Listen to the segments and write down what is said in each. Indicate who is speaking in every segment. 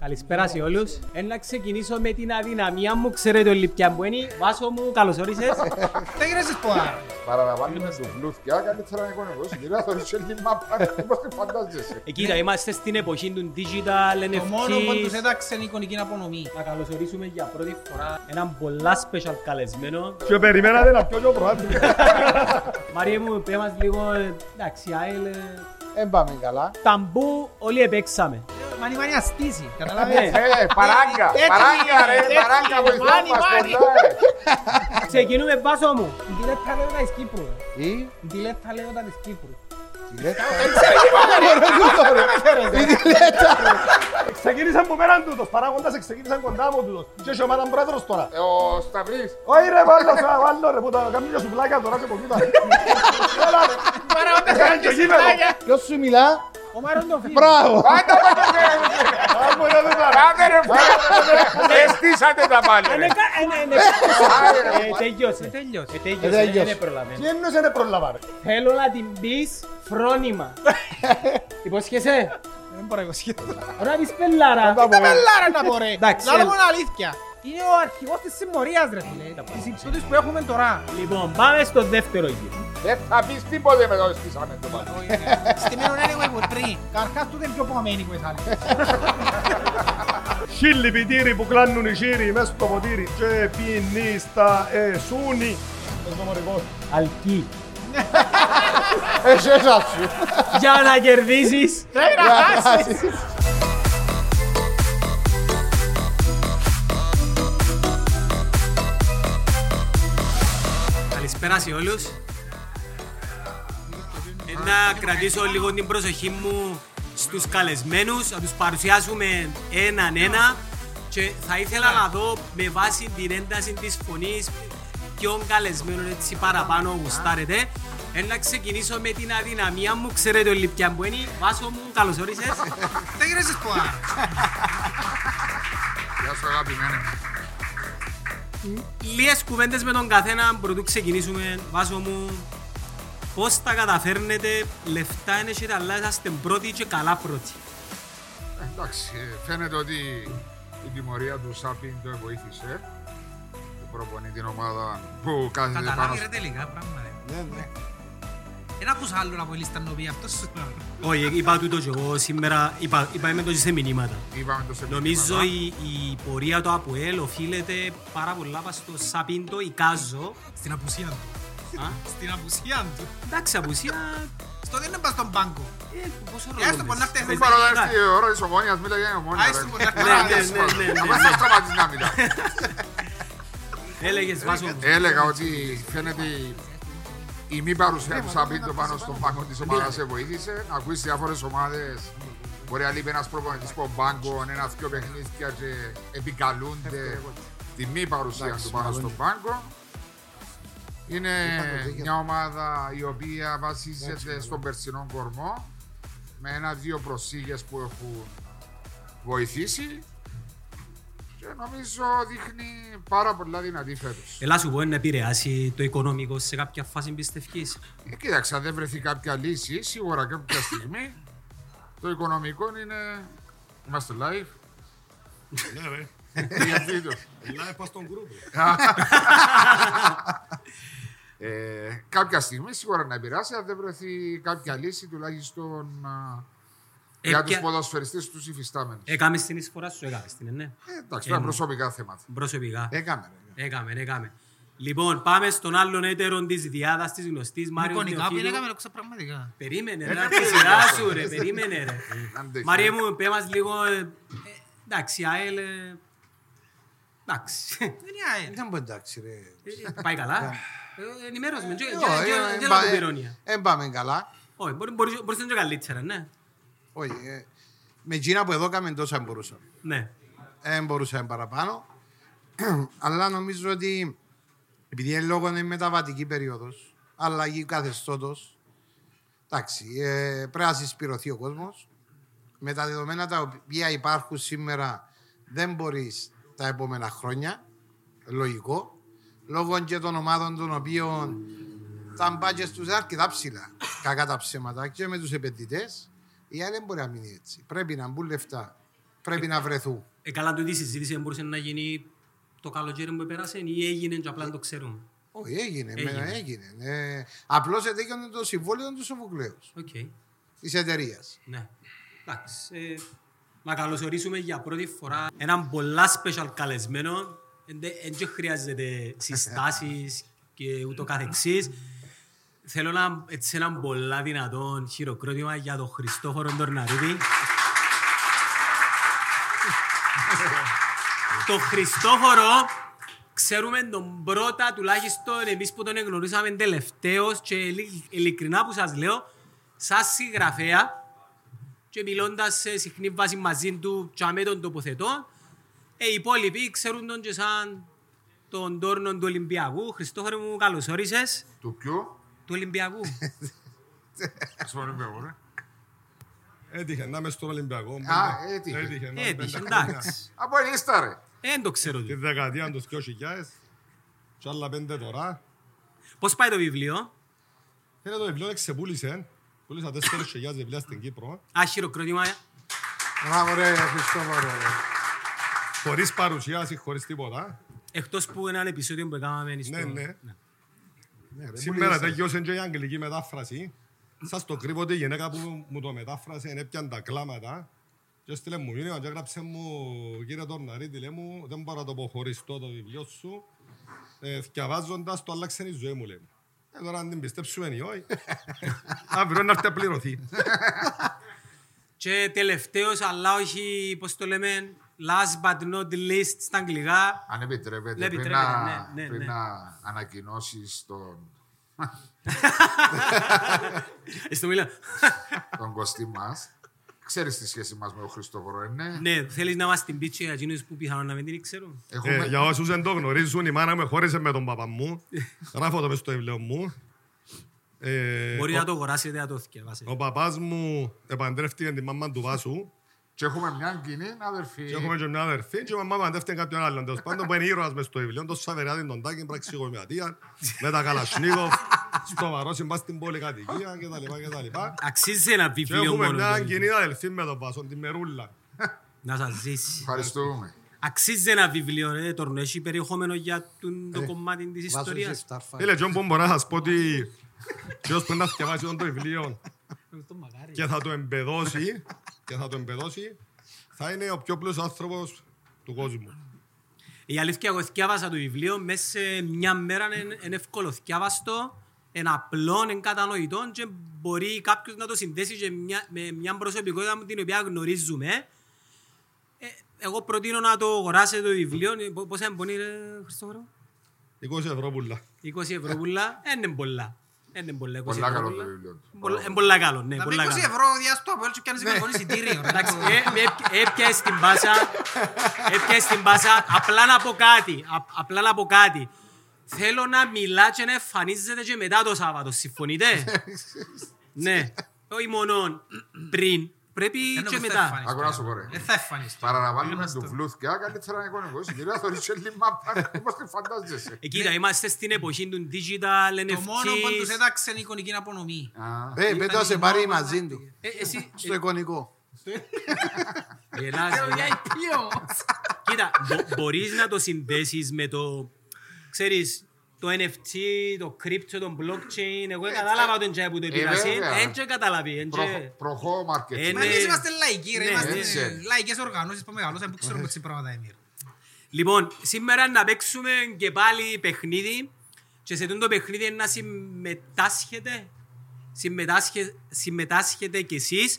Speaker 1: Καλησπέρα σε όλους. Ε, να ξεκινήσω με την αδυναμία μου. Ξέρετε όλοι ποια μου είναι. Βάσο μου, καλώς όρισες.
Speaker 2: Δεν γυρίζεις πολλά.
Speaker 3: Παραλαμβάνουμε ντουβλούθκια, καλύτερα να οικονομικούς. Κυρία, θα ρίξω λίμα πάνω, πώς τη φαντάζεσαι.
Speaker 1: Ε, κοίτα, είμαστε στην εποχή του digital,
Speaker 2: Το μόνο που τους
Speaker 1: NFTs.
Speaker 2: έταξε είναι η εικονική απονομή.
Speaker 1: Να καλωσορίσουμε για πρώτη φορά έναν πολλά special καλεσμένο.
Speaker 4: Και περιμένατε να πιω το προάθλημα.
Speaker 1: Μαρία μου, πέ μας λίγο, ε, εντάξει, ΑΕΛ, ε,
Speaker 3: Δεν πάμε καλά.
Speaker 1: ταμπού, όλοι επέξαμε.
Speaker 2: Μάνι μάνι αστίζει,
Speaker 1: Ναι.
Speaker 2: καταλάβες.
Speaker 3: Ε, παράγκα,
Speaker 2: Έτσι,
Speaker 3: παράγκα ρε,
Speaker 2: έτσι,
Speaker 3: παράγκα που
Speaker 2: μάνι,
Speaker 3: είσαι μας
Speaker 2: μάνι.
Speaker 3: κοντά. ε.
Speaker 1: Ξεκινούμε, Βάσο μου.
Speaker 2: Ντιλέτα λέοντα της Κύπρου. ρε.
Speaker 4: Ή,
Speaker 2: Ντιλέτα λέοντα της Κύπρου.
Speaker 4: ξεκίνησαν από πέραν τούτος, παράγοντας ξεκίνησαν κοντά μου τούτος. Και έχει ομάδα πρόεδρος τώρα.
Speaker 3: Ε, Ο Σταυρής,
Speaker 4: Όχι ρε, βάλω, σε βάλω ρε, που τα κάνει μια σουβλάκια τώρα και κοκκίτα. Έλα ρε, έκανε και γήπεδο.
Speaker 5: Ποιος σου μιλά,
Speaker 2: Ο Μάρον το φίλο.
Speaker 5: μπράβο.
Speaker 3: πάντα πάντα
Speaker 4: Άμπο, ρε, δεν τα-
Speaker 3: Άντε ρε φίλε, εστίσατε τα πάλι
Speaker 1: Ε,
Speaker 3: ρε.
Speaker 1: ναι, κα- ε, ναι, ναι.
Speaker 3: Άρε, ρε.
Speaker 1: Ε, Τελειώσε. Ε,
Speaker 2: Τέλειος.
Speaker 1: τελειώσε,
Speaker 5: Ε, τελειώσε.
Speaker 1: δεν προλαβαίνω.
Speaker 4: Τι εννοείς δεν πρόλαβα ρε.
Speaker 1: Θέλω να την πεις φρόνημα. Υπόσχεσαι.
Speaker 2: Δεν μπορώ εγώ σχεδόν.
Speaker 1: Ωραία της πελάρα.
Speaker 2: Τα
Speaker 6: ε,
Speaker 2: πελάρα να πω ρε.
Speaker 1: Εντάξει,
Speaker 2: Λάλο
Speaker 1: έλα.
Speaker 2: μόνο αλήθεια. Είναι ο αρχηγός της συμμορίας ρε φίλε. Της υψούτης που έχουμε τώρα.
Speaker 1: Λοιπόν, πάμε στο δεύτερο γύρο.
Speaker 3: Δεν θα πεις τίποτε με το εστίσαμε το πάλι.
Speaker 2: Στη μήνων anyway που τρει. Καρχάς του δεν πιο παγωμένοι που εσάλλει.
Speaker 4: Χίλιοι πιτήρι που κλάνουν οι χείροι μες στο ποτήρι και πίνει στα εσούνι.
Speaker 1: Αλκή.
Speaker 5: Εσύ εσάς σου.
Speaker 1: Για να κερδίσεις.
Speaker 2: Πρέπει να χάσεις.
Speaker 1: Καλησπέρα σε όλους. Ε, Να κρατήσω λίγο την προσοχή μου στους καλεσμένους, να τους παρουσιάσουμε έναν ένα και θα ήθελα να δω με βάση την ένταση της φωνής ποιον καλεσμένο έτσι παραπάνω γουστάρετε. Ε, να ξεκινήσω με την αδυναμία μου, ξέρετε όλοι ποια μου είναι. Βάσο μου, καλώς όρισες.
Speaker 2: Δεν γυρίζεις πολλά.
Speaker 3: Γεια σου αγάπη ναι, μου.
Speaker 1: Λίγες κουβέντες με τον καθένα, πρωτού ξεκινήσουμε. Βάσο μου, πώς τα καταφέρνετε, λεφτά είναι και αλλά είσαστε πρώτοι και καλά πρώτοι.
Speaker 3: Εντάξει, ε, φαίνεται ότι η τιμωρία του Σάπιν το βοήθησε. Που προπονεί την ομάδα που κάθεται πάνω
Speaker 2: Καταλάβει ρε τελικά πράγμα ρε. Δεν ακούς άλλο να πω λίστα νοβία αυτός σου.
Speaker 1: Όχι, είπα τούτο και εγώ σήμερα, είπα, είπα με το σε μηνύματα.
Speaker 3: Είπαμε το σε
Speaker 1: Νομίζω
Speaker 3: μηνύματα.
Speaker 1: η, η πορεία του ΑΠΟΕΛ οφείλεται πάρα πολλά πας στο Σαπίντο ή Κάζο.
Speaker 2: Στην απουσία του.
Speaker 1: Α,
Speaker 2: Στην απουσία του.
Speaker 1: Εντάξει, απουσία,
Speaker 2: Στο δεν πας στον πάγκο.
Speaker 1: ε, πόσο
Speaker 2: Έστω
Speaker 1: ρόλο
Speaker 2: που να φταίει,
Speaker 1: παίζει.
Speaker 3: Δεν μπορώ να
Speaker 1: Εντάξει.
Speaker 3: έρθει η ώρα της ομόνιας, μίλα για την ομόνια.
Speaker 2: Α, ήσουν
Speaker 3: ρε.
Speaker 2: που να
Speaker 1: Ναι, ναι, ναι,
Speaker 2: φταίει.
Speaker 1: ναι, ναι.
Speaker 3: Αμέσως σταματήσεις να μιλάς.
Speaker 1: Έλεγες βάζω μου.
Speaker 3: Ε, Έλεγα ότι φαίνεται η- η μη παρουσία του Σαμπίντο πάνω στον πάγκο της ομάδας σε βοήθησε. Να ακούεις διάφορες ομάδες. Μπορεί να λείπει ένας προπονητής στον πάγκο, ένας δυο παιχνίδια και επικαλούνται τη μη παρουσία του πάνω στον πάγκο. Είναι μια ομάδα η οποία βασίζεται στον περσινό κορμό με ένα-δύο προσήγες που έχουν βοηθήσει και νομίζω δείχνει πάρα πολλά δυνατή φέτος.
Speaker 1: Ελά σου πω είναι να επηρεάσει το οικονομικό σε κάποια φάση εμπιστευκής.
Speaker 3: Ε, κοίταξε, αν δεν βρεθεί κάποια λύση, σίγουρα κάποια στιγμή το οικονομικό είναι. Είμαστε live. Διαφύτω.
Speaker 4: Μιλάμε πας στον γκρουπ.
Speaker 3: ε, κάποια στιγμή σίγουρα να επηρεάσει, αν δεν βρεθεί κάποια λύση τουλάχιστον α,
Speaker 1: Ε,
Speaker 3: για του
Speaker 1: ποια-
Speaker 3: ποδοσφαιριστές τους υφιστάμενους. Ε,
Speaker 1: Έκαμε την εισφορά σου, έκαμε την, ναι.
Speaker 3: εντάξει, είναι προσωπικά θέματα.
Speaker 1: Προσωπικά.
Speaker 3: Έκαμε. ρε.
Speaker 1: Έκαμε, έκαμε. Λοιπόν, πάμε στον άλλον έτερο της διάδας της γνωστής, Μάριος
Speaker 2: Εικονικά που
Speaker 1: Νεοφίλου.
Speaker 2: έκαμε λόξα πραγματικά.
Speaker 1: Περίμενε,
Speaker 5: Ε,
Speaker 1: ρε, τη σειρά σου, ρε, περίμενε, ρε.
Speaker 3: Αντέχει.
Speaker 1: Μαρία μου, πέ μας λίγο, ε, ε, εντάξει, ΑΕΛ, ε, εντάξει.
Speaker 2: Δεν είναι αέρα.
Speaker 5: Δεν μπορεί εντάξει ρε.
Speaker 1: Ε, Πάει καλά. Ε, Ενημέρωση με,
Speaker 5: Ε, όχι, ε,
Speaker 1: δεν
Speaker 5: εν
Speaker 1: θα
Speaker 5: πά-
Speaker 1: του πειρώνει.
Speaker 5: εν πάμε καλά.
Speaker 1: Όχι, μπορεί- μπορείς μπορείς να είναι και καλύτερα, ναι.
Speaker 5: Όχι,
Speaker 3: eh,
Speaker 5: ε, με εκείνα
Speaker 3: pues,
Speaker 5: που εδώ κάμεν τόσα μπορούσαμε.
Speaker 1: Ναι.
Speaker 5: Δεν μπορούσαμε παραπάνω. Αλλά νομίζω ότι επειδή είναι λόγω είναι μεταβατική περίοδος, αλλαγή καθεστώτος, εντάξει, ε, πρέπει να συσπηρωθεί ο κόσμος. Με τα δεδομένα τα οποία υπάρχουν σήμερα δεν μπορείς τα επόμενα χρόνια, λογικό, λόγω και των ομάδων των οποίων τα μπάτζες τους είναι αρκετά ψηλά, κακά τα ψέματα και με τους επενδυτές, η ΑΕΛ δεν μπορεί να μείνει έτσι. Πρέπει να μπουν λεφτά
Speaker 7: πρέπει να βρεθούν.
Speaker 1: Ε, καλά τούτη η συζήτηση δεν μπορούσε να γίνει το καλοκαίρι που πέρασε ή έγινε και απλά δεν το ξέρουμε.
Speaker 7: Όχι, έγινε.
Speaker 1: Έγινε.
Speaker 7: Έγινε. έγινε.
Speaker 3: ναι.
Speaker 7: Ε, Απλώ ετέκειωνε το συμβόλαιο του Σοφοκλέους
Speaker 1: Οκ.
Speaker 7: της εταιρείας.
Speaker 1: Ναι. Εντάξει. Ε, να καλωσορίσουμε για πρώτη φορά έναν πολλά special καλεσμένο. Εν τε- εν και χρειάζεται συστάσεις και ούτω καθεξής. Θέλω να, έτσι έναν πολλά δυνατόν χειροκρότημα για τον Χριστόφορο Ντορναρίδη. το Χριστόφορο ξέρουμε τον πρώτα, τουλάχιστον εμείς που τον εγνωρίσαμε τελευταίος και ειλικ- ειλικρινά που σας λέω, σαν συγγραφέα, και μιλώντας σε συχνή βάση μαζί του και με τον τοποθετώ, ε, οι υπόλοιποι ξέρουν τον και σαν τον τόρνο του Ολυμπιακού. Χριστόφορε μου, καλώς όρισες.
Speaker 3: Του ποιου?
Speaker 1: Του Ολυμπιακού.
Speaker 3: Ας πούμε εγώ, ρε.
Speaker 6: Έτυχε να είμαι στο Ολυμπιακό.
Speaker 3: Α, έτυχε.
Speaker 6: Έτυχε να είμαι
Speaker 1: Έτυχε,
Speaker 6: πέντε χρόνια.
Speaker 1: Ε, εντάξει.
Speaker 3: Από ελίστα, ρε.
Speaker 1: Ε, Δεν το ξέρω.
Speaker 6: Τη δεκαετία τους 2000, και άλλα πέντε τώρα.
Speaker 1: Πώς πάει το βιβλίο.
Speaker 6: Είναι το βιβλίο, ξεπούλησε. Πούλησα 4.000 βιβλία στην Κύπρο.
Speaker 1: Α, χειροκρότημα.
Speaker 7: Μπράβο, ρε, Χριστόφορο. ρε.
Speaker 6: Χωρίς παρουσίαση, χωρίς τίποτα.
Speaker 1: Εκτός που έναν επεισόδιο που έκαναμε στο...
Speaker 6: Ναι, ναι.
Speaker 7: Ναι, ρε,
Speaker 6: Σήμερα
Speaker 7: μου λες,
Speaker 6: τελειώσε και η αγγλική μετάφραση. Σας το κρύβω ότι η γυναίκα που μου το μετάφρασε έπιαν τα κλάματα και έστειλε μου μήνυμα και έγραψε μου «Κύριε Τορναρίτη, λέει μου, δεν μπορώ να το πω χωριστό το βιβλίο σου, ε, διαβάζοντας το άλλαξε η ζωή μου», λέει. μου. Ε, τώρα αν την πιστέψουμε ή όχι, αύριο να έρθει να πληρωθεί.
Speaker 1: Και τελευταίος, αλλά όχι, πώς το λέμε, last but not least στα αγγλικά.
Speaker 3: Αν
Speaker 1: Ναι,
Speaker 3: επιτρέπετε, πριν
Speaker 1: επιτρέπεται,
Speaker 3: να,
Speaker 1: ναι, ναι,
Speaker 3: πριν
Speaker 1: ναι.
Speaker 3: να ανακοινώσεις τον,
Speaker 1: Εσύ το μιλάω.
Speaker 3: τον κοστή μας, ξέρεις τη σχέση μας με τον Χριστόφορο, ε, ναι.
Speaker 1: Ναι, θέλεις να μας την πεις και για εκείνους που πιθανόν να μην την ξέρουν.
Speaker 6: Ε,
Speaker 3: Έχουμε,
Speaker 6: για όσους δεν το γνωρίζουν, η μάνα μου χώρισε με τον παπά μου. Γράφω το μες στο βιβλίο μου. Ε,
Speaker 1: Μπορεί
Speaker 6: ο-
Speaker 1: να το αγοράσετε, να το θυκευάσετε.
Speaker 6: Ο παπάς μου επαντρεύτηκε την μαμά του Βάσου
Speaker 3: και έχουμε μια κοινή ναι, αδερφή.
Speaker 1: Ε.
Speaker 6: και έχουμε και μια αδερφή και η μαμά μου επαντρεύτηκε κάποιον άλλον. Τέλος πάντων που είναι ήρωας μες στο βιβλίο, τον Σαβεράδη, τον Τάκη, πραξικομιατία, με τα Καλασνίκοφ, στο Βαρόσι, μπας στην πολυκατοικία κτλ. κτλ.
Speaker 1: Αξίζει ένα
Speaker 6: Και
Speaker 1: βιβλίο
Speaker 6: έχουμε
Speaker 1: μόνο.
Speaker 6: μια
Speaker 1: το
Speaker 6: κοινή αδελφή με τον Βάσο, τη Μερούλα.
Speaker 1: Να σας ζήσεις.
Speaker 3: Ευχαριστούμε.
Speaker 1: Αξίζει ένα βιβλίο, ρε, τορνό. Έχει περιεχόμενο για τον-
Speaker 6: Ε,
Speaker 1: το κομμάτι της
Speaker 7: Βάζω και
Speaker 1: ιστορίας.
Speaker 7: στάρφα.
Speaker 3: Ε,
Speaker 6: Φίλε, Τζον, που μπορώ να σας πω ότι ποιος πρέπει να θυκευάσει το βιβλίο και θα το εμπεδώσει, και θα το εμπεδώσει, θα είναι ο πιο πλούσιος άνθρωπος του κόσμου.
Speaker 1: Η αλήθεια, εγώ θυκεύασα το βιβλίο μέσα σε μια μέρα, είναι είναι εύκολο θυκεύαστο, είναι απλό, είναι κατανοητό και μπορεί κάποιος να το συνδέσει και μια- με μια προσωπικότητα με την οποία γνωρίζουμε. Ε, εγώ προτείνω να το αγοράσετε το βιβλίο. Ε, πο- Πόσα εμπονεί, ρε, Χριστόφορο?
Speaker 6: 20 ευρώ πουλά.
Speaker 1: 20 ευρώ πουλά, δεν είναι πολλά. Δεν είναι πολλά, 20
Speaker 3: Πολλά
Speaker 1: ευρώ
Speaker 3: καλό το
Speaker 1: πουλά.
Speaker 3: βιβλίο του.
Speaker 1: Πολλά- Είναι πολλά καλό, ναι,
Speaker 2: Να πει 20
Speaker 1: πολλά καλό.
Speaker 2: ευρώ διάστο από έλτσο και αν σηκώνει εισιτήριο. ρε.
Speaker 1: Ναι. Εντάξει, ε, με έπια- έπιασες την πάσα, έπιασες την πάσα, απλά να πω κάτι, απ- απλά να πω κάτι. Θέλω να μιλάς και να εμφανίζεται και μετά το Σάββατο, συμφωνείτε? ναι, όχι μόνο πριν, πρέπει
Speaker 2: Ενώ
Speaker 1: και
Speaker 2: μες θα
Speaker 1: μετά.
Speaker 2: εμφανιστεί.
Speaker 3: Ακούω να σου πω, ρε.
Speaker 2: Δεν Ε, θα εμφανιστεί.
Speaker 3: Παραναβάλουμε του βλούθκια, καλύτερα να εικόνευω. Στην κυρία θωρείς και λίμα πάνω, όπως τη φαντάζεσαι.
Speaker 1: Ε, Κοίτα, είμαστε στην εποχή του digital,
Speaker 2: Ναι. Το μόνο που τους
Speaker 1: NFT.
Speaker 2: έταξε είναι η εικονική απονομή.
Speaker 3: Α,
Speaker 7: Ρε, πέτω να σε πάρει μαζί του.
Speaker 1: Ε, εσύ,
Speaker 7: Στο εικονικό.
Speaker 1: ε, γελάς, γελάς. Κοίτα, μπο- μπορείς να το συνδέσεις με το, ξέρεις, το NFT, το crypto, το blockchain. Εγώ κατάλαβα τον τζάι που το
Speaker 2: Ε,
Speaker 1: επηρεασεί.
Speaker 3: βέβαια.
Speaker 1: Εν και καταλαβεί, εν και...
Speaker 3: προχω- Προχώ μάρκετ.
Speaker 1: Είναι-
Speaker 2: Μα εμείς είμαστε λαϊκοί ρε,
Speaker 1: Ε, Ναι,
Speaker 2: είμαστε
Speaker 3: έτσι.
Speaker 2: ε, λαϊκές οργανώσεις που μεγαλώσαμε, που ξέρουμε
Speaker 3: Ε.
Speaker 2: έτσι πράγματα εμείς.
Speaker 1: Λοιπόν, σήμερα να παίξουμε και πάλι παιχνίδι και σε τούτο παιχνίδι είναι να συμμετάσχετε, συμμετάσχε, συμμετάσχετε κι εσείς.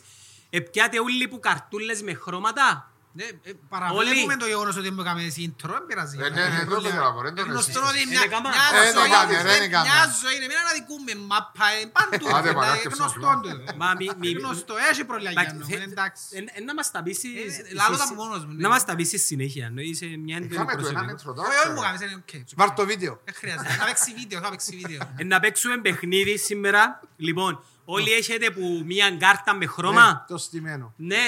Speaker 1: Επιάτε όλοι που καρτούλες με χρώματα.
Speaker 2: Ναι, ε, Παραβλέπουμε το γεγονός ότι μου έκαμε εσύ intro, δεν πειράζει.
Speaker 3: Ε, ναι, ναι, δεν το γράβω, δεν το
Speaker 2: Είναι γνωστό
Speaker 3: εσύ.
Speaker 2: ότι μια
Speaker 1: Είναι καμά.
Speaker 2: μια
Speaker 7: Ε, δεν
Speaker 2: ζωή-
Speaker 7: κάμε, ρε,
Speaker 2: μια-
Speaker 7: δεν κάμε.
Speaker 2: μια ζωή είναι, μην αναδικούμε μάπα, ε, παντού.
Speaker 3: Άντε,
Speaker 2: ε,
Speaker 3: παράκεψα,
Speaker 2: Γνωστό
Speaker 3: πλάκα.
Speaker 2: του. ε.
Speaker 1: Μα μη- μη-
Speaker 2: Γνωστό, έχει προλαγιά
Speaker 1: Εντάξει,
Speaker 2: νόμου,
Speaker 1: θε-
Speaker 2: εντάξει.
Speaker 1: εν- εν Να μας τα πείσεις...
Speaker 2: Ε, λαλώ τα μόνος μου, ναι. Ε,
Speaker 1: Να μας τα πείσεις συνέχεια. ενώ είσαι μια έντονη Ε,
Speaker 3: Είχαμε το έναν
Speaker 1: προσωπικότητα.
Speaker 3: intro,
Speaker 2: Όχι, όχι μου
Speaker 3: τώρα.
Speaker 2: κάνεις, είναι οκ.
Speaker 7: Βάρ το βίντεο.
Speaker 2: Δεν χρειάζεται, θα παίξει βίντεο, θα παίξει βίντεο.
Speaker 1: Ε, Να παίξουμε παιχνίδι σήμερα. Λοιπόν, όλοι έχετε που μία κάρτα με χρώμα.
Speaker 7: Ναι, Το στημένο.
Speaker 1: Ναι.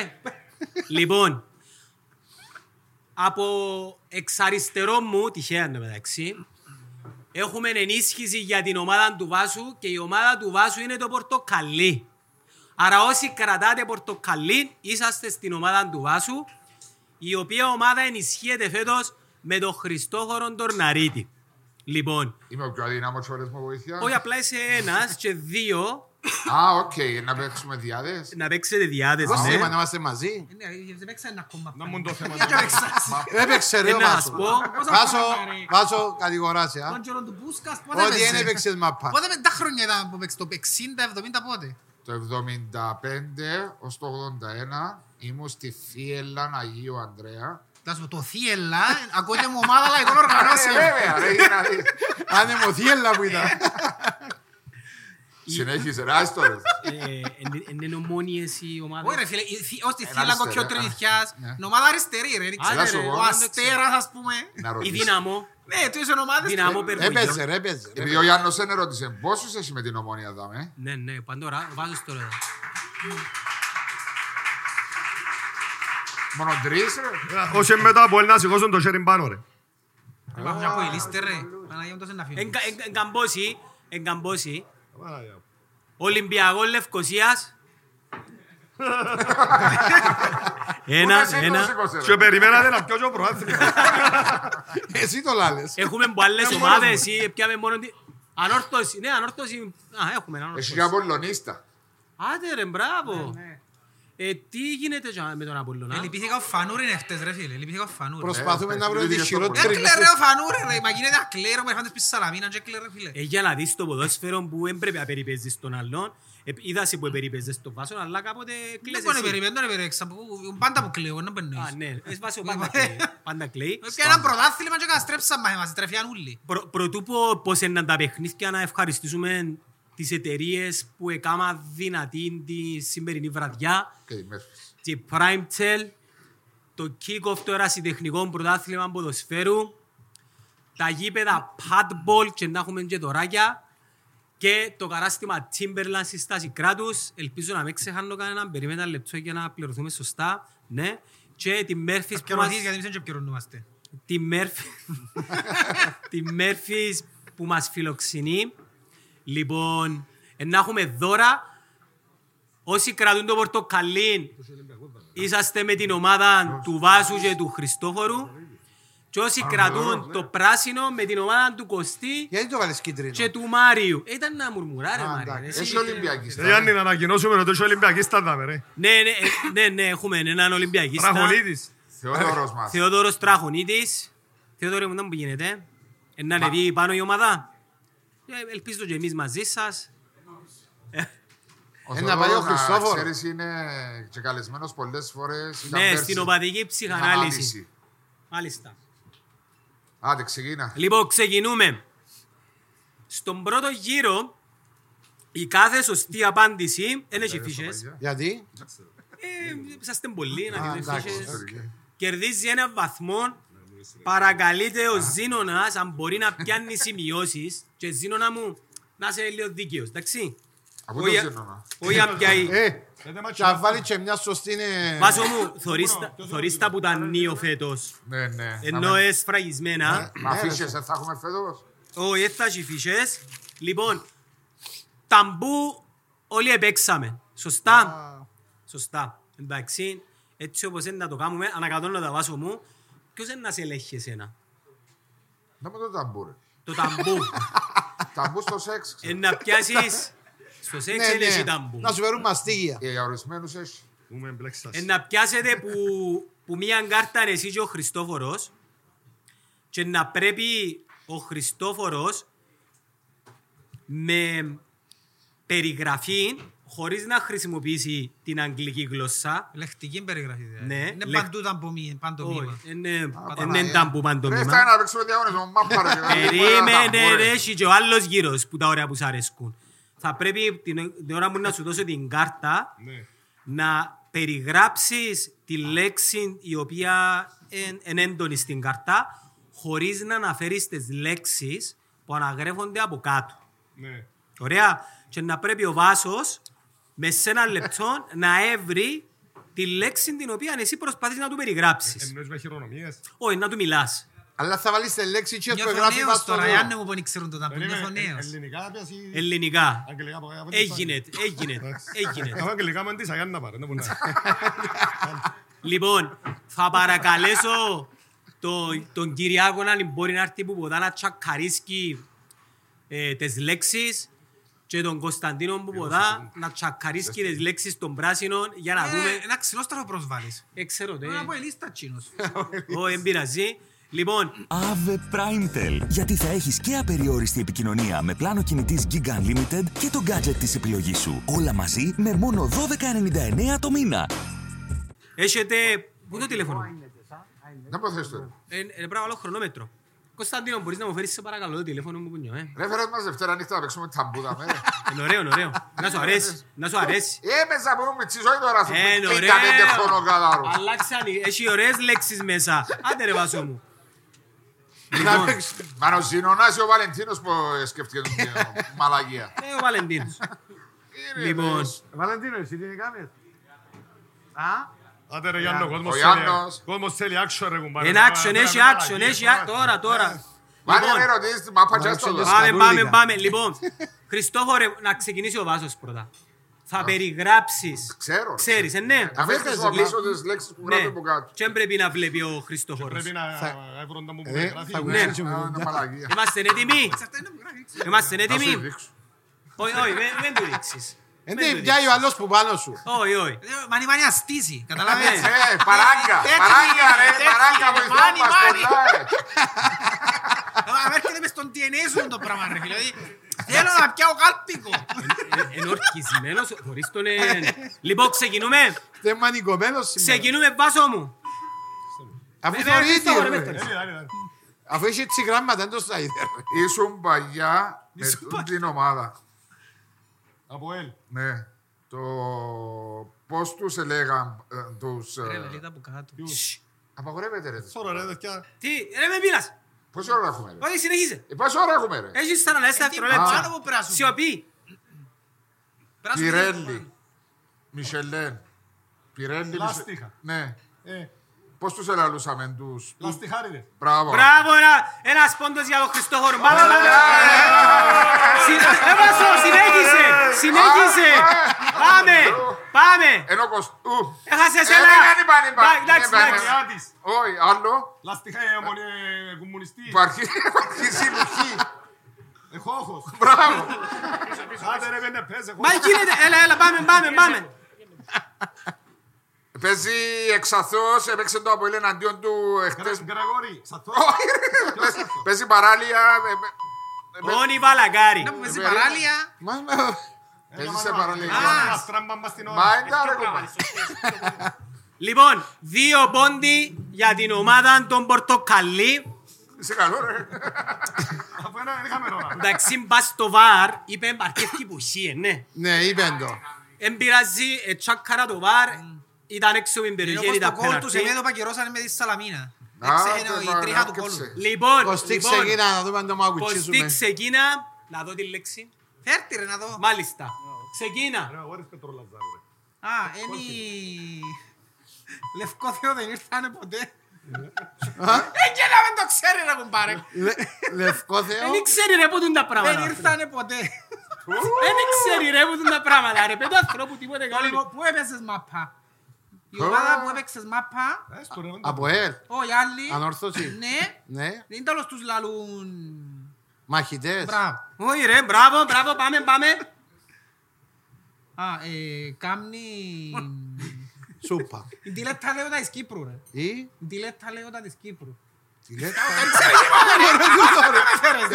Speaker 1: Λοιπόν, από εξ αριστερό μου, τυχαία εν τω μεταξύ, έχουμε ενίσχυση για την ομάδα του Βάσου και η ομάδα του Βάσου είναι το πορτοκαλί. Άρα όσοι κρατάτε πορτοκαλί, είσαστε στην ομάδα του Βάσου η οποία ομάδα ενισχύεται φέτος με τον Χριστόφορο Τορναρίτη. Λοιπόν,
Speaker 3: Είμαι ο πιο αδύναμος φορές μου βοήθεια.
Speaker 1: όχι απλά είσαι ένας και δύο
Speaker 3: Α, οκ, να παίξουμε διάδες.
Speaker 1: να παίξετε διάδεση.
Speaker 5: Πώς
Speaker 1: ναι.
Speaker 5: είπα να είμαστε μαζί.
Speaker 2: Ε, Ναι, δεν παίξα ένα κόμμα.
Speaker 8: Να
Speaker 2: πάλι.
Speaker 8: μου το θέμα.
Speaker 2: Για παίξα.
Speaker 5: Έπαιξε ρε ο
Speaker 1: Ένα, ας
Speaker 5: Βάσο.
Speaker 1: Ε, πω.
Speaker 5: Βάσο, Βάσο, κατηγοράσαι. α.
Speaker 2: Τον καιρό του Μπούσκας, πότε
Speaker 5: Ότι δεν
Speaker 2: έπαιξες.
Speaker 5: έπαιξες μαπά.
Speaker 2: Πότε με τα χρόνια ήταν που παίξε το 60-70 πότε.
Speaker 3: Το 75 ως το 81 ήμουν στη Φίελα Αγίου Ανδρέα.
Speaker 2: Να σου πω, το Θίελα ακούγεται μου ομάδα λαϊκών
Speaker 1: Ε,
Speaker 2: οργανώσεων.
Speaker 3: βέβαια, ρε, για να δεις.
Speaker 5: Άνεμο θύελα που
Speaker 1: Ε.
Speaker 5: ήταν.
Speaker 3: Συνέχισε, ρε, άστο ρε.
Speaker 1: Ε, εν- εν Είναι ομόνιες οι
Speaker 2: Όχι ρε
Speaker 1: ομάδες.
Speaker 2: φίλε, η θη- ως τη
Speaker 3: Ένα
Speaker 2: Θίελα
Speaker 3: αριστερά,
Speaker 2: κοκκιό τρενιθιάς,
Speaker 3: ναι.
Speaker 2: η ομάδα αριστερή ρε, δεν
Speaker 1: Άντε,
Speaker 3: Σιγά σου
Speaker 2: ξέρω.
Speaker 3: εγώ,
Speaker 2: Ο
Speaker 3: δεν
Speaker 2: Αστέρας ας πούμε.
Speaker 3: Να
Speaker 1: Η
Speaker 3: ρωτήσω.
Speaker 1: δύναμο.
Speaker 2: Ναι, του είσαι ομάδες.
Speaker 1: Δυναμό Περβούγιο.
Speaker 5: Έπαιζε, ρε, έπαιζε.
Speaker 3: Επειδή ο Γιάννος δεν ερώτησε, πόσους έχει με την ομόνια δάμε.
Speaker 1: Ναι, ναι, παντόρα, βάζω τώρα.
Speaker 3: Μόνο τρεις, ρε.
Speaker 8: Όχι μετά από να σηκώσουν το χέρι πάνω ρε.
Speaker 2: Μα μια αποελίστε ρε. Παναγία μου τόσο να φύγω.
Speaker 1: Εγκα- εγκα- Εγκαμπόση, εγκαμπόση. Ολυμπιακός Λευκοσίας.
Speaker 3: Ούτε
Speaker 1: Ένα,
Speaker 3: εσύ το
Speaker 1: ένα.
Speaker 3: σήκωσε, ρε.
Speaker 8: Και περιμένατε να πιω και ο προάθλημα.
Speaker 5: Εσύ το λάλες.
Speaker 1: Έχουμε πολλές ομάδες ή πιάμε μόνο τη... Ανόρθωση, ναι, ανόρθωση. Α, έχουμε
Speaker 3: Έχει
Speaker 1: ανόρθωση.
Speaker 3: και Απολλωνίστα.
Speaker 1: Άντε ρε, μπράβο. Ε, τι γίνεται τζα- με τον Απολλώνα.
Speaker 2: Ναι, Ε, Λυπήθηκα ο Φανούριν εχθές ρε φίλε, λυπήθηκα ο Φανούριν.
Speaker 3: Ναι,
Speaker 5: Προσπαθούμε να βρούμε τη
Speaker 3: Λειτουργεί στο
Speaker 5: χειρότερη.
Speaker 2: Έκλε ρε ο Φανούριν ρε, μα γίνεται ακλέρο, με φάντες πίσω Σαλαμίνα και έκλε ρε φίλε.
Speaker 1: Ε, για να δεις το ποδόσφαιρο που δεν πρέπει να περιπέζεις τον άλλον. Ε, είδα σε που περιπέζεις τον Βάσο, αλλά κάποτε
Speaker 2: Δεν
Speaker 1: κλαις
Speaker 2: μπορεί να
Speaker 1: εσύ.
Speaker 2: περιμένω, δεν περιέξα, που- πάντα που κλαίω, να
Speaker 1: Α,
Speaker 2: περνείς.
Speaker 1: ναι. Ε, Βάσο πάντα κλαίει. Πάντα κλαίει.
Speaker 2: Και ένα πρωτάθλημα και καταστρέψαμε μας, τρεφιάν όλοι.
Speaker 1: Προ- Προτού πω πώς είναι τα παιχνίδια να ευχαριστήσουμε τις εταιρείες που έκανα δυνατή τη σημερινή βραδιά.
Speaker 3: Και
Speaker 5: Ε,
Speaker 3: η Μέρφυς.
Speaker 1: Τη Primetel, το kick-off το ερασιτεχνικό πρωτάθλημα ποδοσφαίρου, τα γήπεδα padball και να έχουμε και δωράκια και το καράστημα Timberland στη στάση κράτους. Ελπίζω να μην ξεχάνω κανέναν, περίμενα λεπτό για να πληρωθούμε σωστά. Ναι. Και τη Μέρφυς που μας...
Speaker 2: Επικαιρονθείς γιατί εμείς δεν και επικαιρονούμαστε.
Speaker 1: τη Μέρφυ τη Μέρφυς που μας φιλοξενεί. Λοιπόν, ε, να έχουμε δώρα. Όσοι κρατούν το πορτοκαλί, είσαστε με την ομάδα του Βάσου και του Χριστόφορου. Και όσοι κρατούν το πράσινο με την ομάδα του Κωστή
Speaker 5: Γιατί το βάλες κίτρινο.
Speaker 1: και του Μάριου. Ε, Ήταν να μουρμουράρε,
Speaker 5: Α,
Speaker 1: Μάριου.
Speaker 5: εντάξει.
Speaker 1: εσύ.
Speaker 3: Έχει Ολυμπιακίστας.
Speaker 8: Ε, Γιάννη, να ανακοινώσουμε ότι είσαι Ολυμπιακίστας δάμε ρε.
Speaker 1: Ναι, ναι, ε, ναι, ναι, έχουμε έναν Ολυμπιακίστα.
Speaker 8: Τραχολίδης.
Speaker 3: Θεόδωρος μας.
Speaker 1: Θεόδωρος Τραχονίτης. Θεόδωρε μου, δεν μου γίνεται. Ε, Να ανεβεί πάνω η ομάδα. Ε, Ελπίζω και εμείς μαζί σας.
Speaker 3: Ο
Speaker 5: Ένα
Speaker 3: Θεόδωρος,
Speaker 5: παλιό
Speaker 3: να
Speaker 5: Χριστόφορο.
Speaker 3: Ξέρεις, είναι και καλεσμένος πολλές φορές. Ήταν
Speaker 1: Ναι,
Speaker 3: πέρσι.
Speaker 1: στην οπαδική
Speaker 3: Είχαν
Speaker 1: ψυχανάλυση.
Speaker 3: άλυση.
Speaker 1: Μάλιστα.
Speaker 3: Άντε, ξεκίνα.
Speaker 1: Λοιπόν, ξεκινούμε. Στον πρώτο γύρο, η κάθε σωστή απάντηση δεν έχει φύσες.
Speaker 5: Γιατί.
Speaker 1: Ε, Είσαστε πολλοί να
Speaker 5: Α,
Speaker 1: δείτε
Speaker 5: εντάξει.
Speaker 1: φύσες. Κερδίζει ένα βαθμό. Παρακαλείται ο Ζήνωνας αν μπορεί να πιάνει σημειώσεις. Και Ζήνονα μου, να είσαι λίγο δίκαιος, εντάξει.
Speaker 3: Από το
Speaker 1: Όχι
Speaker 3: σύνομα.
Speaker 1: όχι αν πιάει.
Speaker 5: Ε,
Speaker 8: Ε, δεν μ'
Speaker 5: θα βάλει και μια σωστή είναι...
Speaker 1: Βάζω μου, θωρείς τα- θωρείς τα που τα νύω φέτος.
Speaker 3: Ναι, ναι. Να
Speaker 1: Ενώ
Speaker 3: με-
Speaker 1: εσφραγισμένα.
Speaker 5: Ναι,
Speaker 3: Να αφήσεις, δεν θα έχουμε φέτος.
Speaker 1: Όχι, έτσι θα έχει φύσες. Λοιπόν, ταμπού όλοι επέξαμε. Σωστά. Σωστά. Εντάξει. Έτσι όπως είναι να το κάνουμε, ανακατώνω τα βάσω μου. Ποιος είναι να σε ελέγχει εσένα.
Speaker 3: Να με το ταμπούρε.
Speaker 1: Το ταμπού.
Speaker 3: Ταμπού στο σεξ.
Speaker 1: Ε, να πιάσεις... Στο σεξ
Speaker 5: Ναι,
Speaker 1: είναι
Speaker 5: ναι.
Speaker 1: εσύ ταμπού.
Speaker 5: Να σου φέρουν μαστίγια.
Speaker 3: Ε, Για ορισμένους έχει.
Speaker 8: Ούμε
Speaker 1: Ε,
Speaker 8: μπλέξας.
Speaker 1: να πιάσετε που, που μία κάρτα είναι εσύ και ο Χριστόφορος και να πρέπει ο Χριστόφορος με περιγραφή χωρίς να χρησιμοποιήσει την αγγλική γλώσσα
Speaker 2: Λεκτική περιγραφή. δηλαδή.
Speaker 1: Ναι,
Speaker 2: Είναι
Speaker 1: λεκ-
Speaker 2: παντού ταμπομί- παντομήμα.
Speaker 1: Όχι, είναι
Speaker 5: Παναγία.
Speaker 1: ταμπού
Speaker 3: Ρε,
Speaker 1: παντομήμα.
Speaker 3: φτάνει να παίξουμε διαγώνες. Μάπα, ρε.
Speaker 1: Περίμενε ρε, έχει και ο άλλος γύρος που τα ωραία που σ' αρέσκουν. Θα πρέπει την, την ώρα μου να σου δώσω την κάρτα
Speaker 8: Ναι.
Speaker 1: να περιγράψεις τη λέξη η οποία είναι εν έντονη στην καρτά χωρίς να αναφέρεις τις λέξεις που αναγράφονται από κάτω.
Speaker 8: Ναι.
Speaker 1: Ωραία. Και να πρέπει ο Βάσος με σε ένα λεπτό να έβρει τη λέξη την οποία εσύ προσπαθείς να του περιγράψεις.
Speaker 8: Εννοείς με χειρονομίες.
Speaker 1: Όχι, να του μιλάς.
Speaker 5: Αλλά θα βάλεις τη λέξη και που
Speaker 2: Νιώθω
Speaker 5: γράφει
Speaker 2: νέος
Speaker 5: μας
Speaker 2: τώρα,
Speaker 5: τώρα.
Speaker 2: Γιάννη μου που δεν ξέρουν το ταμπομί, νιώθω
Speaker 8: Περίμενε, ε,
Speaker 2: νέος.
Speaker 8: Ελληνικά πιας ή
Speaker 1: Ελληνικά.
Speaker 8: αγγλικά από κάποια
Speaker 1: Έγινε, έγινε, έγινε.
Speaker 8: Αφού αγγλικά μου αντίσα, Γιάννη να πάρε. ναι, που να-
Speaker 1: Λοιπόν, θα παρακαλέσω τον, τον Κυριάκο να μπορεί να έρθει που ποτά να τσακαρίσκει ε, τις λέξεις και τον Κωνσταντίνο που ποτά να τσακαρίσκει τις λέξεις των πράσινων για να δούμε...
Speaker 2: Ε, Ένα ξυλόστραφο προσβάλλεις.
Speaker 1: Ε, ξέρω, τε,
Speaker 2: Πρέπει να πω ελίστα τσίνος.
Speaker 1: ω, εν πειραζεί. Λοιπόν,
Speaker 9: ΑΒΕ Primetel. Γιατί θα έχεις και απεριόριστη επικοινωνία με πλάνο κινητής Giga Unlimited και το gadget της επιλογής σου. Όλα μαζί με μόνο 12,99 το μήνα.
Speaker 1: έχετε... Πού το τηλέφωνο.
Speaker 3: Δεν προθέσαι τώρα.
Speaker 1: Ε, ε, πρέπει να βάλω χρονόμετρο. Κωνσταντίνο, μπορείς να μου φέρεις σε παρακαλώ το τηλέφωνο μου που νιώ, ε.
Speaker 3: Ρε φέρες μας Δευτέρα νύχτα να παίξουμε ταμπούδα. με, ρε.
Speaker 1: Είναι ωραίο, είναι ωραίο. Να σου αρέσει, να σου αρέσει.
Speaker 3: Ε, μέσα που με τσιζόει τώρα σου.
Speaker 1: Είναι ωραίο.
Speaker 3: 55 χρόνο καδάρο.
Speaker 1: Ε, Αλλάξαν, οι- έχει ωραίες λέξεις μέσα. Άντε ρε Βάσο μου. Λοιπόν.
Speaker 3: Να παίξουμε. Μα ο Ζηνωνάς ή ο Βαλεντίνος που σκέφτηκε την μαλαγία.
Speaker 1: Ε, ο Βαλεντίνος.
Speaker 3: Είναι,
Speaker 1: Λοιπόν,
Speaker 5: Βαλεντίνο, εσύ τι έκανες.
Speaker 8: Άντε ρε Γιάννο, κόσμος
Speaker 3: Ο
Speaker 8: θέλει-
Speaker 3: Γιάννος.
Speaker 8: κόσμος θέλει action ρε κουμπάρε.
Speaker 1: εν
Speaker 8: Τώρα,
Speaker 1: action,
Speaker 8: τώρα,
Speaker 1: έχει
Speaker 8: τώρα,
Speaker 1: action,
Speaker 8: τώρα,
Speaker 1: έχει
Speaker 8: τώρα.
Speaker 1: action. Τώρα, τώρα.
Speaker 3: Βάλε
Speaker 1: Λοιπόν,
Speaker 3: ρε ρωτήσεις την μάπα και στο δώσε.
Speaker 1: Πάμε, πάμε,
Speaker 5: Σκατούλικα.
Speaker 1: πάμε. Λοιπόν, Χριστόφορε, να ξεκινήσει ο Βάσος πρώτα. Θα περιγράψεις.
Speaker 3: Ξέρω.
Speaker 1: Ξέρεις, ε, ναι.
Speaker 3: Να μην χρησιμοποιήσω τις λέξεις που γράφει
Speaker 1: Ναι.
Speaker 3: από κάτω.
Speaker 1: Και πρέπει να βλέπει ο Χριστόφορος.
Speaker 8: Πρέπει να έβρουν τα μου που
Speaker 3: Eh,
Speaker 5: Ε,
Speaker 8: γράφει.
Speaker 5: θα
Speaker 1: Ναι.
Speaker 5: κουνήσει
Speaker 3: Α, Είναι μαλαγία.
Speaker 1: Είμαστε έτοιμοι. Είμαστε
Speaker 3: Θα σου
Speaker 1: έτοιμοι.
Speaker 3: δείξω. Ε, ναι,
Speaker 1: Όχι, όχι, δεν- δεν του ρίξεις.
Speaker 5: Εν
Speaker 1: Δεν του
Speaker 5: τί
Speaker 1: ρίξεις.
Speaker 5: πιάει Ε, ναι, ο άλλος που πάνω σου.
Speaker 1: Όχι, όχι.
Speaker 2: Ε, Μανι μανι αστίζει, καταλάβες.
Speaker 1: Ναι.
Speaker 3: Ε, παράγκα,
Speaker 2: Έτσι,
Speaker 3: παράγκα ρε,
Speaker 2: έτσι,
Speaker 3: παράγκα
Speaker 2: μάνι,
Speaker 3: βοηθά μας
Speaker 2: μάνι.
Speaker 3: πολλά ρε.
Speaker 2: Α, μα έρχεται μες στον DNA σου το πράγμα ρε φίλε. Δηλαδή, Θέλω να πιάω κάλπικο.
Speaker 1: Ε, Ενορκισμένος, χωρίς τον... ε, Λοιπόν, ξεκινούμε.
Speaker 5: Δεν μανικωμένος σήμερα.
Speaker 1: Ξεκινούμε, βάσο μου.
Speaker 5: Αφού
Speaker 1: Ε,
Speaker 5: θεωρεί
Speaker 1: ε,
Speaker 5: τι,
Speaker 1: ε,
Speaker 5: ρε.
Speaker 1: ε, ε,
Speaker 8: Έλα, έλα, έλα.
Speaker 5: Αφού είχε τσιγράμματα, δεν το στάιδε. ρε.
Speaker 3: Ήσουν παγιά με
Speaker 1: Ήσουν
Speaker 3: τούτη την ομάδα.
Speaker 8: Από ελ.
Speaker 3: Ναι. Το πώς τους έλεγαν ε, τους... ε,
Speaker 2: Ρε βελίδα από κάτω.
Speaker 3: Απαγορεύεται ρε.
Speaker 8: Σωρό ρε, τέτοια.
Speaker 1: Τι, ρε με πειράς.
Speaker 3: Πόση ώρα έχουμε ρε.
Speaker 1: Όχι, συνεχίζε.
Speaker 3: Ε, Πόση ώρα έχουμε ρε.
Speaker 1: Έχεις 40
Speaker 2: πάνω
Speaker 1: δευτερόλεπτα.
Speaker 2: από πράσινο.
Speaker 1: Σιωπή.
Speaker 2: Πράσινο είναι
Speaker 3: Πιρέλι. Μισελέν. Πιρέλι.
Speaker 8: Λάστιχα.
Speaker 3: Ναι.
Speaker 8: Ε,
Speaker 3: Πώς τους ελαλούσαμε τους...
Speaker 8: Λαστιχάριδες.
Speaker 3: Μπράβο.
Speaker 1: Μπράβο, ένα- ένας πόντος για τον Χριστόφορο. Μπα, μπα, μπα, μπα. Συ- ε, Βάσο, συνέχισε. Συνέχισε. Πάμε. Πάμε.
Speaker 3: Ενώ κοσ- Ου.
Speaker 1: Έχασες
Speaker 3: Ε,
Speaker 1: ένα.
Speaker 3: δεν είπαν, είπαν.
Speaker 1: Μπα, εντάξει,
Speaker 3: Δεν είπαν.
Speaker 1: εντάξει.
Speaker 8: Κρεάτης.
Speaker 3: Όχι, άλλο.
Speaker 8: Λαστιχά ε, μολυ-
Speaker 6: eh,
Speaker 8: ε, κομμουνιστής.
Speaker 3: Που αρχίζει η συλλογή.
Speaker 8: Έχω όχος.
Speaker 3: Μπράβο.
Speaker 6: Ah,
Speaker 8: Άντε ρε, πέντε πες, έχω
Speaker 1: Μα γίνεται. Έλα, έλα, πάμε, πάμε, πάμε.
Speaker 3: Παίζει εξαθώς, έπαιξε το από εναντίον του
Speaker 8: Γρα-
Speaker 3: εχθές.
Speaker 8: Γραγόρη, σατό.
Speaker 3: Όχι, ρε. Παίζει παράλια. ε, ε,
Speaker 1: Όνι Βαλαγκάρη.
Speaker 2: που παίζει παράλια.
Speaker 5: Μα, μα,
Speaker 3: Παίζει σε παραλία.
Speaker 8: Α, στράμπα μας την ώρα.
Speaker 3: Μα είναι τα ρε κομμάτι.
Speaker 1: Λοιπόν, δύο πόντι για την ομάδα των Πορτοκαλί.
Speaker 3: Είσαι καλό ρε.
Speaker 8: Αφού ένα δεν είχαμε ώρα.
Speaker 1: Εντάξει, μπας στο βαρ, είπε αρκετή που είχε, ναι.
Speaker 5: Ναι, είπε το.
Speaker 1: Εν πειράζει, ε, τσάκαρα το βαρ, ήταν έξω από την περιοχή,
Speaker 2: Ενώ
Speaker 1: ήταν
Speaker 2: στο κόλ του
Speaker 1: πέναρτη.
Speaker 2: σε μέδο πακερώσανε με τη Σαλαμίνα.
Speaker 3: Α,
Speaker 2: Εξέχαινε
Speaker 3: τε, μα,
Speaker 2: η τρίχα του
Speaker 3: άκουψε.
Speaker 2: κόλου.
Speaker 1: Λοιπόν,
Speaker 5: Κωστή
Speaker 1: λοιπόν,
Speaker 5: ξεκίνα να δούμε αν το
Speaker 1: Κωστή
Speaker 5: μαγουτσίζουμε.
Speaker 1: ξεκίνα, να δω τη λέξη.
Speaker 2: Φέρτη ρε να δω.
Speaker 1: Μάλιστα. Ξεκίνα.
Speaker 8: Γραγόρης Πετρολαζάρου, ρε.
Speaker 2: Α, είναι η... Λευκό Θεό δεν ήρθανε ποτέ. Έγγελα με το ξέρει ρε κουμπάρε.
Speaker 5: Λε- Λευκό Θεό.
Speaker 1: Δεν ξέρει ρε που τούν τα
Speaker 2: Δεν
Speaker 1: πράγματα.
Speaker 2: ήρθανε ποτέ.
Speaker 1: Δεν ξέρει ρε που τούν τα πράγματα. Ρε πέτω ανθρώπου τίποτε
Speaker 2: Λοιπόν,
Speaker 1: καλύτερο.
Speaker 2: Πού έπαιζες μάπα. Η ομάδα που έπαιξες μάπα,
Speaker 8: Ε, στο ρε, όντως.
Speaker 5: Από ελ.
Speaker 2: όχι άλλη.
Speaker 5: Ανόρθωση.
Speaker 2: Ναι.
Speaker 5: Ναι.
Speaker 2: Δεν ήταν όλος τους λαλούν.
Speaker 5: Μαχητές.
Speaker 2: Μπράβο.
Speaker 1: Όχι ρε, μπράβο, μπράβο, πάμε, πάμε.
Speaker 2: Α, ε, κάμνη...
Speaker 5: Σούπα.
Speaker 2: Η τηλέτα λέοντα της Κύπρου ρε.
Speaker 5: Ή.
Speaker 2: Η τηλέτα λέοντα της Κύπρου.
Speaker 5: Τι λέτε. Ή τι λέτε.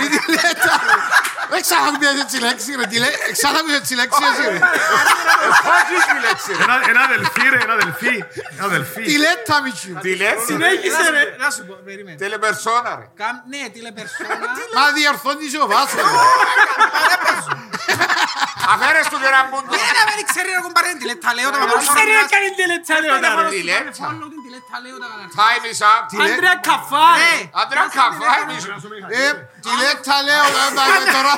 Speaker 5: Δεν ξαναπιέζε τη λέξη ρε. Τι λέ- Ξαναπιέζε τη λέξη εσύ ρε.
Speaker 3: Πόζεις τη λέξη ρε.
Speaker 8: Ένα- Ένα αδελφή ρε, ένα αδελφή. Ένα αδελφή.
Speaker 5: Τι λέτε μητσού.
Speaker 3: Τι λέξη ρε.
Speaker 1: Συνέχισε ρε.
Speaker 2: Να σου πω, περίμενε.
Speaker 3: Τελεπερσόνα ρε.
Speaker 2: Κάμ- Ναι, τηλεπερσόνα.
Speaker 5: Μα διορθώνεις ο Βάσος.
Speaker 3: Αφαίρεσαι του και να μπουν του.
Speaker 2: Έλα, δεν ξέρει ρε κουμπάρε την τηλέτα λέοντα.
Speaker 1: Δεν ξέρει ρε κανείς την λετσάνη ρε.
Speaker 3: Τι λέξη.
Speaker 2: Follow την τηλέτα λέοντα. καταρχάς.
Speaker 3: Time is up.
Speaker 1: Αντρέα Καφάρη.
Speaker 3: Αντρέα καφά εμείς.
Speaker 5: Ε,
Speaker 3: Eh,
Speaker 5: Τι λέτε λέω ε, μα, ε, τώρα.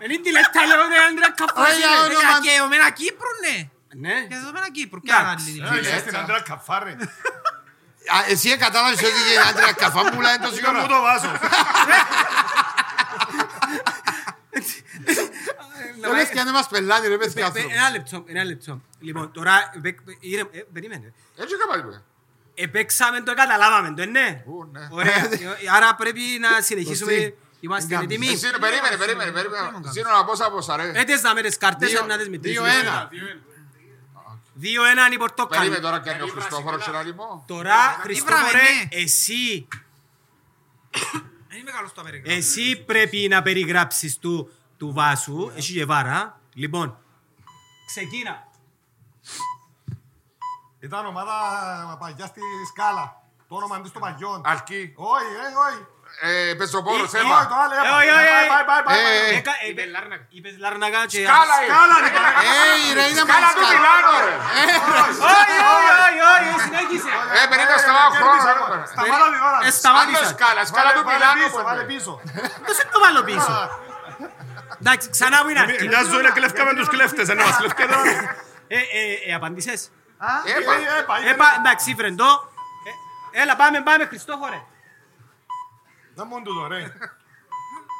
Speaker 1: Δεν είναι τη λεπτά λέω ρε Αντρέα
Speaker 5: Ρε,
Speaker 1: Καφάρη.
Speaker 5: για
Speaker 2: Ε,
Speaker 5: όνομα-
Speaker 2: για Κεωμένα Κύπρου, ναι.
Speaker 1: Ναι.
Speaker 2: Για δεδομένα Κύπρου. Και
Speaker 1: Εντάξει.
Speaker 2: άλλη
Speaker 8: Ε,
Speaker 2: δηλαδή.
Speaker 8: είσαι στην Αντρέα Καφάρη.
Speaker 3: Ah,
Speaker 5: Α,
Speaker 3: eh,
Speaker 5: Εσύ ε, κατάλαβες ότι είναι άντρα καφά μου λέει το
Speaker 8: Ήταν
Speaker 5: σίγουρο.
Speaker 8: μου το βάζω.
Speaker 5: Το λες και αν δεν μας πελάνει ρε πες
Speaker 1: Πε- πε-
Speaker 5: καθόλου.
Speaker 1: Ένα λεπτό, ένα λεπτό. Λοιπόν, τώρα, ε, ε, ήρε- ε, περίμενε.
Speaker 3: Έτσι και πάλι.
Speaker 1: Επέξαμε το, καταλάβαμε το, ναι.
Speaker 3: Ου, ναι.
Speaker 1: Ωραία. Ε, Άρα πρέπει να συνεχίσουμε.
Speaker 5: Σωστή.
Speaker 1: Είμαστε
Speaker 5: Εγκάμψη.
Speaker 1: έτοιμοι.
Speaker 3: Ζήνω, περίμενε, περίμενε, περίμενε. Ζήνω να πω σαν από σαρέ.
Speaker 1: Έτες να μέρες κάρτες
Speaker 5: Δύο-
Speaker 1: να τις μετρήσουμε.
Speaker 5: Δύο-ένα.
Speaker 1: Δύο ένα είναι η Πορτοκαλί.
Speaker 3: Περίμενε τώρα ναι. και είναι ο Χριστόφορος και να λυμώ.
Speaker 1: Τώρα,
Speaker 2: βραβενή.
Speaker 1: Χριστόφορε, εσύ,
Speaker 2: Δεν είμαι καλός στο Αμερικανό.
Speaker 1: εσύ πρέπει να περιγράψεις του, του
Speaker 3: Ναι.
Speaker 1: Βάσου. Εσύ και βάρα. Λοιπόν, ξεκίνα.
Speaker 6: Ήταν ομάδα παγιά στη σκάλα. Το όνομα της των παγιών.
Speaker 3: Αρκεί.
Speaker 6: Όχι, ε, όχι.
Speaker 3: Ε, Πετσοπόρος,
Speaker 1: Ε,
Speaker 6: Όχι, το
Speaker 3: έμα.
Speaker 6: άλλο.
Speaker 1: Ε,
Speaker 6: έμα.
Speaker 1: όχι, όχι,
Speaker 6: Πάει,
Speaker 1: όχι.
Speaker 6: πάει, πάει, πάει,
Speaker 3: Ε,
Speaker 6: πάει.
Speaker 3: ε,
Speaker 1: Έκα- Είπες Λάρνακα. Είπες Λάρνακα και...
Speaker 3: Σκάλα, ε.
Speaker 5: Ει, ρε, ήταν
Speaker 3: Σκάλα του
Speaker 5: σκάλα.
Speaker 3: Μιλάνο, ρε.
Speaker 1: Όχι, όχι, όχι, όχι, συνέχισε.
Speaker 3: Ε, περίμενε, σταμάω χρόνο. ρε.
Speaker 6: Σταμάτα την ώρα.
Speaker 1: Ε,
Speaker 3: Άλλο
Speaker 1: σταμάτησα.
Speaker 3: σκάλα, σκάλα του
Speaker 6: Βάλε
Speaker 3: Μιλάνο.
Speaker 6: πίσω, βάλε
Speaker 3: πονέ.
Speaker 6: πίσω.
Speaker 1: Πώς δεν το βάλω πίσω. Εντάξει, ξανά που είναι αρχή.
Speaker 10: Μια ζωή να κλέφκαμε τους κλέφτες, ένα μας κλέφκεται.
Speaker 1: Ε, ε, ε, απαντήσες.
Speaker 6: Ah,
Speaker 3: Έπα.
Speaker 6: Ε, πάει,
Speaker 1: Ε,
Speaker 6: ε,
Speaker 1: πα- εντάξει, βρεντό. Ε, Έλα, πάμε, πάμε, Χριστόφορε.
Speaker 6: Δεν μου τούτο, ρε.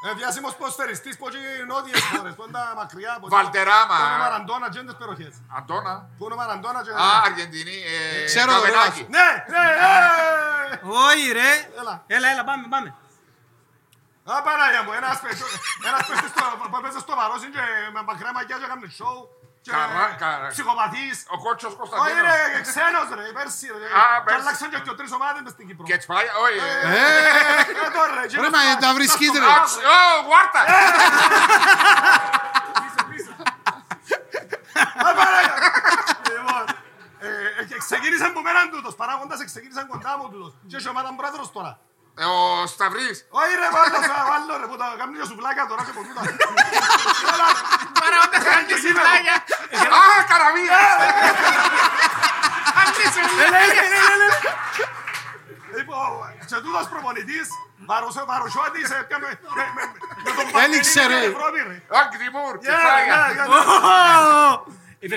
Speaker 6: Ε, διάσημος ποδοσφαιριστής που έχει νότιες χώρες, που είναι τα μακριά. από-
Speaker 3: Βαλτεράμα.
Speaker 6: Που είναι ο Μαραντόνα και είναι τις περιοχές.
Speaker 3: Αντώνα.
Speaker 6: Που είναι ο Μαραντόνα και...
Speaker 3: Α, Αργεντινή. ε,
Speaker 5: Ξέρω το
Speaker 3: Καβενάκη.
Speaker 5: Ρώσο.
Speaker 6: Ναι, ναι, ε!
Speaker 1: Όχι, ρε.
Speaker 6: Έλα.
Speaker 1: Έλα, έλα, πάμε, πάμε.
Speaker 6: Α, Παναγία μου, ένας παίκτης- ένας παίκτης στο- που έπαιζε στο Βαρόσιν και με μακρά μακιά και έκανε σοου. και
Speaker 3: Καρά- καρά-
Speaker 6: Ψυχοπαθής.
Speaker 3: Ο Κότσος
Speaker 6: Όχι
Speaker 3: Κωνσταντίνος.
Speaker 6: ρε, ξένος ρε, πέρσι ρε.
Speaker 3: Α,
Speaker 6: Και
Speaker 3: πέρσι.
Speaker 6: αλλάξαν και και τρεις ομάδες μες στην Κύπρο.
Speaker 3: Και τσπάει, όχι. ε,
Speaker 6: Ε, τώρα, ρε,
Speaker 5: Ρε, μα τα βρίσκεις, ρε.
Speaker 3: Άξ- Ω, Γουάρτα.
Speaker 6: Α, Παναγία. Λοιπόν, ε, ε, Ξεκίνησαν που μέναν τούτος, παράγοντας ξεκίνησαν κοντά μου τούτος. Και έχει ομάδα μου πρόεδρος τώρα.
Speaker 3: Ε, Ο Σταυρής.
Speaker 6: Όχι ρε, βάλω, σε- βάλω ρε, που τα κάνουν και σουβλάκια τώρα και ποτούτα.
Speaker 2: Παράγοντας
Speaker 6: Και σήμερα,
Speaker 3: Α, καραβία.
Speaker 6: Λοιπόν, και τούτος προπονητής, βαροσό- βαροσιώτης, ε, πιάμε- με- με- με τον
Speaker 5: Έληξε,
Speaker 6: Παπαδίδη
Speaker 5: ρε.
Speaker 6: στην Ευρώπη, ρε.
Speaker 3: Oh, Αγκδιμούρ.
Speaker 6: Ε, ναι,
Speaker 3: Τσπάγια.
Speaker 6: ναι,
Speaker 1: Ε,
Speaker 6: ναι.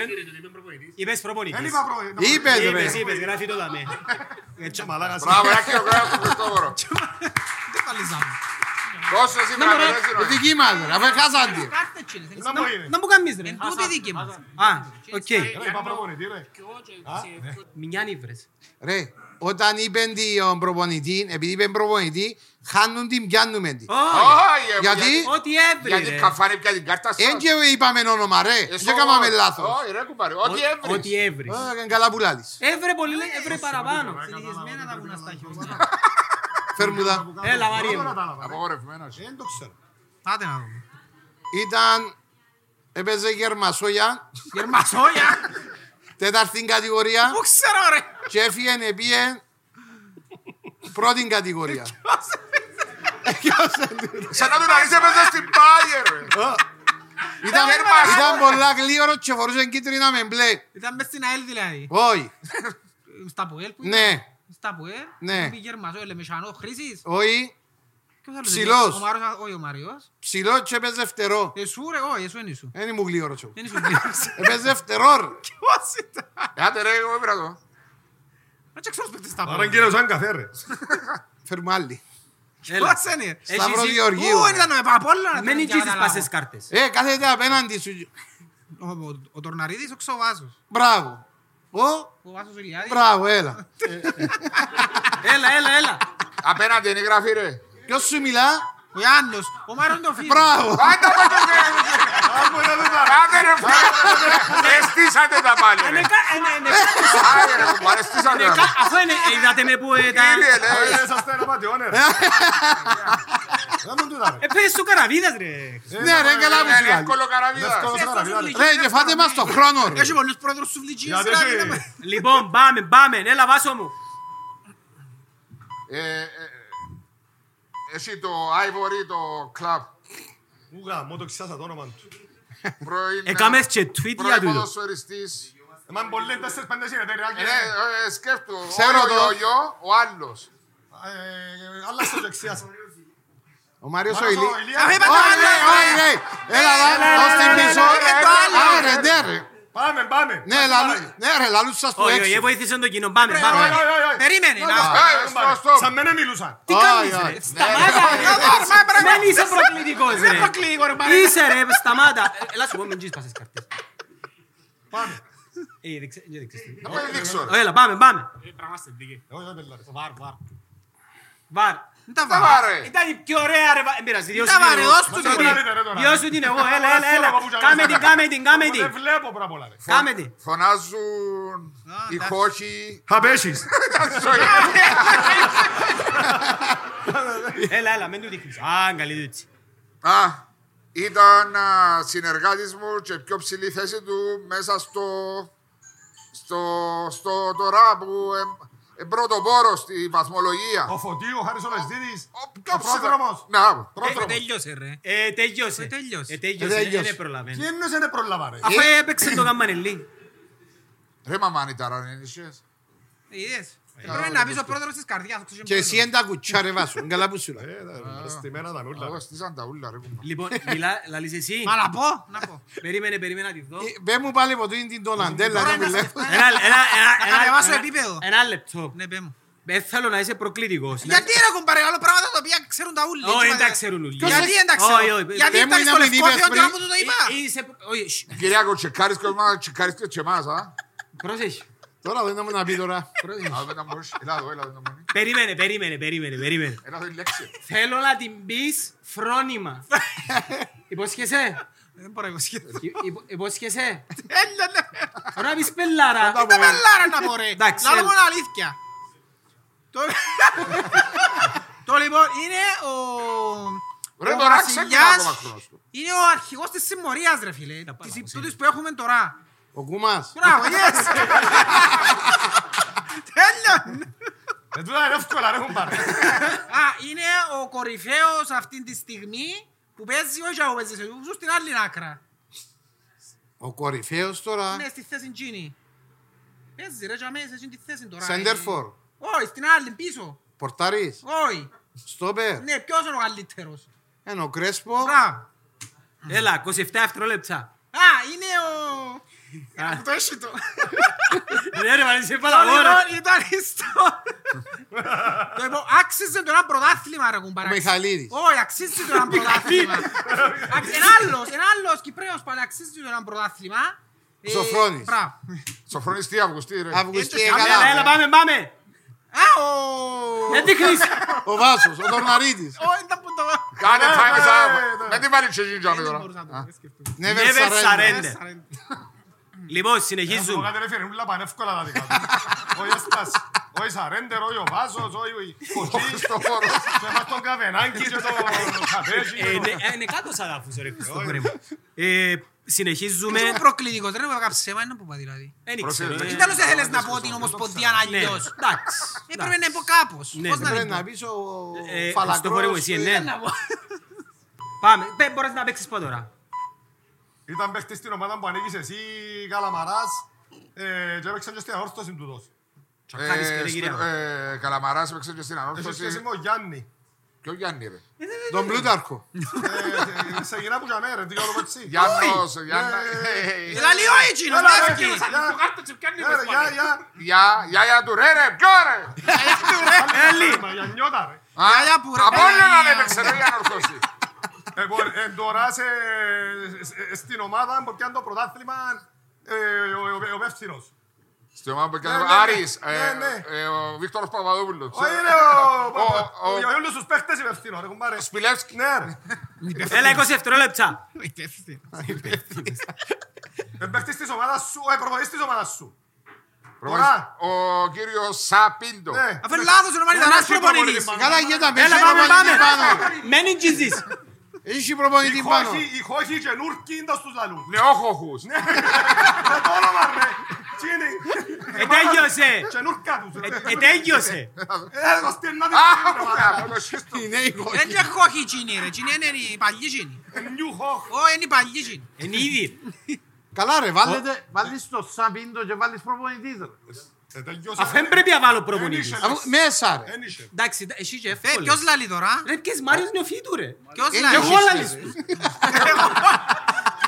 Speaker 1: Είπες προπονητής.
Speaker 6: Δεν είπα προπονητής.
Speaker 5: Είπες, ρε.
Speaker 1: Είπες, είπες, γράφει το δαμέ.
Speaker 6: Ε, μαλάκας.
Speaker 3: Μπράβο, ένα χειροκρότημα στον Χριστόφορο.
Speaker 2: Δεν βάλεις ζάμπη.
Speaker 3: Τόσο εσύ
Speaker 1: Ναι,
Speaker 3: βράδυ,
Speaker 1: μωρέ.
Speaker 3: δεν
Speaker 5: Το
Speaker 3: ζήνω.
Speaker 5: δική μας, ρε, αφού χάσαν τη.
Speaker 2: Κάρτε τσίλε. θέλεις.
Speaker 6: Να μου είναι.
Speaker 1: Να μου κάνεις ρε.
Speaker 2: Εν τούτη δική μας.
Speaker 1: Α, οκ.
Speaker 6: Ρε, είπα προπονητή, ρε.
Speaker 1: Μινιάνι βρες.
Speaker 5: Ρε, όταν είπεν τον προπονητή, επειδή είπεν προπονητή, χάνουν την, πιάνουμε την.
Speaker 3: Όχι, ε,
Speaker 5: Γιατί?
Speaker 1: Ό,τι έβρι
Speaker 3: Γιατί
Speaker 1: ρε.
Speaker 3: καφάνε πια την κάρτα σας.
Speaker 5: Εν και είπαμε όνομα, ρε.
Speaker 3: Ε,
Speaker 5: Δεν
Speaker 3: στο-
Speaker 5: έκαναμε λάθος.
Speaker 3: Όχι, ρε, κουμπάρε. Ό,τι έβρις.
Speaker 1: Ό,τι έβρι.
Speaker 5: Α, είναι Καλά πουλάτης.
Speaker 1: Έβρε πολύ, λέει, έβρε παραπάνω.
Speaker 2: Ε, Συνηθισμένα τα βουνά στα χιόνια.
Speaker 5: Φερμουδά.
Speaker 1: Έλα, Μαρία
Speaker 6: Δεν το
Speaker 1: μου.
Speaker 6: κατάλαβα, ρε.
Speaker 3: Απογορευμένος.
Speaker 6: Δεν το ξέρω.
Speaker 2: Πάτε να δούμε.
Speaker 5: Ήταν, έπαιζε γερμασόγια,
Speaker 1: Γερμασόγια.
Speaker 5: τέταρτη κατηγορία
Speaker 2: Πού ξέρω ρε.
Speaker 5: και έφυγε επίε πρώτη κατηγορία.
Speaker 3: Σαν να τον αρέσει έπαιζε στην Πάιερ. ρε.
Speaker 5: Ήταν,
Speaker 3: Γερμασόγια.
Speaker 5: ήταν πολλά γλύωρο και φορούσε κίτρινα με μπλε.
Speaker 2: Ήταν μες στην ΑΕΛ δηλαδή.
Speaker 5: Όχι,
Speaker 2: Στα ΠΟΕΛ που ήταν.
Speaker 5: ναι,
Speaker 2: Στα ΠΟΕΛ.
Speaker 5: Ναι.
Speaker 2: Πήγε Γερμαζό, Ελεμεσανό, Χρήσης.
Speaker 5: όχι,
Speaker 2: Ποιος άλλος
Speaker 5: Ψηλός.
Speaker 2: είναι. Ο Μάριος, όχι ο Μάριος.
Speaker 5: ψηλός και έπαιζε φτερό.
Speaker 2: Εσού ρε, όχι, εσού είναι εσού.
Speaker 5: Δεν ήμουν γλύωρος τσο.
Speaker 2: Δεν ήσουν πλήρες.
Speaker 5: Έπαιζε φτερό. ρε.
Speaker 2: Πώς ήταν.
Speaker 3: Άντε, ρε, εγώ έπρεπε να το.
Speaker 2: Να και ξέρω σπίτες στα
Speaker 6: Άρα
Speaker 2: ΠΟΕΛ.
Speaker 6: κύριε σαν καφέ, ρε.
Speaker 5: Φέρουμε άλλη.
Speaker 1: Έλα.
Speaker 2: Πώς είναι.
Speaker 5: Σταύρο
Speaker 1: εσύ-
Speaker 5: Γεωργίου.
Speaker 2: Ού, ήταν ο Παπόλανα.
Speaker 1: Μην νικήσεις πασές κάρτες.
Speaker 5: Ε, κάθεται απέναντι σου.
Speaker 2: Ο- ο- Ο Τορναρίδης, ο Ξοβάσος.
Speaker 5: Μπράβο. Ω,
Speaker 2: Ο Βάσος Ηλιάδης.
Speaker 5: μπράβο, έλα.
Speaker 1: Έλα, έλα, έλα.
Speaker 3: Απέναντι είναι η γραφή, ρε.
Speaker 5: Ποιος σου μιλά,
Speaker 2: Ο Ιάννος. Ο Μάριος είναι ο φίλος.
Speaker 5: μπράβο.
Speaker 3: Άντε, ρε, Άντε, ρε, φτιάχνε. Εστίσατε τα πάλι, ρε.
Speaker 1: Ε, κα- ε, ναι, ναι.
Speaker 3: Άι, ρε, κουμπάρε, εστίσατε τα.
Speaker 1: Κα- Αφού είναι, ε, είδατε με που ε, τα...
Speaker 3: Κύριε, ναι.
Speaker 6: Ε,
Speaker 3: λέει.
Speaker 6: ρε, είσαστε ένα πατιόνε, ρε. Δεν μου τούτα, ρε.
Speaker 1: Ε, πες σου καραβίδας ρε.
Speaker 5: Ναι, ρε, καλά μου σου
Speaker 3: Είναι
Speaker 5: κάνει.
Speaker 3: εύκολο καραβίδας.
Speaker 6: Εύκολος καραβίδας, ρε.
Speaker 5: Ρε, και φάτε μας το χρόνο, ρε.
Speaker 2: Έχει πολλούς πρόεδρους σουβλιτζίους,
Speaker 6: Γιατί
Speaker 2: ρε,
Speaker 6: έχει-
Speaker 2: δεν με-
Speaker 1: Λοιπόν, πάμε, πάμε. Έλα, βάσο μου.
Speaker 3: Ε, ε, Εσύ το Ivory, το κλαμπ.
Speaker 6: Ου, γαμώ, το ξιάσα το όνομα του.
Speaker 3: Πρώην ε,
Speaker 1: Έκαμες και tweet για
Speaker 3: πρώην
Speaker 1: τούτο.
Speaker 3: ποδοσφαιριστής.
Speaker 6: Ε, μα είναι πολλές, τέσσερις, πέντε συνεταιρεία,
Speaker 3: Ε,
Speaker 6: κύριε.
Speaker 3: ναι, ε, Σκέφτο.
Speaker 5: Ξέρω
Speaker 3: Όχι ο
Speaker 5: το.
Speaker 3: Γιωγιό, ο άλλος.
Speaker 6: Ε, άλλαξε το και ξιάσα.
Speaker 5: Ο Μάριος ο
Speaker 6: Μάριος
Speaker 5: Ηλί.
Speaker 6: ο Ηλίας.
Speaker 5: Όχι,
Speaker 2: είπα το άλλο,
Speaker 5: ρε, όχι, ρε. Έλα,
Speaker 1: έλα,
Speaker 5: έλα, ως την
Speaker 1: έλα,
Speaker 5: πίσω.
Speaker 1: έλα,
Speaker 3: έλα,
Speaker 5: Α,
Speaker 3: έλα.
Speaker 5: ρε, ναι,
Speaker 3: ε,
Speaker 5: ρε.
Speaker 6: Πάμε, πάμε.
Speaker 5: Ναι, λαλού- ναι, ρε, λαλούς σας που
Speaker 1: Όχι, όχι,
Speaker 5: έξω.
Speaker 1: ε, βοήθησε τον κοινό. Πάμε,
Speaker 6: Ε,
Speaker 1: πάμε.
Speaker 6: όχι, όχι, όχι.
Speaker 2: Περίμενε, να-
Speaker 6: Πάμε,
Speaker 3: Ε,
Speaker 6: πάμε.
Speaker 3: στο, στο.
Speaker 6: Σαν μένα μιλούσαν.
Speaker 1: Τι
Speaker 5: Όχι,
Speaker 1: κάνεις
Speaker 5: όχι.
Speaker 1: ρε, σταμάτα ρε. Δεν είσαι προκλητικός ρε.
Speaker 2: προκλητικός, ρε, πάρε.
Speaker 1: Είσαι ρε, σταμάτα. Ε, Έλα σου πω μην τζεις πασές καρτές.
Speaker 6: Πάμε.
Speaker 1: Ε, δεν ξέ- δεν ξέρεις τι.
Speaker 3: Να μην δείξω. ρε.
Speaker 1: Ω, Έλα, πάμε, πάμε.
Speaker 8: Εγώ δεν πελάρεις.
Speaker 1: Βαρ.
Speaker 2: Τα
Speaker 3: Τα
Speaker 2: βάρε.
Speaker 3: βάρε.
Speaker 1: Ήταν η πιο ωραία ρε, βα- ε, δεν πειράζει. Διώσου
Speaker 2: Τα
Speaker 1: την
Speaker 2: βάρε,
Speaker 1: εγώ.
Speaker 2: δώσ' του
Speaker 1: Διώσου
Speaker 2: την.
Speaker 1: την. Διώσου την εγώ, έλα, έλα, έλα. Κάμε την, κάμε την, κάμε την.
Speaker 6: Δεν βλέπω πράγματα. ρε.
Speaker 1: Κάμε την.
Speaker 3: Φωνάζουν οι
Speaker 2: εντάξει.
Speaker 3: χόχοι.
Speaker 6: Χαμπέσεις.
Speaker 1: Έλα, έλα, μην του δείχνεις. Α, καλή δούτσι.
Speaker 3: Α, ήταν α, συνεργάτης μου και πιο ψηλή θέση του μέσα στο, στο, στο τώρα που ε, ε, πρωτοπόρο στη βαθμολογία.
Speaker 8: Ο Φωτίου, ο Χάρης Ολεσδίδης.
Speaker 3: Ο
Speaker 8: Ο πρόδρομος.
Speaker 5: ναι.
Speaker 3: Να,
Speaker 2: Ε,
Speaker 8: Πρόδρομος.
Speaker 2: Τελειώσε ρε.
Speaker 1: Ε, τέλειωσε.
Speaker 2: Ε, τέλειωσε. Ε,
Speaker 1: Ε, τέλειωσε. Δεν έπρολαβαίνει.
Speaker 8: Γίνεσαι δεν πρόλαβα ρε.
Speaker 1: Αφού έπαιξε το καμπανελί.
Speaker 3: ρε μαμάνι τα ρανένισες.
Speaker 2: Είδες. Πρέπει να πεις ο πρόεδρος της καρδιάς. ο ξέρεις
Speaker 5: Και εσύ
Speaker 2: πρόεδρος.
Speaker 5: εν τα κουτσά ρε βάσου. Καλά που σου λέω.
Speaker 8: Ε, τα- Στημένα τα νουλά.
Speaker 3: Εγώ στήσαν τα ούλα ρε κουμπά.
Speaker 1: Λοιπόν,
Speaker 2: Ε.
Speaker 1: μιλά, λαλείς εσύ.
Speaker 2: Μα να πω. Να πω.
Speaker 1: Περίμενε, περίμενε να τη δω.
Speaker 5: Ε, Πες μου πάλι ποτέ είναι την Τολαντέλα.
Speaker 2: Τώρα
Speaker 5: να
Speaker 2: να
Speaker 5: μιλάω.
Speaker 2: σε-
Speaker 1: Ένα- ένα- ένα-
Speaker 2: Να
Speaker 1: ένα-
Speaker 2: κατεβάσω
Speaker 1: ένα-
Speaker 2: επίπεδο.
Speaker 1: Ένα λεπτό.
Speaker 2: Ναι, πέ μου.
Speaker 1: Δεν θέλω να είσαι προκλητικός.
Speaker 2: Γιατί ρε κουμπάρε, άλλο πράγματα τα οποία ξέρουν τα ούλοι.
Speaker 1: Όχι,
Speaker 2: έτσι,
Speaker 1: δεν τα
Speaker 2: μα-
Speaker 1: ξέρουν όλοι.
Speaker 2: Γιατί δεν τα
Speaker 1: Όχι,
Speaker 2: ξέρουν.
Speaker 1: όχι.
Speaker 2: Γιατί
Speaker 5: Δεν μου
Speaker 2: ήταν
Speaker 5: είναι
Speaker 2: στο
Speaker 5: να μην είπες
Speaker 2: λευκό και
Speaker 5: πριν.
Speaker 2: να μου το το είπα.
Speaker 1: Ε, Είσαι... Όχι, σ,
Speaker 3: Κυριάκο, τσεκάρεις και εμάς, τσεκάρεις και εμάς, α.
Speaker 1: πρόσεχε.
Speaker 5: Τώρα δεν θα μου να πει τώρα.
Speaker 3: Α, δεν τα μπορείς. Έλα εδώ, έλα εδώ, μαμί.
Speaker 1: Περίμενε, περίμενε, περίμενε, περίμενε.
Speaker 3: Έλα εδώ η λέξη.
Speaker 1: Θέλω να την πεις φρόνημα. Υπόσχεσαι.
Speaker 2: Δεν μπορώ εγώ σχεδόν.
Speaker 1: Υ- υπο- Υπόσχεσαι.
Speaker 2: Έλα, ναι.
Speaker 1: Θέλω να πεις πελάρα.
Speaker 2: Ήταν πελάρα να πω ρε.
Speaker 1: Εντάξει,
Speaker 2: Λάλο
Speaker 1: έλα.
Speaker 2: μόνο αλήθεια. Το- Το λοιπόν είναι ο...
Speaker 3: Ρε
Speaker 2: ο
Speaker 3: τώρα
Speaker 2: βασιλιάς-
Speaker 3: ξέκυνα το μακρός του.
Speaker 2: Είναι ο αρχηγός της συμμορίας ρε φίλε. Της τούτης που έχουμε τώρα.
Speaker 5: Ο Κούμας.
Speaker 2: Μπράβο, yes! Τέλειον!
Speaker 6: Ε, τούτα είναι εύκολα ρε κουμπάρε.
Speaker 2: Α, είναι ο κορυφαίος αυτή τη στιγμή που παίζει, όχι που παίζει, ζουν στην άλλη άκρα.
Speaker 5: Ο κορυφαίος τώρα.
Speaker 2: Ναι, στη θέση Τζίνι. Παίζει ρε, τζαμέ, σε εκείνη τη θέση τώρα. ε.
Speaker 5: Σέντερφορ.
Speaker 2: Όχι, στην άλλη, πίσω.
Speaker 5: Πορτάρης.
Speaker 2: Όχι.
Speaker 5: Στόπερ.
Speaker 2: Ναι, ποιος είναι ο καλύτερος.
Speaker 5: Ενώ Κρέσπο.
Speaker 2: Μπράβο.
Speaker 1: Έλα, 27 δευτερόλεπτα.
Speaker 2: Α, είναι ο...
Speaker 1: Α,
Speaker 2: Το έχει το.
Speaker 1: Ναι ρε, μα είσαι
Speaker 2: Το
Speaker 1: παλαβόρα.
Speaker 2: λοιπόν ήταν στο... Το λοιπόν, άξιζε το ένα πρωτάθλημα ρε
Speaker 5: Ο
Speaker 2: κουμπαράξι.
Speaker 5: Μιχαλίδης.
Speaker 2: Όχι, αξίζει το ένα πρωτάθλημα. Αξι- Ένα άλλος, ένα άλλος Κυπρέος πάλι αξίζει το ένα πρωτάθλημα. Ε,
Speaker 5: Σοφρόνης.
Speaker 2: μπράβο.
Speaker 3: Σοφρόνης τι Αυγουστή, ρε.
Speaker 5: Αυγουστή
Speaker 2: Ε, το
Speaker 1: Έλα, έλα,
Speaker 5: καλά.
Speaker 1: πάμε, πάμε.
Speaker 2: Α, ο...
Speaker 1: Δεν δείχνεις.
Speaker 5: Ο Βάσος. Ο Δορναρίτης.
Speaker 2: Ο, ήταν που το...
Speaker 3: Κάνε time is up. Μην την βάλεις και γίνει τζάμι
Speaker 2: Δεν
Speaker 3: τώρα.
Speaker 2: μπορούσα να
Speaker 3: Α.
Speaker 2: το σκεφτούμε.
Speaker 5: Never
Speaker 1: Never
Speaker 5: surrender.
Speaker 1: surrender. Λοιπόν, συνεχίζουμε.
Speaker 6: Κάτι ρε φίλε, ούλα πάνε εύκολα τα δικά του. Ο Ιέστας, ο Ισαρέντερ, ο Ιωβάζος, ο Ιωκής,
Speaker 3: Στο χώρο.
Speaker 6: και εμάς τον Καβενάκη και τον Καβέζι.
Speaker 1: Ε, ναι, ε, Είναι κάτω σαν άφους, ρε, Χριστό χρήμα. Ε, Συνεχίζουμε.
Speaker 2: Είμαι προκλητικός, δεν έβγα ψέμα, είναι που πάει δηλαδή.
Speaker 1: Δεν ήξερα.
Speaker 3: Προσέξτε.
Speaker 1: ε.
Speaker 2: Τι τέλος θέλεις να πω την Ομοσπονδία να
Speaker 1: Ναι,
Speaker 2: αλλιώς.
Speaker 1: εντάξει.
Speaker 2: Έπρεπε να πω κάπως.
Speaker 1: Ναι,
Speaker 2: Πώς να
Speaker 5: Πρέπει
Speaker 2: την πω.
Speaker 5: να πεις ο
Speaker 1: Ε, Χριστοφορέ μου,
Speaker 5: Φαλακρός.
Speaker 1: εσύ, ναι.
Speaker 2: Να πω.
Speaker 1: Πάμε. Πε, μπορείς να παίξεις πάνω τώρα.
Speaker 6: Ήταν παίχτης στην ομάδα που ανοίγεις εσύ, Καλαμαράς, ε, και έπαιξαν και στην αόρθωση τούτος.
Speaker 1: Τσακάλης,
Speaker 3: Ε,
Speaker 1: κύριε
Speaker 3: στο-
Speaker 1: Γυριακό.
Speaker 3: ε, Καλαμαράς έπαιξε και στην
Speaker 6: Έχει σχέση
Speaker 3: ανόρθωση.
Speaker 6: με ο Γιάννη.
Speaker 3: Και ο Γιάννη, ρε.
Speaker 5: Τον Πλούταρχο.
Speaker 6: Ε, ε, Σε γυρά που γιαμέ ρε, τι κάνω εγώ έτσι.
Speaker 3: Γιάννος, Γιάννα. Ε,
Speaker 2: Λαλεί ο Αιτζίνος,
Speaker 6: Έλα,
Speaker 2: δεν
Speaker 6: ρε,
Speaker 2: έφυγε.
Speaker 6: Αιτζίνος.
Speaker 2: Έλα,
Speaker 6: το
Speaker 2: κάρτα τσι πιάνει,
Speaker 6: Ε, ρε,
Speaker 2: πες,
Speaker 6: Γεια, γεια.
Speaker 3: Γεια, γεια, γεια του, ρε, ρε, ποιο, ρε.
Speaker 2: του, ρε.
Speaker 6: Μα, Γιαννιώτα, ρε.
Speaker 3: Α,
Speaker 2: Γιαγιά που, ρε,
Speaker 3: Απόλλωνα
Speaker 2: Παναγία.
Speaker 3: δεν έπαιξε, ρε, η ανόρθωση.
Speaker 6: Λοιπόν, ε, τώρα σε- σε- στην ομάδα που πιάνει το πρωτάθλημα ε, ο- ο- ο πεύθυνος.
Speaker 3: Στη ομάδα που έκανε-
Speaker 6: Ναι, ναι, ναι.
Speaker 3: Άρης, ε,
Speaker 6: Ναι, ναι.
Speaker 3: ε, ο Βίκτορος Παπαδόπουλος.
Speaker 6: Όχι ρε, ο-
Speaker 3: Ο- ο-
Speaker 6: ο- για όλους τους παίχτες είναι πεύθυνο, ρε κουμπάρε.
Speaker 3: Σπιλεύσκι.
Speaker 6: Ναι ρε,
Speaker 1: Έλα, 20 δευτερόλεπτα.
Speaker 6: Ε, παίχτης της ομάδας σου, ε, προπονητής της ομάδας σου. Τώρα.
Speaker 3: Ο κύριος Σαπίντο.
Speaker 6: Ναι.
Speaker 2: Αφού είναι λάθος, είναι ο Μανιδαράς
Speaker 6: Έχει
Speaker 2: προπονητής.
Speaker 6: προπονητή,
Speaker 5: Καλά γέτα με.
Speaker 1: Έλα,
Speaker 5: Έχει
Speaker 1: πάμε,
Speaker 5: προπονητή πάνω.
Speaker 1: πάμε. Μένει τζιζής.
Speaker 5: Έχει
Speaker 6: Οι
Speaker 5: προπονητή πάνω.
Speaker 6: χόχοι- Οι χόχοι και νουρκοι είναι τα στους λαλούς.
Speaker 3: Νεόχοχους.
Speaker 6: Ε, το όνομα ρε. Τι είναι.
Speaker 1: Ε, τέλειωσε.
Speaker 6: Και νουρκά τους. ρε.
Speaker 1: Ε, τέλειωσε.
Speaker 6: Ε, το στέλνα δεν
Speaker 3: Α,
Speaker 6: είναι, ρε,
Speaker 3: ωραία,
Speaker 6: μάνα.
Speaker 3: το σύστο.
Speaker 5: Είναι Ναι, η χώρα.
Speaker 2: Δεν είναι χόχοι τσινή ρε, τσινή είναι οι παλιοί τσινή.
Speaker 6: Ε, νιου χόχ.
Speaker 2: Όχι, είναι οι παλιοί τσινή.
Speaker 1: Είναι ήδη.
Speaker 5: Καλά ρε, βάλετε.
Speaker 11: Βάλεις το Σαμπίντο και βάλεις προπονητής ρε.
Speaker 6: Ε, τελειώσε,
Speaker 1: Αφού
Speaker 6: ρε.
Speaker 1: δεν πρέπει να βάλω
Speaker 6: Εν
Speaker 1: προπονητή.
Speaker 6: είσαι, λες.
Speaker 5: Αφού- Μέσα ρε.
Speaker 6: Εν είσαι.
Speaker 1: Εντάξει, τα- εσύ και
Speaker 2: Ε,
Speaker 1: εύκολη.
Speaker 2: ποιος λαλεί τώρα,
Speaker 1: Ρε, πιες Μάριος Νιοφίτου, ρε.
Speaker 2: ποιος
Speaker 5: Είναι
Speaker 2: λαλεί.
Speaker 5: και
Speaker 1: Εγώ
Speaker 5: εσύ,
Speaker 1: λαλείς.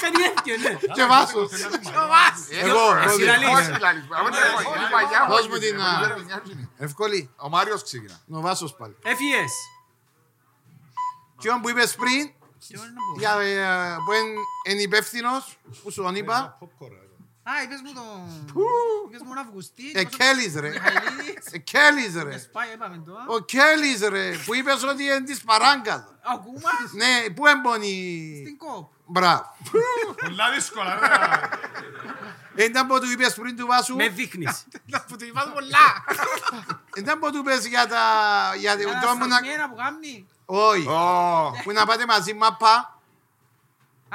Speaker 1: Κάνει εύκαιο, ναι.
Speaker 5: Και βάσος. Ε,
Speaker 2: Ο Βάσης.
Speaker 3: ε, Εγώ, ρε.
Speaker 5: Εσύ
Speaker 1: λαλείς.
Speaker 3: Όχι, λαλείς. Αφού είναι εγώ, είναι η παλιά μου.
Speaker 5: Δώσ' μου την, α,
Speaker 3: Δεν με νοιάζει.
Speaker 5: Εύκολη.
Speaker 3: Ο Μάριος ξεκινά.
Speaker 5: Ο Βάσος πάλι.
Speaker 1: Έφυγες.
Speaker 5: Τι που είπες πριν,
Speaker 2: Ποιος είναι που-
Speaker 5: για, ε, που είναι υπεύθυνος, που σου τον είπα,
Speaker 8: Popcorn, ρε.
Speaker 2: Α, είπες μου τον... Είπες μου τον Αυγουστή.
Speaker 5: Ε, Κέλλης, ρε.
Speaker 2: Μιχαηλίδης.
Speaker 5: Ε, Κέλλης ρε.
Speaker 2: Ε, σπάει, είπαμε τώρα.
Speaker 5: Ο Κέλλης ρε, που είπες ότι είναι της παράγκας.
Speaker 2: Ακούμε
Speaker 5: Ναι, πού εμπονεί.
Speaker 2: στην κόπ.
Speaker 5: Μπράβο.
Speaker 6: Πολλά δύσκολα, ρε.
Speaker 5: Ε, Ήταν που του είπες πριν του βάσου.
Speaker 1: Με δείχνεις.
Speaker 2: Που του είπαν πολλά.
Speaker 5: Ε, Ήταν που του είπες για τα... Για την
Speaker 2: Ένα
Speaker 5: μου Ε, να...
Speaker 2: σαμιέρα που κάνει.
Speaker 5: Όχι. Που να πάτε μαζί μαπά.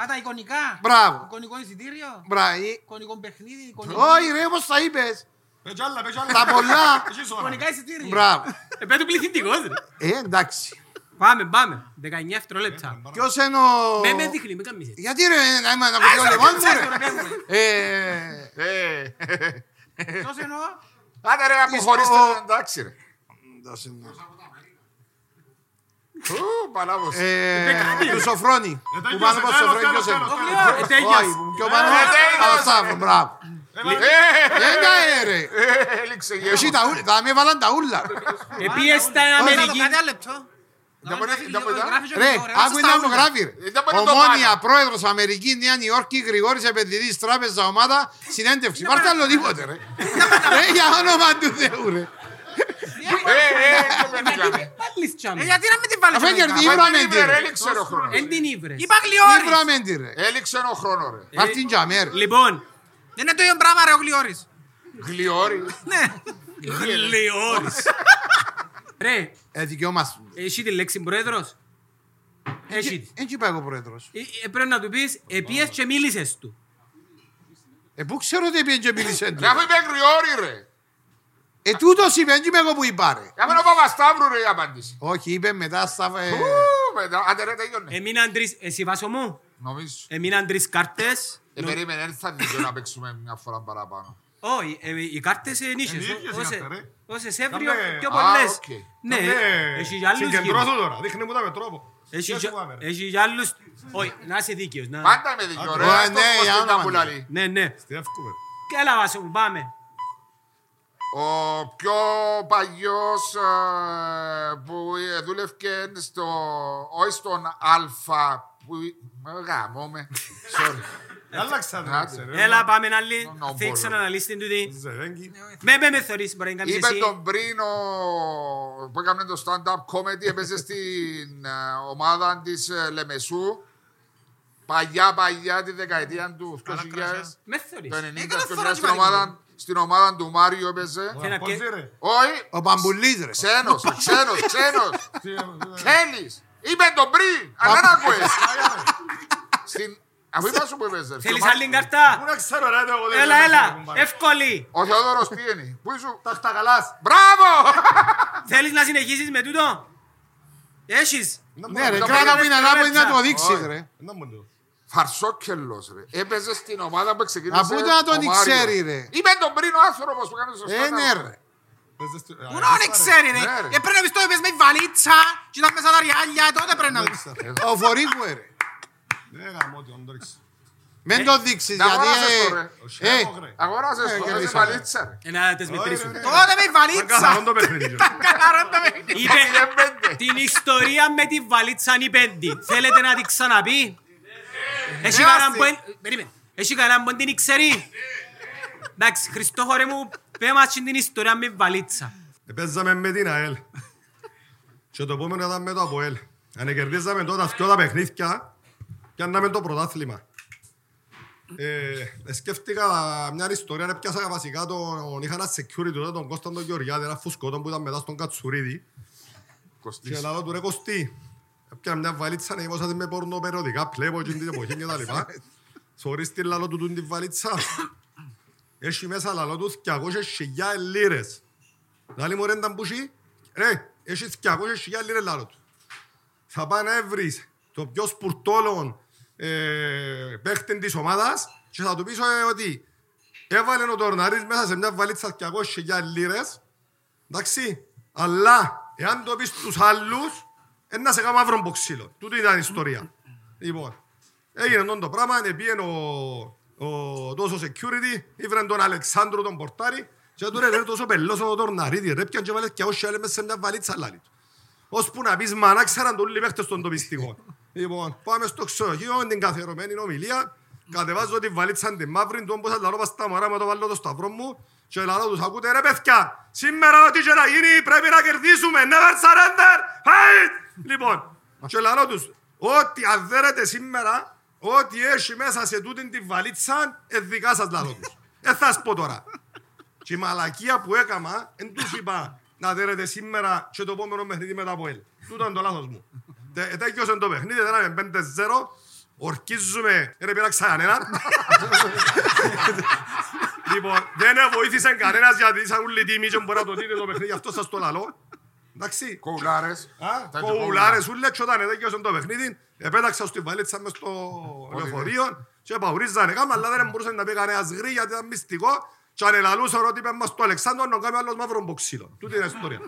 Speaker 2: Α, τα εικονικά.
Speaker 5: Μπράβο.
Speaker 2: Εικονικό εισιτήριο.
Speaker 5: Μπράβο. ε,
Speaker 2: Εικονικό παιχνίδι. εικονικό-
Speaker 5: Όχι ρε, όπως τα είπες.
Speaker 6: Παίτζ' άλλα, παίτζ' άλλα.
Speaker 5: Τα πολλά.
Speaker 6: Έχεις ώρα.
Speaker 2: Εικονικά εισιτήριο.
Speaker 5: Μπράβο.
Speaker 1: Επέτω πληθυντικός ρε.
Speaker 5: Ε, εντάξει.
Speaker 1: Πάμε, πάμε. 19 δευτερόλεπτα.
Speaker 5: Ποιος είναι ο...
Speaker 1: Με με δείχνει, με κάνεις έτσι.
Speaker 5: Γιατί ρε, να είμαι ένα κουτιό λεμόνι μου, ρε. Ε,
Speaker 3: Ε,
Speaker 2: Ποιος εννοώ.
Speaker 3: Άντε ρε, αποχωρήστε.
Speaker 5: Εις- ο-
Speaker 3: Εντάξει ρε.
Speaker 5: δώσε μου.
Speaker 3: Ου, Παλάβος. Ε,
Speaker 5: Ε, Του
Speaker 6: Ε,
Speaker 5: σοφρόνι. Του
Speaker 6: τέλειωσε,
Speaker 5: πάνω από
Speaker 6: τέλος,
Speaker 5: σοφρόνι,
Speaker 6: τέλος,
Speaker 5: ποιος είναι.
Speaker 6: τέλος, τέλος.
Speaker 1: Ε, τέλειας.
Speaker 5: Όχι, πιο πάνω.
Speaker 3: Ε, τέλειωσε.
Speaker 5: Παπασάβο, μπράβο. Ένα ρε.
Speaker 3: Ε, έληξε γέμος.
Speaker 5: Εσύ τα ούλα, θα με βάλαν τα ούλα.
Speaker 1: Επίες τα Αμερική.
Speaker 2: Κάτι άλλο λεπτό.
Speaker 3: Δεν μπορεί- δεν μπορεί-
Speaker 5: Ρε, άκου να μου γράφει ρε.
Speaker 3: Ε, δεν μπορεί το
Speaker 5: Ομόνια,
Speaker 3: πάνω.
Speaker 5: πρόεδρος Αμερική, Νέα Νιόρκη, Γρηγόρης επενδυτής, τράπεζα, ομάδα, συνέντευξη. Πάρτε άλλο τίποτε ρε. Ρε, για όνομα του Θεού ρε.
Speaker 3: Ε, ε, και πετύχαμε.
Speaker 1: Πάλι
Speaker 2: Ε,
Speaker 1: τσάμε.
Speaker 2: γιατί να μην την βάλεις.
Speaker 5: Αφού
Speaker 2: γενικά.
Speaker 5: κερδί,
Speaker 3: Μα
Speaker 5: ήβραμε
Speaker 3: δεν
Speaker 5: τη
Speaker 3: είναι, ρε,
Speaker 5: ρε.
Speaker 3: Έληξε ρε ο χρόνος.
Speaker 1: Εν την ήβρες.
Speaker 2: Είπα Γλιόρης.
Speaker 5: Ήβραμε τη ρε.
Speaker 3: Έληξε ο χρόνος ρε.
Speaker 5: Πάρ' την τζαμέ ρε.
Speaker 1: Λοιπόν,
Speaker 2: Δεν είναι το ίδιο πράγμα ρε ο Γλιόρης.
Speaker 3: Γλιόρι.
Speaker 2: Ναι.
Speaker 1: Γλιόρης. Ρε,
Speaker 5: Ε, δικαιώμαστε.
Speaker 1: έχει τη λέξη πρόεδρος. Έχει τη.
Speaker 5: Ε, Εν και είπα εγώ πρόεδρος.
Speaker 1: Ε, ε, Πρέπει να του πεις, επίες και μίλησες του.
Speaker 5: Ε, πού ξέρω ότι πήγαινε και μίλησες του.
Speaker 3: Ρε, αφού είπε γλιόρι ρε.
Speaker 5: Ε, τούτος είπε, εν και είμαι εγώ που είπα ρε.
Speaker 3: Για μένα ο Παπασταύρου ρε η απάντηση.
Speaker 5: Όχι, είπε μετά στα... ε,
Speaker 3: Ου, μετά, Άντε ρε,
Speaker 6: Ε.
Speaker 3: τελειώνε.
Speaker 1: Εμείναν τρεις, Ε, εσύ βάσο μου,
Speaker 3: Νομίζω.
Speaker 1: εμείναν τρεις κάρτες.
Speaker 3: Ε, περίμενε, έρθαν δυο να παίξουμε μια φορά παραπάνω.
Speaker 1: Όχι, ε, οι κάρτες είναι
Speaker 6: Είναι
Speaker 1: νύχες.
Speaker 6: οι ίδιες οι
Speaker 1: Όσε-
Speaker 6: κάρτες, ρε.
Speaker 1: Όσες έβριο,
Speaker 6: Κάμε-
Speaker 1: πιο
Speaker 6: Α,
Speaker 1: πολλές.
Speaker 3: οκ.
Speaker 1: Ναι,
Speaker 6: Ε,
Speaker 1: έχει για άλλους
Speaker 6: Συγκεντρώσου
Speaker 1: γύρω.
Speaker 6: τώρα, δείχνε μου τα με τρόπο.
Speaker 1: Έχει
Speaker 6: Ποιος
Speaker 1: για-
Speaker 6: που πάμε, ρε.
Speaker 1: Έχει για άλλους... Όχι, να είσαι δίκαιος. να-
Speaker 3: Πάντα με δυο ρε.
Speaker 5: Α,
Speaker 3: ας το
Speaker 5: ναι,
Speaker 3: πω
Speaker 5: για
Speaker 3: στην
Speaker 5: όνομα,
Speaker 3: ταμπουλάρη.
Speaker 1: Ναι, ναι.
Speaker 6: Τι εύκολο.
Speaker 1: Καλά βάσο μου, πάμε.
Speaker 3: Ο πιο παλιός ε, που ε, δούλευκε στο, όχι στον Α, που ε, γάμο με, sorry.
Speaker 6: Άλλαξα το,
Speaker 3: Άντε.
Speaker 6: ξέρω.
Speaker 1: Έλα, πάμε να άλλη.
Speaker 3: No, no,
Speaker 1: Θέλει
Speaker 3: μπορώ.
Speaker 1: ξαναναλύσει την τούτη.
Speaker 6: Ζερέγγι.
Speaker 1: Με, με, με θωρείς, μπορεί να κάνεις
Speaker 3: Είπε
Speaker 1: εσύ.
Speaker 3: τον πριν ο- που έκανε το stand-up comedy, έπαιζε στην ε, ομάδα της ε, Λεμεσού, παλιά παλιά τη δεκαετία του 2000,
Speaker 1: Με θωρείς.
Speaker 3: το 90,
Speaker 2: Έκανε
Speaker 3: το
Speaker 2: θωράκι,
Speaker 3: 2000 στην
Speaker 2: Μαρή μου.
Speaker 3: ομάδα, στην ομάδα του Μάριου έπαιζε.
Speaker 1: Θέλω να
Speaker 6: Πώς
Speaker 1: πιέ-
Speaker 6: ρε.
Speaker 3: Όχι,
Speaker 5: Ο Παμπουλής ρε.
Speaker 3: ξένος, ξένος, ξένος.
Speaker 6: Τι, ε, ε,
Speaker 3: Θέλεις. Είπε τον πριν. Αλλά δεν άκουες. Στην... Αφού είπα σου που έπαιζες.
Speaker 1: Θέλεις
Speaker 3: στο
Speaker 1: άλλη
Speaker 3: μάτι.
Speaker 6: Πού
Speaker 1: καρτά.
Speaker 6: να ξέρω ρε, εγώ δεν
Speaker 1: Έλα,
Speaker 6: δεν
Speaker 1: έλα.
Speaker 6: ξέρω που πάει.
Speaker 1: Εύκολη.
Speaker 3: Ο Θεόδωρος πήγαινε. Πού ήσουν.
Speaker 6: Ταχταγαλάς.
Speaker 3: Μπράβο.
Speaker 1: Θέλεις να συνεχίσεις με τούτο. Έχεις.
Speaker 5: Ναι ρε,
Speaker 3: Το
Speaker 5: κράτα που είναι
Speaker 1: περίμενες
Speaker 5: ανάποδη να
Speaker 1: τραπέζα.
Speaker 5: το δείξεις ρε.
Speaker 6: Να μου λέω.
Speaker 3: Φαρσόκελος ρε. Έπαιζε στην ομάδα που ξεκίνησε.
Speaker 5: Α, πού να τον
Speaker 3: ο Μάριος.
Speaker 5: ξέρει, ρε.
Speaker 3: Είπε τον πριν ο άνθρωπος που έκανε στο
Speaker 5: Ε, ναι ρε.
Speaker 6: Πες δες το-
Speaker 2: Πού
Speaker 6: Α,
Speaker 2: να
Speaker 6: ε,
Speaker 2: τον ξέρει ρε.
Speaker 3: Ναι, ρε.
Speaker 2: Ε, πρέπει να πιστώ είπες με η βαλίτσα και ήταν μέσα τα ριάλια. Τότε πρέπει να πεις.
Speaker 5: Ο Φορύγου ρε.
Speaker 6: Ναι, γαμώ τι, όντω, το ρίξω.
Speaker 5: Μην το δείξεις
Speaker 3: τα
Speaker 5: γιατί...
Speaker 3: αγόρασες
Speaker 5: ε,
Speaker 3: το, ρε.
Speaker 6: Ο
Speaker 5: Ε,
Speaker 6: Σέρμο, ρε.
Speaker 3: Αγοράζες το. Έσαι
Speaker 5: κερδίσαμε.
Speaker 3: παλίτσα ρε.
Speaker 1: Ε, Να τις
Speaker 6: Ωραία,
Speaker 1: μετρήσουμε.
Speaker 6: ωραία.
Speaker 2: Τότε με η βαλίτσα.
Speaker 6: Καθαρόν το παιχνίδι.
Speaker 2: Καθαρό το παιχνίδι.
Speaker 1: Είπε
Speaker 3: πέντε.
Speaker 1: την ιστορία με τη βαλίτσα είναι η πέντη. Θέλετε να την ξαναπεί.
Speaker 3: Ναι.
Speaker 1: Έχει κανέναν που εν- Περίμενε. Έχει κανέναν που εν την ξέρει. Εντάξει, Χριστόφορε μου, πέ μας την ιστορία με βαλίτσα.
Speaker 6: Ε, Παίζαμε με την ΑΕΛ. Και το επόμενο ήταν με το ΑΠΟΕΛ. Αν κερδίζαμε τότε αυτοί τα παιχνίδια, πιάνναμε το πρωτάθλημα. Ε, ε, σκέφτηκα μια ιστορία, ρε, πιάσα βασικά τον, είχα ένα security τότε, τον Κώσταν τον Γεωργιάδη, ένα φουσκωτό που ήταν μετά στον Κατσουρίδη. Και λέω του ρε Κωστή, έπιανα μια βαλίτσα να γεμώσατε με πορνοπεριοδικά, πλέπω και την εποχή και τα λοιπά. Σωρίς τη λαλό του τούν τη βαλίτσα. Έχει μέσα λαλό του 200.000 λίρες. Λάλη μου ρε ήταν πουσί, ρε, έχει 200.000 λίρες λαλό του. Θα πάει να βρεις το πιο σπουρτόλον ε, παίχτη της ομάδας και θα του πεις ε, ότι έβαλε ο Τορναρίς μέσα σε μια βαλίτσα 200.000 λίρες Εντάξει. Αλλά εάν το πεις στους άλλους, ε, να σε κάνω μαύρο μποξίλο. Τούτη ήταν η ιστορία. λοιπόν, έγινε τον το πράγμα, πήγαινε ο, ο τόσο security, ήβρε τον Αλεξάνδρου τον πορτάρι και του ρε ρε τόσο πελός ο Τορναρίτη, ρε πιαν και βάλες και όσοι άλλοι μέσα σε μια βαλίτσα λάλη του. Ώσπου να πεις μάνα, ξέραν τον όλοι οι παίχτες των τοπιστικών. λοιπόν, πάμε στο ξενοδοχείο, είναι την καθιερωμένη ομιλία. Κατεβάζω τη βαλίτσα τη μαύρη του, όπως θα λαρώ πας τα μωρά μου, το βάλω το σταυρό μου και λαρώ τους ακούτε ρε παιδιά, σήμερα ό,τι και να γίνει πρέπει να κερδίσουμε, never surrender, fight! Λοιπόν, και λαρώ τους, ό,τι αδέρετε σήμερα, ό,τι έχει μέσα σε τούτη τη βαλίτσα, ε, δικά σας λαρώ τους. Ε, θα σας πω τώρα. Και η μαλακία που έκανα, εν τους είπα να δέρετε σήμερα και το επόμενο παιχνίδι μετά από ελ. Τούτο είναι το λάθος μου. Τε- Τέτοιος είναι το παιχνίδι, δεν είναι 5-0. Ορκίζουμε, ε, ρε πειράξα κανέναν. Λοιπόν, δεν βοήθησε κανένας γιατί ήσαν όλοι τίμοι και μπορεί να το δείτε το παιχνίδι, γι' αυτό σας το λαλώ. Εντάξει.
Speaker 3: Κοουλάρες.
Speaker 6: Ah,
Speaker 3: Τα έτσι
Speaker 6: Κοουλάρες ούλες και όταν τέτοιος είναι το παιχνίδι, επέταξα στη βαλίτσα μες στο λεωφορείο και παουρίζανε κάμα, αλλά δεν μπορούσε να πει κανένας γρή γιατί ήταν μυστικό και αν ελαλούσαν ότι είπε μας το Αλεξάνδρο να κάνει άλλος μαύρο μποξίλο. Τούτη είναι η ιστορία.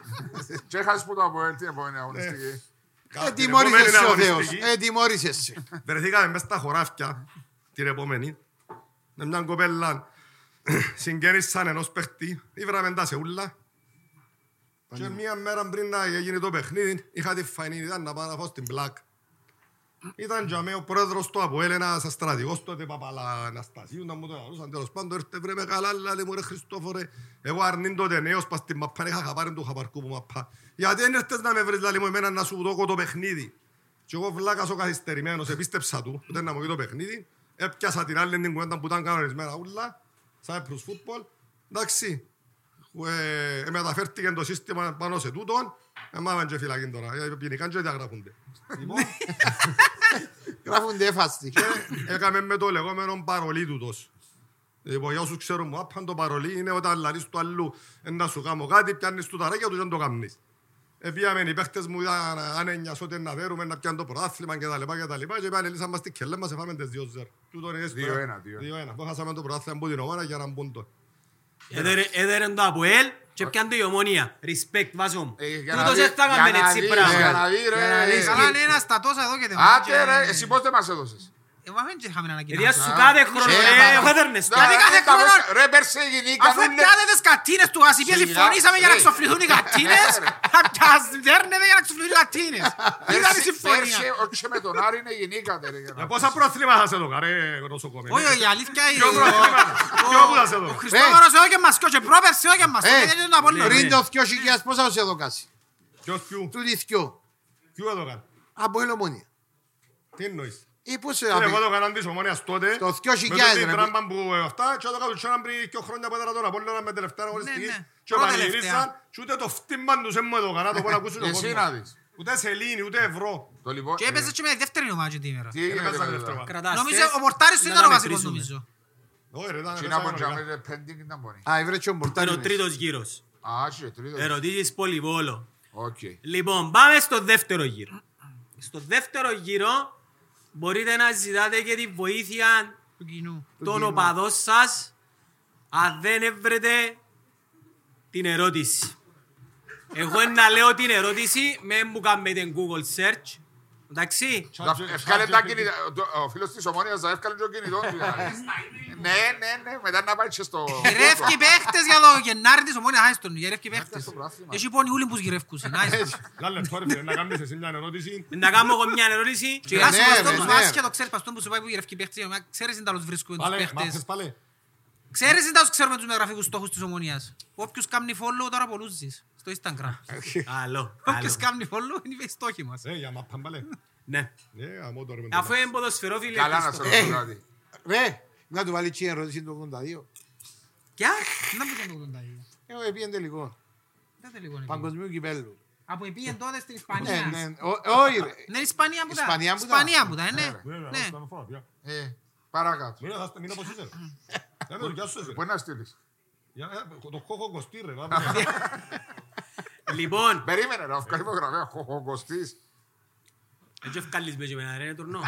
Speaker 3: Και έχασες που το αποέλ, την επόμενη αγωνιστική.
Speaker 5: Ε,
Speaker 6: Την
Speaker 5: τιμώρησες
Speaker 6: επόμενη
Speaker 5: εσύ ο Θεός.
Speaker 6: αγωνιστική.
Speaker 5: Ε, τιμώρησες εσύ.
Speaker 6: Βρεθήκαμε μέσα στα χωράφια την επόμενη. Με μια κοπέλα συγγέννησαν ενός παίχτη. Ήβραμε τα σε ούλα. Και μια μέρα πριν να γίνει το παιχνίδι, είχα τη φανή ιδέα να πάω να φάω στην πλάκ. Ήταν για μένα ο πρόεδρος του Αποέλ, ένας στρατηγός τότε Παπαλαναστασίου, να μου το λαλούσαν τέλος πάντων, έρθε βρε με καλά, λέει μου ρε Χριστόφορε, εγώ αρνήν τότε νέος, πας στην μαπά, είχα χαπάρει του χαπαρκού που μαπά. Γιατί δεν έρθες να με βρεις, λέει μου εμένα, να σου δώκω το παιχνίδι. Και εγώ βλάκας ο καθυστερημένος, επίστεψα του, ούτε να μου πει το παιχνίδι. Έπιασα την άλλη την κουβέντα που ήταν κανονισμένα ούλα, Cyprus Football. Εντάξει, ε, ε, μεταφέρθηκε το σύστημα πάνω σε τούτον. Εμάμεν και φυλακή τώρα, γιατί ποινικά και διαγραφούνται. Λοιπόν,
Speaker 5: Γράφουν τέφαστη.
Speaker 6: και έκαμε με το λεγόμενο παρολί τούτος. Λοιπόν, για όσους ξέρουν μου, άπαν το παρολί είναι όταν λαλείς του άλλου «Ε, να σου κάνω κάτι, πιάνεις του τα ρέγια του και δεν το κάνεις. Επίαμε οι παίχτες μου, ήταν άνενιας ότι να δέρουμε, να πιάνουν το πρωτάθλημα και τα λοιπά και τα λοιπά και πάνε λύσαμε στην κελές μας, εφάμε τις δύο ζερ. Τούτον είναι έσπερα.
Speaker 3: Δύο-ένα, δύο-ένα.
Speaker 6: Δύο-ένα, που χάσαμε το πρωτάθλημα από την ομάδα για να μπουν το.
Speaker 1: Έδερε- Έδερε το Αποέλ και πιάντε η ομόνια. Respect, βάζω μου.
Speaker 3: Ε, για να
Speaker 1: Τούτος
Speaker 3: δει-
Speaker 1: δεν θα έκαμε
Speaker 3: για να
Speaker 1: έτσι
Speaker 3: δεις,
Speaker 1: πράγμα.
Speaker 3: Για να δει, ρε.
Speaker 2: Καλά είναι ένας στα τόσα εδώ και δεν
Speaker 3: Άτε
Speaker 2: eh,
Speaker 3: ρε, εσύ πώς δεν μας έδωσες.
Speaker 2: Εγώ δεν είχαμε να ανακοινώσουμε.
Speaker 1: Παιδιά Ε, σου κάθε χρόνο, ρε, εγώ έδερνες. τα.
Speaker 2: Γιατί Δηλαδή κάθε
Speaker 3: Ε, τα
Speaker 2: χρόνο-
Speaker 3: πες- Ρε, πέρσι
Speaker 2: Αφού
Speaker 3: γεννήκανε.
Speaker 2: πιάτε τις κατίνες του Γασιπία,
Speaker 3: Σιγά,
Speaker 2: συμφωνήσαμε για να
Speaker 3: ρε.
Speaker 2: ξοφληθούν οι κατίνες. Θα δέρνετε για να ξοφληθούν οι κατίνες. Ήταν η συμφωνία.
Speaker 3: Όχι με τον Άρη είναι γεννήκατε ρε. για να-
Speaker 6: Ε, Πόσα πρωτάθλημα χάσε το καρέ νοσοκομείο.
Speaker 2: Όχι, όχι, η αλήθεια είναι...
Speaker 6: Ποιο πρωτάθλημα, ποιο που θα σε
Speaker 2: Ο
Speaker 6: δω.
Speaker 2: Χριστόφορος εδώ και μας κιό και πρόπευσε εδώ και μας.
Speaker 5: Ε,
Speaker 2: Δεν είναι τον Απόλλωνα.
Speaker 5: Πριν το 2000 πόσα σε εδώ κάσει.
Speaker 6: Ποιος ποιου,
Speaker 5: Του διθκιού.
Speaker 6: ποιου έδωκαν.
Speaker 5: Από ελομονία.
Speaker 6: Τι εννοείς.
Speaker 5: Ή πού
Speaker 3: Ε,
Speaker 5: σε
Speaker 6: Ρε, Ε, Εγώ
Speaker 5: απε-
Speaker 6: το έκαναν της ομόνιας τότε.
Speaker 5: Το 2000
Speaker 6: Με τότε την
Speaker 5: ρε.
Speaker 6: τράμπα που ε, αυτά και όταν τους έκαναν πριν και χρόνια που έδωρα τώρα. Πολύ ώρα με τελευταία αγωνιστική.
Speaker 2: ναι.
Speaker 6: Και
Speaker 2: Πρώτα
Speaker 6: πανηγυρίσαν
Speaker 2: τελευταία.
Speaker 6: και ούτε το φτύμμα τους δεν μου έδωκαν. να Το πω να ακούσουν ο
Speaker 3: Εσύ
Speaker 6: κόσμος.
Speaker 3: να δεις.
Speaker 6: Ούτε σελήνη, ούτε ευρώ.
Speaker 3: Το λοιπόν...
Speaker 2: Και
Speaker 3: ε,
Speaker 2: έπαιζες και με τη δεύτερη ομάδα και τη μέρα.
Speaker 3: Τι έγινε
Speaker 6: Έπαιζαν
Speaker 3: ρε,
Speaker 6: δεύτερο
Speaker 3: τώρα.
Speaker 6: μάτι.
Speaker 1: Κρατάς
Speaker 2: Νομίζω
Speaker 1: τεστ,
Speaker 2: ο Πορτάρης του
Speaker 1: να
Speaker 2: ήταν ο
Speaker 1: τα
Speaker 2: βασικός
Speaker 1: μετρήσουμε.
Speaker 2: νομίζω.
Speaker 6: Όχι, ρε, ήταν-
Speaker 3: Τι
Speaker 6: ήταν
Speaker 3: να πω, τζάμε,
Speaker 6: οργανωμένα.
Speaker 3: ρε, pending ήταν μπορεί.
Speaker 5: Α, έβρε και ο
Speaker 1: Ήταν
Speaker 5: Μπορτάρι
Speaker 1: ο
Speaker 5: μέσα.
Speaker 1: τρίτος γύρος.
Speaker 3: Α, όχι, τρίτο.
Speaker 2: Ε,
Speaker 1: Ερωτήσεις πολυβόλο.
Speaker 3: Οκ.
Speaker 1: Λοιπόν, πάμε στο δεύτερο γύρο. Στο δεύτερο γύρο μπορείτε να ζητάτε και τη βοήθεια
Speaker 2: Του κοινού.
Speaker 1: των οπαδών σας αν δεν έβρετε την ερώτηση. Εγώ να λέω την ερώτηση με μου κάνετε Google search. Εντάξει.
Speaker 3: Να- Έφκαλε τα κινητά. το- Ο φίλος της Ομόνιας θα έφκαλε και ο κινητός του, για να δεις. Ναι, ναι, ναι. Μετά να πάει και στο...
Speaker 2: Γυρεύκει παίχτες για το Γενάρη της ομόνιας Άιστον. Γυρεύκει παίχτες.
Speaker 3: στο πράθλημα.
Speaker 2: Έχει πόνοι ούλοι που γυρεύκουσαν. Άιστον.
Speaker 6: Λάλε, τώρα, φίλε, να κάνεις εσύ μια ερώτηση.
Speaker 1: Να κάνω εγώ μια ερώτηση.
Speaker 2: Και
Speaker 5: Ναι,
Speaker 2: ας
Speaker 5: ναι,
Speaker 2: το
Speaker 5: ναι.
Speaker 2: άσχετο ξέρεις πας τον που σου πάει που γυρεύκει παίχτες. μα Ξέρεις είναι τα άλλους βρίσκουν τους
Speaker 6: Πάλε, μα θες
Speaker 2: παίχτες.
Speaker 6: πάλε.
Speaker 2: Ξέρεις είναι τα άλλους ξέρουμε τους μεταγραφικούς στόχους της ομόνιας. Όποιος κάνει follow τώρα πολλούς ζεις. Στο Instagram.
Speaker 5: Ε,
Speaker 1: Καλό. καλό.
Speaker 2: Όποιος κάνει follow είναι οι στόχοι μας.
Speaker 6: Ε, για μαπαν, πάλε.
Speaker 1: Ναι.
Speaker 6: Ναι, αμό τώρα με το
Speaker 1: Αφού είναι ποδοσφαιρό φίλε.
Speaker 3: Καλά να σε δηλαδή.
Speaker 1: Χριστό.
Speaker 3: ρωτήσω κάτι.
Speaker 5: Ρε, Ε, να του βάλει τσι ερώτηση του 82.
Speaker 2: Ποια? Να μου το τον τάγιο.
Speaker 5: Εγώ επίεν τελικό.
Speaker 2: Δέτε λίγο. ρε.
Speaker 5: Παγκοσμίου κυπέλου.
Speaker 2: Από επίγεν τότε στην
Speaker 5: Ναι,
Speaker 2: Ισπανία.
Speaker 5: ναι. Ω- Όχι, ρε.
Speaker 2: Ναι, Ισπανία που τα.
Speaker 5: Ισπανία που τα.
Speaker 2: Ισπανία που τα, ε, ναι.
Speaker 6: Ναι, ναι,
Speaker 2: Ναι.
Speaker 6: να με φορά, πια.
Speaker 3: Ε, Παρακάτω.
Speaker 6: Μείνε, θα- μείνε όπως είσαι, ρε. Ε, με δουλειά σου είσαι.
Speaker 3: Μπορεί να στείλεις.
Speaker 6: Για- ε, το κόκο κοστί, ρε, πάμε.
Speaker 1: Λοιπόν,
Speaker 3: Περίμενε ρε, αυκαλή υπογραφία. Ο- Ο Κωστής.
Speaker 1: έτσι ευκαλείς με και εμένα, ρε, είναι τουρνό.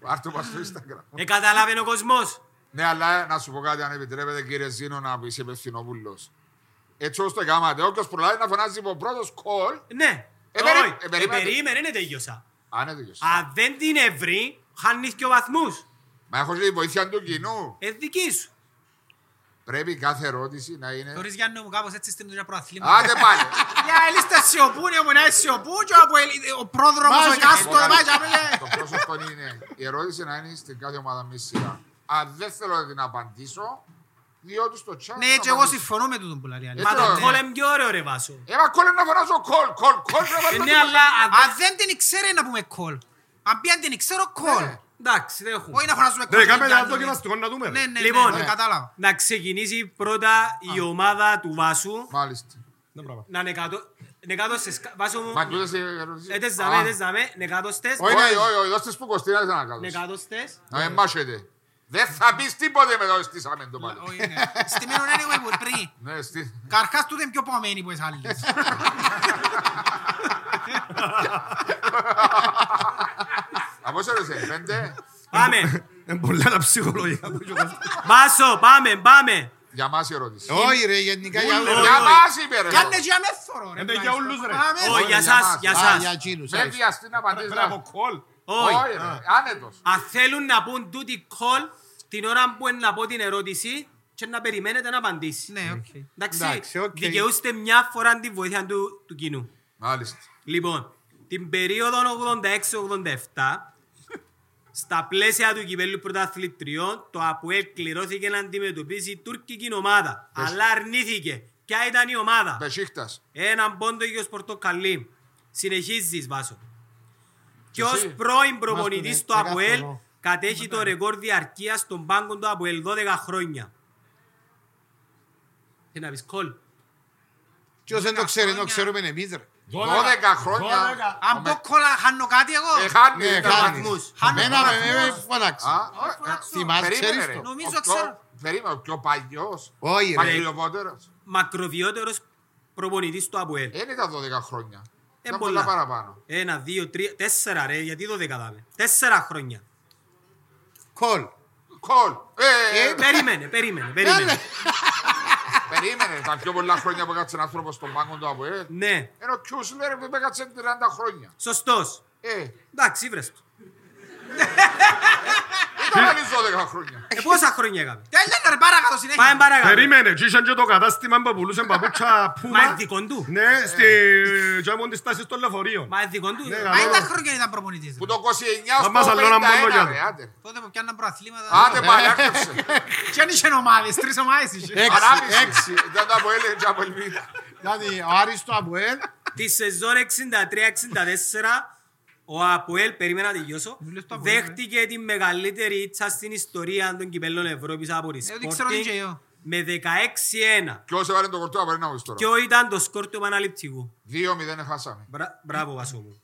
Speaker 3: Πάρ' το μας στο Instagram.
Speaker 1: Ε, καταλάβαινε ο κόσμος.
Speaker 3: Ναι, αλλά να σου πω κάτι αν επιτρέπετε κύριε Ζήνο να είσαι υπευθυνόπουλος. Έτσι όπως το έκανατε, όποιος προλάβει να φωνάζει από πρώτος κόλ,
Speaker 1: Ναι.
Speaker 3: Ε, περί-
Speaker 1: Όχι,
Speaker 3: ε,
Speaker 1: ε,
Speaker 3: περίμενε.
Speaker 1: περίμενε, είναι τελειώσα.
Speaker 3: αν έδειγες.
Speaker 1: Αν δεν την ευρύ, χάνεις και ο βαθμούς.
Speaker 3: Μα έχω και τη βοήθεια του κοινού.
Speaker 1: Ε, δική σου.
Speaker 3: Πρέπει κάθε ερώτηση να είναι.
Speaker 2: Χωρίς Γιάννη μου κάπως έτσι στην προαθλήμα.
Speaker 3: Άντε πάλι.
Speaker 2: Για ελίστε σιωπούν, η ομονιά σιωπούν και από ελ- ο πρόδρομος ο εκάστοτε πάει και άμενε.
Speaker 3: Λοιπόν, Το πιο σωστό είναι η ερώτηση να είναι στην κάθε ομάδα μη σειρά. Αν δεν θέλω να την απαντήσω, διότι στο chat.
Speaker 2: Ναι,
Speaker 3: θα
Speaker 2: και εγώ
Speaker 3: απαντήσω.
Speaker 2: συμφωνώ με τούτον που λέει. η άλλη.
Speaker 3: Έτσι,
Speaker 2: Μα το
Speaker 3: ωραία.
Speaker 2: κόλε-
Speaker 1: είναι πιο ωραίο ρε Βάσο.
Speaker 3: Ε, μα κόλλε να φωνάζω κολ, κολ, κολ. να
Speaker 1: Ε,
Speaker 3: βάλω
Speaker 1: Ναι,
Speaker 3: τίποτα.
Speaker 1: αλλά... αν δεν-
Speaker 2: Αν δεν την ξέρει να πούμε κόλ. Αν πει αν την ξέρω κόλ.
Speaker 1: Εντάξει, δεν έχουμε.
Speaker 2: Όχι να φωνάζουμε κόλ.
Speaker 6: Ναι,
Speaker 2: για
Speaker 6: κάμε ένα
Speaker 2: να δούμε.
Speaker 6: δοκιμαστικό να δούμε. ρε.
Speaker 2: Ναι, ναι,
Speaker 1: Λοιπόν,
Speaker 2: ναι,
Speaker 1: ναι.
Speaker 2: κατάλαβα.
Speaker 1: Να ξεκινήσει πρώτα η ομάδα του Βάσου.
Speaker 3: Μάλιστα.
Speaker 6: Ναι, πράγμα.
Speaker 1: Να είναι κάτω. Είναι κάτω σε σκα- Βάσο μου.
Speaker 3: Μα τούτες οι ερωτήσεις.
Speaker 1: Ε, τες
Speaker 3: Α,
Speaker 1: δαμέ, τες δαμέ. Είναι κάτω στες.
Speaker 3: Όχι, όχι, Ε, όχι, όχι, δώστε σπουκωστή να ξανακάνω.
Speaker 1: Είναι κάτω στες.
Speaker 3: Να με μάσετε. Δεν θα πεις τίποτε με το στήσαμε το πάλι.
Speaker 2: Όχι, ναι. Στη μήνων anyway που πριν.
Speaker 3: Ναι, στι...
Speaker 2: Καρχάς τούτο είναι πιο παμένη που εσάλλες.
Speaker 3: Από σε ρωτήσε, πέντε.
Speaker 1: Πάμε.
Speaker 3: ε,
Speaker 6: Είναι πολλά τα ψυχολογία που έχει ο καθένας.
Speaker 1: Βάσο, πάμε, πάμε.
Speaker 3: Για μας η ερώτηση.
Speaker 5: Ε, Όχι ρε, γενικά για όλους.
Speaker 3: Για μας είπε ρε.
Speaker 2: Κάντε και για μέθορο ρε.
Speaker 6: Είναι για όλους, ρε.
Speaker 2: Α, μέθορο.
Speaker 1: Όχι, για
Speaker 3: για
Speaker 1: σας,
Speaker 3: μας.
Speaker 1: για
Speaker 5: Α, για
Speaker 1: σας.
Speaker 5: εκείνους.
Speaker 3: Δεν
Speaker 5: άρεσε.
Speaker 3: βιαστεί να απαντήσεις.
Speaker 6: Πρέπει να πω κολ.
Speaker 1: Όχι.
Speaker 3: Όχι ρε, άνετος.
Speaker 1: Αν θέλουν να πούν τούτη κολ την ώρα που είναι να πω την ερώτηση και να περιμένετε να απαντήσει.
Speaker 2: Ναι, οκ.
Speaker 1: Εντάξει,
Speaker 5: Εντάξει, οκ.
Speaker 1: δικαιούστε μια φορά τη βοήθεια του, του κοινού.
Speaker 3: Μάλιστα.
Speaker 1: Λοιπόν, την περίοδο 86-87, στα πλαίσια του κυπέλου πρωταθλητριών, το ΑΠΟΕΛ κληρώθηκε να αντιμετωπίσει τουρκική ομάδα. Αλλά αρνήθηκε. Ποια ήταν η ομάδα.
Speaker 3: Μπεσίχτας.
Speaker 1: Έναν πόντο για ως πορτοκαλί. Συνεχίζεις, Βάσο. Και ως
Speaker 3: Εσύ. ναι,
Speaker 1: πρώην προπονητής
Speaker 5: Μας
Speaker 1: του
Speaker 5: τον έκανα
Speaker 1: ΑΠΟΕΛ,
Speaker 5: εγώ.
Speaker 1: κατέχει το ρεκόρ διαρκείας των πάγκων του ΑΠΟΕΛ 12 χρόνια. Τι να πεις, κόλ.
Speaker 5: Ποιος δεν το ξέρει, δεν το ξέρουμε εμείς ρε.
Speaker 3: Δώδεκα χρόνια.
Speaker 2: Αν πω κόλλα χάνω κάτι
Speaker 3: Ε,
Speaker 2: εγώ.
Speaker 3: χάνει.
Speaker 5: Ναι,
Speaker 3: ε,
Speaker 5: χάνει.
Speaker 1: Βαθμούς.
Speaker 2: Χάνω
Speaker 5: Εμένα
Speaker 2: βαθμούς.
Speaker 5: με φωνάξε.
Speaker 3: Α, ε,
Speaker 2: Όχι, φωνάξω.
Speaker 5: Θυμάσαι,
Speaker 3: περίμενε,
Speaker 5: ξέρεις
Speaker 3: ρε.
Speaker 5: το.
Speaker 2: Νομίζω
Speaker 3: Ο πιο-
Speaker 2: ξέρω.
Speaker 3: Περίμενε, ο πιο παλιός.
Speaker 5: Όχι ρε.
Speaker 3: Μακριλοπότερος.
Speaker 1: Μακροβιότερος προπονητής του ΑΠΟΕΛ.
Speaker 3: Δεν ήταν 12 χρόνια. Ήταν
Speaker 1: Ε, πολλά.
Speaker 3: πολλά παραπάνω.
Speaker 1: Ένα, δύο, τρία, τέσσερα ρε, γιατί δώδεκα δάμε. Τέσσερα χρόνια.
Speaker 5: Κολ.
Speaker 3: Κολ. Ε, ναι. ε,
Speaker 1: περίμενε, περίμενε, περίμενε.
Speaker 3: Περίμενε, τα πιο πολλά χρόνια που έκατσε ένα άνθρωπο στον πάγκο του ΑΠΟΕΛ.
Speaker 1: ναι,
Speaker 3: Ενώ ο Κιούσλερ που έκατσε 30 χρόνια.
Speaker 1: σωστός.
Speaker 3: Ε,
Speaker 1: Εντάξει, βρες το.
Speaker 3: ήταν άλλη 12 χρόνια.
Speaker 1: Ε, πόσα χρόνια έκαμε.
Speaker 2: Τέλεια ρε πάρα κάτω συνέχεια.
Speaker 1: Πάμε παρακάτω.
Speaker 6: Περίμενε, και είχαν και το κατάστημα που πουλούσαν παπούτσα
Speaker 1: Μα είναι
Speaker 6: πούμα.
Speaker 1: δικό του. Ε.
Speaker 6: Ναι, στη τζάμον της τάσης των λεωφορείων.
Speaker 1: Μα είναι δικό του.
Speaker 6: Ναι,
Speaker 1: ρε.
Speaker 6: καλά.
Speaker 2: Μα ήταν χρόνια ήταν προπονητής. ρε.
Speaker 3: Που το 29
Speaker 6: Άμα
Speaker 3: στο
Speaker 6: σαλώνα μόνο
Speaker 3: 51
Speaker 6: για-
Speaker 3: ρε, άντε.
Speaker 2: Τότε που πιάνναν προαθλήματα.
Speaker 5: Ε,
Speaker 3: Άντε πάλι, άκουσε.
Speaker 2: Και αν είχε ομάδες, τρεις ομάδες είχε.
Speaker 5: Έξι, έξι.
Speaker 3: Ανάμιση. Ήταν το ΑΠΟΕΛ και από Ελβίδα.
Speaker 5: Δηλαδή, ο Άρης του Αμπουέλ,
Speaker 1: Τη σεζόν 63-64, ο Αποέλ, περίμενα να τελειώσω,
Speaker 2: Μιλες το Αποέλ, ε.
Speaker 1: δέχτηκε τη μεγαλύτερη ήτσα στην ιστορία των κυπέλων Ευρώπης από τη
Speaker 2: Ε, ότι ξέρω τι είναι και
Speaker 1: Sporting
Speaker 2: εγώ.
Speaker 1: με 16-1.
Speaker 3: Ποιος έβαλε το κορτό ΑΠΟΕΛ να μου τώρα.
Speaker 1: Ποιο ήταν το σκορ του επαναληπτικού.
Speaker 3: 2-0 χάσαμε.
Speaker 1: Μπρα- Μπράβο, Βασό μου.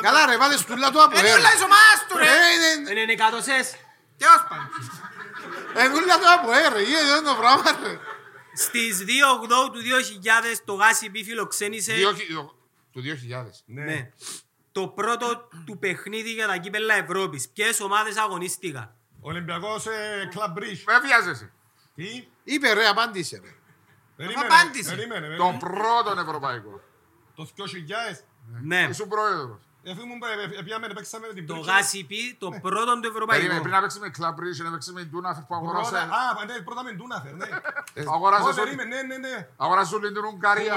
Speaker 5: Καλά ρε, Ε, βάλε στούλα του
Speaker 3: Ε,
Speaker 5: Αμπουέλ.
Speaker 2: Είναι όλα οι ομάδες του ρε.
Speaker 1: Είναι εκατοσές.
Speaker 2: Τέλος πάντων.
Speaker 5: Εβούλα ε, το Αμπουέλ ρε, γίνεται το πράγμα ρε.
Speaker 1: Στις 2 Οκτώου του 2000 το Γάσι Μπι φιλοξένησε
Speaker 3: Ε, Δύο χι- δυο- Του 2000.
Speaker 1: ναι, το πρώτο του παιχνίδι για τα κύπελα Ευρώπης. Ποιες ομάδες αγωνίστηκαν.
Speaker 6: Ολυμπιακός ε, Club Bridge.
Speaker 3: Με βιάζεσαι.
Speaker 6: Τι?
Speaker 5: Είπε ρε, απάντησε ρε.
Speaker 6: Περίμενε,
Speaker 2: απάντησε.
Speaker 6: περίμενε,
Speaker 3: Το
Speaker 6: περίμενε.
Speaker 3: πρώτο ευρωπαϊκό.
Speaker 6: Το 2000.
Speaker 1: Ναι.
Speaker 3: Ήσουν πρόεδρος.
Speaker 6: Εφήμουν, ε, ε, πιάμε, παίξαμε με την
Speaker 1: Το
Speaker 6: Bridge.
Speaker 1: Γάσι Μπι, το πρώτο του
Speaker 3: Ναι. Περίμενε, πριν
Speaker 1: ευρωπαϊκό.
Speaker 3: να παίξουμε Club Bridge, να παίξουμε Ντούναφερ που ε,
Speaker 6: Πρώτα-
Speaker 3: αγοράσαν.
Speaker 6: Α, ναι, πρώτα με την Ντούναφερ, ναι. Ω,
Speaker 3: Αγοράσες όλοι.
Speaker 6: περίμενε, ναι, ναι, ναι.
Speaker 3: Αγοράσουν όλη την Ουγγαρία.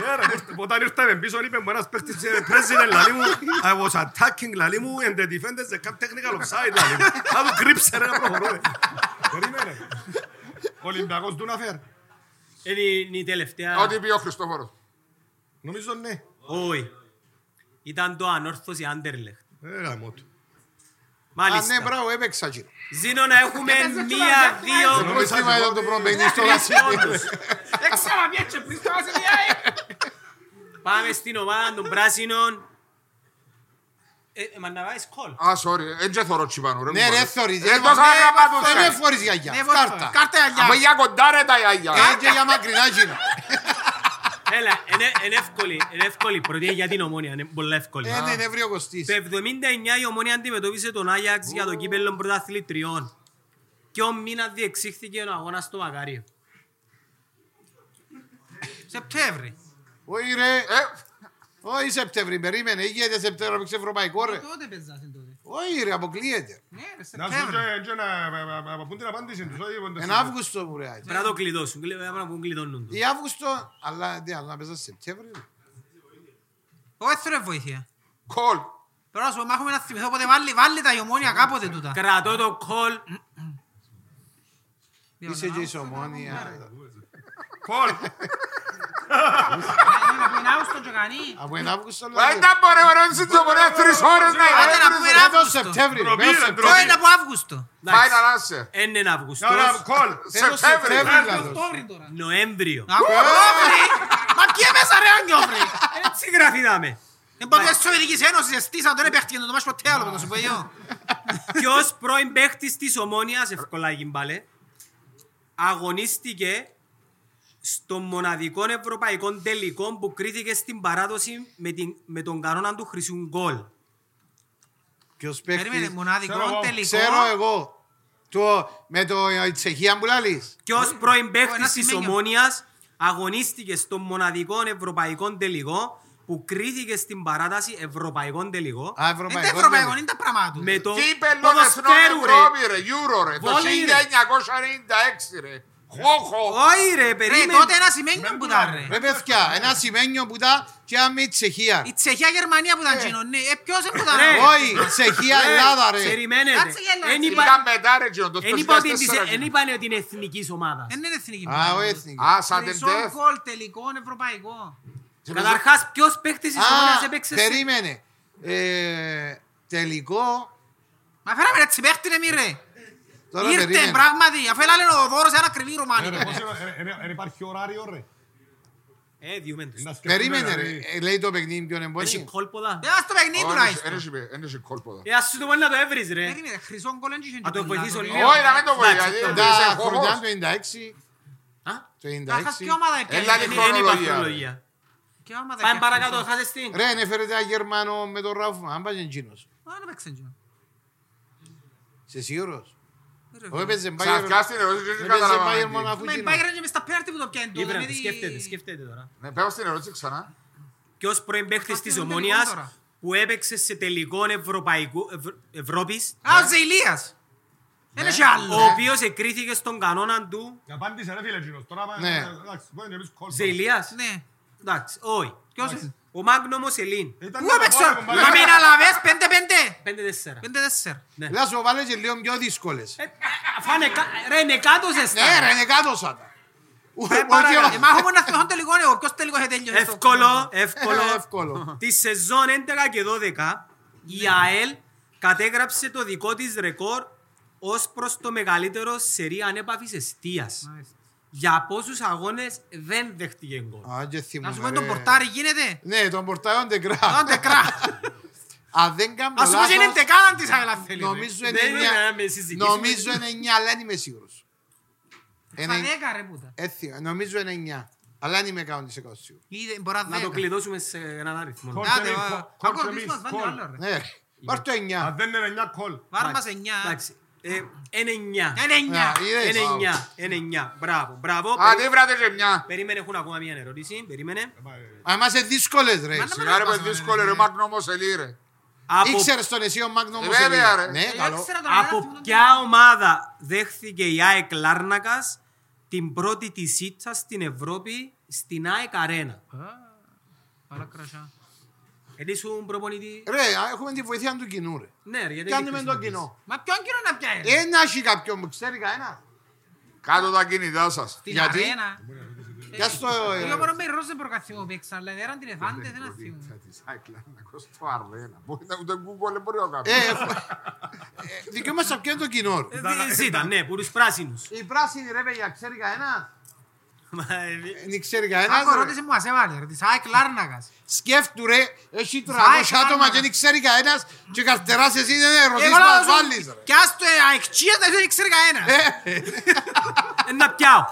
Speaker 6: Ναι, ρε, ήρθε- Όταν ήρθαμε πίσω, είπε μου ένας παίχτης ε, president, λαλή μου, I was attacking, λαλή μου, and the defenders they kept technical offside, λαλή μου. Θα του κρύψε, ρε, να προχωρούμε. Περίμενε. Ολυμπιακός Ντούναφερ.
Speaker 1: Είναι η- είναι η
Speaker 6: ναι,
Speaker 1: τελευταία.
Speaker 3: Ό,τι πει ο Χριστόφορος.
Speaker 6: Νομίζω ναι.
Speaker 1: Όχι. Ήταν το ανόρθωση Άντερλεχτ.
Speaker 6: Ε, γαμώ του.
Speaker 5: Α, ναι,
Speaker 1: Μάλιστα.
Speaker 5: μπράβο, έπαιξα κύριο.
Speaker 1: Ζήνω να έχουμε μία, δύο...
Speaker 5: Το πρόστιμα ήταν το πρώτο παιχνίδι
Speaker 3: Ε,
Speaker 5: στο Γασίδι.
Speaker 2: Δεν ξέρω ποια έτσι πριν στο Βασιλιά, ε.
Speaker 1: Πάμε στην ομάδα των πράσινων. Ε, ε, Μα να βάλεις κόλ.
Speaker 3: Α, sorry, ε, δεν ξέρω τι πάνω.
Speaker 5: Ναι ρε, θωρείς.
Speaker 3: Δεν Ε, το αγαπά τους,
Speaker 5: Δεν
Speaker 3: ρε.
Speaker 5: με φορείς
Speaker 2: Ναι,
Speaker 5: γιαγιά.
Speaker 2: βόλτα.
Speaker 5: Κάρτα.
Speaker 2: Κάρτα για
Speaker 3: Από
Speaker 2: γιαγιά.
Speaker 3: για κοντά ρε τα γιαγιά.
Speaker 5: Ε, και για μακρινά κύριο.
Speaker 1: Έλα, είναι- είναι εύκολη, είναι εύκολη. Πρώτη για την ομόνια, είναι πολύ εύκολη.
Speaker 5: Ε, ναι, είναι ευρύο κοστής.
Speaker 1: Το 79 η ομόνια αντιμετώπισε τον Άγιαξ για το κύπελλο πρωταθλητριών. Ποιο μήνα διεξήχθηκε ο αγώνας στο Μακάριο.
Speaker 2: Σεπτέμβρη.
Speaker 5: Όχι
Speaker 3: Ε,
Speaker 5: ρε, όχι Σεπτέμβρη, περίμενε. Είχε Σεπτέμβρη, έπαιξε ευρωπαϊκό ρε.
Speaker 2: Τότε παίζασαν τότε.
Speaker 5: Όχι, ρε, αποκλείεται.
Speaker 2: Ναι, ρε,
Speaker 6: Να σου
Speaker 2: Σεπτέμβριο.
Speaker 6: και- και να- να- να- να- να πούν την απάντηση τους, όχι, ποντες-
Speaker 5: Εν Αύγουστο που ρε.
Speaker 1: Πρέπει να το κλειδώσουν. Κλει- Πρέπει να πούν κλειδώνουν το.
Speaker 5: Ή Αύγουστο, αλλά τι άλλο, να παίζα Σεπτέμβριο.
Speaker 2: Όχι, θέλω βοήθεια.
Speaker 5: Κολ.
Speaker 2: Τώρα σου μάχομαι να θυμηθώ, οπότε βάλει, βάλει τα η ομόνια κάποτε τούτα.
Speaker 1: Κρατώ το κολ.
Speaker 5: Είσαι και η ομόνια.
Speaker 6: Κολ.
Speaker 2: Να πούμε Αύγουστο και κανεί.
Speaker 5: Από εν Αύγουστο. λέω,
Speaker 3: Μα ήταν μπορεί να ρωτήσει το μπορεί τρεις ώρες να
Speaker 2: Άντε να πούμε
Speaker 5: Εδώ
Speaker 2: Αύγουστο.
Speaker 5: Σεπτέμβριο.
Speaker 6: Ντροπή,
Speaker 5: μέσα
Speaker 6: ρε,
Speaker 5: Σεπτέμβριο.
Speaker 2: Ποιο είναι από Αύγουστο.
Speaker 3: Final answer.
Speaker 1: Έναν Αυγουστό.
Speaker 6: Τώρα, κολ.
Speaker 5: Εδώ Σεπτέμβριο. λαλώς.
Speaker 2: Οκτώβρη τώρα.
Speaker 1: Νοέμβριο.
Speaker 2: Αυγόβρη! Μα ποιε μέσα ρε Αυγόβρη!
Speaker 1: Έτσι γράφει δάμε.
Speaker 2: Εν πάμε της Σοβιετικής Ένωσης, εστίσαν τον έπαιχτηκε το μάτς ποτέ άλλο με το Σουβελιό.
Speaker 1: Ποιος πρώην παίχτης της Ομόνιας, ευκολά γυμπάλε, αγωνίστηκε στο μοναδικό ευρωπαϊκό τελικό που κρίθηκε στην παράδοση με, την, με τον κανόνα του χρυσού γκολ.
Speaker 5: Ποιος
Speaker 2: Περίμενε,
Speaker 5: παίχτης.
Speaker 6: Ξέρω
Speaker 2: μοναδικό
Speaker 6: εγώ,
Speaker 2: τελικό.
Speaker 5: Ξέρω εγώ. Το, με το η Τσεχία που λαλείς.
Speaker 1: Ποιος πρώην
Speaker 2: ένα
Speaker 1: παίχτης της
Speaker 2: σημαίνιο.
Speaker 1: Ομόνιας αγωνίστηκε στο μοναδικό ευρωπαϊκό τελικό που κρίθηκε στην παράταση ευρωπαϊκό τελικό
Speaker 5: Α,
Speaker 2: Είναι
Speaker 5: ευρωπαϊκό.
Speaker 2: τα ευρωπαϊκό, είναι τα πραγμάτου.
Speaker 1: με το
Speaker 3: Κύπελλο
Speaker 1: ποδοσφαίρου
Speaker 3: Εθνών
Speaker 1: ρε.
Speaker 3: Ευρώπη ρε, Euro ρε, το
Speaker 1: Βόλι, ρε.
Speaker 3: 1996 ρε. Χόχο.
Speaker 1: Όχι ρε,
Speaker 2: Ρε,
Speaker 1: περίμενε.
Speaker 2: τότε ένα σημαίνει που ήταν ρε.
Speaker 5: Ρε παιδιά, ένα σημαίνιο που τα και άμα η Τσεχία.
Speaker 2: Η Τσεχία-Γερμανία που ήταν κοινό, ναι. Ε, ποιος δεν που ήταν
Speaker 1: Ρε.
Speaker 2: ρε.
Speaker 5: Όχι, Τσεχία
Speaker 1: Ρε,
Speaker 5: Ελλάδα ρε.
Speaker 1: Ναι, Περιμένετε.
Speaker 2: Κάτσε για να
Speaker 1: Εν
Speaker 2: έτσι.
Speaker 1: είπα-
Speaker 3: Ήταν μετά ρε Τζιόν, το
Speaker 1: εν είπα ότι της-
Speaker 3: 2004
Speaker 1: Εν
Speaker 3: Τζιόν.
Speaker 1: είπαν ότι είναι εθνικής ομάδας.
Speaker 2: Δεν είναι εθνική
Speaker 5: Α, ο
Speaker 2: πράγμα.
Speaker 5: έθνη.
Speaker 3: Α, σαν την
Speaker 2: Χρυσό
Speaker 3: τεφ.
Speaker 2: γκολ τελικό ευρωπαϊκό.
Speaker 1: Καταρχάς, ποιος παίχτης της ομάδας
Speaker 5: Α,
Speaker 1: έπαιξε... στη-
Speaker 5: περίμενε. Ε, Τελικό.
Speaker 2: Μα φέραμε ρε τσιπέχτηνε μη ρε.
Speaker 5: Τώρα
Speaker 2: Ήρθε
Speaker 5: περίμενε.
Speaker 2: πράγματι, αφού έλαλε ο δώρος ένα ακριβή
Speaker 6: Ε, ρε,
Speaker 2: Ρουμάνικα.
Speaker 6: πώς είναι, ε, ε, ε, υπάρχει ωράριο, ρε.
Speaker 1: Ε, διούμε τους.
Speaker 6: Να σκεφτούμε,
Speaker 5: Περίμενε ρε.
Speaker 6: δηλαδή.
Speaker 5: Ε, Λέει το παιχνίδι ποιον
Speaker 1: Έχει
Speaker 5: εμπόδι.
Speaker 1: κόλποδα.
Speaker 2: Ε, ας το παιχνίδι τουλάχιστον.
Speaker 3: Ένιωσε κόλπο εδώ.
Speaker 1: Ε, ας σου το μπορεί να το έβρεις ρε.
Speaker 2: Περίμενε, χρυσό γκολ δεν είχε
Speaker 1: το
Speaker 2: πολλά,
Speaker 1: βοηθήσω
Speaker 2: τώρα.
Speaker 1: λίγο.
Speaker 3: Όχι, να μην το
Speaker 1: Εντάξει,
Speaker 3: βοηθάει,
Speaker 1: το-
Speaker 3: γιατί
Speaker 5: Δηλαδή, Τα
Speaker 3: είσαι
Speaker 5: χρονιά
Speaker 3: χορός.
Speaker 5: του 96. Το
Speaker 2: Αχα,
Speaker 5: 96.
Speaker 2: ποια ομάδα έκανε.
Speaker 3: Έλα,
Speaker 2: Ποια
Speaker 1: Ε, Δεν
Speaker 3: λοιπόν. χρονολογία,
Speaker 1: υπάρχει
Speaker 3: ρε.
Speaker 1: χρονολογία.
Speaker 2: ομάδα
Speaker 1: Πάμε
Speaker 2: έκανε.
Speaker 1: παρακάτω, χάσες την.
Speaker 5: Ρε, έφερε τα Γερμανό με τον Ραουφ. Αν πάει εκείνος.
Speaker 2: Α, δεν παίξε τζο.
Speaker 5: Σε σίγουρος.
Speaker 2: Ε, Ρε,
Speaker 5: Όχι, έπαιζε Bayern-
Speaker 3: Ξαναθιά στην ερώτηση και δεν
Speaker 5: έπαιζε Bayern
Speaker 3: καταλαβαίνω.
Speaker 5: μόνο αφού
Speaker 2: Με
Speaker 5: εκείνος.
Speaker 2: πάει ρε και μες στα πέναρτη που το πιάνει το.
Speaker 1: Ήβρα,
Speaker 2: με τη-
Speaker 1: Λοιπόν, σκέφτεται, σκέφτεται τώρα.
Speaker 3: Ναι, πέω στην ερώτηση ξανά.
Speaker 1: Ποιος πρώην παίχτης της
Speaker 2: είναι λίγο
Speaker 1: Ομόνιας
Speaker 2: τώρα.
Speaker 1: που έπαιξε σε τελικό Ευρωπαϊκού Ευ- Ευρώπης
Speaker 2: Α, ο Ζηλίας. Δεν έχει άλλο.
Speaker 1: Ναι. ο οποίος εκρίθηκε στον κανόνα του
Speaker 6: Απάντησε, ρε, φίλε, Τζίνος. Τώρα, πάμε,
Speaker 5: Ναι.
Speaker 6: ε, εντάξει, μπορεί να εμείς κόλπο.
Speaker 1: Ζελίας.
Speaker 2: Ναι.
Speaker 1: Εντάξει, όχι.
Speaker 2: Ποιος είναι.
Speaker 1: Ο Μάγνωμο Ελίν.
Speaker 6: Ήταν
Speaker 2: Πού
Speaker 6: ένα
Speaker 2: έπαιξε.
Speaker 6: πόλεμο,
Speaker 2: Μα
Speaker 6: μπαλάκι.
Speaker 2: μην αλαβές, πέντε πέντε.
Speaker 1: 5-4.
Speaker 2: Πέντε τέσσερα.
Speaker 5: Ελά, σου βάλε και λίγο πιο
Speaker 2: Ε,
Speaker 5: δύσκολες.
Speaker 1: Ε, Φάνε κα- ρε, είναι κάτω σε
Speaker 5: Ναι,
Speaker 1: στάρα.
Speaker 5: ρε, είναι κάτω σαν τα.
Speaker 2: Ε, παρακαλώ. Ε, μα έχουμε να θυμηθώ τελικό, ναι, ο ποιος τελικός έχει τέλειωσει στο
Speaker 1: Εύκολο,
Speaker 5: Εύκολο,
Speaker 1: εύκολο.
Speaker 5: εύκολο.
Speaker 1: Τη σεζόν 11 και 12 η ΑΕΛ κατέγραψε το δικό της ρεκόρ ως προς το μεγαλύτερο σερί ανέπαφης εστίας.
Speaker 2: Ναι.
Speaker 1: Για πόσους αγώνες δεν δέχτηκε γκολ.
Speaker 5: Α, και
Speaker 2: Να
Speaker 5: θυμούμαι,
Speaker 2: σου πω
Speaker 5: ρε.
Speaker 2: τον πορτάρι γίνεται.
Speaker 5: Ναι, τον πορτάρι είναι
Speaker 2: Τον
Speaker 5: κρά.
Speaker 2: τεκρά.
Speaker 5: Αν δεν κάνω
Speaker 2: Να σου πω
Speaker 5: λάθος,
Speaker 2: είναι τεκάνα της Αγελάς θέλει. ρε.
Speaker 5: νομίζω είναι
Speaker 1: Δεν είναι να
Speaker 5: εννιά.
Speaker 1: με συζητήσουμε.
Speaker 5: Νομίζω είναι εννιά, αλλά δεν είμαι σίγουρος.
Speaker 2: Μα
Speaker 5: Είναι-
Speaker 2: δέκα ρε πούτα.
Speaker 5: έτσι, Νομίζω είναι εννιά. Αλλά δεν είμαι καν σίγουρος.
Speaker 2: Ή μπορεί
Speaker 1: Να το
Speaker 2: δέκα.
Speaker 1: κλειδώσουμε σε έναν αριθμό.
Speaker 6: Κόλ,
Speaker 2: Άντε,
Speaker 6: εμείς,
Speaker 2: βα-
Speaker 6: κόλ,
Speaker 2: Ακούω,
Speaker 6: εμείς,
Speaker 2: εμείς μας βάλει
Speaker 6: κόλ.
Speaker 2: άλλο, ρε.
Speaker 5: Ναι, ρε. πάρ' το εννιά.
Speaker 6: Αν δεν είναι εννιά, κόλ.
Speaker 2: Βάρ' μας εννιά. Ναι,
Speaker 1: Εντάξει. Ε, Είναι 9.
Speaker 2: Είναι εννιά.
Speaker 5: Α, είδες.
Speaker 1: Είναι 9. Είναι 9. Μπράβο, μπράβο.
Speaker 3: Αντί βράτε και μια.
Speaker 1: Περίμενε, έχουν ακόμα μια ερώτηση. Περίμενε.
Speaker 5: Α, είμαστε δύσκολες ρε.
Speaker 2: Μα να
Speaker 3: Σιγά ρε
Speaker 2: μην
Speaker 3: παιδί,
Speaker 2: πας,
Speaker 3: δύσκολο ρε, ο Μαγνώμος Ελί ρε.
Speaker 1: Από,
Speaker 5: Ήξερες τον εσύ ο Μάγνωμος
Speaker 3: Βέβαια,
Speaker 5: Ελίδα.
Speaker 3: ρε.
Speaker 5: Ναι,
Speaker 2: Ε,
Speaker 5: καλό.
Speaker 2: ήξερα τον αριθμό
Speaker 1: από
Speaker 2: του.
Speaker 1: ποια ομάδα δέχθηκε η ΑΕΚ Λάρνακας την πρώτη τη σίτσα στην Ευρώπη στην ΑΕΚ Αρένα.
Speaker 2: Παλά κρασιά.
Speaker 1: Εσύ σου προπονητή.
Speaker 5: Ρε, α, έχουμε τη βοήθεια του κοινού ρε.
Speaker 1: Ναι, ρε, γιατί
Speaker 5: Κάνουμε
Speaker 1: δεν
Speaker 5: το κοινό.
Speaker 2: Μα ποιον κύριο να πιάνει.
Speaker 1: Ε,
Speaker 2: ρε.
Speaker 5: Ένα έχει κάποιον που ξέρει κανένα.
Speaker 3: Κάτω τα κινητά σας.
Speaker 2: Στην
Speaker 5: γιατί?
Speaker 2: αρένα. Ε,
Speaker 5: Γεια στο... ε,
Speaker 2: Εγώ μόνο με ροζ δεν προκαθήμω που παίξαν, αλλά δεν την εφάντες, δεν αθήμω.
Speaker 3: Στο Αρλένα. Ούτε ούτε Google δεν μπορεί να κάνει.
Speaker 5: Ε, έχω- Ε, Δικαίωμα σε ποιον το κοινό
Speaker 2: Ε,
Speaker 5: ρε.
Speaker 1: Ήταν, ναι, που τους πράσινους.
Speaker 5: Η πράσινη ρε παιδιά ξέρει κανένα.
Speaker 1: Μα, ε,
Speaker 5: Δεν ξέρει κανένας.
Speaker 2: Άκου
Speaker 5: ρε.
Speaker 2: ρώτησε μου, ας έβαλε, ρε, της ΑΕΚ Λάρνακας.
Speaker 5: Σκέφτου ρε, έχει 300
Speaker 2: Άι,
Speaker 5: άτομα
Speaker 2: καλά.
Speaker 5: και δεν ξέρει κανένας και καρτεράς εσύ δεν ερωτήσεις
Speaker 2: Εγώ
Speaker 5: να
Speaker 2: λέω,
Speaker 5: βάλεις ρε.
Speaker 2: κι ας το αεκτσίες να δεν ξέρει κανένας.
Speaker 1: ε, Να πιάω.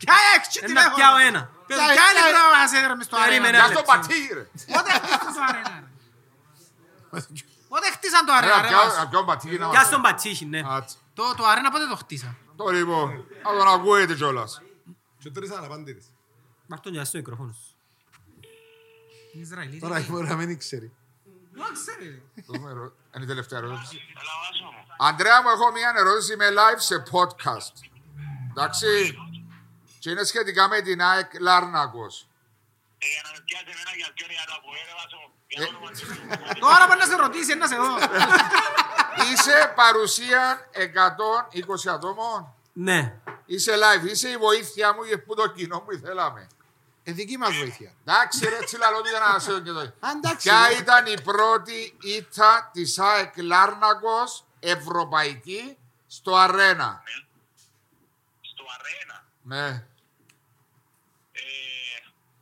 Speaker 2: Ποια αεκτσία
Speaker 1: Ε,
Speaker 2: την
Speaker 1: Να
Speaker 2: έχω.
Speaker 1: πιάω ένα.
Speaker 2: Ποια είναι η πρόβα να σε δέρουμε στο
Speaker 1: Περίμενε,
Speaker 2: αρένα.
Speaker 3: Γεια
Speaker 1: ρε.
Speaker 3: στο πατή ρε.
Speaker 2: Πότε χτίσαν το αρένα. ρε. Πότε χτίσαν το
Speaker 3: Ρε,
Speaker 2: αρένα. ρε,
Speaker 3: απ'
Speaker 2: μας.
Speaker 3: ποιον πατή να
Speaker 1: Γεια
Speaker 3: μας.
Speaker 1: στον Πατσίχη, ναι.
Speaker 3: Άτσι.
Speaker 2: Το- Το αρένα πότε το χτίσαν.
Speaker 3: Το λοιπόν, να τον ακούετε κιόλας.
Speaker 6: Και τρεις αναπάντητες.
Speaker 1: Μαρτών, γεια στο μικροφόνο σου.
Speaker 2: Ισραηλίτες.
Speaker 5: Τώρα η μωρά δεν ξέρει.
Speaker 3: Το νούμερο- Είναι η τελευταία ερώτηση. Αντρέα μου, έχω μια ερώτηση με live σε podcast. Εντάξει. Και είναι σχετικά με την ΑΕΚ Λάρνακος.
Speaker 2: Τώρα μπορεί να σε ρωτήσει, να σε δω.
Speaker 3: Είσαι παρουσία 120 ατόμων.
Speaker 1: Ναι.
Speaker 3: Είσαι live, είσαι η βοήθεια μου για που το κοινό που θέλαμε.
Speaker 5: Ε, δική μας βοήθεια.
Speaker 3: Εντάξει ρε, έτσι λαλό τι να σε και το.
Speaker 5: Α, εντάξει.
Speaker 3: Ποια
Speaker 5: ρε.
Speaker 3: ήταν η πρώτη ήττα της ΑΕΚ Λάρνακος ευρωπαϊκή στο Αρένα.
Speaker 12: Ναι. στο αρένα.
Speaker 3: Ναι.
Speaker 12: Ε,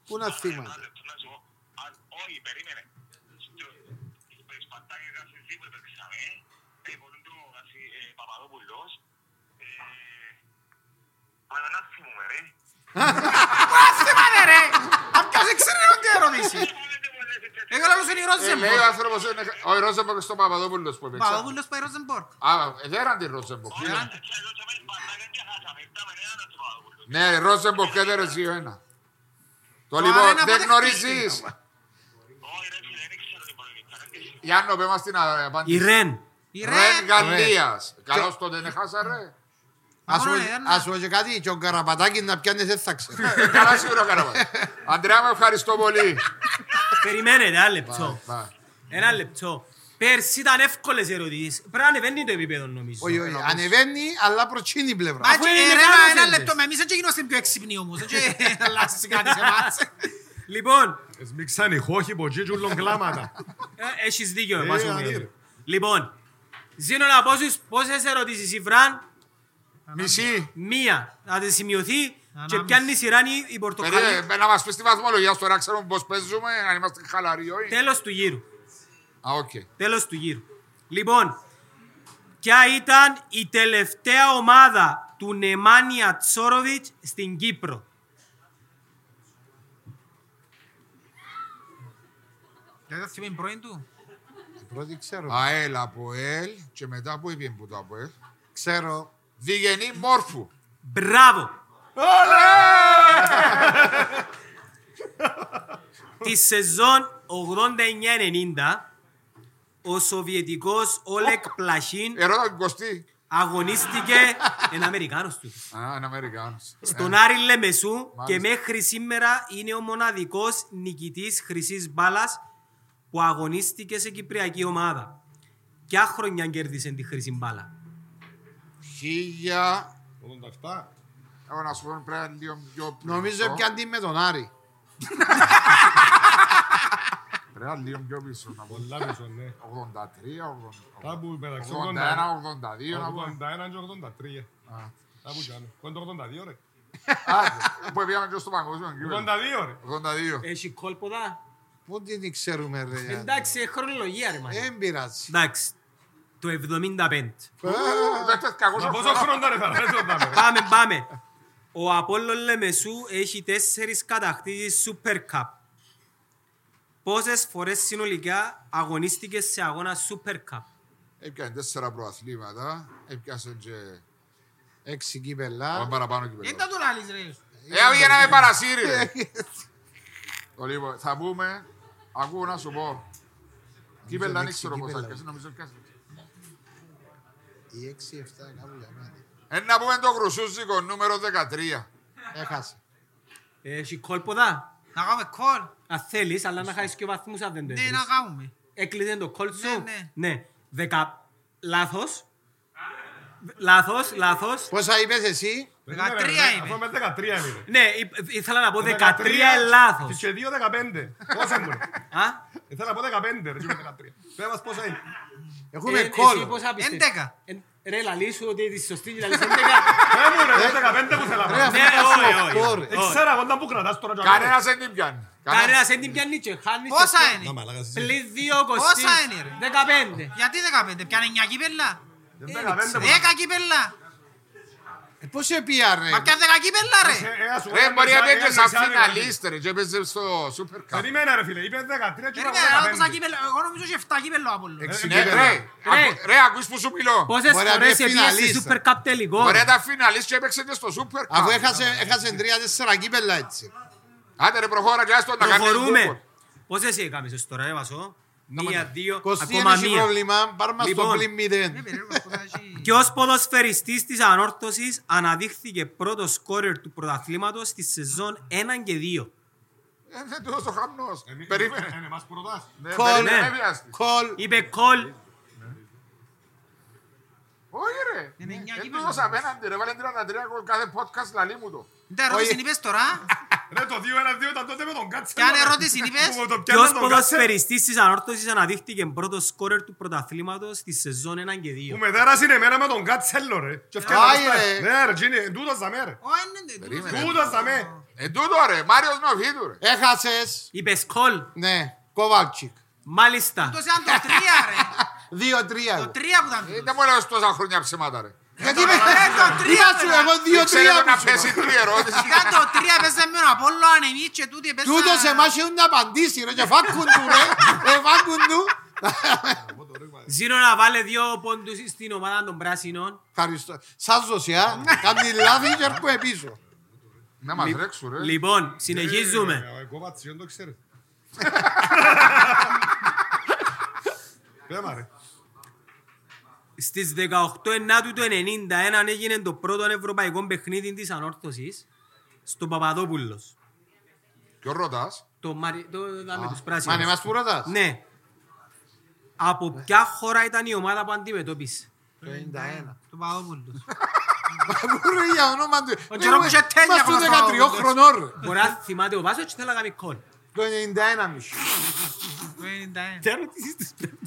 Speaker 5: Πού να
Speaker 12: ένα
Speaker 5: θυμάται.
Speaker 12: λεπτό να σου πω. Αν- Όχι, περίμενε. Στο- στο Σπαρτάκι γράφει δίπλα το ξαμε. Ε, μπορεί να το γράφει ε, Παπαδόπουλος. Ε, αλλά να θυμούμε, ρε.
Speaker 2: Θυμάται ρε. Αυτός δεν ξέρει ότι ερωτήσει.
Speaker 12: Eh.
Speaker 2: Εγώ λέω είναι η
Speaker 3: Ε, λέει ο
Speaker 2: Ρόζεμπορκ.
Speaker 3: άνθρωπος, είναι- ο Ρόζεμπορκ στο Παπαδόπουλος που έπαιξε.
Speaker 2: Παπαδόπουλος πάει Ρόζεμπορκ.
Speaker 3: Α, ε, δεν ήταν τη Ρόζεμπορκ.
Speaker 12: Έτσι, αλλιώς θα πάει Σπαρτάκι και χάσαμε. Ήρθαμε, ρε, ένα στο Παπαδόπουλο.
Speaker 3: Ναι, Ρόζεμπορκ έδερε 2-1. Το
Speaker 2: Άρα
Speaker 3: λοιπόν
Speaker 2: είναι
Speaker 3: δεν
Speaker 2: αποδεκτή.
Speaker 3: γνωρίζεις.
Speaker 12: Όχι, ρε, φίλε, δεν ξέρω την πρώτη ήττα, δεν τη θυμούμαι.
Speaker 3: Γιάννο, πέμα στην
Speaker 1: Η
Speaker 3: απάντηση.
Speaker 1: Ρεν.
Speaker 2: Η
Speaker 3: Ρεν
Speaker 2: Ρεν.
Speaker 3: Γαλλίας. Καλώς τότε δεν χάσα ρε.
Speaker 5: Ας
Speaker 2: Μωρέ,
Speaker 5: πω-
Speaker 2: ένα-
Speaker 5: Ας πω και κάτι, και ο Καραπατάκης να πιάνει δεν θα ξέρει.
Speaker 3: Ε, Καλά σίγουρα καλά. Αντρέα μου ευχαριστώ πολύ.
Speaker 1: Περιμένετε, ένα λεπτό.
Speaker 3: Μπα.
Speaker 1: Ένα λεπτό. Πέρσι ήταν εύκολες ερωτήσεις. Πρέπει να ανεβαίνει το επίπεδο νομίζω.
Speaker 5: Όχι, όχι. Ανεβαίνει, αλλά προτσίνει η πλευρά.
Speaker 2: Μα
Speaker 1: Αφού
Speaker 2: και
Speaker 1: είναι
Speaker 2: ρε,
Speaker 1: καλά
Speaker 2: ένα
Speaker 1: έντες.
Speaker 2: λεπτό με εμείς, έτσι γινόμαστε πιο έξυπνοι όμως. Έτσι αλλάζει κάτι σε εμάς.
Speaker 1: Λοιπόν,
Speaker 6: Σμίξαν οι χώχοι από τζιτζούλων κλάματα.
Speaker 1: Ε, Έχεις δίκιο, εμάς
Speaker 6: Ε,
Speaker 1: ο Μιχαήλ.
Speaker 6: αδύρ.
Speaker 1: Λοιπόν, Ζήνω να πόσες, πόσες ερωτήσεις η Βραν,
Speaker 3: Μισή.
Speaker 1: μία, να τη σημειωθεί και
Speaker 2: Ανάμιση.
Speaker 1: πιάνει η σειρά η- η πορτοκαλί
Speaker 3: Περίμενε, Να μας πεις τη βαθμολογία τώρα, ξέρουμε πώς παίζουμε, αν είμαστε χαλαροί όχι.
Speaker 1: τέλος του γύρου.
Speaker 3: Α, οκ.
Speaker 1: Τέλος του γύρου. Λοιπόν, ποια ήταν η τελευταία ομάδα του Νεμάνια Τσόροβιτς στην Κύπρο.
Speaker 2: Γιατί θα θυμάμαι πρώην του.
Speaker 5: Την πρώτη ξέρω.
Speaker 3: ΑΕΛ από ΕΛ και μετά που είπε που το από ΕΛ.
Speaker 5: Ξέρω.
Speaker 3: Διγενή Μόρφου.
Speaker 1: Μπράβο. Τη σεζόν 89-90 ο Σοβιετικός Όλεκ Πλαχίν
Speaker 3: Ερώτηκα τον Κωστή.
Speaker 1: αγωνίστηκε εν Αμερικάνος του.
Speaker 3: Α, είναι Αμερικάνος.
Speaker 1: Στον Άρη Λεμεσού και
Speaker 3: μάλιστα.
Speaker 1: μέχρι σήμερα είναι ο μοναδικός νικητής χρυσής μπάλας που αγωνίστηκε σε κυπριακή ομάδα. Ποια χρονιά κέρδισε τη χρυσή μπάλα.
Speaker 3: Χίλια...
Speaker 6: 87.
Speaker 3: Εγώ να σου πω πρέπει να είναι λίγο πιο πριν.
Speaker 5: Νομίζω πιάνει με τον Άρη.
Speaker 3: Πρέπει να είναι λίγο πιο πίσω. να πω.
Speaker 6: Πολλά πίσω, ναι.
Speaker 3: 83, 80,
Speaker 6: Κάπου μεταξύ
Speaker 3: 81, 82 να πω.
Speaker 6: 81 και 83. Κάπου κι άλλο. Πού είναι το 82 ρε.
Speaker 3: Α, Που πήγαμε και στο παγκόσμιο. κύπελλο.
Speaker 6: 82 ρε.
Speaker 3: 82.
Speaker 1: Έχει κόλποδα.
Speaker 5: Πού την ξέρουμε, ρε. Γιάννη.
Speaker 1: Εντάξει, χρονολογία ρε μάνα.
Speaker 5: Δεν πειράζει.
Speaker 1: Εντάξει. Το 75.
Speaker 3: Εντάξει, κακός
Speaker 6: Μα
Speaker 3: ο
Speaker 6: πόσο
Speaker 3: χρόνος.
Speaker 6: χρόνο ήταν ρε παράδεισο ήταν ρε.
Speaker 1: Πάμε, πάμε. Ο Απόλλων Λεμεσού έχει τέσσερις κατακτήσεις Super Cup. Πόσες φορές συνολικά αγωνίστηκε σε αγώνα Super Cup.
Speaker 3: Έπιανε τέσσερα προαθλήματα, έπιασε και
Speaker 5: Έξι
Speaker 3: πάμε
Speaker 5: κύπελα.
Speaker 3: παραπάνω
Speaker 2: Δεν
Speaker 3: κύπελλο.
Speaker 2: τα του λάλλεις ρε.
Speaker 3: Ε, όχι να με παρασύρει. ρε. Το Λοιπόν, θα πούμε, ακούω να σου πω. Κύπελλα δεν
Speaker 5: έξι
Speaker 3: ξέρω πώς θα
Speaker 5: κύπελλα.
Speaker 3: πιάσει, νομίζω πιάσει.
Speaker 5: Ή έξι, εφτά, κάπου για μένα.
Speaker 3: Ε, να πούμε το Κρουσούζικο νούμερο 13.
Speaker 5: Έχασε.
Speaker 1: Έχεις κόλποδα.
Speaker 2: Να κάνουμε κόλ.
Speaker 1: Αν θέλεις, αλλά να χάσεις και βαθμούς αν δεν το
Speaker 2: Ναι,
Speaker 1: έχεις.
Speaker 2: να κάνουμε.
Speaker 1: Έκλεισε το κόλ σου.
Speaker 2: Ναι, ναι.
Speaker 1: Ναι. Δεκα... Λάθος. Λάθος, λάθος.
Speaker 5: Πόσα είπες εσύ.
Speaker 2: 13
Speaker 6: Αυτό
Speaker 2: είναι.
Speaker 6: με 13 είναι.
Speaker 1: Ναι, ή- ήθελα να πω 13 λάθος.
Speaker 6: Και 2 15. Πόσα ήμουν.
Speaker 1: Α,
Speaker 6: Ήθελα να πω 15 ρε και 13. Πες μας πόσα είναι.
Speaker 5: Έχουμε
Speaker 1: ε, εσύ
Speaker 5: κόλλο.
Speaker 1: πώς θα πιστεύεις.
Speaker 2: Έντεκα.
Speaker 1: Ε, Ρε, λαλί σου ότι τη σωστή και λαλείς 11.
Speaker 6: Πες μου ρε, εγώ 15 που θέλω να
Speaker 5: Ρε,
Speaker 6: πω.
Speaker 5: αφού
Speaker 1: Ναι,
Speaker 5: έχασε
Speaker 1: όχι, όχι,
Speaker 5: οκτώ,
Speaker 1: όχι.
Speaker 5: ρε.
Speaker 6: Δεν ξέρω εγώ ήταν που κρατάς τώρα.
Speaker 3: Κανένας δεν την πιάνει. Κανένας.
Speaker 1: Κανένας δεν την πιάνει και χάνεις.
Speaker 2: Πόσα
Speaker 1: το-
Speaker 2: είναι.
Speaker 1: Πλην δύο κοστί.
Speaker 2: Πόσα είναι, ρε.
Speaker 1: 15.
Speaker 2: Γιατί 15. Πιάνε 9 κύπελλα. 10
Speaker 6: 15
Speaker 2: κύπελλα.
Speaker 5: Ε, Πώς σε πια, ρε.
Speaker 2: Μα πιάνε 10 κύπελλα ρε.
Speaker 3: Ρε, μπορεί να πιάνει σαν φιναλίστ, ρε, και έπαιζε στο Super Cup.
Speaker 6: Περίμενε ρε φίλε, είπε 13 και
Speaker 2: Περίμενε,
Speaker 6: είπα
Speaker 2: να δω πόσα
Speaker 6: 15.
Speaker 2: κύπελλα. Εγώ νομίζω ότι 7 κύπελλα ο Απόλλων.
Speaker 5: Έξι
Speaker 3: Ναι,
Speaker 5: κύπελλα.
Speaker 3: ρε, ακού- ρε, ακούς που σου μιλώ.
Speaker 1: Πόσες
Speaker 5: Μπορεί να
Speaker 1: φορές
Speaker 5: είναι
Speaker 1: έπιασε
Speaker 5: φιναλίστα.
Speaker 1: Super Cup τελικό.
Speaker 3: Μπορεί να ήταν φιναλίστ και έπαιξε και στο Super
Speaker 5: Αφού
Speaker 3: Cup.
Speaker 5: έχασε, έχασε τρία-τέσσερα κύπελα έτσι.
Speaker 3: Άντε ρε, προχώρα και άστο να κάνεις
Speaker 1: Προχωρούμε.
Speaker 3: γκούπολ.
Speaker 1: Πόσες έκαμες τώρα, ρε Βασό. μία, δύο,
Speaker 5: Κωστή,
Speaker 1: ακόμα
Speaker 5: έχει
Speaker 1: μία.
Speaker 5: πρόβλημα. Πάρ' μας το
Speaker 1: Λοιπόν.
Speaker 5: πλήν μηδέν.
Speaker 2: Είναι Ε, περίεργο που θα έχει-
Speaker 1: Ποιο ποδοσφαιριστής της ανόρθωσης αναδείχθηκε πρώτος σκόρερ του πρωταθλήματος στη σεζόν 1 και 2.
Speaker 3: Ε, Δεν του δώσω χαμνός. Περίμενε.
Speaker 6: Είναι μας προτάσεις.
Speaker 3: Ναι,
Speaker 5: Κολ.
Speaker 3: περίμενε,
Speaker 1: Ναι.
Speaker 3: μη βιάστηκες.
Speaker 5: Κολ.
Speaker 1: Είπε κολ.
Speaker 3: Όχι ρε.
Speaker 2: Είναι εννιά
Speaker 3: Δεν του
Speaker 2: κύπελλα.
Speaker 3: δώσα απέναντι ρε. Βάλε 33 γκολ κάθε podcast λαλεί μου το.
Speaker 2: Ποια ερώτηση είπες τώρα.
Speaker 6: Ρε το 2-1-2 ήταν τότε με τον Κάτσελ.
Speaker 2: Ποια είναι ερώτηση είπες.
Speaker 6: Που το πιάνε
Speaker 1: Ποιο
Speaker 6: τον Κάτσελ.
Speaker 1: ποδοσφαιριστής της ανόρθωσης αναδείχθηκε πρώτος σκόρερ του πρωταθλήματος στη σεζόν 1 και 2.
Speaker 6: Που με δέρασαν εμένα με τον Κάτσελ ρε. Και έφτιανα
Speaker 5: Άι,
Speaker 6: αυτά.
Speaker 5: ρε.
Speaker 6: Ναι ρε Τζίνι, εν τούτος δαμέ ρε.
Speaker 2: Ω, ε, ναι, είναι τούτο.
Speaker 3: Περίμενε.
Speaker 6: Τούτος δαμέ.
Speaker 3: Εν Ε, τούτο ρε. Μάριος Νοφίδου ρε. Ε,
Speaker 5: Έχασες.
Speaker 1: Είπες κολ.
Speaker 5: Ναι. Κοβάλτσικ.
Speaker 1: Μάλιστα.
Speaker 2: Τούτος ήταν το τρία, ρε.
Speaker 5: Δύο-τρία.
Speaker 2: Το
Speaker 5: εγώ.
Speaker 2: τρία που ήταν
Speaker 3: Ε,
Speaker 2: τούτος.
Speaker 3: Δεν μου έλεγες τόσα χρόνια ψέματα ρε.
Speaker 5: Γιατί με
Speaker 2: Ε, το τρία
Speaker 5: Είπα σου
Speaker 2: ήταν.
Speaker 5: εγώ
Speaker 3: Ήξερε
Speaker 5: δύο-τρία.
Speaker 3: το να
Speaker 5: που σου είπα.
Speaker 3: πέσει τούτη ερώτηση.
Speaker 2: Ήταν το τρία, παίζαμε με τον Απόλλωνα, εμείς και τούτοι παίζα-
Speaker 5: Τούτος εμάς έχουν να απαντήσει ρε και φάκουν του ρε. Ε, φάκουν του.
Speaker 1: Ζήνω να βάλει δύο πόντους στην ομάδα των πράσινων.
Speaker 5: Ευχαριστώ. Σας δωσιά. Κάνει λάθη και έρχομαι πίσω.
Speaker 3: Να μας ρέξουν ρε.
Speaker 1: Λοιπόν, συνεχίζουμε.
Speaker 6: Ε, Ο Κοβάτσι δεν το ξέρει. Πέμα ρε.
Speaker 1: Στις 18 Ενάτου του 1991 έγινε το πρώτο ευρωπαϊκό παιχνίδι της ανόρθωσης στο Παπαδόπουλος.
Speaker 3: Ποιο ρωτάς.
Speaker 1: Το, μαρι... το δάμε τους
Speaker 5: Μα είναι
Speaker 1: πράσινους.
Speaker 5: μας που ρωτάς.
Speaker 1: Ναι. Από ποια χώρα ήταν η ομάδα που αντιμετώπισε.
Speaker 5: Το 91.
Speaker 2: Του Παπαδόπουλου.
Speaker 5: Πού ρε για όνομα του.
Speaker 2: Ο Τζερόμ
Speaker 5: Είμαστε
Speaker 2: Σετένια που θα πάω,
Speaker 5: 13 χρονών ρε.
Speaker 1: Μπορεί να θυμάται ο Βάσος και θέλω να κάνει κόλ.
Speaker 5: Το 91 μισό.
Speaker 2: Το 91.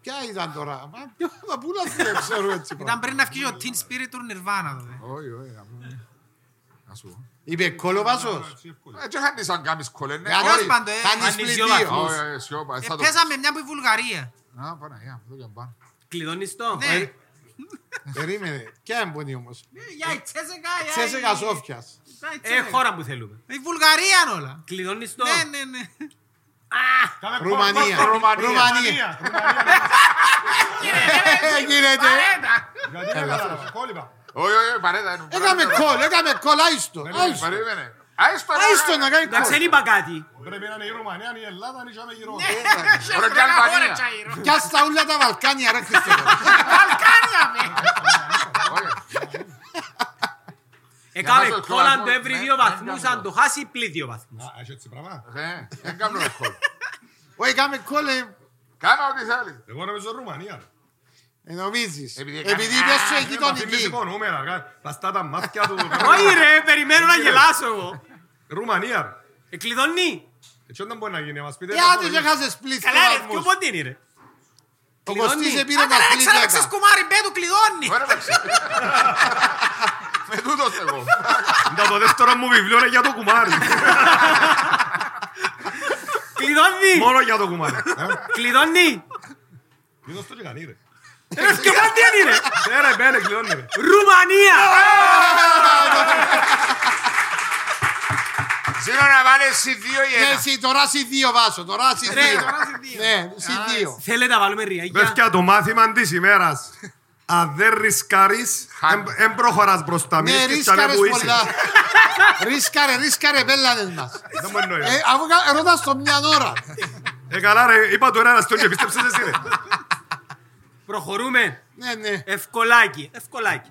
Speaker 5: Ποια ήταν τώρα. Μα ποιο θα πού να θυμάμαι, ξέρω έτσι.
Speaker 2: Ήταν
Speaker 5: πράγματα.
Speaker 2: πριν να βγει ο Teen Spirit του Nirvana ε. τότε.
Speaker 3: Όχι, όχι. να πούμε. Να σου πω.
Speaker 5: Είπε κολοβάσος.
Speaker 3: Ε, και χάνεις αν κάνεις κολλές, ναι.
Speaker 5: Ε, αν
Speaker 2: Τέλος
Speaker 5: όχι,
Speaker 2: πάντων, ε,
Speaker 5: Κάνεις
Speaker 1: αν
Speaker 5: πλην
Speaker 1: ισιό
Speaker 5: δύο.
Speaker 1: βαθμός.
Speaker 3: Όχι, όχι, σιώπα, ε,
Speaker 2: Ε,
Speaker 3: θα το-
Speaker 2: Παίζαμε μια που η Βουλγαρία.
Speaker 3: Α, Παναγία, εδώ και πάνω.
Speaker 1: Κλειδώνεις
Speaker 3: Ε,
Speaker 1: το. Ε,
Speaker 2: Ναι.
Speaker 5: Περίμενε. Ποια εμπονή όμως.
Speaker 2: Ε, Για η Τσέσεκα, για η-
Speaker 5: Ξέσαι Σόφιας.
Speaker 2: για η
Speaker 1: Ε,
Speaker 2: Τσέσεκα.
Speaker 1: χώρα που θέλουμε.
Speaker 2: Η Βουλγαρία είναι όλα.
Speaker 1: Κλειδώνεις το.
Speaker 3: Ε,
Speaker 2: Ναι, ναι, ναι.
Speaker 6: Κάμε
Speaker 5: Ρουμανία.
Speaker 6: κόστο,
Speaker 5: Ρουμανία.
Speaker 6: Ρουμανία.
Speaker 5: Ε, Γίνεται.
Speaker 6: Γιατί δεν καταλαβαίνω. Κόλλημα.
Speaker 3: Όχι, όχι, παρέτα, είναι μου,
Speaker 5: Έκαμε
Speaker 3: παρέτα.
Speaker 5: κόλ, έκαμε κόλ, άιστο. Άιστο.
Speaker 3: Περίμενε. ε, Άιστο, ρε,
Speaker 5: Άιστο να κάνει
Speaker 1: Εντάξει,
Speaker 5: κόλ.
Speaker 1: δεν είπα κάτι.
Speaker 6: Πρέπει να είναι η Ρουμανία, είναι η Ελλάδα, είναι η Τζάμε γύρω.
Speaker 3: ε,
Speaker 5: Ναι.
Speaker 3: Ωραία, και Αλβανία.
Speaker 5: Κι στα ούλα τα Βαλκάνια ρε Χριστόφορο.
Speaker 3: Όχι.
Speaker 1: Έκαμε
Speaker 3: να το
Speaker 1: κόλ αν το
Speaker 3: κλαβώ,
Speaker 1: έβρει
Speaker 3: ναι,
Speaker 1: δύο
Speaker 3: ναι,
Speaker 1: βαθμούς,
Speaker 3: κάνω
Speaker 1: αν το χάσει πλή δύο βαθμούς.
Speaker 6: Α, έχει έτσι πράγμα.
Speaker 3: Ε, Δεν κάνω κόλ.
Speaker 5: Όχι, κάμε κόλ, ε,
Speaker 3: Κάνα ό,τι θέλεις.
Speaker 6: Εγώ νομίζω Ρουμανία. ρε.
Speaker 5: ε, νομίζεις.
Speaker 3: Επειδή
Speaker 5: Επειδή
Speaker 3: έκαμε-
Speaker 5: είπες σου η
Speaker 6: Ε, μα θυμίζει
Speaker 5: γειτονική.
Speaker 6: νούμερα, κα- τα στάτα μάτια του.
Speaker 1: Όχι ρε, περιμένω
Speaker 3: Ναι.
Speaker 1: να γελάσω εγώ.
Speaker 6: Ρουμανία. ρε.
Speaker 1: Ε, Κλειδώνει.
Speaker 6: Έτσι όταν μπορεί να γίνει, μας πείτε.
Speaker 5: Ε,
Speaker 6: να
Speaker 5: άντε και
Speaker 6: χωρίς.
Speaker 5: χάσες πλήθος
Speaker 1: Καλά ρε,
Speaker 5: βαθμούς.
Speaker 1: ποιο πόντι είναι ρε.
Speaker 5: Ο
Speaker 1: κλειδώνει.
Speaker 5: Κωστής επήρε
Speaker 2: Άντε
Speaker 5: μας
Speaker 2: ρε,
Speaker 5: πλήν
Speaker 2: ξαναπαίξε
Speaker 5: δέκα.
Speaker 2: σκουμάρι, μπέ του κλειδώνει.
Speaker 3: Ωραία, παίξε. Με τούτος εγώ.
Speaker 6: Ήταν το δεύτερο μου βιβλίο είναι για το κουμάρι.
Speaker 1: Κλειδώνει.
Speaker 6: Μόνο για το κουμάρι. Ε,
Speaker 1: Κλειδώνει. Ε,
Speaker 6: Μην δώσ' το και κανεί, ρε.
Speaker 1: Ρε, ποιο πόντι είναι ρε.
Speaker 6: Ε, ρε, μπαίνε, κλειδώνει, ρε.
Speaker 1: Ρουμανία.
Speaker 3: Ζήνω να βάλεις εσύ δύο ή
Speaker 5: Ναι,
Speaker 3: ένα.
Speaker 5: εσύ, τώρα εσύ δύο βάσο, τώρα εσύ
Speaker 1: Ρε,
Speaker 5: δύο.
Speaker 1: τώρα
Speaker 5: Ναι, εσύ δύο.
Speaker 1: Θέλετε να βάλουμε ριάκια.
Speaker 6: Βέφτια το μάθημα της ημέρας. Αν δεν ρισκάρεις,
Speaker 3: Χάνεις.
Speaker 6: δεν προχωράς μπροστά. Μην
Speaker 5: Ναι,
Speaker 6: ρίσκεις τα
Speaker 5: ρίσκαρες
Speaker 6: που είσαι.
Speaker 5: πολλά. Ρίσκαρε, ρίσκαρε, πέλανες μας.
Speaker 6: Δεν μου εννοεί.
Speaker 5: Ε, αφού κα- ρωτάς το μια ώρα.
Speaker 6: Ε, καλά ρε, είπα του ένα αστείο και πίστεψες εσύ ρε.
Speaker 1: Προχωρούμε.
Speaker 5: Ναι, ναι.
Speaker 1: Ευκολάκι. Ευκολάκι.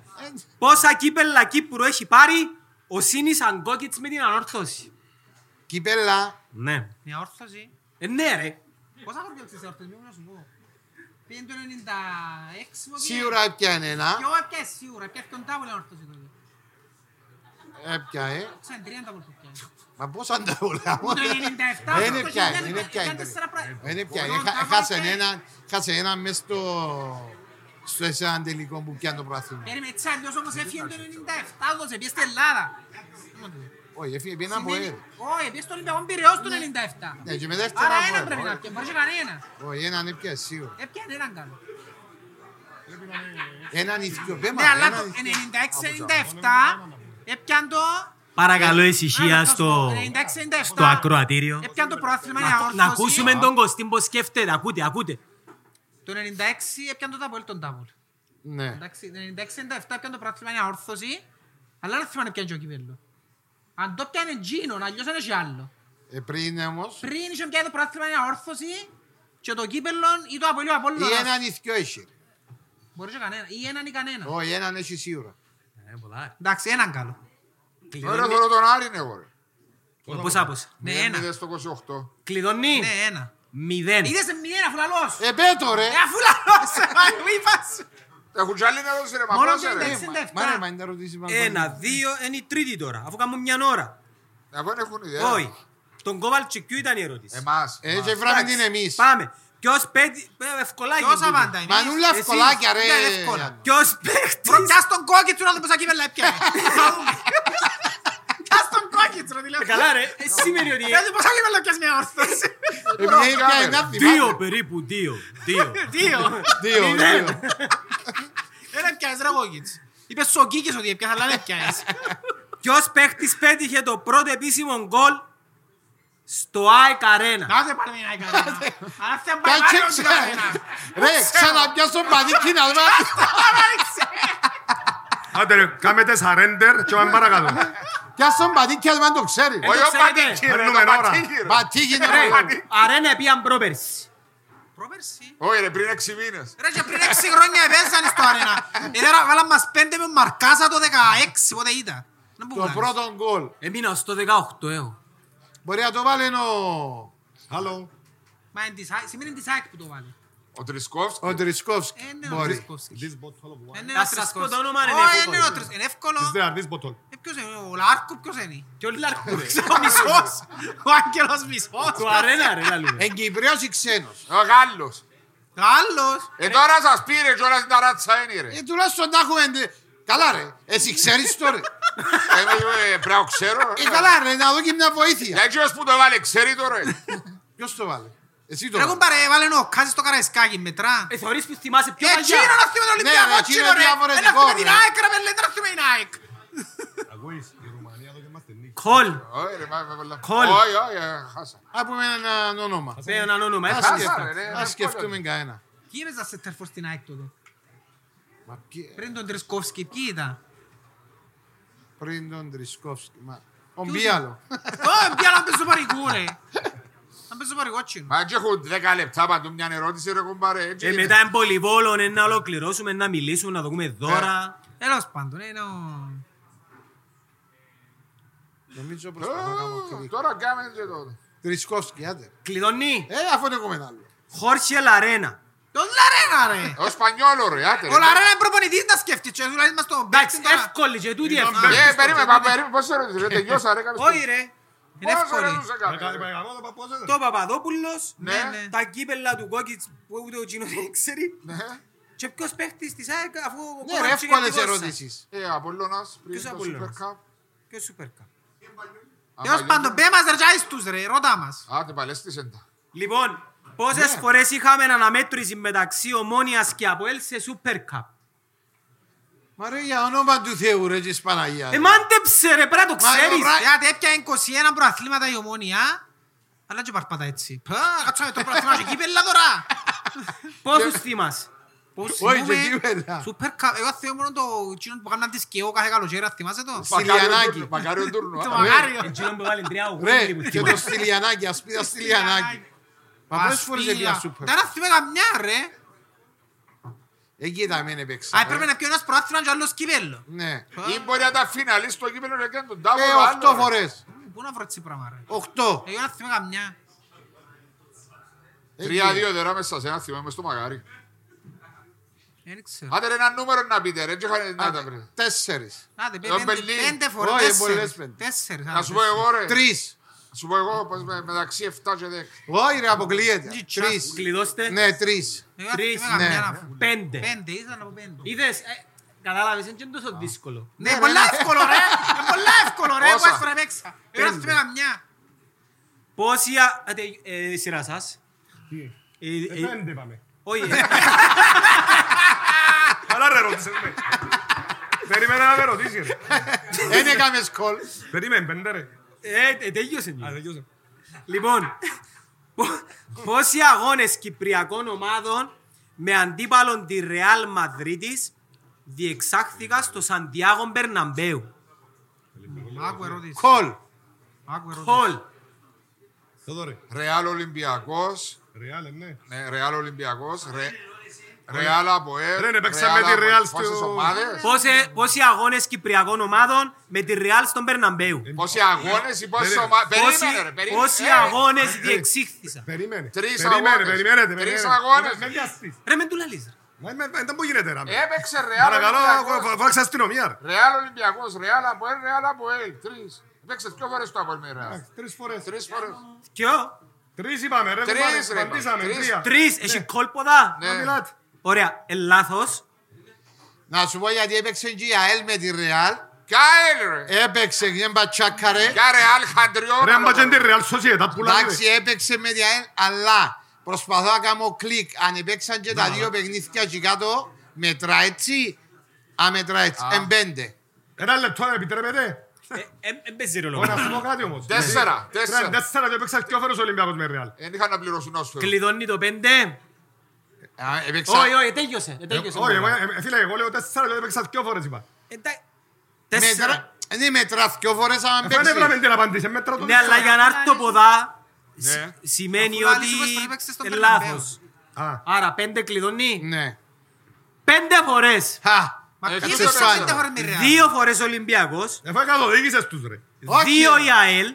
Speaker 1: Πόσα κύπελα Κύπρου έχει πάρει ο Σίνης Αγκόκιτς με την ανόρθωση.
Speaker 5: Κυπέλα,
Speaker 1: Ναι.
Speaker 2: Μια όρθωση.
Speaker 1: Ε, ναι ρε.
Speaker 2: Πόσα χωριά ξέρεις όρθωση, μην σου πω. Πήγαινε το 96 που πήγαινε.
Speaker 5: σίγουρα έπιανε ένα.
Speaker 2: Και εγώ έπιασα σίγουρα, έπιασα τον τάβολο όρθωση τότε.
Speaker 5: Έπιαε.
Speaker 2: Σαν 30 που έπιασα.
Speaker 5: Μα πώς αν τα όλα.
Speaker 2: Το 97
Speaker 5: Ε, είναι
Speaker 2: όρθωση
Speaker 5: πια,
Speaker 2: ήταν-
Speaker 5: είναι πια,
Speaker 2: ήταν
Speaker 5: είναι.
Speaker 2: τέσσερα πράγματα.
Speaker 5: Δεν έπιανε.
Speaker 2: Τον
Speaker 5: Χα-
Speaker 2: τάβολο
Speaker 5: Χάσε
Speaker 2: έπιασε.
Speaker 5: ένα, χάσε ένα μες στο... Στο εσένα τελικό που πιάνε το πρωτάθλημα.
Speaker 2: Περίμενε, έτσι αλλιώς όμως έφυγε το 97, δώσε, πήγε στην Ελλάδα.
Speaker 5: Όχι, έφυγε πήγαινε από
Speaker 2: Σημαίνει-
Speaker 5: ελ.
Speaker 2: Όχι, πήγε στον Ολυμπιακό Πειραιώς το 97.
Speaker 5: ε. Ναι, και με δεύτερο
Speaker 2: Άρα ένα
Speaker 5: από
Speaker 2: πρέπει
Speaker 5: ελ.
Speaker 2: να πιάνει, μπορεί και κανένα.
Speaker 5: Όχι, έναν έπιασε σίγουρα.
Speaker 2: Έπιανε έναν καλό.
Speaker 5: Έναν ηθικιό. Πέμα,
Speaker 2: Ναι, αλλά το
Speaker 5: έναν ηθικιό.
Speaker 2: 96-97 έπιαν ε, το...
Speaker 1: Παρακαλώ
Speaker 2: Ε, Άρα,
Speaker 1: ησυχία
Speaker 2: το-
Speaker 1: στο,
Speaker 2: 96-97
Speaker 1: στο ακροατήριο.
Speaker 2: Έπιαν Ε, το πρόθυμα
Speaker 1: Να-
Speaker 2: η
Speaker 1: Να
Speaker 2: αόρθωση.
Speaker 1: ακούσουμε τον Κωστή πώς σκέφτεται. Ακούτε, ακούτε.
Speaker 2: Το 96 έπιαν ε, το ταβολ τον ταβολ.
Speaker 5: Ναι.
Speaker 2: Εντάξει, το 96-97 έπιαν το πρόθυμα η αόρθωση, αλλά δεν θυμάμαι πιάνε και ο κυπέλλο. Αν το πιάνε εκείνον, αλλιώς είναι και άλλο.
Speaker 5: Ε, πριν όμως,
Speaker 2: Πριν είχε πιάνει το πρόθυμα η αόρθωση και το κύπελλο ή το απολύο
Speaker 5: Ή
Speaker 2: απόλυτο.
Speaker 5: έναν ή δυο έχει.
Speaker 2: Μπορεί και κανένα. Ή έναν ή κανένα.
Speaker 5: Όχι, έναν έχει σίγουρα.
Speaker 1: Ε, πολλά.
Speaker 2: Εντάξει, έναν καλό.
Speaker 3: Τώρα θέλω τον Άρη ναι, εγώ. ρε.
Speaker 1: Ε, Πόσα πόσα.
Speaker 2: Ναι,
Speaker 3: Μηδέν,
Speaker 2: ένα.
Speaker 3: μηδέν στο 28.
Speaker 1: Κλειδώνει.
Speaker 2: Ναι, ένα.
Speaker 1: Μηδέν.
Speaker 2: Είδες μηδέν αφουλαλός.
Speaker 5: Ε, πέτω ρε.
Speaker 2: Ε, αφουλαλός, ε, μου είπας.
Speaker 3: Τα κουτζάλι να δώσει ρε, μα
Speaker 2: Μόνο
Speaker 3: πάσε, ρε.
Speaker 2: 56. 67.
Speaker 5: Μα ρε, μα είναι να ρωτήσει πάνω.
Speaker 1: Ένα, δύο, είναι η τρίτη τώρα. Αφού κάνουμε μια ώρα.
Speaker 3: Αφού δεν Ναι, έχουν ιδέα.
Speaker 1: Όχι. Τον κόβαλ τσικιού ήταν η ερώτηση.
Speaker 3: Εμάς.
Speaker 5: Ε, και
Speaker 3: εμάς.
Speaker 5: βράμε την εμείς.
Speaker 1: Πάμε. Ποιος παίρνει. ε, Ευκολά
Speaker 2: Ποιος
Speaker 1: γίνεται.
Speaker 2: απαντά είναι.
Speaker 5: Ε, Μανούλα
Speaker 1: Εσείς.
Speaker 5: ευκολάκια ρε.
Speaker 2: Ναι, εύκολα.
Speaker 1: Ποιος παίχτης.
Speaker 2: Προκιά στον κόκκι του να δω πόσα κύπελλα έπιανε. Πιάς τον κόκκι του να δηλαδή.
Speaker 1: Καλά ρε. Ε, Σημαίνει ότι
Speaker 2: Πες μου πόσα κύπελλα πιάσεις μια όρθος.
Speaker 5: Επειδή έχει πια
Speaker 3: Μπράβο,
Speaker 5: ένα
Speaker 1: Δύο
Speaker 5: θυμάται.
Speaker 1: περίπου, δύο. Δύο.
Speaker 2: Δύο.
Speaker 5: Δύο, δύο.
Speaker 2: Δεν έπιανες ρε κόκκιτς. Είπες σοκίκες ότι έπιανες, αλλά δεν έπιανες.
Speaker 1: Ποιος παίχτης πέτυχε το πρώτο επίσημο γκολ στο ΑΕΚ Αρένα.
Speaker 2: Να σε πάρει μια έκανα. Αν δεν πάρει
Speaker 5: Κάτσε,
Speaker 2: μια
Speaker 5: ξέ- Ρε, ξαναπιάσω μπαδίκι να δω.
Speaker 6: Άντε ρε, κάμετε σαρέντερ και πάμε παρακάτω.
Speaker 5: Πιάσω μπαδίκι να δω αν το ξέρεις.
Speaker 1: Ε,
Speaker 3: Όχι,
Speaker 1: το
Speaker 3: ο
Speaker 1: ξέρετε.
Speaker 3: Πατήχη, ρε,
Speaker 6: Παίρνουμε
Speaker 3: το
Speaker 6: ώρα.
Speaker 3: Πατήχη, ρε.
Speaker 5: Μπατίκι να δω.
Speaker 1: Αρένα πήγαν πρόπερση.
Speaker 2: Ε, Πρόπερση.
Speaker 3: Όχι ρε, πριν έξι μήνες.
Speaker 2: Ρε και πριν 6 χρόνια επέζανε στο αρένα. Ε, τώρα βάλαν μας πέντε με μαρκάσα το 16, πότε ήταν. Να που
Speaker 5: Το
Speaker 2: κάνεις.
Speaker 5: πρώτο γκολ.
Speaker 1: Έμεινα στο ε, 18 έχω.
Speaker 5: Μπορεί να το βάλει ο-
Speaker 6: Hello.
Speaker 2: Μα είναι της ΑΕΚ- σήμερα είναι της ΑΕΚ που το βάλει.
Speaker 3: Ο Τρισκόφσκι.
Speaker 5: ο Τρισκόφσκι.
Speaker 2: Ε, ναι, ο
Speaker 5: Μπορεί.
Speaker 2: Τρισκόφσκι.
Speaker 6: This bottle of wine.
Speaker 2: Ε, ναι, ο
Speaker 1: Να σας
Speaker 2: Τρισκόφσκι.
Speaker 1: πω το όνομα, είναι
Speaker 2: Όχι,
Speaker 1: εύκολο.
Speaker 2: είναι ο Τρις- είναι εύκολο.
Speaker 6: Is there this bottle?
Speaker 2: Ε, ποιος είναι, ο Λάρκου, ποιος είναι.
Speaker 1: Κι όλοι λαρκούρε.
Speaker 2: Ο Μισός. Ο Άγγελος Μισός.
Speaker 1: Το Αρένα ρε λαλούμε.
Speaker 5: Εν Κυπρέος ή ξένος.
Speaker 3: Ο Γάλλος.
Speaker 2: Γάλλος.
Speaker 3: Ε, τώρα σας πήρε κιόλας τα ράτσα είναι ρε.
Speaker 5: Ε, τουλάχιστον να έχουμε... ντε- Καλά ρε, εσύ ξέρεις τώρα.
Speaker 3: Ε, ε, ε, Πρέπει να ξέρω.
Speaker 5: Ε, καλά ρε, να δω και μια βοήθεια.
Speaker 3: Δεν ξέρεις που το βάλε, ξέρει το ρε.
Speaker 5: Ποιος το βάλε. Εσύ το
Speaker 2: Ρε
Speaker 5: βάλε.
Speaker 2: κουμπάρε, έβαλε ο Κάζης στο Καραϊσκάκι, μετρά.
Speaker 1: Ε, Θεωρείς που θυμάσαι πιο
Speaker 2: Ε,
Speaker 1: παλιά.
Speaker 2: Εκείνο να θυμούμε τον
Speaker 5: Ναι,
Speaker 2: Ολυμπιακό,
Speaker 5: ρε, εκείνο
Speaker 2: εκείνο, ρε.
Speaker 5: διαφορετικό,
Speaker 2: Ένα θυμούμε την
Speaker 5: ρε.
Speaker 2: ΑΕΚ, ρε, παιδιά, δεν θυμούμε την ΑΕΚ.
Speaker 6: Ακούεις, η Ρουμανία εδώ και μας την νίκη.
Speaker 1: Κολ.
Speaker 3: Όχι ρε, μα- μα- μα-
Speaker 1: Κόλ.
Speaker 3: Όχι, όχι, ε, χάσα.
Speaker 5: Α πούμε ένα όνομα.
Speaker 1: Πέω έναν όνομα.
Speaker 5: Ας
Speaker 1: έφυγε.
Speaker 5: σκεφτούμε-
Speaker 3: ρε,
Speaker 5: Ας
Speaker 3: εύκολο.
Speaker 5: σκεφτούμε κανένα.
Speaker 2: Ποιοι έπαιζαν σε τερφόρ στην ΑΕΚ τότε.
Speaker 5: Μα ποιοι-
Speaker 2: Πριν τον Τρισκόφσκι, ποιοι ήταν.
Speaker 5: Πριν τον Τρισκόφσκι. μα- Ο Μπιάλο.
Speaker 2: Ω, πια να μπες στο παρικού, ρε. Να μπες στο παρικού, τσιν.
Speaker 3: Μα έτσι έχουν δέκα λεπτά παντού μια ερώτηση ρε κουμπάρε. έτσι
Speaker 1: Ε,
Speaker 3: είναι.
Speaker 1: μετά είναι πολυβόλων, ε, να ολοκληρώσουμε, να μιλήσουμε, να δούμε δώρα.
Speaker 3: Ε.
Speaker 2: Τέλος πάντων, είναι ο...
Speaker 5: Νομίζω προσπαθώ να κάνω
Speaker 3: Ε,
Speaker 5: κλικ.
Speaker 3: Τώρα κάμε και το.
Speaker 5: Τρισκόφσκι, άντε.
Speaker 1: Κλειδώνει.
Speaker 5: Ε, αφού δεν έχουμε άλλο.
Speaker 1: Χόρχε Λαρένα.
Speaker 2: Τον Λαρένα, ρε.
Speaker 3: Ο Σπανιόλο ρε, άτε. ρε.
Speaker 2: Ο Λαρένα είναι προπονητής να σκέφτηκε. Του λέει μας τον
Speaker 1: Εντάξει,
Speaker 2: παίξιν τώρα.
Speaker 1: εύκολη και τούτη
Speaker 6: Ήταν
Speaker 1: εύκολη.
Speaker 3: Ε, περίμενε, μα περίμενε, πώς ερώτηση ρε, τελειώσα ρε. κάνεις
Speaker 1: Όχι
Speaker 3: το-
Speaker 1: ρε.
Speaker 2: Είναι
Speaker 3: Πώς
Speaker 2: εύκολη.
Speaker 3: ερώτηση
Speaker 6: Μα
Speaker 3: έκαμε,
Speaker 6: κα-
Speaker 3: ρε.
Speaker 6: μα κάνω τα παππούζα, ρε.
Speaker 1: Το Παπαδόπουλος,
Speaker 2: Ναι,
Speaker 3: Ναι.
Speaker 2: ναι.
Speaker 1: τα κύπελα του Κόκκιτς που ούτε ο Τσίνος δεν ξέρει. Και ποιος παίχτης της ΑΕΚ αφού ο
Speaker 5: Ναι, ρε,
Speaker 1: Κόκκιτς
Speaker 5: εύκολες ερωτήσεις.
Speaker 3: Ε, Απολλώνας,
Speaker 1: Ποιος
Speaker 3: πριν το Super
Speaker 1: Απολλώνας?
Speaker 3: Cup.
Speaker 1: Και ο Σούπερ Καπ.
Speaker 2: Τέλος
Speaker 3: Α,
Speaker 2: πάντων, πέ μας, ρε, τζάις τους, ρε. Ρώτα μας.
Speaker 3: Α, την παλέστησεν τα.
Speaker 1: Λοιπόν, πόσες φορές είχαμε αναμέτρηση μεταξύ Ομόνιας και Αποέλ σε Σούπερ Καπ.
Speaker 5: Μα ρε, για όνομα του Θεού, ρε, της Παναγίας.
Speaker 1: Ε, μάντεψε ρε, πρέπει να το ξέρεις.
Speaker 5: Μα,
Speaker 2: Γιατί έπιανε 21 προαθλήματα η Ομόνια. Αλλά και παρπατά έτσι. Πα, κάτσαμε το προαθλήμα και κύπελλα τώρα.
Speaker 1: Πόσους θυμάσαι.
Speaker 2: Πώς
Speaker 5: Όχι,
Speaker 2: θυμούμε,
Speaker 5: και κύπελλα.
Speaker 2: Super Cup. Εγώ θυμούμαι μόνο το εκείνο που κάναν τις ΚΕΟ κάθε καλοκαίρι, θυμάσαι το.
Speaker 5: Στυλιανάκη.
Speaker 3: Μακάριο τούρνο.
Speaker 2: Το
Speaker 3: α.
Speaker 2: Μαγάριο.
Speaker 5: Ε,
Speaker 1: Εκείνον που βάλει τρία
Speaker 5: Ρε,
Speaker 1: ογούλη που
Speaker 5: Ε, και το
Speaker 1: θυμάσαι.
Speaker 5: Στυλιανάκη,
Speaker 1: Ε,
Speaker 5: ασπίδα Στυλιανάκη. Μα πόσες φορές έπια σούπερ.
Speaker 2: Δεν θυμάμαι καμιά ρε.
Speaker 5: Ε, κοίτα, μην έπαιξα.
Speaker 2: Α,
Speaker 5: ρε.
Speaker 2: έπρεπε να πιω ένας πρόθυμα και άλλος κύπελλο.
Speaker 5: Ναι.
Speaker 3: Ή μπορεί να τα φιναλεί στο κύπελο και κάνει τον τάβο.
Speaker 5: Ε,
Speaker 3: το άλλο,
Speaker 5: οκτώ
Speaker 3: ρε.
Speaker 5: φορές.
Speaker 2: Πού να βρω έτσι πράγμα ρε.
Speaker 5: Οκτώ.
Speaker 2: Εγώ να θυμάμαι καμιά.
Speaker 3: Τρία-δύο τώρα μέσα σε ένα θυμό, μες στο μαγάρι.
Speaker 2: Δεν ξέρω.
Speaker 3: Άντε ρε, ένα νούμερο να πείτε ρε, και χα- να τα βρείτε.
Speaker 5: Τέσσερις.
Speaker 2: Άντε, πέ-
Speaker 3: Τον
Speaker 2: πέντε-
Speaker 3: Μπελίν.
Speaker 2: πέντε φορές,
Speaker 5: Όχι,
Speaker 2: τέσσερις.
Speaker 5: πολλές πέντε.
Speaker 2: Τέσσερις,
Speaker 3: Να
Speaker 2: άντε,
Speaker 3: σου πω εγώ ρε.
Speaker 5: Τρεις.
Speaker 3: Να σου πω εγώ πως με- μεταξύ 7 και 10.
Speaker 5: Όχι ρε, αποκλείεται. Τρεις.
Speaker 1: Κλειδώστε.
Speaker 5: Ναι, τρεις.
Speaker 2: Εγώ Ε, να
Speaker 1: Τρεις,
Speaker 2: θυμάμαι
Speaker 5: ναι.
Speaker 2: καμιά να φύγω.
Speaker 1: Πέντε.
Speaker 2: Πέντε, ήθελα να πω πέντε.
Speaker 1: Είδες, ε, κατάλαβες, δεν είναι τόσο δύσκολο.
Speaker 2: Ναι, είναι πολλά εύκολο ρε. Είναι πολλά εύκολο ρε. Εγώ
Speaker 3: Πόσα?
Speaker 2: έτσι φορά παίξα. Εγώ να
Speaker 1: Πέντε.
Speaker 2: θυμάμαι καμιά.
Speaker 1: Πόσοι... α- τε- ε, Η σειρά σας. Ε,
Speaker 6: Ε,
Speaker 1: ε,
Speaker 6: πέντε πάμε.
Speaker 1: Όχι, ε,
Speaker 6: Καλά ρε, ρώτησες με. Περίμενα να με ρωτήσει, ρε.
Speaker 5: Δεν έκαμες κόλ.
Speaker 6: Περίμενε, πέντε, ρε.
Speaker 1: ε, ε, τέλειωσε.
Speaker 6: Α, τελειώσε.
Speaker 1: Λοιπόν, πο- πόσοι αγώνες Κυπριακών ομάδων με αντίπαλον της Ρεάλ Μαδρίτης διεξάχθηκαν στο Σαντιάγο Μπερναμπέου.
Speaker 2: Άκου ερώτηση.
Speaker 5: Κόλ.
Speaker 2: Άκου ερώτηση.
Speaker 1: Χολ.
Speaker 6: Θοδωρή.
Speaker 3: Ρεάλ Ολυμπιακός,
Speaker 6: Ρεάλ, ναι.
Speaker 3: ναι, Ρεάλ Ολυμπιακός, Ρε- Ρεάλ Αποέλ.
Speaker 6: Ρε, ναι, παίξαμε
Speaker 3: Ρεάλ
Speaker 6: τη
Speaker 3: Αποέλ.
Speaker 6: Ρεάλ στο-
Speaker 3: Πόσες ομάδες,
Speaker 1: Πόσε- Πόσοι αγώνες Κυπριακών ομάδων με τη Ρεάλ στον Περναμπέου.
Speaker 3: πόσοι αγώνες ή πόσες
Speaker 6: Περίμενε.
Speaker 3: ομάδες.
Speaker 1: Πόσοι-
Speaker 3: Περίμενε ρε, περίμενε.
Speaker 1: Πόσοι
Speaker 3: Ε,
Speaker 1: αγώνες διεξήχθησαν.
Speaker 6: Περίμενε.
Speaker 3: Τρεις
Speaker 6: Περίμενε,
Speaker 3: αγώνες.
Speaker 6: Περιμένετε,
Speaker 3: Τρεις
Speaker 6: περιμένετε.
Speaker 3: αγώνες. Ε,
Speaker 6: Με διαστήσεις.
Speaker 1: Ρε με τουλαλείς. ρε.
Speaker 6: Μα είμαι- Δεν μου γίνεται ρε. άμα.
Speaker 3: Έπαιξε Ρεάλ
Speaker 6: Παρακαλώ,
Speaker 3: Ολυμπιακός.
Speaker 6: βά- βάξε αστυνομία. ρε.
Speaker 3: Ρεάλ Ολυμπιακός, Ρεάλ Αποέλ, Ρεάλ Αποέλ. Τρεις. Έπαιξε δυο φορές το Αποέλ με Ρεάλ.
Speaker 6: Εντάξει, Τρεις φορές.
Speaker 3: Τρεις φορές.
Speaker 1: Ποιο?
Speaker 6: Τρεις είπαμε ρε.
Speaker 3: Τρεις,
Speaker 6: κουμπάρε,
Speaker 3: ρε,
Speaker 6: απαντήσαμε,
Speaker 3: τρεις.
Speaker 6: τρία.
Speaker 1: Τρεις, έχει κόλποδα.
Speaker 3: Ναι.
Speaker 6: Μιλάτε.
Speaker 1: Ωραία, ε, λάθος.
Speaker 5: Να σου πω γιατί έπαιξε και η ΑΕΛ με τη Ρεάλ.
Speaker 3: Κάελ ρε.
Speaker 5: Έπαιξε, γέμπα τσάκαρε.
Speaker 3: Για Ρεάλ χαντριό.
Speaker 6: Ρε, άμα και τη Real Sociedad που λάβει, ρε.
Speaker 3: ε-
Speaker 5: Εντάξει, έπαιξε με την ΑΕΛ, αλλά προσπαθώ να κάνω κλικ. Αν έπαιξαν και τα δύο παιχνίδια εκεί κάτω, μετρά έτσι, αμετρά έτσι, εμπέντε.
Speaker 6: Ένα λεπτό, ρε, επιτρέπετε.
Speaker 3: Ναι.
Speaker 1: Ε, Δεν παίζει ρόλο.
Speaker 6: Όχι, να σου πω κάτι όμως.
Speaker 3: Τέσσερα,
Speaker 6: Ρε,
Speaker 3: τέσσερα.
Speaker 6: Τέσσερα και έπαιξα δυο φορές ο Ολυμπιακός με Real.
Speaker 3: Δεν είχα να πληρώσουν ως φέρω.
Speaker 1: Κλειδώνει το πέντε.
Speaker 5: Α, έπαιξα-
Speaker 1: Όχι, όχι, τέλειωσε. ε, τέλειωσε.
Speaker 6: Όχι, εγώ- ε, ε, φίλε, εγώ λέω τέσσερα και έπαιξα δυο φορές είπα.
Speaker 1: Εντάξει.
Speaker 5: μετρά-
Speaker 1: Ναι, Τέσσερα.
Speaker 5: Δεν μετρά ναι, δυο φορές αν
Speaker 6: Δεν
Speaker 5: παίξει.
Speaker 6: έβλεπε Ε, την απάντηση, μέτρα το
Speaker 1: Ναι, αλλά
Speaker 6: τέσσερα.
Speaker 1: για να έρθω ποδά
Speaker 3: Ναι.
Speaker 1: σ- σημαίνει
Speaker 2: Αφού
Speaker 1: ότι
Speaker 2: βάλεις όπως πρέπει, παίξεις στον
Speaker 1: ε,
Speaker 2: Περναμπέου.
Speaker 1: λάθος.
Speaker 6: Α,
Speaker 1: Άρα πέντε κλειδώνει.
Speaker 5: Ναι.
Speaker 1: Πέντε φορές.
Speaker 5: Χα.
Speaker 2: Μα ποιοι
Speaker 3: Έτσι
Speaker 2: είναι
Speaker 3: το
Speaker 2: τώρα,
Speaker 5: κάνω.
Speaker 2: πέντε φορές με Ρεάλ.
Speaker 1: Δύο φορές Ολυμπιακός.
Speaker 6: εφού εκατοδήγησες τους ρε.
Speaker 5: Όχι.
Speaker 1: Δύο η ΑΕΛ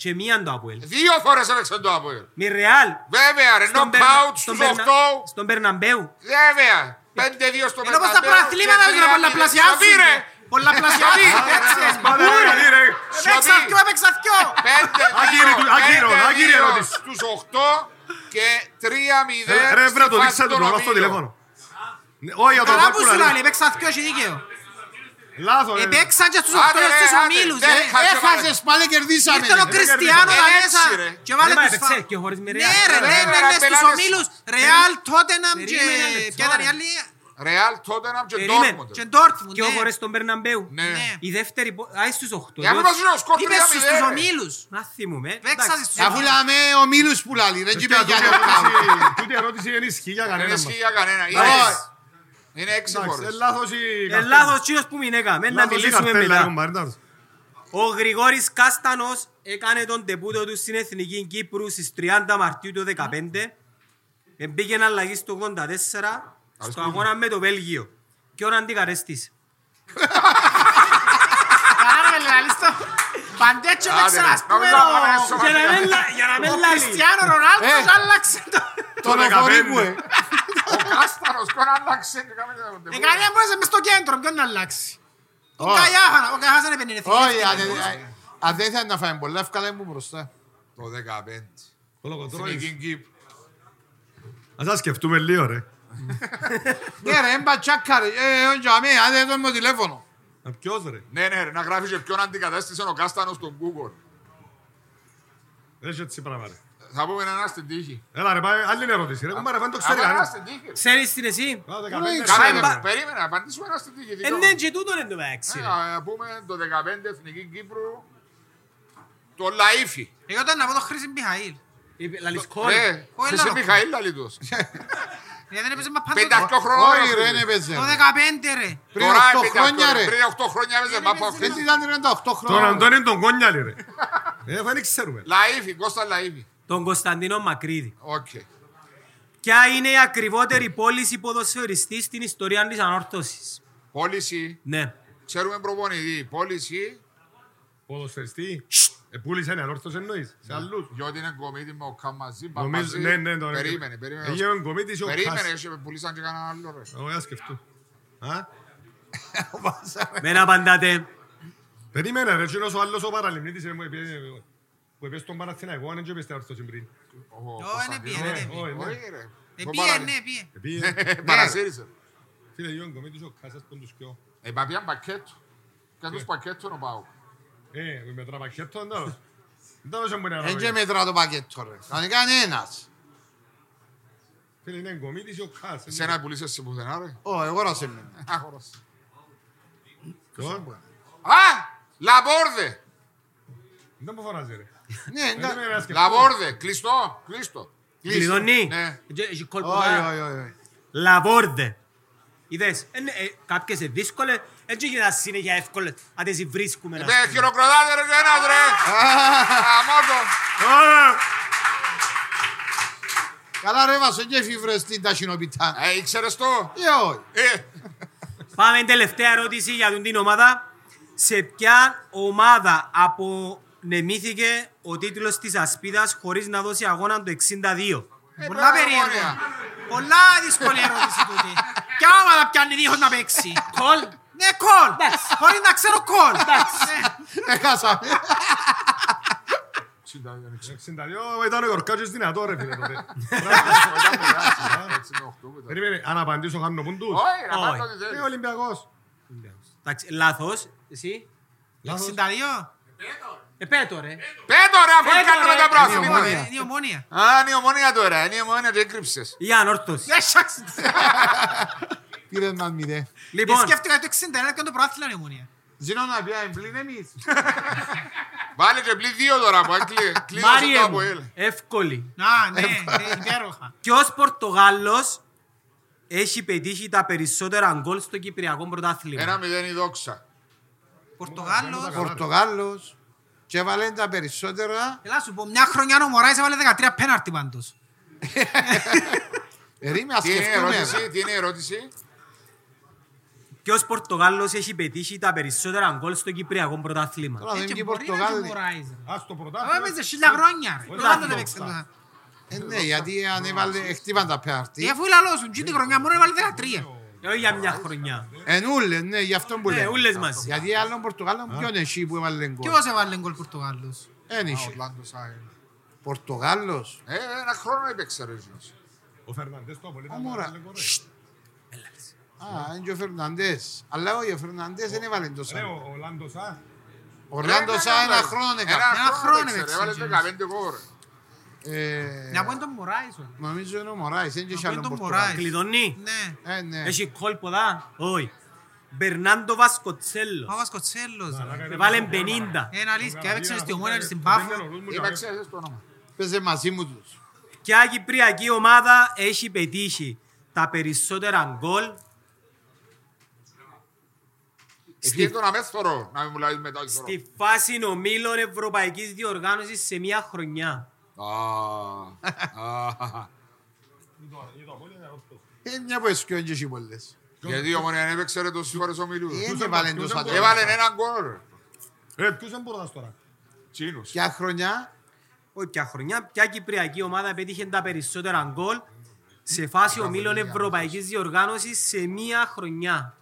Speaker 1: και μία το ΑΠΟΕΛ.
Speaker 3: Δύο φορές έπαιξε το Αποέλ.
Speaker 1: Μη Ρεάλ.
Speaker 3: Βέβαια ρε,
Speaker 1: στον
Speaker 3: νοκάουτ
Speaker 1: Περνα-
Speaker 3: στους
Speaker 1: στον Περνα-
Speaker 3: οκτώ.
Speaker 1: Στον Περναμπέου.
Speaker 3: Βέβαια. Πέντε δύο στο
Speaker 2: Ενώ πως τα
Speaker 3: Μπερναμπέου
Speaker 2: προαθλήματα
Speaker 3: και
Speaker 2: δεν
Speaker 3: τρία
Speaker 2: πολλαπλασιάζουν.
Speaker 3: μηδέν. Σιωπή, ρε.
Speaker 2: Πολλαπλασιάζουν. Έτσι.
Speaker 6: Πάμε, ρε, καλή, ρε.
Speaker 2: Έπαιξα
Speaker 3: Σιωπή.
Speaker 2: δυο, έπαιξα δυο.
Speaker 3: Πέντε
Speaker 6: Άκυρη του-
Speaker 3: δύο,
Speaker 6: άκυρο,
Speaker 3: πέντε
Speaker 6: άκυρη
Speaker 3: δύο
Speaker 6: ερώτηση.
Speaker 3: στους οκτώ και τρία μηδέν
Speaker 6: Ε, Ρε, βρε,
Speaker 3: στη
Speaker 6: το
Speaker 3: φάση
Speaker 6: δείξα του,
Speaker 3: των
Speaker 6: τώρα στο
Speaker 3: ομίλων.
Speaker 6: τηλέφωνο. Ναι, Όχι, για το
Speaker 2: Καλά που
Speaker 6: Βάρκουλα,
Speaker 2: σου
Speaker 6: ρε.
Speaker 2: λέει, έπαιξα δυο, έχει δίκαιο.
Speaker 6: Λάθος, ρε.
Speaker 2: Επέξαν και στους
Speaker 3: Άντε,
Speaker 2: οκτώ
Speaker 3: Ε. ρε,
Speaker 2: στους
Speaker 3: άντε,
Speaker 2: ομίλους.
Speaker 3: δεν
Speaker 2: ε.
Speaker 3: χα-
Speaker 5: Έχασες πάλι κερδίσαμε.
Speaker 2: Ήρθε ο
Speaker 5: ρε.
Speaker 2: Κριστιανό
Speaker 3: Ε,
Speaker 2: τα
Speaker 3: έτσι,
Speaker 2: μέσα
Speaker 3: ρε.
Speaker 2: και
Speaker 1: Δεν
Speaker 2: βάλε
Speaker 1: πάει
Speaker 2: τους
Speaker 1: παίξε
Speaker 2: φάουλ.
Speaker 1: και χωρίς μη
Speaker 2: Ναι
Speaker 1: Ρεάλ.
Speaker 2: ρε,
Speaker 3: ρε,
Speaker 2: ναι,
Speaker 3: ρε,
Speaker 2: ναι, στους
Speaker 3: πελάτες.
Speaker 2: ομίλους. Ρεάλ, Τότεναμ και...
Speaker 1: Περίμενε λεπτό,
Speaker 2: Ποια ήταν η
Speaker 1: ρε.
Speaker 2: άλλη?
Speaker 3: Ρεάλ, Τότεναμ και
Speaker 1: Περίμενε.
Speaker 3: Ντόρκμουντ.
Speaker 2: Και Ντόρτμουντ,
Speaker 1: Δυο
Speaker 2: ναι.
Speaker 1: φορές στον Περναμπέου.
Speaker 3: Ναι.
Speaker 1: Η δεύτερη, πο- α, στους οκτώ.
Speaker 3: Για να μην μας λένε ο σκορ
Speaker 2: Είπες
Speaker 3: τρία
Speaker 2: στους
Speaker 3: μηδέν,
Speaker 2: τους
Speaker 3: ρε.
Speaker 2: ομίλους.
Speaker 1: Να θυμούμε.
Speaker 2: Παίξασες στους
Speaker 5: Αφού
Speaker 2: ομίλους.
Speaker 5: λέμε ο Μίλους που λαλεί, δεν
Speaker 6: Τούτη
Speaker 5: κύπε για το
Speaker 6: ερώτηση- Τούτη ερώτηση δεν ισχύει για
Speaker 3: Δεν
Speaker 6: κανένα μας.
Speaker 3: ισχύει για κανένα. Είναι-
Speaker 5: Εντάξει.
Speaker 3: Είναι έξι
Speaker 6: Εντάξει, ε,
Speaker 3: φορές.
Speaker 6: λάθος η
Speaker 1: Ε,
Speaker 6: καρτέλα.
Speaker 1: λάθος κύριος που μην έκαμε. Να
Speaker 6: Λάθος η
Speaker 1: μιλήσουμε
Speaker 6: καρτέλα,
Speaker 1: μετά.
Speaker 6: ρε, Μαρινάρος.
Speaker 1: Ο Γρηγόρης Κάστανος έκανε τον τεπούτο του στην Εθνική Κύπρου στις 30 Μαρτίου του 2015. Μπήκε να αλλαγή στο 84 στο αγώνα με το Βέλγιο. Και ο αντικαρέστης.
Speaker 2: Καλά να με λαλείς το. Παντέτσο
Speaker 3: Άντε,
Speaker 2: έπαιξαν
Speaker 3: ρε.
Speaker 2: ας πούμε
Speaker 3: Νόμιζα να πάμε
Speaker 2: ο-
Speaker 3: σοβαρά.
Speaker 1: Για να μην λα- για να
Speaker 2: ο
Speaker 1: μην λαλεί.
Speaker 2: Κριστιανό Ρονάλτος
Speaker 5: Ε.
Speaker 2: άλλαξε το.
Speaker 5: τον οφορίκου, ε.
Speaker 3: Ο Κάστανος τώρα άλλαξε και κάμε τα
Speaker 2: Ε,
Speaker 3: ντεμούρα.
Speaker 2: κανένα μπορείς μες στο κέντρο, ποιον να αλλάξει. Ο Καγιάχανα, ο Καγιάχανα δεν επενηρεθεί.
Speaker 3: Oh, Ε,
Speaker 5: Όχι, αν δεν- αν δεν θέλει να φάμε πολλά, ευκάλε μου μπροστά.
Speaker 3: Το 15.
Speaker 6: Το λογοτρόης.
Speaker 3: Εθνική Κύπρο.
Speaker 6: Ας τα σκεφτούμε λίγο ρε.
Speaker 5: Ναι ρε, έμπα τσάκαρε, ε, όχι αμέ, άντε το με το τηλέφωνο.
Speaker 6: Να Ε, ποιος ρε.
Speaker 3: Ναι, ναι, ρε, να γράφει και ποιον αντικατέστησε ο Κάστανος στον Google.
Speaker 6: Δεν είσαι έτσι πράγμα ρε.
Speaker 3: Θα πούμε ένα στην τύχη.
Speaker 6: Έλα ρε, πάμε άλλη ερώτηση ρε. Κουμπάρε, δεν το ξέρει
Speaker 3: Άμα ένα
Speaker 6: κανένας.
Speaker 3: στην τύχη. ρε.
Speaker 1: Ξέρεις την εσύ.
Speaker 6: Α,
Speaker 5: Πού
Speaker 6: δεκαπέντε, ρε.
Speaker 5: είναι, ξέρω.
Speaker 3: Κάμε,
Speaker 1: Άμα-
Speaker 3: πα- περίμενε, να απαντήσουμε ένα στην τύχη.
Speaker 1: Ε,
Speaker 3: δικό
Speaker 1: ναι,
Speaker 3: μου.
Speaker 1: και τούτον εν τω μεταξύ.
Speaker 3: Ε,
Speaker 1: ρε.
Speaker 3: Να πούμε το 15 Εθνική Κύπρου. Το Λαΐφι.
Speaker 2: Εγώ ήταν να πω το Χρήση Μιχαήλ.
Speaker 1: Ε, Λαλείς κόρη.
Speaker 3: Ναι,
Speaker 2: Ο
Speaker 3: εσύ
Speaker 2: Ελλάδος.
Speaker 3: Μιχαήλ Λαλίτος.
Speaker 2: Γιατί δεν έπαιζε μα πάντα
Speaker 3: 58
Speaker 5: Όχι ρε,
Speaker 3: χρονών.
Speaker 5: δεν έπαιζε.
Speaker 2: το 15 ρε.
Speaker 5: Πριν 8 χρόνια ρε.
Speaker 3: Πριν 8 χρόνια έπαιζε μάπα ο
Speaker 5: Δεν
Speaker 3: Χρήστης.
Speaker 5: ήταν 38
Speaker 6: Τον
Speaker 5: χρόνια.
Speaker 6: Αντώνη τον Κόνιαλη ρε. Ε, δεν ξέρουμε.
Speaker 3: Λαΐφι, Κώστα Λαΐφι.
Speaker 1: Τον Κωνσταντίνο Μακρύδη.
Speaker 3: Οκ.
Speaker 1: Ποια είναι η ακριβότερη πώληση ποδοσφαιριστή στην ιστορία της ανόρθωσης.
Speaker 3: Πώληση.
Speaker 1: Ναι.
Speaker 3: Ξέρουμε προπονητή. Πώληση.
Speaker 6: Ποδοσφαιριστή. Ε, πούλησε έναν όρθος εννοείς. Σε άλλους.
Speaker 3: Διότι είναι κομίτη με ο Καμαζί.
Speaker 6: Νομίζω,
Speaker 3: Παπαζή.
Speaker 6: ναι, ναι, τον
Speaker 3: Περίμενε, περίμενε.
Speaker 6: Έγινε ο Γκομίτης ή ο
Speaker 3: Περίμενε,
Speaker 6: Κάς.
Speaker 3: έτσι, πουλήσαν και κανέναν άλλο. ρε.
Speaker 6: Εγώ δεν σκεφτώ. Α,
Speaker 1: Δεν απαντάτε.
Speaker 6: Περίμενε ρε, εκείνος ο άλλος ο παραλυμνήτης ε, μου είπε- που είπε στον Παναθηναϊκό, αν δεν στην όρθωση πριν.
Speaker 3: Ο
Speaker 2: Όχι,
Speaker 3: Κωνσταντίνος.
Speaker 2: δεν πήγε, δεν πήγε.
Speaker 6: Όχι, ναι.
Speaker 3: Όχι, Ε, ρε.
Speaker 2: Ε,
Speaker 3: Το
Speaker 2: Πήγε,
Speaker 3: παραλύ-
Speaker 2: ναι, πήγε.
Speaker 6: Ε, πήγε.
Speaker 3: Ε, Παρασύρισε.
Speaker 6: Ε, Φίλε, ο Γκομίτης ο Κάς, ας τον τους κοιό.
Speaker 3: Ε, μα πήγαν πακέτο. Κάτω πακέτο να πάω.
Speaker 6: Ε, με τραπακέτο, δεν τα δώσε. Δεν τα δώσε μου
Speaker 3: Ε,
Speaker 6: ένα
Speaker 5: Δεν
Speaker 6: ραβείο.
Speaker 5: και μετρά το πακέτο ρε. Αν κανένας.
Speaker 6: Φίλε, είναι Γκομίτης ή ο Κάς.
Speaker 3: Σε ένα πουλήσεις σε πουθενά, ρε.
Speaker 5: Ω, εγώ να σε μείνω.
Speaker 3: Άχωρος.
Speaker 6: Ποιο?
Speaker 3: Α! Λαμπόρδε!
Speaker 6: Δεν μου φωνάζει ρε.
Speaker 5: Ναι, εντάξει.
Speaker 6: Περίμενε να σκεφτώ.
Speaker 3: Λαμπόρδε! Κλειστό! Κλείστο!
Speaker 1: Κλειδώνει.
Speaker 3: Ναι.
Speaker 1: Ε, έχει κόλπο,
Speaker 5: Όχι,
Speaker 1: α.
Speaker 5: όχι, όχι.
Speaker 1: Λαβόρδε. Είδες, ε, ναι, ε, κάποιες είναι δύσκολες, δεν γίνεται να συνέχεια εύκολες, αν τις βρίσκουμε. να
Speaker 3: Ah, Ε, χειροκροτάτε ρε και ένας ρε! Αμόρτο!
Speaker 6: Α,
Speaker 5: Καλά ρε βάσο και φίβρες την ταχυνοπιτά.
Speaker 3: Ε, ήξερες το.
Speaker 5: Ε, όχι.
Speaker 3: Ε,
Speaker 1: Πάμε τελευταία ερώτηση για τον την ομάδα. Σε ποια ομάδα απονεμήθηκε ο τίτλος της ασπίδας χωρίς να δώσει αγώνα το 62.
Speaker 2: Πολλά
Speaker 3: Ε, ωραία.
Speaker 2: περίεργα. Πολλά δύσκολη ερώτηση τούτη. Ποια ομάδα πιάνει δίχως να παίξει. Κολ. Ναι, κολ. Χωρίς να ξέρω κολ.
Speaker 5: Έχασα.
Speaker 6: 62 Ε, ήταν ο Γιορκάτσιος δυνατό ρε φίλε τότε.
Speaker 3: pues,
Speaker 6: Περίμενε, αν απαντήσω χάνω πούν τους.
Speaker 3: Όχι, να πάρω
Speaker 1: Όχι.
Speaker 3: ό,τι θέλεις.
Speaker 6: Είναι Ολυμπιακός.
Speaker 1: Εντάξει, λάθος. Εσύ.
Speaker 2: 62.
Speaker 1: Επέτω
Speaker 2: Ε,
Speaker 1: ρε.
Speaker 3: Πέτω ρε, Ε, αφού
Speaker 5: Ε,
Speaker 3: κάνουμε τα
Speaker 2: Είναι η
Speaker 3: πράγματα.
Speaker 2: ομόνια. Είναι η ομόνια.
Speaker 3: Α, είναι η ομονία τώρα, είναι η ομονία, το έκρυψες.
Speaker 1: Για ανόρθωση.
Speaker 2: Δεν σάξεις.
Speaker 5: Πήρε ένα μηδέ.
Speaker 3: Ε,
Speaker 1: Λοιπόν,
Speaker 2: Σκέφτηκα το 61 και το πρόθυλα είναι η ομόνια.
Speaker 11: Ζήνω να πιάει πλήν εμείς.
Speaker 3: Βάλε και πλήν δύο τώρα, που έκλει- κλείδωσε το
Speaker 1: Μάριε
Speaker 3: από
Speaker 1: μου,
Speaker 3: ελ.
Speaker 1: εύκολη.
Speaker 2: Να, ναι, ναι, υπέροχα.
Speaker 1: Ποιος Πορτογάλος έχει πετύχει τα περισσότερα γκολ στο Κυπριακό πρωτάθλημα.
Speaker 3: Ένα μηδέν η δόξα.
Speaker 2: Πορτογάλος.
Speaker 5: Πορτογάλος. Και έβαλε τα περισσότερα.
Speaker 2: Ελά σου πω, μια χρονιά ο Μωράης έβαλε 13 πέναρτι πάντως.
Speaker 5: Περίμενα,
Speaker 3: Τι είναι η ερώτηση,
Speaker 5: σκεφτούμε.
Speaker 3: τι είναι η ερώτηση.
Speaker 1: Ποιος Πορτογάλος έχει πετύχει τα περισσότερα γκολ στο Κυπριακό πρωτάθλημα.
Speaker 2: Ε,
Speaker 5: Τώρα δεν είναι και οι Πορτογάλοι.
Speaker 6: Ας το
Speaker 2: Τώρα
Speaker 6: πρωτάθλημα.
Speaker 2: παίζε Ε, χίλια χρόνια. ρε. Τώρα δεν
Speaker 1: Πρωτάθλημα.
Speaker 2: παίξε το-
Speaker 5: Ε, Ναι, γιατί αν έβαλε, χτύπαν τα
Speaker 2: Ε,
Speaker 5: πέρτη.
Speaker 2: αφού λαλώσουν, τζιν την χρονιά μόνο έβαλε 13.
Speaker 1: Ε, Όχι για μια χρονιά.
Speaker 5: Ενούλε, ναι, γι' αυτό που
Speaker 1: Ναι,
Speaker 5: λέω.
Speaker 1: ούλες μαζί.
Speaker 5: Γιατί άλλον Πορτογάλων ποιον εσύ που έβαλε γκολ.
Speaker 2: Ποιος έβαλε γκολ Πορτογάλος.
Speaker 5: Εν
Speaker 3: Α,
Speaker 5: είχε.
Speaker 3: ο Λάντος, α, ε.
Speaker 5: Πορτογάλος.
Speaker 3: Ε, ένα χρόνο έπαιξε ρε Ζήνος.
Speaker 6: Ο Φερναντές το απολύτω.
Speaker 5: Μωρά. Α, είναι και ο Φερναντές. Αλλά όχι, ο Φερναντές δεν έβαλε το
Speaker 6: Ρε,
Speaker 5: σαν.
Speaker 6: Ε, ο ο Λάντος, α.
Speaker 5: Ο Ράντος
Speaker 3: Ένα
Speaker 5: σαν ένα χρόνο
Speaker 3: Ένα
Speaker 5: έκανε.
Speaker 3: χρόνο
Speaker 2: χρόνο
Speaker 3: έπαιξε, ρε,
Speaker 2: έπαιξε,
Speaker 3: έβαλε
Speaker 2: Ζήνος.
Speaker 3: 15 γκολ, ρε.
Speaker 5: Ε,
Speaker 2: Να πω είναι τον Μωράης. ο.
Speaker 5: Νομίζω είναι ο Μωράης, δεν είχε
Speaker 2: Να πω
Speaker 5: άλλον
Speaker 2: είναι τον
Speaker 5: Πορτογάλο.
Speaker 2: Μωράης.
Speaker 1: Κλειδωνεί.
Speaker 2: Ναι.
Speaker 5: Ε, ναι.
Speaker 1: Έχει κόλ ποδά. Όχι. Μπερνάντο Βασκοτσέλο.
Speaker 2: Πάπας Κοτσέλος. ρε.
Speaker 1: Βάλε 50.
Speaker 2: Ένα αλήθεια, έπαιξε στη Ομόνια και στην Πάφο.
Speaker 3: Έπαιξε, έτσι το όνομα.
Speaker 5: Παίζε μαζί μου τους.
Speaker 1: Ποια κυπριακή ομάδα έχει πετύχει τα περισσότερα γκολ
Speaker 3: Ευχή τον αμέσθωρο, να μην μου λάβεις μετά το
Speaker 1: στη φάση ομίλων Ευρωπαϊκής Διοργάνωσης σε μια χρονιά.
Speaker 3: χρόνο. Α, α.
Speaker 5: Ε, μια που εσκιό είναι και εσύ πολλές.
Speaker 3: Γιατί η ομονία έπαιξε ρε τόσες φορές ο Μιλού.
Speaker 5: Ε, Δεν έβαλε το σαν.
Speaker 3: Έβαλε ένα γκολ. ρε.
Speaker 6: Ρε, ποιος είναι πρωτάς τώρα.
Speaker 3: Τσίνους.
Speaker 5: Ποια χρονιά
Speaker 1: Όχι ποια χρονιά, ποια κυπριακή ομάδα πέτυχε τα περισσότερα γκολ σε φάση ομίλων Ευρωπαϊκής Διοργάνωσης σε μια χρονιά.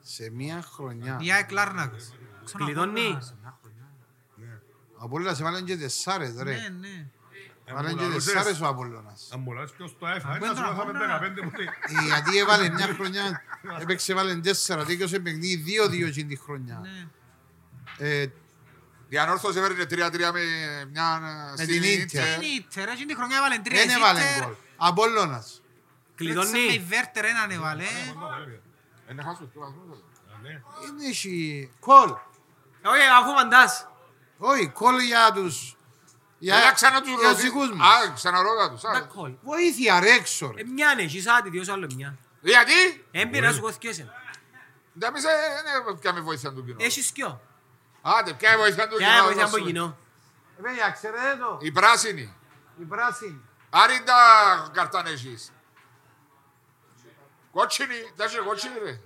Speaker 5: σε μια χρονιά.
Speaker 2: Η ΑΕΚ Λάρνακος. Ξανά
Speaker 1: Κλειδώνει.
Speaker 5: Απόλλωνας έβαλε και τεσσάρες
Speaker 2: Ναι,
Speaker 5: ρε.
Speaker 2: ναι.
Speaker 5: Έβαλε και
Speaker 6: Εμπολαλούσες.
Speaker 5: τεσσάρες ο Απόλλωνας.
Speaker 6: Αν μου λες ποιος το έφαγε,
Speaker 2: Αμπέντρα,
Speaker 6: να σου έφαγε
Speaker 2: αμπέντρα.
Speaker 6: 15 πολύ.
Speaker 5: Ε, Γιατί έβαλε μια χρονιά, έπαιξε έβαλε τέσσερα, δίκαιωσε παιχνίδι δύο-δύο εκείνη τη χρονιά.
Speaker 2: ναι.
Speaker 5: Ε,
Speaker 3: Διανόρθωσε φέρνει 3-3 με μια ε,
Speaker 5: Με
Speaker 3: στην
Speaker 5: την Ίντερ.
Speaker 3: Ίντερ.
Speaker 2: Δεν ήτερα, εκείνη τη χρονιά έβαλε τρία.
Speaker 5: Δεν έβαλε γκολ. Απόλλωνας.
Speaker 2: Η
Speaker 1: Κλειδώνει.
Speaker 2: Βέρτερ έναν έβαλε.
Speaker 11: Ε,
Speaker 3: Ένα χάσος, τι βαθμούς, ρε.
Speaker 5: Είναι εσύ. Κολ.
Speaker 1: Όχι, αφού μαντάς.
Speaker 5: Όχι, κολ για τους...
Speaker 3: Έλα, ξανά τους
Speaker 5: για
Speaker 3: ρωτήσεις.
Speaker 5: τους δικούς μας.
Speaker 3: Α, ξαναρώτα τους.
Speaker 1: Τα
Speaker 3: άρα.
Speaker 1: κόλ.
Speaker 5: Βοήθεια ρε έξω ρε.
Speaker 1: Ε, Μια ναι, έχεις άτη, δύο σ' άλλο μια.
Speaker 3: Γιατί?
Speaker 1: Έμπειρα σου κοθιέσαι.
Speaker 3: Δεν πεις, ε, ε, ε, πιάμε βοήθεια του κοινού.
Speaker 1: Έχεις σκιό.
Speaker 3: Άντε, πιάμε βοήθεια του κοινού.
Speaker 1: Ποια
Speaker 3: να
Speaker 1: βοήθεια από
Speaker 3: δώσουμε.
Speaker 1: κοινό.
Speaker 11: Ε, παιδιά, ξέρετε το.
Speaker 3: Η πράσινη.
Speaker 11: Η πράσινη.
Speaker 3: Άριντα καρτάν έχεις. Κότσινη, τα είσαι κότσινη ρε.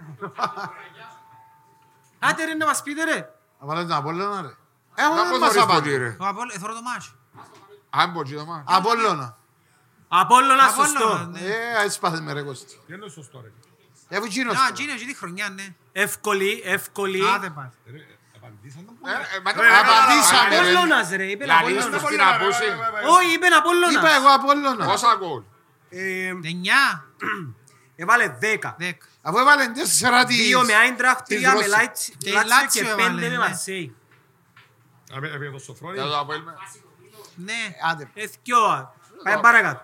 Speaker 1: Άντε ρε να μας πείτε ρε.
Speaker 5: Να βάλω τον Απόλλωνα ρε.
Speaker 3: Να
Speaker 5: Έχουν
Speaker 3: πω το
Speaker 5: δεν μας
Speaker 3: ρίσκο
Speaker 5: απάντησε.
Speaker 3: ρε.
Speaker 2: Ο Απόλλ- ε, θωρώ το μάτς.
Speaker 3: Αν πω το μα.
Speaker 5: Απόλλωνα.
Speaker 1: Απόλλωνα
Speaker 2: Απόλλωνα,
Speaker 1: σωστό.
Speaker 2: ναι.
Speaker 5: Ε, έσπασε με Ε, ρε Κώστη.
Speaker 6: Τι είναι σωστό ρε.
Speaker 5: Έχω εκείνος.
Speaker 2: Να,
Speaker 5: τώρα.
Speaker 2: εκείνη εκείνη τη χρονιά, ναι.
Speaker 1: Εύκολη, εύκολη.
Speaker 2: Άντε πας.
Speaker 6: Ρε, Απαντήσαν τον
Speaker 3: Ε,
Speaker 6: πολύ.
Speaker 3: ε, μα το-
Speaker 5: Απαντήσαμε ρε.
Speaker 1: Απόλλωνας ρε, είπε
Speaker 3: Λαλείς
Speaker 1: Απόλλωνας.
Speaker 3: το στην απούση.
Speaker 1: Όχι, είπε
Speaker 5: Είπα
Speaker 1: Απόλλωνας.
Speaker 5: εγώ Απόλλωνα.
Speaker 3: Πόσα γκολ.
Speaker 1: Ε,
Speaker 2: Εννιά,
Speaker 1: Έβαλε δέκα.
Speaker 2: δέκα.
Speaker 5: Αφού έβαλε τέσσερα της...
Speaker 1: Δύο με Άιντραχτ,
Speaker 5: της
Speaker 1: τρία με
Speaker 5: Ρώσης.
Speaker 1: Λάιτσι-
Speaker 2: Και
Speaker 1: Λάτσιο
Speaker 2: Λάτσιο
Speaker 1: και
Speaker 2: έβαλε,
Speaker 1: πέντε με
Speaker 2: ναι.
Speaker 1: Μαρσέη.
Speaker 6: Απε- Έπαιγε το σοφρόνι.
Speaker 3: Για το απέλμε.
Speaker 2: Ναι.
Speaker 5: Άντε.
Speaker 1: Εθκιό. Πάμε Ε, παρακάτω.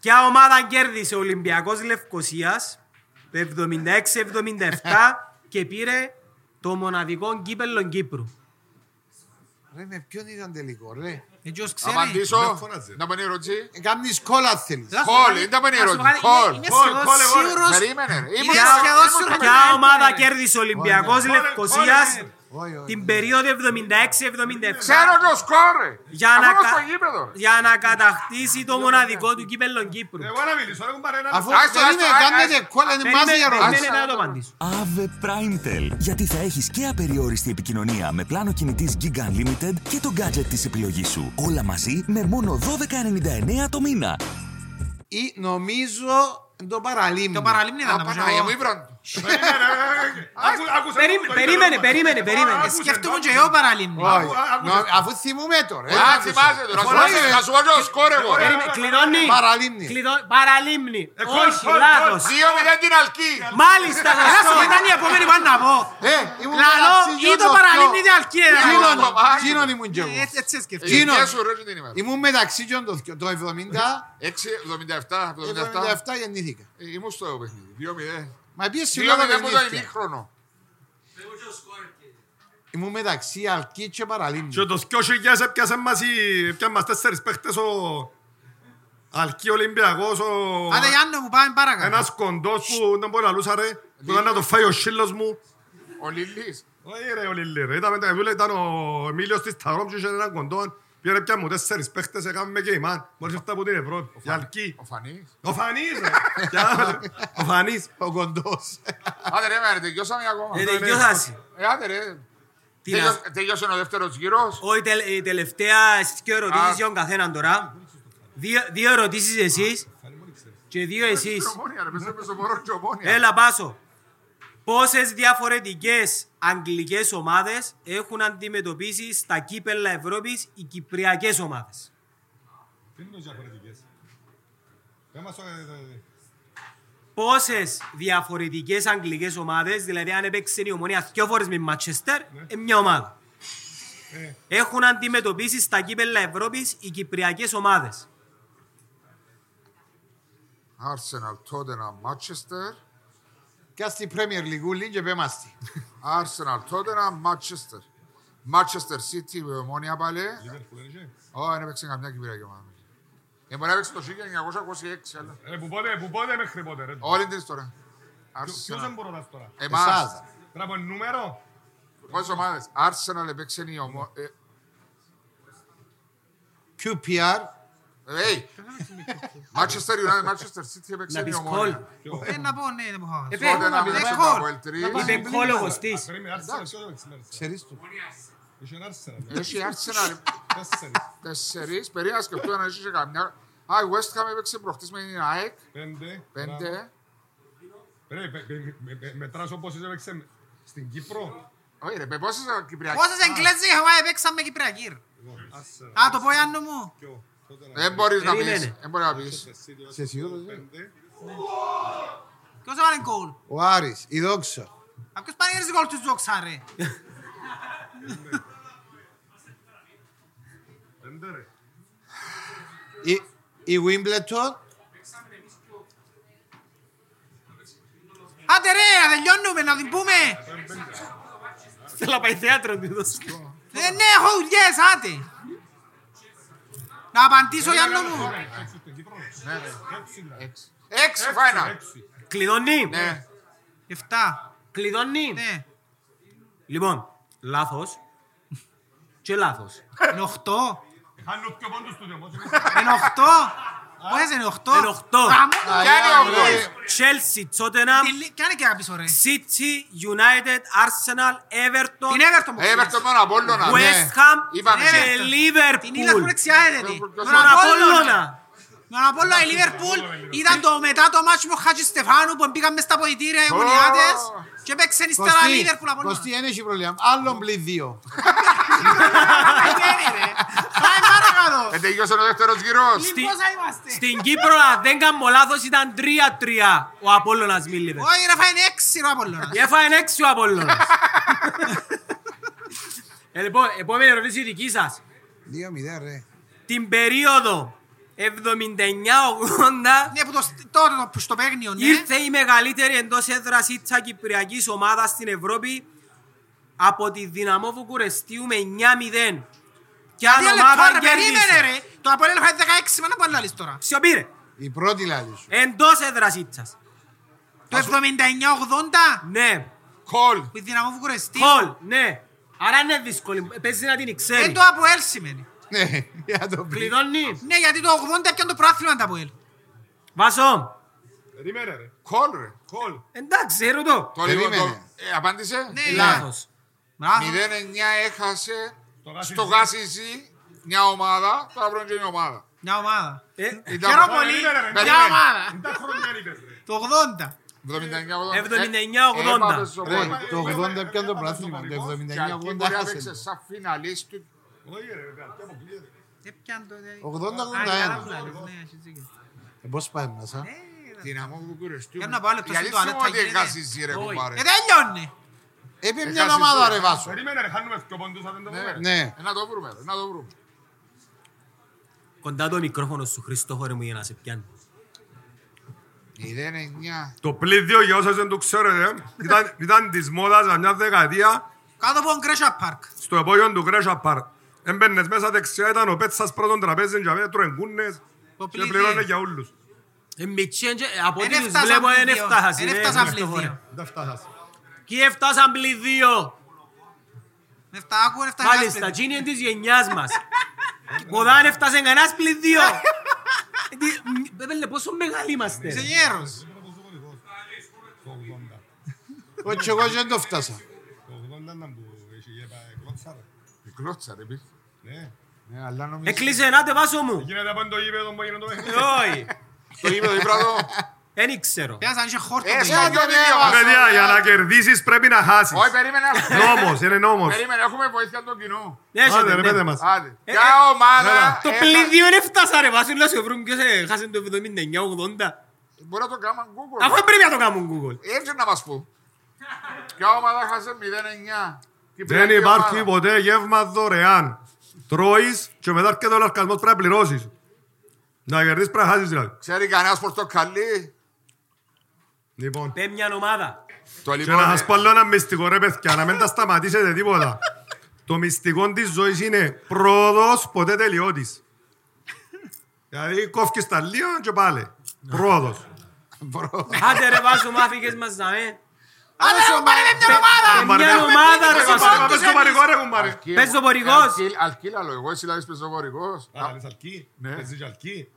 Speaker 1: Ποια ομάδα κέρδισε ο Ολυμπιακός Λευκοσίας το 76-77 και πήρε το μοναδικό κύπελλο Κύπρου.
Speaker 5: Ρε με ποιον ήταν τελικό ρε.
Speaker 2: Ετσιος Ε, ξέρει.
Speaker 3: Απαντήσω.
Speaker 6: Δεν φώναζε.
Speaker 3: Να πάνε ερώτηση.
Speaker 5: Ε, Κάνεις κόλλα θέλεις.
Speaker 2: Ελά, σου
Speaker 3: Κόλ,
Speaker 2: κάνει-
Speaker 3: δεν τα παίρνει
Speaker 2: να σου
Speaker 3: ερώτηση.
Speaker 2: κάνει-
Speaker 3: Κόλ,
Speaker 2: είναι
Speaker 3: κόλ,
Speaker 2: σχεδόν
Speaker 3: κόλ,
Speaker 2: σίγουρος-
Speaker 3: Περίμενε. ρε. Ήμουν-
Speaker 2: σχεδόν
Speaker 3: ήμουν-
Speaker 2: σίγουρος.
Speaker 1: Ποια
Speaker 2: Ωραία,
Speaker 1: ομάδα
Speaker 2: ωραία.
Speaker 1: κέρδισε ο Ολυμπιακός
Speaker 6: Ωραία,
Speaker 1: Λευκοσίας
Speaker 6: ωραία.
Speaker 1: την περίοδο 76-77
Speaker 3: Ξέρω το σκορ, ρε.
Speaker 1: Για
Speaker 3: Αφού
Speaker 1: να
Speaker 3: είμαι
Speaker 1: κα-
Speaker 3: στο γήπεδο, ρε.
Speaker 1: για να κατακτήσει το μοναδικό του κύπελλον Κύπρου.
Speaker 6: Εγώ να μιλήσω, έχω παρένα.
Speaker 5: Αφού
Speaker 3: Άστο, άστο,
Speaker 5: είναι,
Speaker 3: άστο,
Speaker 5: κάνετε
Speaker 3: άστο.
Speaker 5: κόλλα, είναι
Speaker 1: Περίμενε-
Speaker 5: μαζί ερώτηση.
Speaker 1: Περίμενε να το απαντήσω.
Speaker 9: ΑΒΕ Primetel. Γιατί θα έχεις και απεριόριστη επικοινωνία με πλάνο κινητής Giga Unlimited και το gadget της επιλογής σου. Όλα μαζί με μόνο 12,99 το μήνα.
Speaker 5: Ή νομίζω το παραλίμνη.
Speaker 2: Το παραλίμνη ήταν Ε, το
Speaker 3: Παναγία μου, ήβραν του.
Speaker 1: Περίμενε, περίμενε, περίμενε, περίμενε.
Speaker 2: Σκέφτομαι και εγώ παραλίμνη.
Speaker 5: Όχι. Νο- Αφού θυμούμε τώρα. ε,
Speaker 3: Α,
Speaker 5: άκουσα.
Speaker 3: θυμάσαι το, να σου πω-
Speaker 5: Φωνάζει.
Speaker 3: να σου πω το σκορ εγώ.
Speaker 1: Περίμενε, Κλειδώνει.
Speaker 5: Παραλίμνη.
Speaker 1: Κλειδώ- Παραλίμνη.
Speaker 2: Ε,
Speaker 1: Όχι, λάθος.
Speaker 3: Δύο μηδέν την αλκή.
Speaker 1: Μάλιστα,
Speaker 2: Άσε,
Speaker 1: σωστό.
Speaker 2: Ε, ήταν η επόμενη πάνω να πω.
Speaker 5: Ε, ήμουν
Speaker 1: Λαλό
Speaker 5: μεταξύ
Speaker 1: ή το
Speaker 5: των
Speaker 1: παραλίμνη
Speaker 5: δυο.
Speaker 1: είτε αλκύερα.
Speaker 5: Γίνον-
Speaker 3: το παπά.
Speaker 5: Γίνον ήμουν κι εγώ.
Speaker 2: Ε, Έτσι- Έτσι σκέφτομαι.
Speaker 5: Εκείνο.
Speaker 3: Γεια σου, ρε, την ημέρα.
Speaker 5: Ήμουν μεταξύ των το δυο. το 70
Speaker 3: Έξι, 77,
Speaker 5: και
Speaker 3: 77.
Speaker 5: 77 γεννήθηκα.
Speaker 3: Ε, Ήμουν στο παιχνίδι. Δύο μηδέν.
Speaker 5: Μα πήγες σε
Speaker 3: Δύο
Speaker 5: όλα τα
Speaker 3: μηδέν που ήταν
Speaker 5: γεννήθηκα.
Speaker 3: ημίχρονο.
Speaker 5: Ήμουν μεταξύ αλκή και παραλίμνη.
Speaker 6: Και το 2000 έπιασε μας οι- έπιαν μας τέσσερις παίχτες ο Αλκή Ολυμπιακός, ο...
Speaker 2: Άντε Γιάννο μου πάμε παρακάτω.
Speaker 6: Ε, Ένας κοντός που δεν μπορεί να λούσα ρε, που ήταν να το φάει ο σύλλος μου.
Speaker 3: Ο Λιλής.
Speaker 6: Όχι ρε ο Λίλι ρε, ήταν, ήταν- ήταν ο Εμίλιος της Ταρόμ και είχε έναν κοντό. Πήρε πια μου τέσσερις παίχτες, έκαναμε και ημάν. Μόλις ήρθα από την Ευρώπη, η Αλκή.
Speaker 3: Ο Φανής.
Speaker 6: Ο Φανής ρε, Ποια- ο Φανής.
Speaker 5: Ο κοντός.
Speaker 3: Άντε ρε, μέρα, τελειώσαμε ακόμα.
Speaker 1: Ε, τελειώσασαι.
Speaker 3: Ε, άντε ρε.
Speaker 1: Τι
Speaker 3: Τελειώ-
Speaker 1: να-
Speaker 3: Τελειώσε ο δεύτερος γύρος.
Speaker 1: Όχι, τελ- η τελευταία στις δύο ερωτήσεις
Speaker 3: Α.
Speaker 1: για τον καθέναν τώρα. Δύο, δύο ερωτήσεις εσείς και δύο εσείς.
Speaker 3: Ομόνια, ρε, πες πες ο Μωρός και ομόνια.
Speaker 1: Έλα, πάσο. Πόσες διαφορετικές αγγλικές ομάδες έχουν αντιμετωπίσει στα κύπελα Ευρώπης οι κυπριακές ομάδες.
Speaker 6: Τι είναι το διαφορετικές. Πες μας, ε, ε,
Speaker 1: Πόσες διαφορετικές αγγλικές ομάδες, δηλαδή αν έπαιξε η ομονία δυο φορές με Μάτσεστερ, ε, μια ομάδα. Έχουν αντιμετωπίσει στα κύπελα Ευρώπης οι κυπριακές ομάδες.
Speaker 3: Arsenal, Tottenham, Manchester.
Speaker 5: Κάστη Premier League, ούλη και πέμαστη.
Speaker 3: Arsenal, Tottenham, Manchester. Manchester City με ομόνια πάλι.
Speaker 6: που λένε, και.
Speaker 3: Ω, δεν έπαιξε καμιά κυπηριακή ομάδα. Ε, μπορεί να έπαιξε το 1926, αλλά
Speaker 6: Ε, Που πότε, που πότε μέχρι πότε ρε.
Speaker 3: όλη την ιστορία.
Speaker 6: Ποιο- Ποιος δεν
Speaker 3: Arsenal.
Speaker 6: μπορεί να δώσει τώρα.
Speaker 3: Εμάς.
Speaker 5: Εσάς.
Speaker 6: Πρέπει να πω νούμερο.
Speaker 3: Πόσες ομάδες. Arsenal έπαιξε η ε, ομόνια.
Speaker 5: QPR.
Speaker 3: Hey! Manchester United, Manchester City έπαιξε
Speaker 1: Να
Speaker 3: η
Speaker 1: πεις κόλ.
Speaker 3: ομόνια.
Speaker 2: Ε, να πω, ναι, δεν μου χάω.
Speaker 3: Tottenham,
Speaker 2: Λες
Speaker 3: έπαιξε
Speaker 2: κόλ.
Speaker 3: το Αποέλ Τρίπολης.
Speaker 1: Είπε κόλογος της.
Speaker 6: Περίμενε, Arsenal, ποιος δεν παίξει σήμερα.
Speaker 5: Ξέρεις το.
Speaker 6: Είχε ένα Arsenal, ε,
Speaker 3: Έχει Arsenal.
Speaker 6: τέσσερις,
Speaker 3: Τέσσερις. Περίμενα να σκεφτώ αν έχει και καμιά. Α, η West Ham έπαιξε προχτές με την ΑΕΚ.
Speaker 6: πέντε, μπράβο.
Speaker 3: Πέντε.
Speaker 6: Ρε, πε- πε- με- με- Μετράς όπως είσαι παίξε στην Κύπρο.
Speaker 3: Όχι ρε, πόσες ε, κυπριακές.
Speaker 2: Πόσες εγκλέζοι είχαμε παίξαμε Κυπριακή. ρε. Α, το πω Γιάννο μου.
Speaker 6: Ποιο, τότε να-
Speaker 3: Δεν μπορείς να πεις.
Speaker 1: Περίμενε.
Speaker 3: Δεν μπορείς να πεις.
Speaker 6: Εσύ,
Speaker 5: Σε σίγουρο, ε.
Speaker 6: πέντε.
Speaker 2: Ποιος έβαλε γκολ.
Speaker 5: Ο Άρης, η δόξα.
Speaker 2: Α, ποιος πανηγύρισε γκολ του Ζόξα, ρε.
Speaker 6: Πέντε, ρε.
Speaker 5: Η- Η Wimbledon.
Speaker 2: Άντε ρε, να τελειώνουμε, να την πούμε.
Speaker 1: Θέλω να πάει θέατρο του
Speaker 2: Ε, ναι, έχω δουλειές, άντε. Να απαντήσω, Γιάννο μου.
Speaker 6: Έξι στην Κύπρο. Έξι, ρε.
Speaker 3: Έξι φάινα.
Speaker 6: Έξι.
Speaker 1: Κλειδώνει.
Speaker 3: Ναι.
Speaker 2: Εφτά.
Speaker 1: Κλειδώνει.
Speaker 2: Ναι.
Speaker 1: Λοιπόν, λάθος. Και λάθος.
Speaker 2: Είναι οχτώ.
Speaker 6: Χάνουν πιο πόντους του όμως.
Speaker 2: Είναι οχτώ. Πόσες είναι οχτώ.
Speaker 1: Είναι οχτώ.
Speaker 2: Γαμώ το
Speaker 3: Κάνει ο
Speaker 2: διάλογο.
Speaker 3: Γκολ.
Speaker 1: Chelsea, Tottenham,
Speaker 2: Τι λέ- Κι αν είναι και να πίσω, ρε.
Speaker 1: Ε, City, United, Arsenal, Everton,
Speaker 2: Την Everton μου
Speaker 3: Έπαιξε
Speaker 2: ξέρεις.
Speaker 3: Ε, τον Απόλλωνα.
Speaker 1: West
Speaker 3: ναι.
Speaker 1: Ham
Speaker 3: Είπαμε.
Speaker 1: και
Speaker 2: Everton. Την Ήλας που
Speaker 1: Liverpool.
Speaker 2: είναι ξιάδετη.
Speaker 3: Τον
Speaker 2: Τον Απόλλωνα.
Speaker 1: Απόλλωνα.
Speaker 2: Τον Απόλλωνα η Λίβερπουλ ήταν το μετά το μάτσο με ο Χάτζη Στεφάνου που μπήκαν μες στα πολιτήρια οι γωνιάτες και έπαιξαν ύστερα
Speaker 5: Κωστή,
Speaker 2: Λίβερπουλ Απόλλωνα.
Speaker 5: Κωστή, δεν έχει πρόβλημα. Άλλον πλην δύο. ε.
Speaker 2: Καγένει, ρε. Πάμε παρακάτω.
Speaker 3: Ε, τελειώσε ο δεύτερος γύρος.
Speaker 2: Τι πόσα είμαστε.
Speaker 1: Στην Κύπρο, αν δεν κάνω λάθος, ήταν 3-3 ο Απόλλωνας Μίλιβερ.
Speaker 2: Όχι ρε φάει έξι ρε ο Απόλλωνας.
Speaker 1: Έφαγε έξι ο Απόλλωνας. Ε, Λοιπόν, επόμενη ερώτηση δική σας.
Speaker 5: Δύο μηδέν, ρε.
Speaker 1: Την περίοδο 79-80
Speaker 2: Ναι που το σ- τότε το που στο παίγνιο ναι.
Speaker 1: Ήρθε η μεγαλύτερη εντός έδρας ήττα κυπριακής ομάδας στην Ευρώπη από τη δυναμό Βουκουρεστίου με 9-0. Και αν
Speaker 2: Δύο λεπτά,
Speaker 1: ομάδα
Speaker 2: ρε, περίμενε
Speaker 1: κέρδισε.
Speaker 2: ρε. Το Απόλλωνα φάει 16 μάνα που αν λαλείς τώρα.
Speaker 1: Ποιο πήρε.
Speaker 5: Η πρώτη λάλης σου.
Speaker 1: Εντός έδρας ήττα.
Speaker 2: Το 79-80
Speaker 1: Ναι.
Speaker 3: Κολ.
Speaker 2: που η δυναμό Βουκουρεστή.
Speaker 1: Κολ. Ναι. Άρα είναι δύσκολη. Παίζει να την ξέρεις.
Speaker 2: Δεν Ε, το Αποέλ σημαίνει.
Speaker 5: Ναι, για το πεις.
Speaker 1: Κλειδώνεις.
Speaker 2: Ναι, γιατί το 80 πιάνε το πρόθυμα τα Αποέλ.
Speaker 1: Βάσο.
Speaker 6: Περίμενε ρε.
Speaker 5: Κόλ, ρε.
Speaker 6: Κόλ.
Speaker 1: Εντάξει,
Speaker 2: ε,
Speaker 1: ξέρω το.
Speaker 3: Το λίγο
Speaker 5: Περίμενε.
Speaker 3: το... Ε, απάντησε.
Speaker 2: Ναι,
Speaker 1: Λάθος.
Speaker 2: Μπράβο.
Speaker 3: 0-9 έχασε στο γάσι Ζι μια ομάδα, τώρα πρέπει είναι η ομάδα.
Speaker 2: Μια ομάδα.
Speaker 1: Ε,
Speaker 3: Ήταν-
Speaker 2: Χαίρομαι πολύ.
Speaker 6: Περίμενε, ρε.
Speaker 2: Μια
Speaker 3: Περίμενε.
Speaker 2: ομάδα.
Speaker 6: Τα χρόνια είπες ρε.
Speaker 2: Το 80.
Speaker 3: 79-80.
Speaker 1: 79-80.
Speaker 3: Έπαπες Ε, στο
Speaker 5: Ρε,
Speaker 3: πόδι.
Speaker 5: το 80 πιάνε το πράθυμα, το
Speaker 3: Και αυτή
Speaker 5: 79-80
Speaker 3: μπορεί να παίξε
Speaker 5: χάσε.
Speaker 3: σαν φιναλίστ του.
Speaker 6: Όχι ρε, κάτι αποκλείεται.
Speaker 2: Δεν πιάνε Ε, το... ε,
Speaker 5: 80-81.
Speaker 2: ναι, Κάνω
Speaker 5: Ε, Πώς πάει μας, α.
Speaker 3: Δυναμό Βουκουρεστίου.
Speaker 2: να πάω λεπτό
Speaker 3: Η
Speaker 2: στην
Speaker 3: αλήθεια
Speaker 2: τουαλέτα.
Speaker 3: μου ότι
Speaker 2: γίνεται.
Speaker 3: έχασες εσύ, ρε
Speaker 1: Όχι.
Speaker 3: κουμπάρε.
Speaker 2: Ε, τελειώνει.
Speaker 5: Έπιε
Speaker 3: Έχασες
Speaker 5: μια ομάδα,
Speaker 3: τώρα.
Speaker 5: ρε Βάσο.
Speaker 6: Περίμενε ρε, χάνουμε δυο πόντους, αν δεν το πούμε.
Speaker 5: Ναι.
Speaker 3: Ε, Να το βρούμε, ρε, να το βρούμε.
Speaker 1: Κοντά το μικρόφωνο σου, Χριστόφορε μου, για να σε πιάνει.
Speaker 3: 0-9.
Speaker 6: Το πλήδιο για όσες δεν το ξέρετε ήταν, ήταν της μόδας για μια δεκαετία
Speaker 2: Κάτω από τον Κρέσια Πάρκ.
Speaker 6: στο επόγειο του Γκρέσια Πάρκ. Έμπαινες μέσα δεξιά, ήταν ο Πέτσας πρώτον τραπέζι και έτρωε γκούνες
Speaker 2: Το
Speaker 6: και
Speaker 2: πλήδι.
Speaker 6: πληρώνε για όλους.
Speaker 1: Ε, μητσί, εν και- από
Speaker 2: Εν
Speaker 1: ό,τι τους
Speaker 2: έφτασαν
Speaker 1: βλέπω, δεν
Speaker 2: πλην δύο.
Speaker 1: έφτασαν.
Speaker 2: Εν
Speaker 1: ε,
Speaker 2: έφτασαν πλην
Speaker 1: Χριστόφορε.
Speaker 2: δύο.
Speaker 6: Δεν φτάσας.
Speaker 1: Κι έφτασαν πλην δύο.
Speaker 2: Με αυτά άκου, έφτανε ένας
Speaker 1: Μάλιστα,
Speaker 2: πλήδι.
Speaker 1: τσίνι είναι της γενιάς μας. Κοντά δεν έφτασε κανένας πλην δύο. Ε, τι- μ, Πέπελε, πόσο μεγάλοι είμαστε.
Speaker 2: Είσαι γέρος.
Speaker 5: Όχι, εγώ δεν το φτάσα.
Speaker 3: Ε,
Speaker 6: Το 80 ήταν που είχε γέπα κλώτσα ρε.
Speaker 3: Η κλώτσα, ρε, πει.
Speaker 6: Ναι.
Speaker 5: Ναι, αλλά νομίζω...
Speaker 1: Έκλεισε ένα τεβάσο μου.
Speaker 6: Γίνεται από το γήπεδο που έγινε το παιχνίδι.
Speaker 1: Ε, Όχι,
Speaker 3: Το είπε το Ιπράδο.
Speaker 1: δεν ήξερα.
Speaker 2: Πέρασε αν είχε χόρτο.
Speaker 3: Ε,
Speaker 2: το
Speaker 3: σαν
Speaker 2: γέλιο.
Speaker 3: τον Ιβράδο.
Speaker 6: Παιδιά, για να κερδίσεις πρέπει να χάσεις.
Speaker 3: Όχι, περίμενε.
Speaker 6: Νόμος, είναι νόμος.
Speaker 3: Περίμενε, έχουμε βοήθεια από τον κοινό.
Speaker 6: Άντε
Speaker 1: Έχετε,
Speaker 6: ρε,
Speaker 1: ναι.
Speaker 6: πέτε μας.
Speaker 3: Άντε.
Speaker 1: Ε,
Speaker 3: Ποια ομάδα. Ε,
Speaker 6: έλα.
Speaker 1: Το
Speaker 3: έχα-
Speaker 1: πλην δύο δεν έφτασα ρε Βάσου, να σου βρουν ποιος έχασε το 79-80.
Speaker 3: Μπορεί να το κάνουμε
Speaker 1: Αφού
Speaker 3: Google.
Speaker 1: δεν πρέπει να το κάνουν Google.
Speaker 3: Έτσι να μας πω. Ποια ομάδα χάσε 0-9.
Speaker 6: Δεν υπάρχει ποτέ γεύμα δωρεάν. Τρώεις και μετά έρχεται ο λαρκασμός πρέπει να πληρώσεις. Να κερδίσεις πρέπει να χάσεις δηλαδή.
Speaker 3: Ξέρει κανένας πορτοκαλί.
Speaker 6: Λοιπόν,
Speaker 1: Πέ μια ομάδα.
Speaker 3: Το
Speaker 6: και
Speaker 3: λοιπόν.
Speaker 6: να σας
Speaker 3: ε,
Speaker 6: πω άλλο ένα μυστικό ρε παιδιά, να μην τα σταματήσετε τίποτα. Το μυστικό της ζωής είναι πρόοδος ποτέ τελειώτης. Δηλαδή κόφκεις τα λίγο και πάλι.
Speaker 1: Ε,
Speaker 6: Πρόοδος.
Speaker 1: Άντε ρε Βάσου, μάθηκες μας να με.
Speaker 2: Άντε ρε, πάρε με μια ομάδα.
Speaker 1: Πε μια ομάδα ρε
Speaker 6: Πάμε
Speaker 1: Βάσου.
Speaker 6: πάμε στο παρηγό ρε κουμπάρε.
Speaker 3: αρκεί-
Speaker 1: Πες το πορυγός.
Speaker 3: αρκεί- αρκεί λαλό, εγώ εσύ λαλείς πες το πορυγός.
Speaker 6: Α, λες αλκή. Παίζεις και αλκή.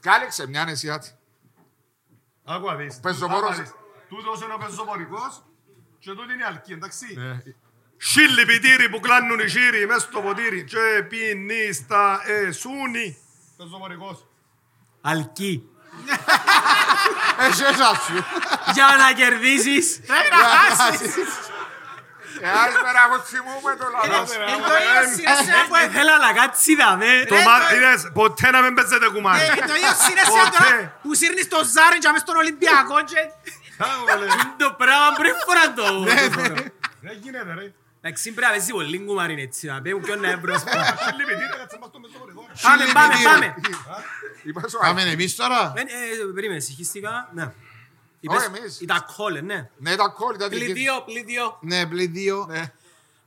Speaker 3: Κάλεξε μια νεσιάτη.
Speaker 6: Άκου να δεις.
Speaker 3: Πεζοπόρος.
Speaker 6: Άκου να δεις. Τούτος είναι ο πεζοπορικός και τούτη είναι η αλκή, εντάξει.
Speaker 3: Ναι.
Speaker 6: Σίλι πιτήρι που κλάνουν οι σύροι μες στο ποτήρι και πίνεις στα εσούνι. Πεζοπορικός.
Speaker 1: Αλκή.
Speaker 3: Εσύ εσάψου.
Speaker 1: Για να κερδίσεις.
Speaker 2: Πρέπει να χάσεις.
Speaker 3: Εάν πέρα εγώ θυμούμαι το λαλό.
Speaker 2: Εν το ίδιο σύνεσαι που
Speaker 1: Ε,
Speaker 2: έφερε.
Speaker 1: Θέλω να κάτσει να με.
Speaker 6: Το Μάρτινες ποτέ να μην παίζετε κουμάρι.
Speaker 2: Εν ε, το ίδιο σύνεσαι
Speaker 6: Ποτέ.
Speaker 1: ε.
Speaker 2: τώρα που σύρνεις το Ζάρι και αμέσως στον Ολυμπιακό και...
Speaker 1: Το πράγμα πριν φορά το. ναι.
Speaker 6: Δεν γίνεται ρε.
Speaker 1: Εντάξει, πρέπει να παίζει πολύ κουμάρι έτσι. Να παίρνουν ποιον να εμπρόσπα.
Speaker 6: Σίλι πιτήρι κάτσε μας το πεζοπορικό.
Speaker 1: Πάμε, πάμε, πάμε.
Speaker 3: Είπα σου,
Speaker 5: Πάμε εμείς τώρα.
Speaker 1: Ε, ε, Περίμενε, συγχύστηκα. Ναι.
Speaker 3: Όχι, εμείς.
Speaker 1: Ήταν κόλε, ναι.
Speaker 3: Ναι, τα κόλλη, τα δική-
Speaker 1: Πληδίο, πληδίο.
Speaker 5: Ναι, πλην δύο.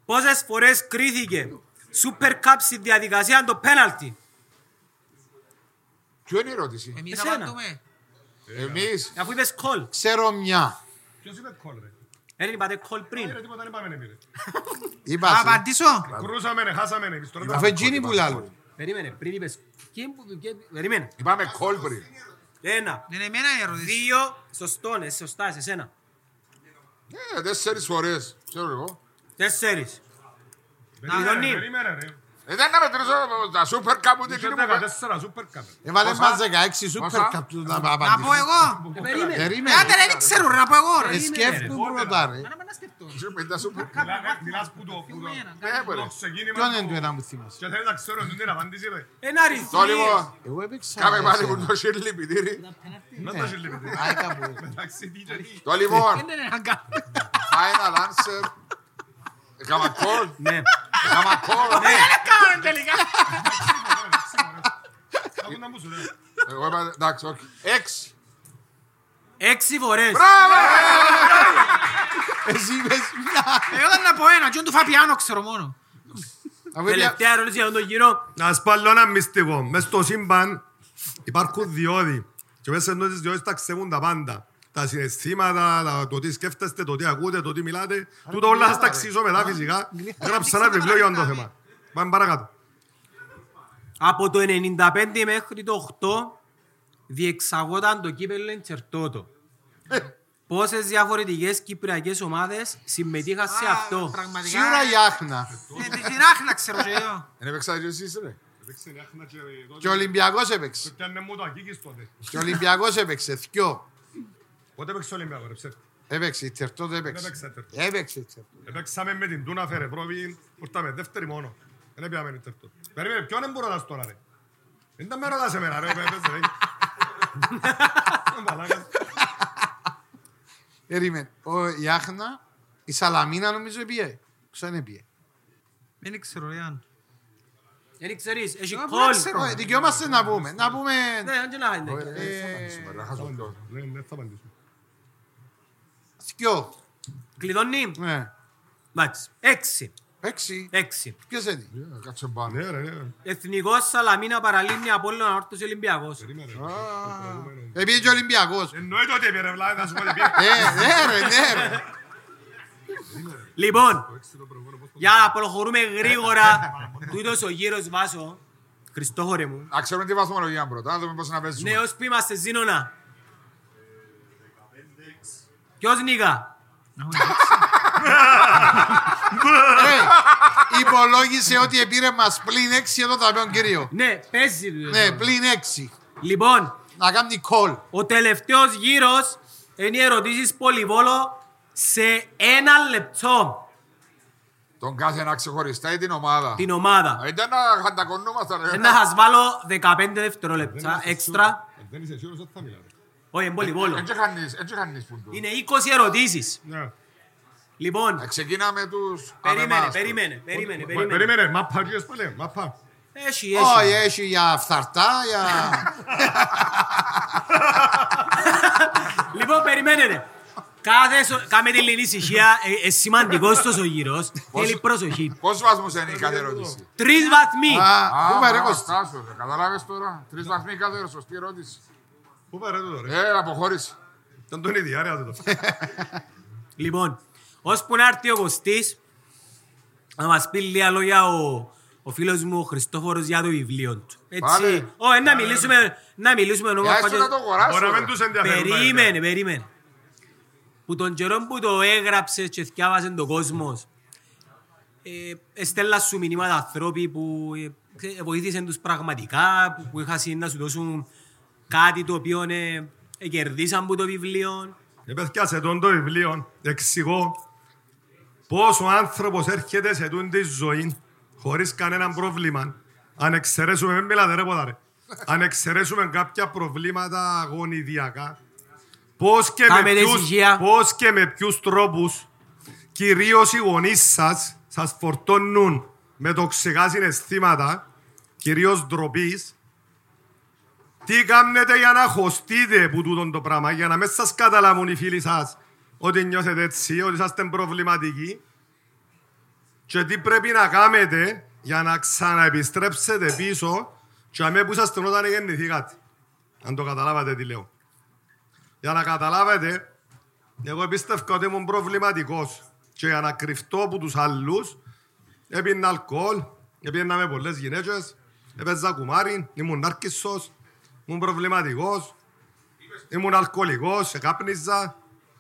Speaker 1: Πόσες φορές κρίθηκε. Σούπερ Cup στη διαδικασία το πέναλτι.
Speaker 3: Ποιο είναι η ερώτηση.
Speaker 2: Εμείς
Speaker 1: Εσένα.
Speaker 2: απαντούμε.
Speaker 3: Εμείς.
Speaker 1: Αφού είπες κόλ.
Speaker 5: Ε, Ξέρω μια.
Speaker 6: Ποιος είπε κόλ ρε.
Speaker 1: Δεν είπατε κόλ
Speaker 6: Ε, ρε,
Speaker 1: πριν.
Speaker 6: τίποτα δεν πάμε εμείς, ρε.
Speaker 5: Είπα
Speaker 2: Α,
Speaker 5: σου.
Speaker 2: Απαντήσω.
Speaker 6: Κρούσαμε ρε, χάσαμε ρε. Εμείς τώρα
Speaker 5: Αφού εκείνοι που λάλλουν.
Speaker 1: Περίμενε, πριν είπες. Ποιοι που- ποιοι- Περίμενε.
Speaker 3: Είπαμε κόλπρι.
Speaker 1: Ένα,
Speaker 2: Δεν είναι Ναι, εμένα η ερώτηση.
Speaker 1: δύο, σωστό, ναι, σωστά, σε σένα.
Speaker 3: Ε, τέσσερις φορές. Ξέρω εγώ.
Speaker 1: Τέσσερις.
Speaker 6: Περίμενε,
Speaker 1: Λιώνει.
Speaker 6: περίμενε, ρε.
Speaker 3: Ε, δεν να μετρήσω τα σούπερ κάπου την
Speaker 6: Είχε
Speaker 3: κοινή μου.
Speaker 6: 14 σούπερ κάπερ.
Speaker 5: Έβαλε
Speaker 3: Πόσα?
Speaker 5: Ε, μας 16 σούπερ
Speaker 3: Πόσα?
Speaker 5: καπ του να π-
Speaker 2: Να πω
Speaker 5: απαντήσω.
Speaker 2: εγώ.
Speaker 1: Ε, Περίμενε.
Speaker 2: Ε,
Speaker 5: Περίμενε.
Speaker 2: Άντε ρε, δεν ξέρω ρε, να πω εγώ
Speaker 5: Ε,
Speaker 2: ρε.
Speaker 5: Σκέφτομαι πρώτα ρε.
Speaker 3: Σούπερ, τα σούπερ κάπου.
Speaker 6: Μιλά- Μιλάς που το... που το-
Speaker 3: Ε, μπορεί.
Speaker 6: το ξεκίνημα
Speaker 5: Ποιον είναι
Speaker 6: του-
Speaker 5: του ένα που θυμάσαι.
Speaker 6: Και θέλει να ξέρω τούτη την απάντηση ρε.
Speaker 1: Ένα
Speaker 3: Το
Speaker 1: αριθμό.
Speaker 3: λοιπόν.
Speaker 5: Εγώ έπαιξα.
Speaker 3: Κάμε
Speaker 5: για
Speaker 3: πάλι
Speaker 5: σένα.
Speaker 3: που το σύρλι πιτήρι.
Speaker 6: Να τα σύρλι πιτήρι.
Speaker 5: Άι, κάπου.
Speaker 6: Εντάξει, τι και τι.
Speaker 3: Το λοιπόν.
Speaker 2: Δεν είναι να κάνω.
Speaker 3: Final answer. Έκαμα κόλ.
Speaker 1: Ναι.
Speaker 3: Έκαμα κόλ. ναι.
Speaker 2: Κάνω τελικά.
Speaker 6: Άκου να μου σου λέω.
Speaker 3: Εγώ είπα, εντάξει, όχι. Έξι.
Speaker 1: Έξι φορές.
Speaker 5: Εσύ είπες μια.
Speaker 2: Εγώ δεν Ε, να πω ένα, και του Φαπιάνο ξέρω μόνο.
Speaker 5: Αφού είπα-
Speaker 1: Τελευταία ερώτηση για τον γύρο.
Speaker 6: Να σας πω άλλο ένα μυστικό. Μες στο σύμπαν υπάρχουν διόδι. Και μέσα σε αυτές τις διόδεις τα ξεβούν τα πάντα. τα συναισθήματα, τα- το τι σκέφτεστε, το τι ακούτε, το τι μιλάτε. Τούτα όλα θα τα αξίζω μετά φυσικά. Γράψα ένα βιβλίο για το θέμα. Πάμε παρακάτω.
Speaker 1: Από το 95 μέχρι το 8 διεξαγόταν το κύπελλο Ιντσερτότο. Πόσες διαφορετικές κυπριακές ομάδες συμμετείχαν σε αυτό.
Speaker 2: Πραγματικά.
Speaker 5: Σίγουρα η Άχνα.
Speaker 2: Ε, Την άχνα ξέρω και εγώ.
Speaker 3: Δεν έπαιξα και εσείς ρε.
Speaker 6: Έπαιξε η Άχνα και
Speaker 5: Και
Speaker 6: τότε
Speaker 5: ο Ολυμπιακός έπαιξε.
Speaker 6: πιάνε μου το Αγγίκης τότε.
Speaker 5: Και ο Ολυμπιακός έπαιξε. Θκιο.
Speaker 6: Πότε έπαιξε ο Ολυμπιακός, ρε ψεύτη.
Speaker 5: Έπαιξε. Η Τερτότο
Speaker 6: Δεν
Speaker 5: έπαιξε.
Speaker 6: έπαιξε τερτό.
Speaker 5: Έπαιξε η Τερτότο.
Speaker 6: Επέξαμε με την Τούνα Φερεπρόβη, ήρθαμε δεύτερη μόνο. Δεν πήγαμε την τερτό. Περίμενε, ποιον δεν μπορώ να τώρα ρε. Δεν τα με ρωτάς εμένα ρε, πες ρε. Μαλάκας.
Speaker 5: Περίμενε. Ο- Η Άχνα, η Σαλαμίνα νομίζω έπιε. Ξανά έπιε.
Speaker 2: Δεν ξέρω, Ιαν.
Speaker 1: Δεν ξέρεις, έχει
Speaker 2: Εγώ
Speaker 1: κόλ.
Speaker 2: δεν ξέρω.
Speaker 5: Ε, Δικαιόμαστε να πούμε. Να πούμε.
Speaker 1: Ναι, αν και να είναι.
Speaker 6: Ναι, Δεν θα απαντήσω.
Speaker 5: Θκιο.
Speaker 1: Κλειδώνει.
Speaker 5: Ναι.
Speaker 1: Εντάξει. Έξι.
Speaker 5: Έξι.
Speaker 1: Έξι.
Speaker 5: Ποιος είναι.
Speaker 3: Ε, Κάτσε πάνω.
Speaker 6: Ναι ρε, ναι.
Speaker 1: Εθνικός Σαλαμίνα παραλίμνη Απόλλων Αόρτος Ολυμπιακός.
Speaker 6: Περίμενε.
Speaker 5: Επίε και ο Ολυμπιακός.
Speaker 6: Εννοείται ότι έπαιρε βλάβη, θα σου πω ότι πήγε.
Speaker 5: Ε, ναι ρε, ναι ρε.
Speaker 1: Λοιπόν, για να προχωρούμε γρήγορα, τούτος ο γύρος Βάσο, Χριστόχωρε μου,
Speaker 3: Να ξέρουμε τη βαθμολογία πρώτα, να δούμε πώς να παίζουμε.
Speaker 1: νέος που είμαστε Ζήνονα. Ποιος νίκα,
Speaker 5: Ρε, Υπολόγισε ότι επήρε μας πλην έξι εδώ θα πει ο κύριο.
Speaker 1: ναι, παίζει. του.
Speaker 5: Ναι, πλην έξι.
Speaker 1: Λοιπόν,
Speaker 5: Να κάνει call.
Speaker 1: Ο τελευταίος γύρος είναι οι ερωτήσεις πολυβόλο σε ένα λεπτό
Speaker 3: Τον κάθε να ξεχωριστά ή την ομάδα.
Speaker 1: την ομάδα.
Speaker 3: Α, Ήταν να χαντακωνούμαστε
Speaker 1: Ε,
Speaker 3: ρε.
Speaker 1: Να σας βάλω 15 δευτερόλεπτα έξτρα.
Speaker 6: Αν ε, Δεν είσαι σίγουρος ότι θα μιλάτε.
Speaker 1: Όχι, είναι πολυβόλο.
Speaker 3: Έτσι χανείς, έτσι χανείς που του.
Speaker 1: Είναι 20 ερωτήσεις.
Speaker 6: Ναι.
Speaker 3: Να
Speaker 1: Λοιπόν,
Speaker 3: Ε, ξεκινάμε τους
Speaker 1: περίμενε,
Speaker 3: αμεμάς.
Speaker 1: περίμενε, περίμενε,
Speaker 6: Μα-
Speaker 1: περίμενε.
Speaker 6: Περίμενε, μαπά κύριος πάλι, μαπά.
Speaker 1: Έχει,
Speaker 5: Όχι,
Speaker 1: έχει.
Speaker 5: έχει για φθαρτά, για...
Speaker 1: Λοιπόν, περιμένετε. Κάθε, σο- κάμε τη λινή ησυχία, ε, ε, σημαντικός τόσο ο γύρος. Θέλει προσοχή.
Speaker 3: Πόσους βαθμούς είναι η κάθε ερώτηση.
Speaker 1: Τρεις βαθμοί.
Speaker 5: Α,
Speaker 3: Α,
Speaker 5: Πούμε ρε
Speaker 3: μπράβο,
Speaker 5: Κώστα. Ναι.
Speaker 3: Στάσος, ρε, καταλάβες τώρα. Τρεις βαθμοί κάθε ερώτηση, σωστή ερώτηση.
Speaker 6: Πού πάρε τούτο ρε.
Speaker 3: Ε, αποχώρηση.
Speaker 6: Ήταν τον ιδιάρια τούτο.
Speaker 1: Λοιπόν, ώσπου να έρθει ο Κωστής, να μας πει λίγα λόγια ο, ο φίλος μου ο Χριστόφορος για το βιβλίο του. Έτσι,
Speaker 3: Πάλε.
Speaker 1: Ω, ε, να μιλήσουμε, να μιλήσουμε
Speaker 3: Για
Speaker 1: όμως
Speaker 3: έστω να το αγοράσω.
Speaker 6: Μπορεί να
Speaker 3: ρε.
Speaker 6: μην τους ενδιαφέρουν. τα
Speaker 1: Περίμενε, περίμενε. Που τον καιρό που το έγραψε και θυκιάβασε τον κόσμος, ε, εστέλα σου μηνύματα ανθρώποι που ε, ξέ- ε, βοήθησαν τους πραγματικά, που, που είχαν να σου δώσουν κάτι το οποίο ε, ε, κερδίσαν από το βιβλίο.
Speaker 6: Ε, παιδιά, σε τόν το βιβλίο εξηγώ πώς ο άνθρωπος έρχεται σε τούν τη ζωή χωρίς κανένα πρόβλημα. Αν εξαιρέσουμε, μην μιλάτε ρε ποδά, ρε. Αν εξαιρέσουμε κάποια προβλήματα αγωνιδιακά, πώς και, με
Speaker 1: Κάμετε
Speaker 6: ποιους,
Speaker 1: ησυχία.
Speaker 6: πώς και με ποιους τρόπους κυρίως οι γονείς σας σας φορτώνουν με τοξικά συναισθήματα, κυρίως ντροπής, τι κάνετε για να χωστείτε που τούτον το πράγμα, για να μην σας καταλάβουν οι φίλοι σας ότι νιώθετε έτσι, ότι είσαστε προβληματικοί και τι πρέπει να κάνετε για να ξαναεπιστρέψετε πίσω και αμέ που είσαστε όταν γεννηθήκατε. Αν το καταλάβατε τι λέω. Για να καταλάβετε, εγώ πίστευκα ότι ήμουν προβληματικός και για να κρυφτώ από τους άλλους έπινα αλκοόλ, έπινα με πολλές γυναίκες, έπαιζα κουμάρι, ήμουν νάρκισσος, ήμουν προβληματικός, ήμουν αλκοολικός, εκάπνιζα.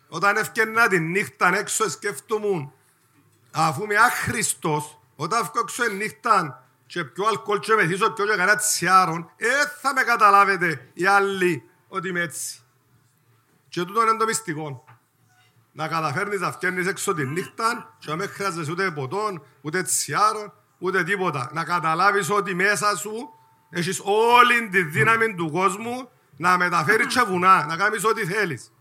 Speaker 6: Όταν έφτιανα τη νύχτα έξω σκέφτομουν, αφού είμαι άχρηστος, όταν έφτιανα έξω τη νύχτα και πιο αλκοόλ και μεθύσω πιο και κανένα τσιάρον, ε, θα με καταλάβετε οι άλλοι ότι είμαι έτσι. Και τούτο είναι το μυστικό να καταφέρνεις να φτιάχνεις έξω τη νύχτα και να μην χρειάζεσαι ούτε ποτών, ούτε τσιάρων, ούτε τίποτα. Να καταλάβεις ότι μέσα σου έχεις όλη τη δύναμη του κόσμου να μεταφέρεις και βουνά, να κάνεις ό,τι θέλεις.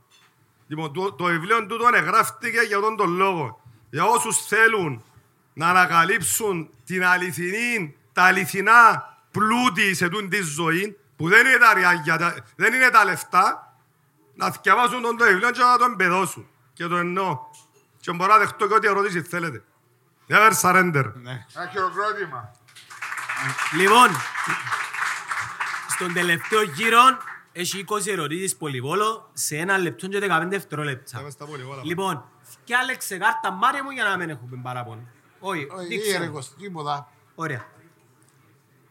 Speaker 6: Λοιπόν, το, το βιβλίο τούτο εγγράφτηκε για τον τον λόγο. Για όσους θέλουν να ανακαλύψουν την αληθινή, τα αληθινά πλούτη σε τούν τη ζωή, που δεν είναι τα, ριάγια, τα- δεν είναι τα λεφτά, να θυκευάσουν τον το βιβλίο και να τον παιδώσουν. Και το εννοώ. Και μπορώ να δεχτώ και ό,τι ερωτήσεις θέλετε. Never surrender.
Speaker 3: Ένα χειροκρότημα.
Speaker 1: Λοιπόν, στον τελευταίο γύρο Έχει 20 ερωτήσεις πολυβόλο σε ένα λεπτό και 15 δευτερόλεπτα.
Speaker 6: Πάμε στα πολυβόλα.
Speaker 1: Λοιπόν, φτιάλεξε κάρτα Μάρια μου για να μην έχουμε παράπονο. Όχι,
Speaker 5: Όχι,
Speaker 1: δείξε
Speaker 5: ρε
Speaker 1: μου.
Speaker 5: Κωστή, τίποτα.
Speaker 1: Ωραία.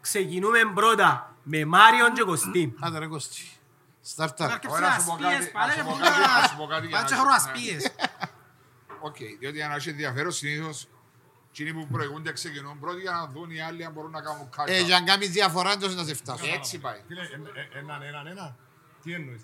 Speaker 1: Ξεκινούμε πρώτα με Μάριον και Κωστή.
Speaker 5: Άντε ρε Κωστή. Σταρτά.
Speaker 2: Αρκεψε
Speaker 3: Ωραία, να σου πω
Speaker 2: ασπίες,
Speaker 3: κάτι,
Speaker 2: πάλι
Speaker 3: να
Speaker 2: ρε
Speaker 3: σου πω
Speaker 2: πουλά.
Speaker 3: κάτι, να σου πω κάτι για
Speaker 2: Πάτσε
Speaker 3: να-
Speaker 2: χρόνο
Speaker 3: ναι.
Speaker 2: ασπίες.
Speaker 3: Οκ, διότι αν έχει ενδιαφέρον συνήθως εκείνοι που προηγούνται ξεκινούν πρώτοι για να δουν οι άλλοι αν μπορούν να κάνουν
Speaker 5: Ε,
Speaker 3: κάτι.
Speaker 5: για να κάνεις διαφορά, τόσο να σε φτάσω.
Speaker 3: Έτσι πάει.
Speaker 6: Φίλε, ε- ε- έναν, έναν, ένα. Τι εννοείς.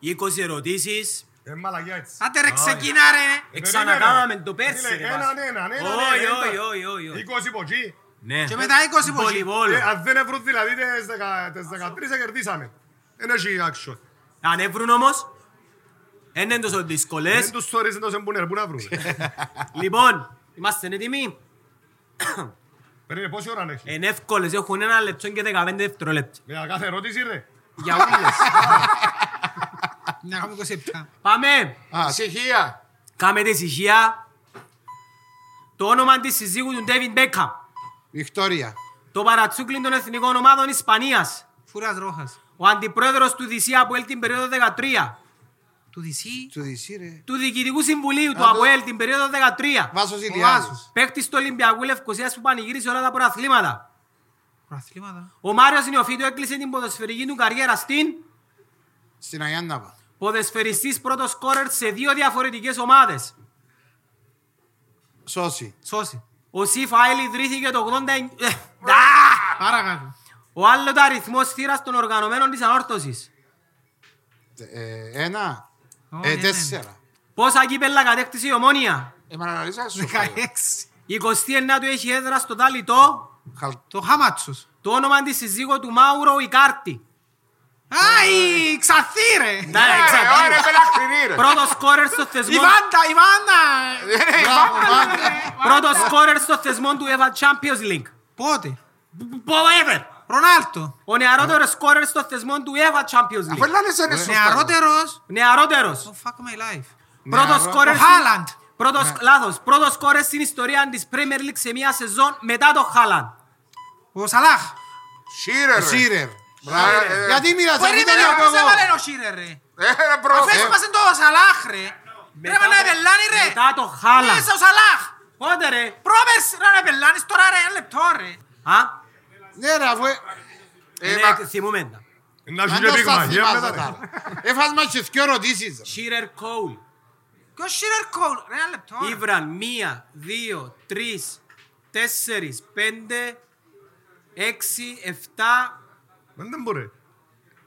Speaker 1: 20 ερωτήσεις.
Speaker 6: Ε, μαλαγιά έτσι.
Speaker 2: Άντε ρε ξεκινά ρε.
Speaker 1: Ξανακάναμε το πέρσι.
Speaker 6: Φίλε,
Speaker 1: ρε,
Speaker 6: έναν,
Speaker 1: βάση.
Speaker 6: έναν, έναν.
Speaker 1: Όχι,
Speaker 6: έναν.
Speaker 1: όχι, όχι, όχι, όχι.
Speaker 6: 20 από εκεί.
Speaker 1: Ναι.
Speaker 2: Και μετά 20 που έχει.
Speaker 1: Πολυβόλο.
Speaker 6: Ε, Αν δεν ευρούν δηλαδή τις δεκα- τις 13 θα κερδίσαμε. Δεν έχει action.
Speaker 1: Αν έβρουν όμως, δεν είναι τόσο δύσκολες.
Speaker 6: Δεν τους θωρείς, δεν τους εμπούνε, πού να βρουν.
Speaker 1: Λοιπόν, είμαστε έτοιμοι.
Speaker 6: Περίμενε, πόση ώρα έχει.
Speaker 1: Είναι εύκολες, έχουν ένα λεπτό και 15 δευτερόλεπτα.
Speaker 6: Για κάθε ερώτηση ρε.
Speaker 1: Για όλες.
Speaker 2: Να κάνουμε 27.
Speaker 1: Πάμε.
Speaker 5: Α,
Speaker 3: Στοιχεία.
Speaker 1: Κάμε τη ησυχία. Το όνομα της συζύγου του Ντέβιν Μπέκαμ.
Speaker 5: Βικτόρια.
Speaker 1: Το παρατσούκλι των εθνικών ομάδων Ισπανίας.
Speaker 2: Φούρας Ρόχας.
Speaker 1: Ο αντιπρόεδρος του Δυσία Αποέλ την περίοδο 13.
Speaker 2: Του Δυσί.
Speaker 5: Του δισί ρε.
Speaker 1: Του διοικητικού συμβουλίου του
Speaker 5: Α, το-
Speaker 1: Αποέλ την περίοδο 13.
Speaker 5: Βάσος
Speaker 2: Βάσος.
Speaker 5: Ηλιάδης.
Speaker 1: Παίχτης του Ολυμπιακού Λευκοσίας που πανηγύρισε όλα τα προαθλήματα.
Speaker 2: Προαθλήματα.
Speaker 1: Ο Μάριος Νιοφίτου έκλεισε την ποδοσφαιρική του καριέρα στην
Speaker 5: Στην Αγιάνναβα.
Speaker 1: ποδοσφαιριστής πρώτος σκόρερ σε δύο διαφορετικές ομάδες.
Speaker 5: Σώση.
Speaker 2: Σώση.
Speaker 1: Ο Σιφ Άιλ ιδρύθηκε το 89...
Speaker 2: Παρακάτω.
Speaker 1: Ο άλλος αριθμός θύρας των οργανωμένων της ανόρθωσης.
Speaker 5: Ε, Ένα.
Speaker 2: Ω,
Speaker 5: Ε,
Speaker 2: ναι,
Speaker 5: Τέσσερα.
Speaker 1: Πόσα κύπελα κατέκτησε η Ομόνια.
Speaker 3: Ε, μα να αναλύσεις, σου πω.
Speaker 2: 16.
Speaker 1: Η 29 του έχει έδρα στο Τάλιτό.
Speaker 5: Χαλ-
Speaker 2: Το Χαμάτσος.
Speaker 1: Το όνομα της συζύγου του Μάουρο Ικάρτη.
Speaker 2: Α, η Ξαθή ρε.
Speaker 1: Ναι,
Speaker 3: Ε,
Speaker 1: ξέρω.
Speaker 3: Ωραία, πελακτηρή, ρε.
Speaker 1: Πρώτος σκόρερ στο
Speaker 2: Η
Speaker 1: θεσμό...
Speaker 2: Βάντα, η Βάντα.
Speaker 1: Πρώτος σκόρερ στο θεσμό του UEFA Champions League.
Speaker 2: Πότε.
Speaker 1: Πόβερ.
Speaker 2: Ρονάλτο.
Speaker 1: Ο νεαρότερος σκόρερ στο θεσμό του UEFA Champions
Speaker 3: Αφού
Speaker 1: League.
Speaker 3: λάλεσαι,
Speaker 5: Ε,
Speaker 3: είναι σωστά. ναι.
Speaker 2: Νεαρότερος.
Speaker 1: Νεαρότερος.
Speaker 2: Oh, fuck my life.
Speaker 1: Πρώτος σκόρερ...
Speaker 2: Ο
Speaker 1: στην-
Speaker 2: Χάλαντ.
Speaker 1: Πρώτος, λάθος, πρώτος σκόρερ στην ιστορία της Premier League σε μια σεζόν μετά τον Χάλαντ.
Speaker 2: Ο Σαλάχ.
Speaker 3: Σύρε, ρε.
Speaker 5: Σίρερ.
Speaker 3: Μπράβο, ε,
Speaker 5: Γιατί μίλασα, αφού
Speaker 2: Περίμενε,
Speaker 5: τον έχω
Speaker 2: αφού σε
Speaker 5: εγώ.
Speaker 2: έβαλε ο Σίρερ ρε.
Speaker 3: Ε, ρε, μπρο.
Speaker 2: Αφού έσπασε το Σαλάχ ρε. Ρε
Speaker 1: Μετά
Speaker 2: μα να
Speaker 1: το-
Speaker 2: επελάνει ρε.
Speaker 1: μετά το Χάλαντ.
Speaker 2: Είσαι ο Σαλάχ.
Speaker 1: Πότε ρε.
Speaker 2: Πρόπερς ρε να επελάνεις τώρα ρε, ένα λεπτό ρε.
Speaker 1: Α,
Speaker 5: Ναι ρε, αφού... ε,
Speaker 3: Ε,
Speaker 1: ναι,
Speaker 3: μα-
Speaker 1: θυμούμε τα.
Speaker 6: Να σου
Speaker 5: αν
Speaker 6: και
Speaker 5: το
Speaker 6: πείγμα.
Speaker 5: σταθμάζα
Speaker 6: Για μετά
Speaker 5: τα
Speaker 6: ρε.
Speaker 5: άλλα. Έφασμα και δυο ερωτήσεις. ρε.
Speaker 1: Shearer Cole.
Speaker 2: Και ο Σίρερ Κόλ. Ρε ένα λεπτό ρε.
Speaker 1: Ήβραν μία, δύο, τρεις, τέσσερις, πέντε, έξι, εφτά,
Speaker 6: Μα Ε, Δεν μπορεί.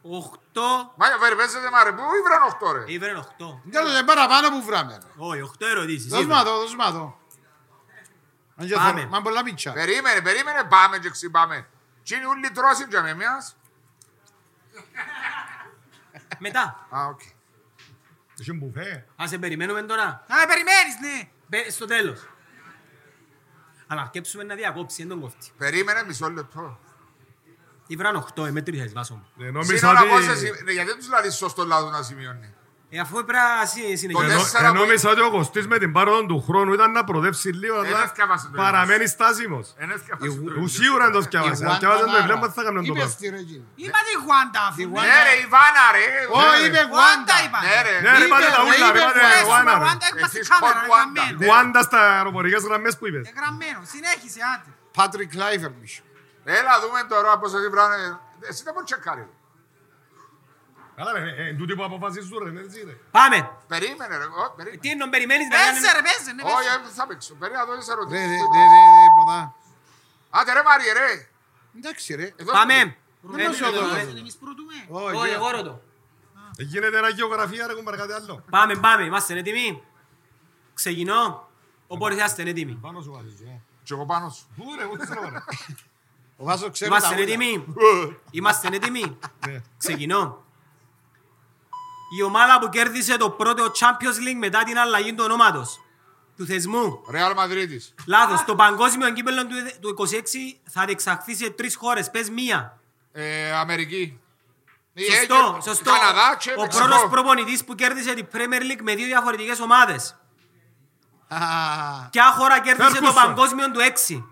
Speaker 1: οχτώ.
Speaker 3: Μα, ε, βέρε, παίζετε, μα, ρε, πού ήβραν οχτώ,
Speaker 5: Ε,
Speaker 3: ρε.
Speaker 1: Ήβραν οχτώ.
Speaker 5: Τέλος, είναι παραπάνω που βράμε. ρε.
Speaker 1: Όχι, οχτώ ερωτήσεις.
Speaker 5: Δώσ' μου
Speaker 1: ήβραν.
Speaker 5: εδώ, δώσ' μου εδώ. Αν και
Speaker 1: Πάμε.
Speaker 5: θέλω, Μα πολλά μίτσα.
Speaker 3: Περίμενε, περίμενε, πάμε και ξυπάμε. Τι είναι ούλοι τρώσιν για με μιας.
Speaker 1: Μετά.
Speaker 3: Α, οκ.
Speaker 6: Έχει μπουφέ.
Speaker 1: Ας σε περιμένουμε τώρα.
Speaker 2: Α, περιμένεις ναι.
Speaker 1: Μπε- Στο τέλος. Αλλά αρκέψουμε να διακόψει, δεν τον κόφτει.
Speaker 3: Περίμενε μισό λεπτό.
Speaker 1: Ήβραν οχτώ, εμέτρησες βάσο μου.
Speaker 6: Ε, Νόμιζα
Speaker 3: Σύνορα πόσες...
Speaker 6: ότι...
Speaker 3: είναι- Γιατί δεν τους λάδεις σωστό λάδο να σημειώνει.
Speaker 1: Ε, αφού πρέπει να συ-
Speaker 6: Ε,
Speaker 1: συνεχίσουμε.
Speaker 6: νο-
Speaker 3: τέσσερα
Speaker 6: ε,
Speaker 3: που-
Speaker 6: Νόμιζα ότι ο Κωστής με την πάροδο του χρόνου ήταν να προδεύσει λίγο,
Speaker 3: Ε,
Speaker 6: αλλά
Speaker 3: δεν σκάβασε το
Speaker 6: παραμένει στάσιμος.
Speaker 3: Ένας
Speaker 6: Σίγουρα το σκιάβασε. Αν σκιάβασε το βλέμμα θα έκαμε το
Speaker 5: Είπες
Speaker 6: πράγμα.
Speaker 5: τη ρε Κίνα.
Speaker 2: Είπα τη Γουάντα αφού. ναι.
Speaker 3: Ναι ρε, Ιβάνα ρε.
Speaker 5: Ω, είπε
Speaker 2: Γουάντα
Speaker 5: Γουάντα.
Speaker 2: είπα.
Speaker 3: Ναι ρε.
Speaker 6: Ε, Ναι ρε πάτε τα ούλα, ρε πάτε
Speaker 2: Ρε,
Speaker 6: Γουάνα,
Speaker 2: σούμε,
Speaker 6: ρε.
Speaker 2: Γουάντα, έχουμε στην
Speaker 3: Εσείς
Speaker 2: κάμερα,
Speaker 3: χορ
Speaker 2: είναι
Speaker 3: Γουάντα.
Speaker 2: γραμμένο.
Speaker 3: Ναι.
Speaker 6: Γουάντα στα αεροπορικές γραμμές που είπες.
Speaker 2: Είναι γραμμένο. Συνέχισε, άντε.
Speaker 5: Πάτρικ Κλάιβερ μίσο.
Speaker 3: Έλα δούμε τώρα πόσες ήβραν. Εσύ δεν μπορείς να τσεκάρεις.
Speaker 6: Καλά ρε, ε, εν τούτοι που αποφασίζουν ρε, έτσι ρε.
Speaker 1: Πάμε.
Speaker 3: Περίμενε ρε. Ω, περίμενε.
Speaker 1: Τι εννοώ, περιμένεις να
Speaker 2: Παίζε,
Speaker 1: κάνουμε-
Speaker 2: ρε, παίζε, ναι,
Speaker 3: Όχι,
Speaker 2: παίζε.
Speaker 3: ε, θα παίξω. Περίμενε να δω τις
Speaker 5: Ρε, ρε,
Speaker 3: ερωτήσεις.
Speaker 5: ρε, ρε, ποδά.
Speaker 3: Άντε ρε Μάριε ρε.
Speaker 5: Εντάξει ρε.
Speaker 3: Εδώ-
Speaker 1: Πάμε.
Speaker 5: Δεν μας οδόν.
Speaker 2: Παίζε, εμείς προτούμε.
Speaker 1: Όχι, εγώ ρωτώ.
Speaker 6: Ε, Γίνεται ένα γεωγραφία ρε κουμπάρ κάτι άλλο.
Speaker 1: Πάμε, πάμε, είμαστε έτοιμοι. Ξεκινώ. Ο Πορυσιάς είστε έτοιμοι.
Speaker 6: Πάνω σου βάζεις, ε.
Speaker 3: Και εγώ πάνω σου.
Speaker 6: Πού ρε, ούτε ξέρω ρε.
Speaker 5: Ο Βάσος ξέρει τα
Speaker 1: Είμαστε
Speaker 5: ούλα.
Speaker 1: έτοιμοι. Είμαστε έτοιμοι.
Speaker 6: Ναι.
Speaker 1: Ξεκινώ. Η ομάδα που κέρδισε το πρώτο Champions League μετά την αλλαγή του ονόματος του θεσμού.
Speaker 3: Ρεάλ Μαδρίτης.
Speaker 1: Λάθος, το παγκόσμιο κύπελλο του- του 26 θα διεξαχθεί σε τρεις χώρες. Πες μία.
Speaker 3: Ε, Αμερική.
Speaker 1: Σωστό,
Speaker 3: Ε,
Speaker 1: σωστό.
Speaker 3: Καναδά και
Speaker 1: Ο
Speaker 3: Μεξικό.
Speaker 1: πρώτος προπονητής που κέρδισε την Premier League με δύο διαφορετικές ομάδες.
Speaker 5: Α,
Speaker 1: Ποια χώρα κέρδισε το
Speaker 6: Ferguson.
Speaker 1: παγκόσμιο του 6.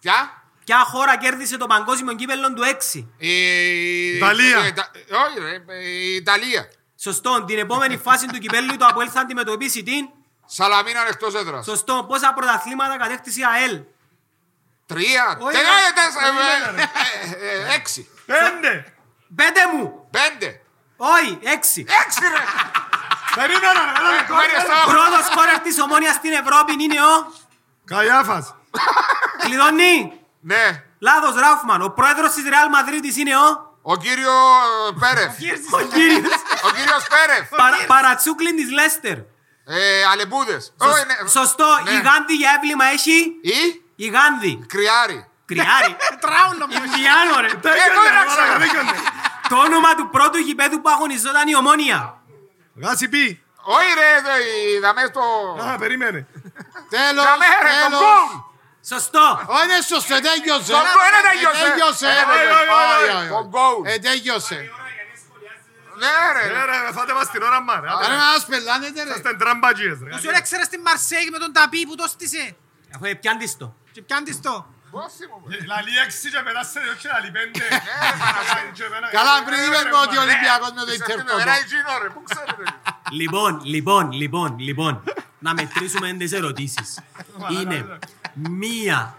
Speaker 3: Ποια?
Speaker 1: Ποια χώρα κέρδισε το παγκόσμιο κύπελλο του 6.
Speaker 3: Η-
Speaker 6: Ιταλία.
Speaker 3: η- τα- ε, Όχι, ρε, η Ιταλία.
Speaker 1: Σωστό, την επόμενη φάση του κυπέλλου το Αποέλ θα αντιμετωπίσει την.
Speaker 3: Σαλαμίνα εκτός έδρας.
Speaker 1: Σωστό, πόσα πρωταθλήματα κατέκτησε η ΑΕΛ.
Speaker 3: Τρία.
Speaker 1: Όχι,
Speaker 3: Τεγά,
Speaker 1: ε, ρε,
Speaker 3: τέσσερα.
Speaker 1: περίμενα,
Speaker 3: ε, ε, ε, ε, Έξι.
Speaker 6: Πέντε!
Speaker 1: Πέντε μου!
Speaker 3: Πέντε.
Speaker 1: Όχι, έξι.
Speaker 3: Έξι, ρε.
Speaker 6: Περίμενα, ένα λεπτό.
Speaker 3: Μέρες τώρα.
Speaker 1: Πρώτος σκόρερ της ομόνιας στην Ευρώπη είναι ο.
Speaker 6: Καϊάφας.
Speaker 1: Κλειδώνει!
Speaker 3: Ναι.
Speaker 1: Λάδος Ράφμαν. Ο πρόεδρος της Ρεάλ Μαδρίτης είναι ο.
Speaker 3: Ο κύριο ε, Πέρεφ.
Speaker 1: Ο κύριος.
Speaker 3: Ο κύριο Πέρεφ. Ε,
Speaker 1: Παρα- Παρατσούκλιν της Λέστερ.
Speaker 3: Αλεμπούδε.
Speaker 1: Σωστό,
Speaker 3: Ναι.
Speaker 1: η Γάνδη για έβλημα έχει.
Speaker 3: Ή
Speaker 1: Η Γάνδη.
Speaker 3: Κρυάρι.
Speaker 1: Κρυάρι.
Speaker 2: Τράουλο μου.
Speaker 1: Ινδιάνο, ρε.
Speaker 3: Ε,
Speaker 1: Το όνομα του πρώτου γηπέδου που αγωνιζόταν η Ομόνια.
Speaker 6: Γάση πει.
Speaker 3: Όχι, ρε, δε, είδαμε το.
Speaker 6: Α, περίμενε.
Speaker 5: Τέλος,
Speaker 3: Είδαμε, ρε, το
Speaker 5: τέλος.
Speaker 3: γκολ.
Speaker 1: Σωστό.
Speaker 5: Όχι, είναι σωστό, τέλειωσε.
Speaker 3: Το γκολ δεν
Speaker 5: Ε,
Speaker 3: έγιωσε.
Speaker 5: τέλειωσε,
Speaker 3: Ε,
Speaker 5: ρε.
Speaker 3: όχι, όχι,
Speaker 5: Όχι,
Speaker 3: όχι.
Speaker 5: όχι,
Speaker 3: Το
Speaker 5: όχι.
Speaker 3: γκολ.
Speaker 5: Ε, τέλειωσε.
Speaker 3: Ναι, ρε.
Speaker 6: Ε, ρε, φάτε μας την ώρα μα, ρε.
Speaker 5: Άρα να μας πελάνετε, ρε.
Speaker 6: Είστε ντραμπατζίες, ρε.
Speaker 2: Σου ρε ξέρεις τη Μαρσέη με τον Ταπί που το στήσε.
Speaker 1: Αφού επιάντης το.
Speaker 2: Και πιάντης το.
Speaker 3: Πόσιμο, ρε.
Speaker 6: Λαλή έξι και μετά σε δύο και λαλή πέντε.
Speaker 5: Καλά, πριν είπαμε ότι ο
Speaker 3: Ναι.
Speaker 5: Ολυμπιακός με το
Speaker 3: Είσαι
Speaker 5: Ιντερ
Speaker 3: ευθύνο,
Speaker 5: τότε.
Speaker 3: Ένα Αιγίνο, ρε. Πού ξέρω, ρε.
Speaker 1: Λοιπόν, λοιπόν, λοιπόν, λοιπόν. Να μετρήσουμε τις ερωτήσεις. Είναι μία.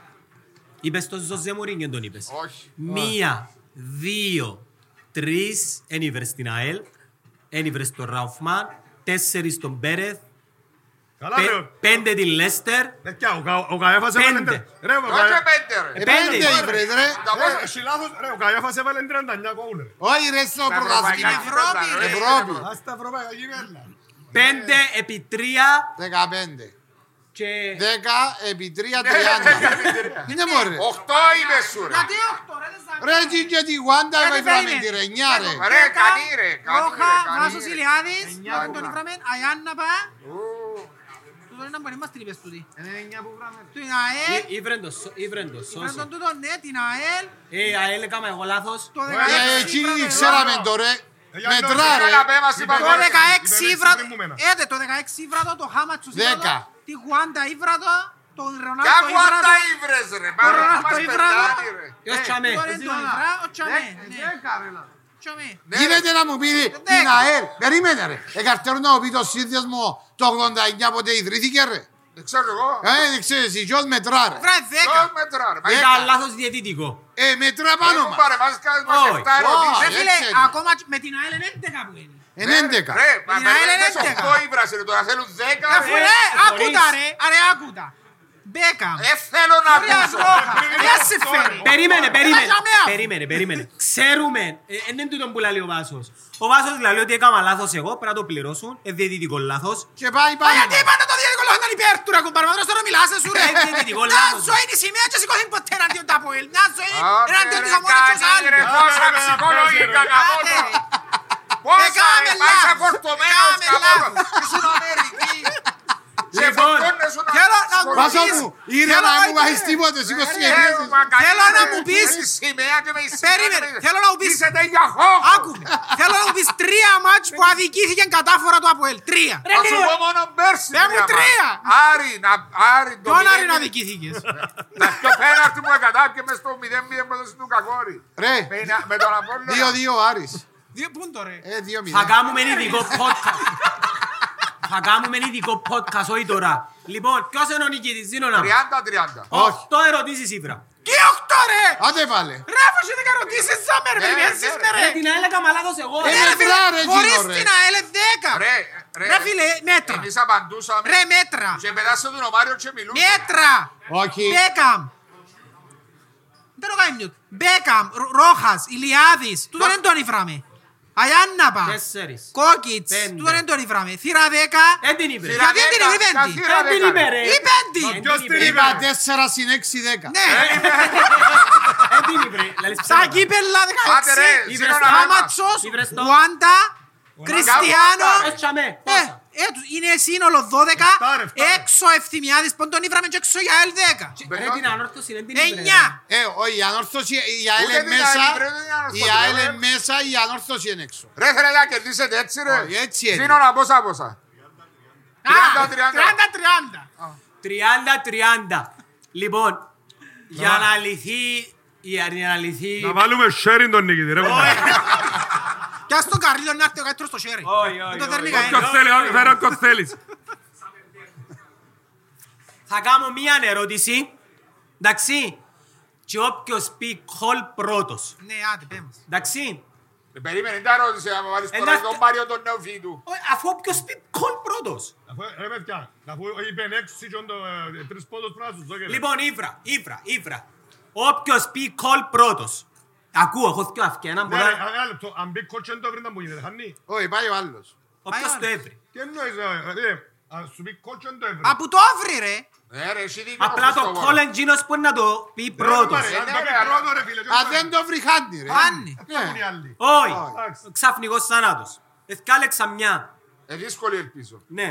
Speaker 1: Είπες το Ζωζέ Μουρίνιο, τον είπες.
Speaker 3: Όχι.
Speaker 1: Μία, δύο, τρεις. Εν ήβρες στην ΑΕΛ. Εν ήβρες στον Ραουφμάν. Τέσσερις στον Πέρεθ.
Speaker 6: Καλά,
Speaker 1: πέ-
Speaker 6: ρε.
Speaker 1: Πέντε τη Λέστερ.
Speaker 6: Ρε, πια, ο Κα- ο Καϊάφας έβαλε...
Speaker 1: Πέντε.
Speaker 6: τρε- Ρε, ο
Speaker 3: Όχι, ρε,
Speaker 6: Καϊά-
Speaker 3: πέντε, ρε.
Speaker 1: Ε,
Speaker 5: Πέντε
Speaker 1: πέντε.
Speaker 5: ήβρες, ρε. Ε,
Speaker 3: Τα
Speaker 6: Ρε,
Speaker 3: πόσα-
Speaker 6: έχει λάθος. Ρε, ο Καϊάφας έβαλε 39 γκολ, ρε.
Speaker 5: Όχι, ρε, στο
Speaker 3: Τα ευρωπαϊκά
Speaker 5: πρωταθλήμα.
Speaker 3: κύπελλα, ρε.
Speaker 5: Ευρώπη.
Speaker 6: Ας τα ευρωπαϊκά κύπελλα.
Speaker 1: Πέντε επί τρία.
Speaker 5: 15.
Speaker 1: Και
Speaker 5: 10 επί 3, 30. Είναι μωρέ.
Speaker 3: Οχτώ είναι σου, ρε.
Speaker 2: Γιατί οχτώ ρε δεν σαν-
Speaker 5: Ρε, τι και τη Γουάντα
Speaker 2: Κάτι
Speaker 5: είπαμε
Speaker 2: περίμενε.
Speaker 5: τη ρε, νιά, ρε.
Speaker 2: Έχω
Speaker 3: Ρε,
Speaker 2: Κέκα,
Speaker 3: κανεί, ρε, κανεί, ρε,
Speaker 2: Ρόχα,
Speaker 3: κανεί,
Speaker 2: Βράσος
Speaker 3: ρε.
Speaker 2: Ηλιάδης, τον τον
Speaker 3: Άκουρα.
Speaker 2: Ιβραμέν, Αιάννα Πα. Τούτο είναι να μπορεί να μας την είπες τούτη. Την ΑΕΛ,
Speaker 1: Ήβρεν το
Speaker 2: Βρες
Speaker 1: σώσο.
Speaker 2: τον τούτο, ναι, την ΑΕΛ,
Speaker 1: Ε, ΑΕΛ έκαμε εγώ λάθος.
Speaker 2: το
Speaker 5: Ε,
Speaker 2: 16
Speaker 5: Εκείνη
Speaker 2: Ιβραμέν.
Speaker 5: την ξέραμε τώρα.
Speaker 6: για
Speaker 5: Μετρά,
Speaker 6: να-
Speaker 5: ρε.
Speaker 3: Καλά, πέ μας είπα,
Speaker 2: Το
Speaker 3: ρε.
Speaker 2: 16
Speaker 6: Υπερέξι
Speaker 2: Ήβρατο,
Speaker 6: θυμούμενα.
Speaker 2: έτε το 16 Ήβρατο, το Χάματσους
Speaker 5: Δέκα.
Speaker 2: Ήβρατο, τη Γουάντα Ήβρατο, τον
Speaker 3: Κι
Speaker 2: Ρονάλτο
Speaker 3: άκου αυτά
Speaker 1: ε,
Speaker 2: Ήβρατο,
Speaker 3: ύβρες, ρε.
Speaker 2: Ρε,
Speaker 3: Πάρα,
Speaker 2: το
Speaker 3: μας
Speaker 2: ύβρα,
Speaker 3: περνάει,
Speaker 2: ρε.
Speaker 3: ρε.
Speaker 1: Ποιος τσαμέ.
Speaker 2: τώρα είναι το Ήβρα, ο Τσαμέ, ναι, Τσαμέ.
Speaker 3: Ναι,
Speaker 5: Γίνεται να μου πει ρε, την ΑΕΛ. Περίμενε ρε. Εκαρτέρω να μου πει το σύνδεσμο το 89 ποτέ ιδρύθηκε ρε.
Speaker 3: Δεν ξέρω εγώ.
Speaker 5: Ε, δεν ξέρεις, η Γιώργος μετρά ρε.
Speaker 2: Βρε
Speaker 3: Ποιο
Speaker 2: 10.
Speaker 3: μετρά, ρε. Μα
Speaker 5: Δέκα.
Speaker 1: Ήταν λάθος διαιτητικό.
Speaker 5: Ε, μετρά πάνω
Speaker 3: Έχουν
Speaker 5: μας.
Speaker 3: πάρε, μας κάνεις μας
Speaker 1: Όχι.
Speaker 3: εφτά
Speaker 5: Α,
Speaker 2: Ρε
Speaker 3: ερωτήσεις.
Speaker 5: έτσι
Speaker 2: φίλε,
Speaker 5: είναι.
Speaker 2: ακόμα και με την ΑΕΛ είναι 11 που είναι.
Speaker 5: Εν 11.
Speaker 3: Ρε, μα
Speaker 2: Είναι
Speaker 3: με
Speaker 2: άλλα
Speaker 3: λες
Speaker 2: έντεκα.
Speaker 3: οχτώ ύβρας, ρε, τώρα θέλουν δέκα,
Speaker 2: Ρε
Speaker 3: ρε.
Speaker 2: φίλε,
Speaker 1: Ε, χωρίς.
Speaker 2: άκουτα ρε, αρε άκουτα. Μπέκα.
Speaker 3: Ε, θέλω να
Speaker 2: Ρίας
Speaker 3: ακούσω.
Speaker 2: Ρόχα. Δεν σε φέρει.
Speaker 1: Περίμενε, περίμενε.
Speaker 2: Έλα, Τζαμέα.
Speaker 1: Περίμενε, περίμενε. Ξέρουμε. ε, Δεν είναι τούτο που λέει ο Βάσος. Ο Βάσος λέει ότι έκανα λάθος εγώ, πρέπει να το πληρώσουν. Ε, διαιτητικό λάθος.
Speaker 5: Και πάει
Speaker 2: Μα
Speaker 5: πάνω.
Speaker 2: γιατί είπα να το διαδικό λόγο ήταν υπέρ του ρε κουμπάρμα, τώρα τώρα μιλάς σου ρε.
Speaker 1: Ε, δεν είναι δικό
Speaker 2: Μια
Speaker 1: λάθος.
Speaker 2: ζωή είναι η σημαία και σηκώθηκε ποτέ εναντίον τα Αποέλ. Μια ζωή
Speaker 3: Α,
Speaker 2: εναντίον
Speaker 3: ρε,
Speaker 2: της ομόνας και
Speaker 3: κάνει,
Speaker 2: τους άλλους.
Speaker 3: ρε, πόσα
Speaker 6: ρε,
Speaker 3: ψυχολογικά,
Speaker 6: ρε.
Speaker 3: καμόνα.
Speaker 2: Άντε, ρε.
Speaker 3: Πόσα,
Speaker 2: Έκαμε
Speaker 3: ρε, πάει σαν
Speaker 2: λάθος.
Speaker 3: φορτωμένος,
Speaker 2: Έκαμε
Speaker 3: καμόνα.
Speaker 2: λάθος.
Speaker 3: Ήσουν Αμερική. Σε
Speaker 1: Λοιπόν,
Speaker 3: φορτώνες όταν-
Speaker 2: Θέλω να μου
Speaker 5: Βάσο
Speaker 2: πεις-
Speaker 5: μου, ήρε
Speaker 2: θέλω
Speaker 5: να μου
Speaker 2: να-
Speaker 5: βάζεις τίποτε, σήκω στις
Speaker 3: Θέλω
Speaker 5: εκκλήσεις.
Speaker 3: μα καλή-
Speaker 2: Θέλω να μου
Speaker 3: ρε,
Speaker 2: πεις-
Speaker 3: με τη σημαία και με η σημαία
Speaker 2: Περίμενε,
Speaker 3: και με-
Speaker 2: θέλω να μου πεις-
Speaker 3: Είσαι τέτοια χόχο.
Speaker 2: Άκου με. Θέλω να μου πεις τρία μάτς που αδικήθηκαν κατάφορα του Αποέλ. Τρία.
Speaker 3: Θα σου πω μόνο πέρσι.
Speaker 2: Ρε, μου
Speaker 3: μάτς.
Speaker 2: τρία.
Speaker 3: Άρη, να Άρη, το
Speaker 2: Τον Άρη
Speaker 3: μηδέν-
Speaker 2: να δικήθηκες.
Speaker 3: Να πιο πέναρτη που έκανα και μες στο 0-0 προδόση του Κακόρη.
Speaker 5: Ρε,
Speaker 3: Με, με τον Απόλλωνα.
Speaker 5: 2-2 Άρης.
Speaker 2: Δύο πούντο ρε.
Speaker 5: Ε, 2-0.
Speaker 1: Θα κάνουμε ειδικό podcast. Θα κάνουμε ειδικό podcast, όχι τώρα. Λοιπόν, ποιος είναι ο νικητής, δίνω να.
Speaker 3: 30-30.
Speaker 1: Οχτώ ερωτήσεις ήβρα.
Speaker 2: Και οχτώ ρε.
Speaker 5: Άντε βάλε.
Speaker 2: Ρε αφού είχε ερωτήσεις σαν με ρε.
Speaker 3: Ναι,
Speaker 2: Περιμένσεις
Speaker 3: ναι,
Speaker 2: με ρε.
Speaker 1: Ε, Την άλλη έκανα λάθος εγώ.
Speaker 5: Ε,
Speaker 2: Ναι, ρε, φίλε,
Speaker 5: μετρά, ρε,
Speaker 2: χωρίς
Speaker 5: Τζίνο, ρε.
Speaker 2: την ΑΕΛ δέκα.
Speaker 3: Ρε,
Speaker 2: Ρε φίλε, μέτρα.
Speaker 3: Εμείς απαντούσαμε.
Speaker 2: Ρε μέτρα.
Speaker 3: Και πετάσε τον Ομάριο και μιλούσε.
Speaker 2: Μέτρα.
Speaker 5: Όχι.
Speaker 2: Μπέκαμ. Δεν το κάνει μιούτ. Μπέκαμ, Ρ- Ρόχας, Ηλιάδης. Τούτο δεν τον ήφραμε. Αιάνναπα.
Speaker 1: Τέσσερις.
Speaker 2: Κόκιτς.
Speaker 1: Πέντε.
Speaker 2: Τούτο δεν τον ήφραμε. Θύρα δέκα.
Speaker 1: Δεν Ε, την ήβρε.
Speaker 3: Θύρα
Speaker 2: Γιατί δεν την
Speaker 3: δέκα,
Speaker 2: ήβρε
Speaker 3: τα
Speaker 2: πέντη.
Speaker 3: θύρα
Speaker 1: Δεν την
Speaker 3: δέκα,
Speaker 1: ήβρε,
Speaker 3: ρε.
Speaker 1: ρε.
Speaker 2: Ή πέντη.
Speaker 1: Δεν
Speaker 6: Ποιος
Speaker 1: την
Speaker 6: την
Speaker 1: ήβρε.
Speaker 6: είπε.
Speaker 5: Είπα 4 συν 6-10.
Speaker 6: Ε,
Speaker 2: Ναι.
Speaker 1: Δεν Ε, την ήβρε. Λαλείς
Speaker 2: Στα
Speaker 1: ψέματα.
Speaker 2: κύπελλα
Speaker 3: Άντε, ρε,
Speaker 2: 16.
Speaker 3: Ζήνο να
Speaker 2: Χάματσος,
Speaker 1: Ήβρες το.
Speaker 2: Γουάντα,
Speaker 1: Ε,
Speaker 2: Κριστιανό.
Speaker 1: τσαμέ,
Speaker 2: Ε,
Speaker 1: πόσα.
Speaker 2: ε, τους- είναι σύνολο 12,
Speaker 6: Εφτά, ρε, εφτά, ρε.
Speaker 2: έξω Ευθυμιάδης, που τον ήβραμε και έξω για ΑΕΛ 10.
Speaker 1: Ρε, την ανόρθωση, δεν την ήβρε.
Speaker 2: 9.
Speaker 5: Ε, όχι, η ανόρθωση, η ΑΕΛ
Speaker 3: Ναι. Ούτε
Speaker 5: είναι
Speaker 3: την
Speaker 5: μέσα,
Speaker 3: άλλη, πρέπει να ε. είναι ανόρθωση,
Speaker 5: η ΑΕΛ
Speaker 3: βέβαια.
Speaker 5: είναι μέσα, η ανόρθωση είναι έξω.
Speaker 3: Ρε θέλετε να κερδίσετε έτσι ρε.
Speaker 5: Όχι, έτσι είναι.
Speaker 3: Δίνω να πόσα πόσα. 30-30.
Speaker 2: 30-30.
Speaker 1: 30-30. Λοιπόν, Για να λυθεί για να λυθεί...
Speaker 6: Να βάλουμε sharing τον νικητή, ρε. κουμπάρε.
Speaker 2: Κι ας τον καρλίο να έρθει ο καλύτερος στο χέρι.
Speaker 1: Όχι, όχι,
Speaker 2: Δεν το δέρνει
Speaker 1: όχι.
Speaker 2: κανένα.
Speaker 6: Όποιος θέλει, όποιος- φέρε όποιον θέλεις.
Speaker 1: Θα κάνω μία ερώτηση. Εντάξει. Και όποιος πει call πρώτος.
Speaker 2: Ναι, άντε, πέ μας.
Speaker 1: Εντάξει.
Speaker 3: Ε, Περίμενε, δεν τα ρώτησε να με βάλεις τώρα
Speaker 1: Εντάξει.
Speaker 3: τον Μάριο τον νεοφύη του.
Speaker 1: Ω, Αφού όποιος πει call πρώτος.
Speaker 6: Αφού- Ρε παιδιά, αφού είπεν έξι και όντο, ε, τρεις πόντους πράσους, δω και ρε.
Speaker 1: Λοιπόν, Ήβρα, Ήβρα, Ήβρα. Όποιος πει call πρώτος. Ακούω, έχω δυο αυκένα.
Speaker 6: Ναι,
Speaker 1: μπορεί
Speaker 6: ρε,
Speaker 1: να-
Speaker 6: ένα λεπτό, αν μπει κότσο δεν το βρει να μου γίνεται, χάνει.
Speaker 5: Όχι, πάει ο άλλος.
Speaker 1: Όποιος το έβρει.
Speaker 6: Τι εννοείς, ρε, ρε, αν σου μπει κότσο δεν το έβρει.
Speaker 2: Από το αύριο, ρε.
Speaker 3: Ε, ρε, εσύ δίκιο.
Speaker 1: Απλά το
Speaker 3: Χριστόφορο.
Speaker 1: call εγγύνος μπορεί να το πει πρώτος.
Speaker 6: Ε,
Speaker 3: Ε,
Speaker 6: αν
Speaker 3: ναι,
Speaker 6: τα πει
Speaker 3: ρε,
Speaker 6: πρώτο, ρε, φίλε, και
Speaker 5: Α,
Speaker 6: όταν-
Speaker 5: δεν το βρει, χάνει, ρε.
Speaker 2: Χάνει.
Speaker 6: Τι έχουν οι άλλοι.
Speaker 1: Όχι.
Speaker 6: Εντάξει.
Speaker 1: Ξαφνικός θανάτος. Εθκάλεξα μια.
Speaker 3: Ε, δύσκολη ελπίζω.
Speaker 1: Ναι.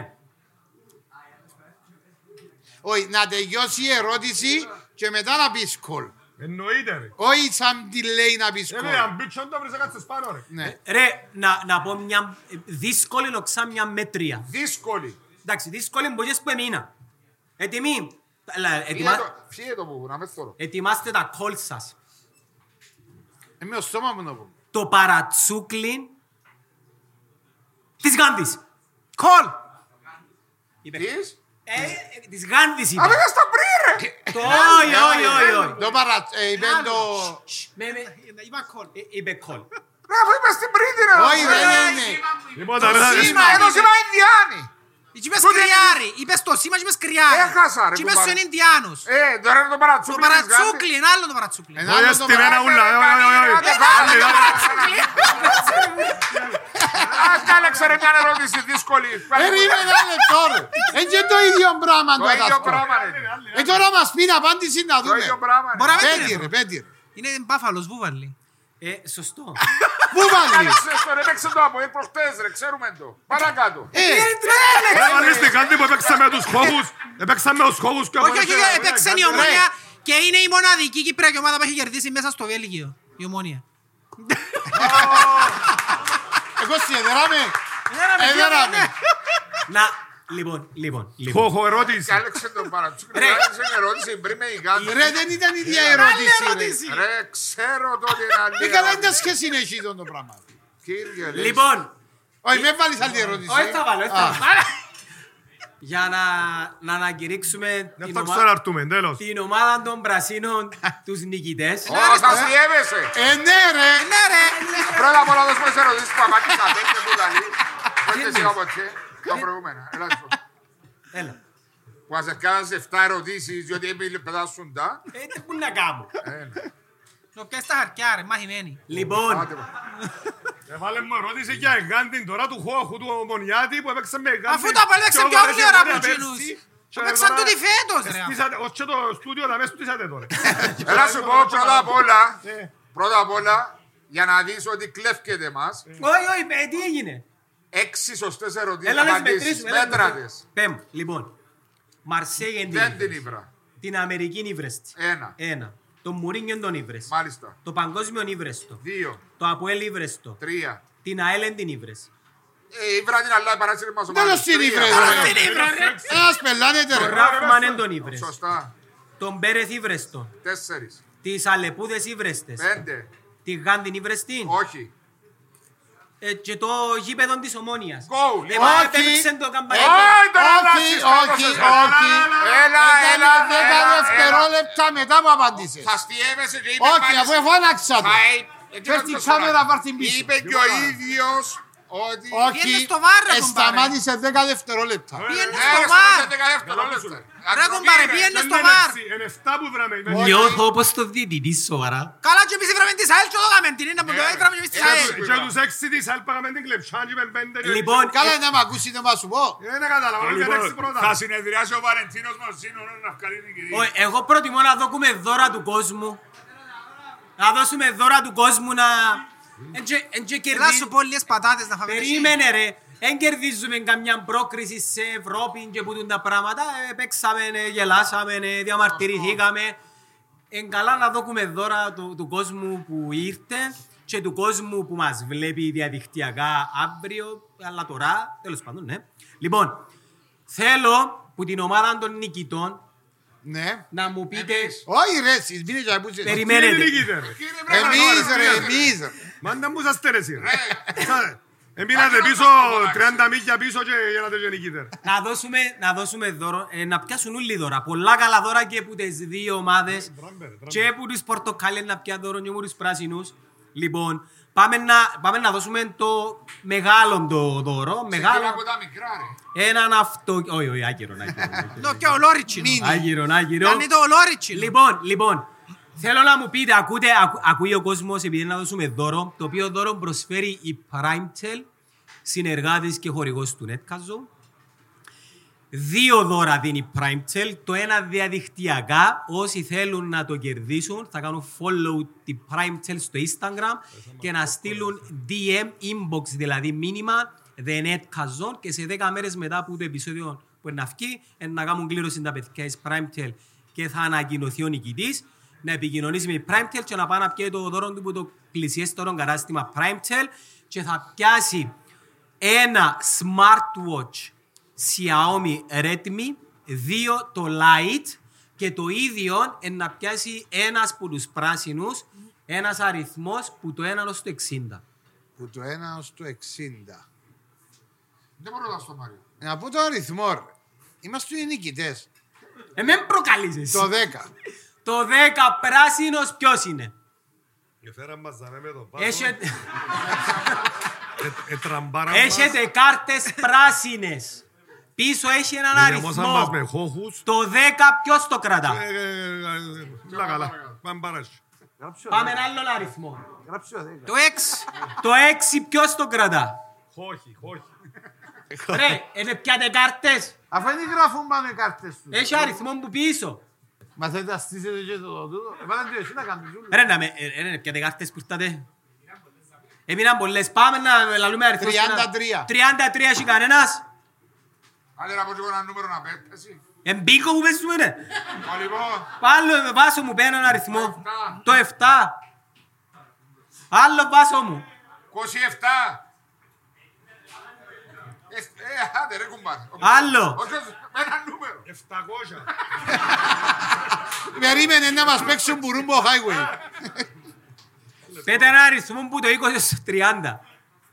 Speaker 5: Όχι, να τελειώσει η ερώτηση και μετά να πεις κολ.
Speaker 6: Εννοείται, ρε.
Speaker 5: Όχι σαν τη λέει να πεις
Speaker 6: Ε,
Speaker 5: κολ.
Speaker 6: ρε, αν μπει κότσο δεν το βρεις, έκατσες πάνω, ρε.
Speaker 5: Ναι.
Speaker 1: Ρε, να, να πω μια ε, δύσκολη νοξά μια μέτρια.
Speaker 3: Δύσκολη.
Speaker 1: Εντάξει, δύσκολη μπορεί που έμεινα. Ετοιμή. αλλά
Speaker 3: Φύγε
Speaker 1: ετοιμα-
Speaker 3: το- Φύγε το που, να με θωρώ.
Speaker 1: Ετοιμάστε τα κόλ σας.
Speaker 5: Εμείς ο Ε, στόμα μου να πούμε.
Speaker 1: Το παρατσούκλι της Γάνδης.
Speaker 2: Κολ.
Speaker 1: Είπε.
Speaker 3: Τις.
Speaker 1: Ε, ε, της Γάνδης είπε.
Speaker 3: Α, πήγα στα πριν, ρε.
Speaker 1: Το όχι, όχι, όχι, όχι.
Speaker 5: Το παρα... ε, είπε το...
Speaker 1: Σ, με- με-
Speaker 2: Είπα κολ.
Speaker 1: ε, Είπε κολ.
Speaker 3: Ρε, αφού είπες στην πρίτη, ρε. Ε,
Speaker 5: Όχι,
Speaker 3: ρε.
Speaker 5: δεν είναι.
Speaker 6: Λοιπόν, τα ρε, θα-
Speaker 5: σήμα.
Speaker 3: Εδώ σήμα Ινδιάνη.
Speaker 2: Είπες κρυάρι. Είπες το σήμα, είπες κρυάρι.
Speaker 3: Έχασα, ρε,
Speaker 2: Και Είπες
Speaker 3: κουμπάρε.
Speaker 2: στον Ινδιάνος.
Speaker 3: Ε, τώρα είναι το παρατσούκλι.
Speaker 2: Το
Speaker 3: της Γάνδη.
Speaker 2: παρατσούκλι, είναι άλλο το παρατσούκλι.
Speaker 5: Ένα
Speaker 6: Ωραία,
Speaker 5: άλλο το
Speaker 6: στην
Speaker 5: παρα-
Speaker 6: ένα ούλα, ε, όχι, όχι, όχι. Άλλη, άλλη.
Speaker 3: Ας κάλεξε ρε μια ερώτηση δύσκολη.
Speaker 5: Περίμενε ένα λεπτό, ρε. Ε, και το ίδιο πράγμα
Speaker 3: Το ίδιο
Speaker 5: το
Speaker 3: πράγμα,
Speaker 5: πράγμα.
Speaker 3: ρε.
Speaker 5: Ε, τώρα μας πει να απάντηση να
Speaker 3: Το
Speaker 5: δούμε.
Speaker 3: ίδιο πράγμα,
Speaker 2: Μπορεί
Speaker 3: ρε.
Speaker 2: να μην
Speaker 5: Πέτει,
Speaker 2: είναι.
Speaker 5: ρε, πέτει, ρε.
Speaker 2: Είναι μπάφαλος, βούβαλη.
Speaker 1: Ε, σωστό.
Speaker 5: Πού βάλεις.
Speaker 3: Ε, Κάλεξε το, ρε, παίξε το από, ε, προχτές, ρε, ξέρουμε το. Παρακάτω.
Speaker 5: Ε,
Speaker 6: Ρε, βάλεις την κάντη που έπαιξαμε τους χώβους. Έπαιξαμε τους χώβους και ο
Speaker 2: Όχι,
Speaker 6: Μόνος
Speaker 2: όχι,
Speaker 6: έλεγε,
Speaker 2: έπαιξε η
Speaker 6: «Ρε,
Speaker 2: ομόνια και είναι η μοναδική Κυπριακή ομάδα που έχει κερδίσει μέσα στο Βέλγιο. Η ομόνια.
Speaker 5: εγώ σιεδεράμε. Εδεράμε.
Speaker 1: ναι. Να, λοιπόν, λοιπόν, λοιπόν.
Speaker 6: Χώχο, ερώτηση.
Speaker 3: Κάλεξε το παρατσούκλι.
Speaker 1: Ρε.
Speaker 3: Κάλεξε την ερώτηση πριν με η Γάνδη.
Speaker 5: Ρε, δεν ήταν η ίδια ερώτηση, ρε.
Speaker 3: Ρε, ξέρω τότε να
Speaker 5: Ε,
Speaker 3: λέω.
Speaker 5: καλά, δεν σχέση είναι εσύ το πράγμα.
Speaker 3: Κύριε, λες.
Speaker 1: Λοιπόν,
Speaker 5: Όχι, με βάλεις άλλη ερώτηση.
Speaker 1: όχι
Speaker 5: ε.
Speaker 1: θα βάλω, όχι θα
Speaker 5: Α,
Speaker 1: βάλω. Για να, να ανακηρύξουμε
Speaker 6: Δεν
Speaker 1: την
Speaker 6: θα
Speaker 1: ομα-
Speaker 6: ξαναρτούμε, τέλος.
Speaker 1: την ομάδα των πρασίνων τους νικητές.
Speaker 3: Ω, θα στιέβεσαι.
Speaker 5: Ε, ναι, ρε.
Speaker 2: Ναι, ρε.
Speaker 3: Πρώτα απ' όλα δώσουμε σε ερωτήσεις που απάντησα δεν και που λαλείς. Πέντε σιγά ποτέ.
Speaker 5: Ε.
Speaker 3: Τα προηγούμενα. Έλα, σου.
Speaker 1: Έλα.
Speaker 3: Που ας ευκάζεις 7 ερωτήσεις, διότι έπρεπε να πετάσουν τα.
Speaker 1: Ε, τι που να κάνω.
Speaker 2: Το πιάσεις τα χαρτιά, ρε, μαθημένη.
Speaker 1: Λοιπόν,
Speaker 3: Άντε, μα.
Speaker 6: Ε, Βάλε μου ερώτηση για εγκάντη τώρα του χώχου του Ομονιάτη που έπαιξε με εγκάντη.
Speaker 2: Αφού τα παλέξαν πιο γλυόρα από εκείνους. Παίξαν τούτη φέτος, ρε.
Speaker 6: Ως και το στούντιο να μες στήσατε τώρα.
Speaker 3: Έλα, σου πω πρώτα απ' όλα.
Speaker 6: Ε.
Speaker 3: Πρώτα απ' όλα, για να δεις ότι κλέφκεται μας,
Speaker 1: όχι, όχι, ε, τι έγινε.
Speaker 3: έξι σωστές ερωτήσεις
Speaker 1: Έλα να τις
Speaker 3: απαντήσεις.
Speaker 1: μετρήσουμε. έλα να τις
Speaker 3: Μέτρα
Speaker 1: μετρήσουμε.
Speaker 3: τις.
Speaker 1: Πέ μου, λοιπόν. Μαρσέγεν
Speaker 3: Δεν την Ε. ύβρα.
Speaker 1: Την Αμερική Ήβρεστ.
Speaker 3: Ένα.
Speaker 1: Ένα. Το Μουρίνιον τον Ήβρεστ.
Speaker 3: Μάλιστα.
Speaker 1: Το Παγκόσμιο Ήβρεστο.
Speaker 3: Δύο.
Speaker 1: Το Αποέλ Ήβρεστο.
Speaker 3: Τρία.
Speaker 1: Την ΑΕΛΕΝ την Ήβρεστ.
Speaker 3: Ε, η βράδυ είναι αλλά η παράσυρη μας ομάδα.
Speaker 5: Τέλος είναι ε, η
Speaker 3: Τρία.
Speaker 5: φρέζα. Ένας πελάνεται,
Speaker 1: Το
Speaker 5: Ε, ρε.
Speaker 1: Ράφμανεν τον Ήβρεστ.
Speaker 3: Σωστά.
Speaker 1: Τον Μπέρεθ Ήβρεστο.
Speaker 3: Τέσσερις.
Speaker 1: Τις Αλεπούδες Ήβρεστες.
Speaker 3: Πέντε.
Speaker 1: Τη Γάνδη Ήβρεστην.
Speaker 3: Ναι. Όχι.
Speaker 1: Ε, και το γήπεδο της Ομόνιας.
Speaker 3: Γκολ.
Speaker 1: Ε, μα
Speaker 5: Όχι.
Speaker 1: επέλεξε το καμπανάκι.
Speaker 3: Όχι, τώρα
Speaker 5: Όχι,
Speaker 3: αλλάξεις,
Speaker 5: όχι,
Speaker 3: τέλος,
Speaker 5: όχι.
Speaker 3: Έλα,
Speaker 5: Έκανε
Speaker 3: έλα,
Speaker 5: δέκα
Speaker 3: έλα,
Speaker 5: δευτερόλεπτα μετά μου απάντησες.
Speaker 3: Θα ε, στιέβεσαι και είπε
Speaker 5: Όχι,
Speaker 3: πάλι
Speaker 5: αφού
Speaker 3: στα-
Speaker 5: εφώναξα το.
Speaker 3: Πάει.
Speaker 5: Φέρ'
Speaker 3: Εκείνος
Speaker 5: την
Speaker 3: το
Speaker 5: κάμερα,
Speaker 3: σωρά.
Speaker 5: πάρ' την πίσω.
Speaker 3: Είπε και ο ίδιος ότι... ναι,
Speaker 5: Όχι,
Speaker 2: Πήγαινε στο βάρ, ρε,
Speaker 5: ε,
Speaker 2: κομπάρε.
Speaker 5: σταμάτησε δέκα δευτερόλεπτα.
Speaker 2: Πήγαινε
Speaker 3: Ναι,
Speaker 2: στο
Speaker 3: ρε,
Speaker 2: βάρ.
Speaker 3: σταμάτα δεκαδευτερόλεπτα.
Speaker 2: Ρε,
Speaker 3: Ατροπή,
Speaker 2: κομπάρε,
Speaker 3: ρε.
Speaker 2: πήγαινε στο
Speaker 6: Δεν
Speaker 2: βάρ.
Speaker 6: είναι έξι, Είναι 7 που βράμε.
Speaker 1: Νιώθω όπως το διαιτητή σοβαρά.
Speaker 2: Καλά και εμείς έφεραμε της ΑΕΛ και το έκαμε την είναι από το
Speaker 3: Ναι, ρε.
Speaker 2: έφεραμε και εμείς της
Speaker 3: Έλα,
Speaker 2: ΑΕΛ.
Speaker 3: σου-
Speaker 6: Ε, Και τους έξι της άλλ πάγαμε την κλεψάν και είπαν πέντε. και-
Speaker 1: Λοιπόν,
Speaker 5: Καλά να μ' ακούσει, δεν θα σου πω.
Speaker 6: Ε, Δεν κατάλαβα. όλοι ήταν έξι πρώτα.
Speaker 13: Λοιπόν, Θα συνεδριάσει ο Βαλεντίνος μαζί να βγάλει την κυρία.
Speaker 1: ε, Ο- εγώ προτιμώ να δώσουμε δώρα του κόσμου. Να δώσουμε δώρα του κόσμου να... Εν και- εν και
Speaker 2: Έλα
Speaker 1: κερδί-
Speaker 2: σου πω λίγες πατάτες να φάμε.
Speaker 1: Περίμενε ρε. Δεν κερδίζουμε καμιά πρόκριση σε Ευρώπη και που τούν τα πράγματα. Ε, παίξαμε, ε, γελάσαμε, ε, διαμαρτυρηθήκαμε. Εν καλά να δώσουμε δώρα του, του κόσμου που ήρθε και του κόσμου που μας βλέπει διαδικτυακά αύριο, αλλά τώρα, τέλος πάντων, ναι. Λοιπόν, θέλω που την ομάδα των νικητών
Speaker 5: Ναι.
Speaker 1: να μου πείτε.
Speaker 5: Όχι ρε, εσείς μείνε για πούσες.
Speaker 1: Περιμένετε.
Speaker 13: Ε,
Speaker 5: Εμείς ρε, εμείς ρε.
Speaker 6: Μάντα μου σας τέρεσαι. ε, Εμείνατε πίσω, 30 μίλια πίσω και για να τελειώνει νικήτερ.
Speaker 1: να, δώσουμε, να δώσουμε δώρο, ε, να πιάσουν όλοι δώρα. Πολλά καλά δώρα και από τις δύο ομάδες και από τους πορτοκάλιες να πιάσουν δώρο και από τους πράσινους. Λοιπόν, πάμε να, πάμε να δώσουμε το μεγάλο το δώρο. Μεγάλο,
Speaker 13: Ξεκινά από τα μικρά, ρε.
Speaker 1: έναν αυτό... Όχι, όχι, άκυρον, άκυρον.
Speaker 2: Το και ο Λόριτσι.
Speaker 1: Άγυρο, άγυρο.
Speaker 2: Κάνει το ο Λόριτσι.
Speaker 1: Λοιπόν, λοιπόν, θέλω να μου πείτε, ακούτε, ακου, ακούει ο κόσμος επειδή να δώσουμε δώρο, το οποίο δώρο προσφέρει η Primetel, συνεργάτης και χορηγός του Netcazzo. Δύο δώρα δίνει η Primetel, το ένα διαδικτυακά. Όσοι θέλουν να το κερδίσουν, θα κάνουν follow τη Primetel στο Instagram και να στείλουν DM, inbox δηλαδή μήνυμα, The Netcazzo και σε 10 μέρες μετά από το επεισόδιο που είναι να βγει, ε, να κάνουν κλήρωση τα παιδιά της Primetel και θα ανακοινωθεί ο νικητής, να επικοινωνήσει με η Primetel και να πάει να πιέσει το δώρο του που το πλησιέστερο κατάστημα Primetel και θα πιάσει ένα smartwatch Xiaomi Redmi, δύο το Lite και το ίδιο ε, να πιάσει ένας που τους πράσινους, ένας αριθμός που το 1 ως το 60.
Speaker 5: Που το 1 ως το 60.
Speaker 13: Δεν μπορώ να στο Μάριο.
Speaker 5: Να πω τον αριθμό ρε. Είμαστε οι νικητές.
Speaker 1: Ε, με προκαλείς εσύ.
Speaker 5: Το 10.
Speaker 1: Το 10 πράσινος ποιος είναι.
Speaker 6: Και φέραμε μας δαμέ με τον πάθο.
Speaker 1: Έχετε,
Speaker 6: Ε, τραμπάρα μας.
Speaker 1: έχετε κάρτες πράσινες. Πίσω έχει έναν
Speaker 6: Γεμώσαν Ε, μας
Speaker 1: αριθμό.
Speaker 6: με χώχους.
Speaker 1: Το 10 ποιος το κρατά.
Speaker 6: Ε, ε, ε, Καλά, καλά. Πάμε παράσι.
Speaker 11: Γράψε ο
Speaker 1: Πάμε
Speaker 11: δέκα.
Speaker 1: ένα άλλο αριθμό.
Speaker 11: Γράψε ο δέκα.
Speaker 2: Το 6.
Speaker 1: Το 6 ποιος το κρατά.
Speaker 6: Χώχοι, χώχοι.
Speaker 1: Ρε, είναι πιάτε κάρτες.
Speaker 11: Αφού δεν γράφουν πάνω οι κάρτες τους.
Speaker 1: Έχει αριθμό που πίσω.
Speaker 11: Μα θέλετε να στήσετε και το τούτο. Ε, βάλε το εσύ να κάνεις ζούλη.
Speaker 1: Ρε, να με, ε, ε, ρε, πιάτε κάρτες που ήρθατε. Έμειναν πολλές. Πάμε να λαλούμε αριθμό.
Speaker 5: 33.
Speaker 1: 33 έχει κανένας.
Speaker 13: Άντε να πω και εγώ ένα νούμερο να πέσει.
Speaker 1: Εμπίκο που πες ρε.
Speaker 13: Ο, Λοιπόν,
Speaker 1: Άλλο βάσο μου, παίρνω ένα αριθμό. Το 7. Άλλο βάσο μου.
Speaker 13: 27. Ε, ε, άντε ρε κουμπάρε. Ο-
Speaker 1: Άλλο.
Speaker 13: Όχι, όχι, με ένα νούμερο.
Speaker 6: 700.
Speaker 5: Περίμενε να μας παίξουν μπουρούμπο highway.
Speaker 1: Πέτε ένα αριθμό που το 20 στο 30.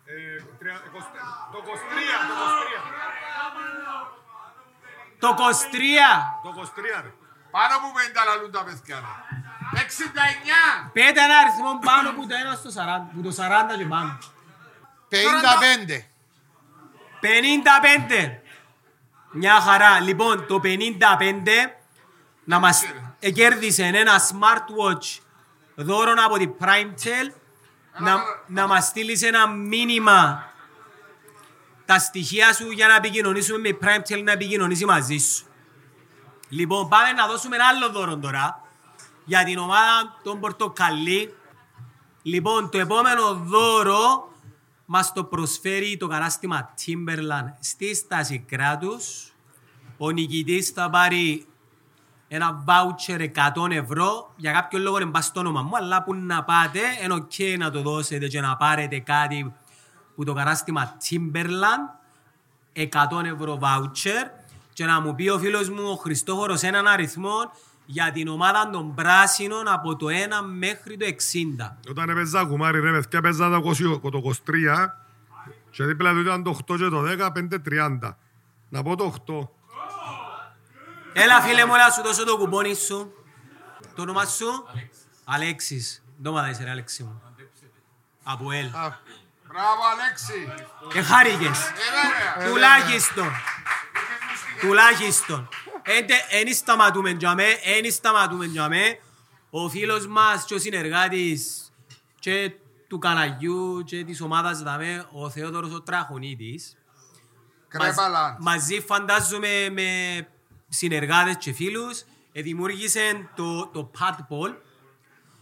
Speaker 6: Ε, τρία- εικοσ- Το 23, το 23.
Speaker 1: Το 23.
Speaker 6: Το 23, ρε.
Speaker 13: Πάνω από 50 λαλούν τα παιδιά. ρε. 69.
Speaker 1: Πέτε ένα αριθμό πάνω που το 1 στο 40. Που το 40 και πάνω.
Speaker 5: 55.
Speaker 1: 55. Μια χαρά. Λοιπόν, το 55 να μας εκέρδισε ένα smartwatch δώρο από την Primetel να, να μας στείλεις ένα μήνυμα τα στοιχεία σου για να επικοινωνήσουμε με Primetel να επικοινωνήσει μαζί σου. Λοιπόν, πάμε να δώσουμε ένα άλλο δώρο τώρα για την ομάδα των Πορτοκαλί. Λοιπόν, το επόμενο δώρο μας το προσφέρει το κατάστημα Timberland στη στάση κράτους. Ο νικητής θα πάρει ένα voucher 100 ευρώ. Για κάποιο λόγο δεν πάει στο όνομα μου, αλλά που να πάτε, είναι ok να το δώσετε και να πάρετε κάτι που το κατάστημα Timberland. 100 ευρώ voucher και να μου πει ο φίλος μου ο Χριστόφορος έναν αριθμό για την ομάδα των πράσινων από το 1 μέχρι το 60.
Speaker 6: Όταν έπαιζα κουμάρι ρε παιδιά, έπαιζα το 20 το 23 και δίπλα του ήταν το 8 και το 10, 5-30. Να πω το 8.
Speaker 1: Έλα φίλε μου, να σου δώσω το κουπόνι σου. Το όνομα σου. Αλέξης. Δεν μου αρέσει, ρε Αλέξη μου. Από ελ.
Speaker 13: Μπράβο, Αλέξη.
Speaker 1: Και χάρηκες.
Speaker 13: Ε, βέβαια.
Speaker 1: Τουλάχιστον. Τουλάχιστον. Εν σταματούμε για μέ, εν σταματούμε για μέ. Ο φίλος μας και ο συνεργάτης και του Καναγιού και της ομάδας δαμέ, ο Θεόδωρος ο Τραχονίτης.
Speaker 13: Κρέπαλαν.
Speaker 1: Μαζ- Μαζί φαντάζομαι με συνεργάτες και φίλους ε, δημιούργησε το, το padball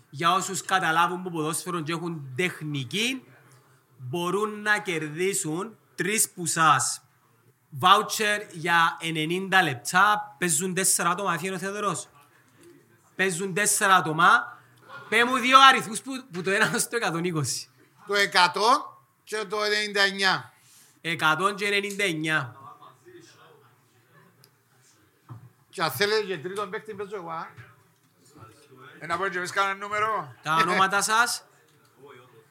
Speaker 1: για όσους καταλάβουν που ποδόσφαιρο και έχουν τεχνική μπορούν να κερδίσουν τρεις πουσάς voucher για 90 λεπτά παίζουν τέσσερα άτομα αφήνει ο Θεοδωρός παίζουν τέσσερα άτομα πέ μου δύο αριθμούς που, που το ένα στο 120
Speaker 5: Το 100 και το 99.
Speaker 1: 199.
Speaker 5: Και αν θέλετε
Speaker 11: και τρίτον παίκτη παίζω εγώ. α.
Speaker 13: Ε,
Speaker 2: Ένα πω και εμείς κανένα νούμερο.
Speaker 1: Τα ονόματα σας,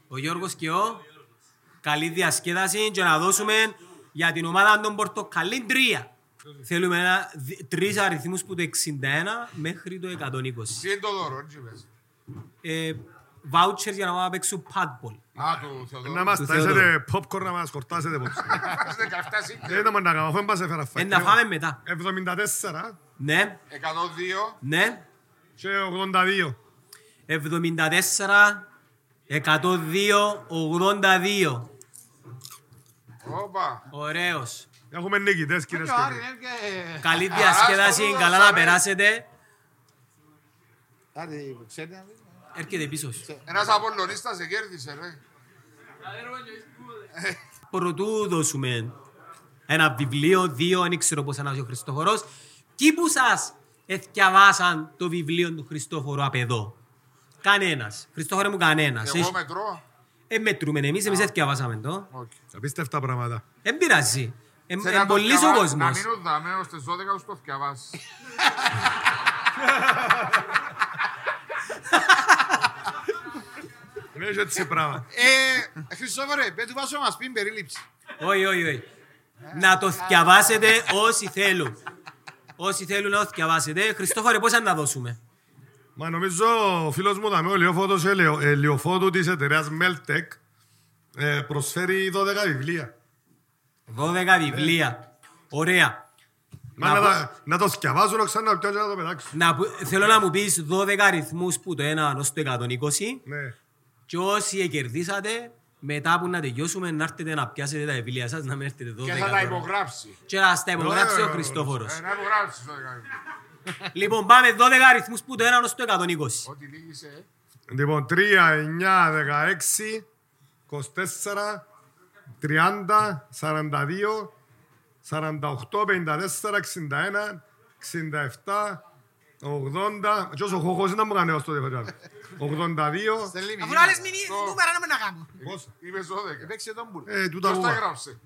Speaker 1: ο Γιώργος και ο, καλή διασκέδαση και να δώσουμε για την ομάδα των Πορτοκαλίν τρία. Θέλουμε ένα, δι- τρεις αριθμούς που το 61 μέχρι το 120.
Speaker 3: Τι είναι το δώρο, τι είπες.
Speaker 1: Ε, vouchers για να πάμε να παίξουν padball.
Speaker 3: Α, του Θεοδόρου.
Speaker 6: Να μας
Speaker 1: Του
Speaker 6: ταΐσετε popcorn, να μας κορτάσετε πόψη. Ε,
Speaker 3: Βάζεις 17
Speaker 6: Δεν
Speaker 3: σύγκριση.
Speaker 6: ήταν να κάνω, δεν μας έφερα
Speaker 1: Ε,
Speaker 6: φάκελο.
Speaker 1: να φάμε μετά.
Speaker 6: 74
Speaker 1: Ναι,
Speaker 3: 102.
Speaker 1: ναι.
Speaker 6: και 82.
Speaker 1: 74, 102, 82.
Speaker 3: Όπα.
Speaker 1: Ωραίος.
Speaker 6: Έχουμε νικητές κύριε
Speaker 11: Και ο Άρη
Speaker 6: Σκεφτή.
Speaker 11: είναι και...
Speaker 1: Καλή διασκέδαση, καλά να περάσετε.
Speaker 5: Άρη, ξέρετε να δείτε.
Speaker 1: Έρχεται πίσω.
Speaker 3: Ένας Απολλωνίστας σε κέρδισε, ρε.
Speaker 1: Προτού δώσουμε ένα βιβλίο, δύο, αν ήξερα πώς ανάζει ο Χριστόφορος. Κι που σας εθιαβάσαν το βιβλίο του Χριστόφορου απ' εδώ. Κανένας. Χριστόφορε μου κανένας.
Speaker 3: Εγώ μετρώ.
Speaker 1: Ε, μετρούμε εμείς, εμείς εθιαβάσαμε το.
Speaker 6: Απίστευτα πράγματα.
Speaker 1: Δεν πειράζει. Ε,
Speaker 3: Θέλω να
Speaker 1: ε,
Speaker 3: το
Speaker 1: πολλής ο
Speaker 3: θκιαβά- Να
Speaker 1: κόσμος.
Speaker 3: μείνω δαμέ ως τις 12 ως το θκιαβάς.
Speaker 6: Δεν έχει έτσι πράγμα.
Speaker 5: Ε, Χριστόφορε, πέ του βάζω να μας πει περίληψη.
Speaker 1: Όχι, όχι, όχι. Να το θκιαβάσετε όσοι θέλουν. Όσοι θέλουν να το θκιαβάσετε. Χριστόφορε, πόσα να δώσουμε.
Speaker 6: Μα νομίζω ο φίλος μου δαμέ, ο Λιωφώτος ε, Λιο- ε, Λιωφώτου της εταιρείας Meltec ε, προσφέρει 12 βιβλία.
Speaker 1: 12 βιβλία. Ωραία.
Speaker 6: Μα
Speaker 1: Να
Speaker 6: να,
Speaker 1: πω-
Speaker 6: τα- να το σκιαβάζουν ξανά πιάσουν να το πετάξουν.
Speaker 1: Να, που- θέλω να μου πεις 12 αριθμούς που το 1 ως το 120
Speaker 6: Ναι.
Speaker 1: και όσοι κερδίσατε μετά που να τελειώσουμε να έρθετε να πιάσετε τα βιβλία σας να μην έρθετε 12
Speaker 3: Και θα τα
Speaker 1: τώρα.
Speaker 3: υπογράψει.
Speaker 1: και να στα υπογράψει ο
Speaker 6: Ωραία.
Speaker 3: Ε,
Speaker 1: Χριστόφορος.
Speaker 3: Να υπογράψεις το δεκαετία.
Speaker 1: λοιπόν πάμε 12 αριθμούς που το 1 ως το 120.
Speaker 3: Ό,τι λύγησε. ε.
Speaker 6: Λοιπόν, 3, 9, 16, 24, 30, 42, 48, 54, 61, 67, 80, και όσο χωχός ήταν μου κανένας τότε, παιδιά. 82,
Speaker 5: Στέλνει
Speaker 2: Αφού άλλες
Speaker 5: μηνύματα.
Speaker 2: μηνύσεις νούμερα να μην τα κάνω.
Speaker 6: πόσα?
Speaker 3: Είπες 12.
Speaker 5: Παίξε τον μπουλ.
Speaker 6: ε, τούτα
Speaker 3: Ποιος
Speaker 6: που
Speaker 3: τα
Speaker 6: είπα.
Speaker 3: γράψε.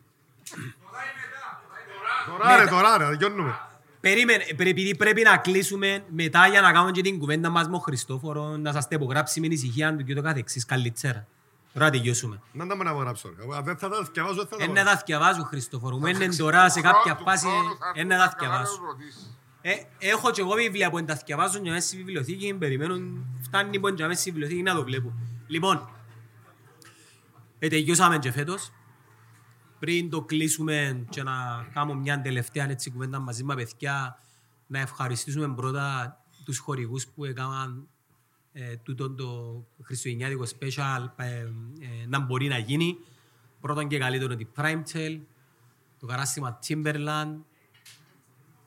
Speaker 6: Τώρα ρε, τώρα ρε, γιώνουμε.
Speaker 1: Περίμενε, πρέ- επειδή πρέπει να κλείσουμε μετά για να κάνουμε και την κουβέντα μας με τον Χριστόφορο, να σας τα υπογράψει με την ησυχία του και το καθεξής καλύτερα. Τώρα να τελειώσουμε.
Speaker 6: Να τα μπορώ να γράψω, ρε. Εγώ, Δεν θα τα σκιαβάζω, δεν θα τα
Speaker 1: Ένα
Speaker 6: γράψω.
Speaker 1: τα θκιαβάζω, Χριστόφορο μου, είναι τώρα σε κάποια
Speaker 3: Του
Speaker 1: φάση,
Speaker 3: χρόνου θα
Speaker 1: ένα
Speaker 3: έρθουν
Speaker 1: τα
Speaker 3: να
Speaker 1: θκιαβάζω.
Speaker 3: καταλάβουν ρωτήσεις.
Speaker 1: Ε, έχω και εγώ βιβλία που τα θκιαβάζω και μέσα στη βιβλιοθήκη, περιμένουν, φτάνει πόν και μέσα στη βιβλιοθήκη να το βλέπω. Λοιπόν, ε, τελειώσαμε και φέτος. Πριν το κλείσουμε και να κάνω μια τελευταία έτσι, κουβέντα μαζί με παιδιά, να ευχαριστήσουμε πρώτα τους χορηγούς που έκαναν ε, τούτο το χριστουγεννιάτικο special ε, ε, να μπορεί να γίνει. Πρώτον και καλύτερον την Primetail, το κατάστημα Timberland,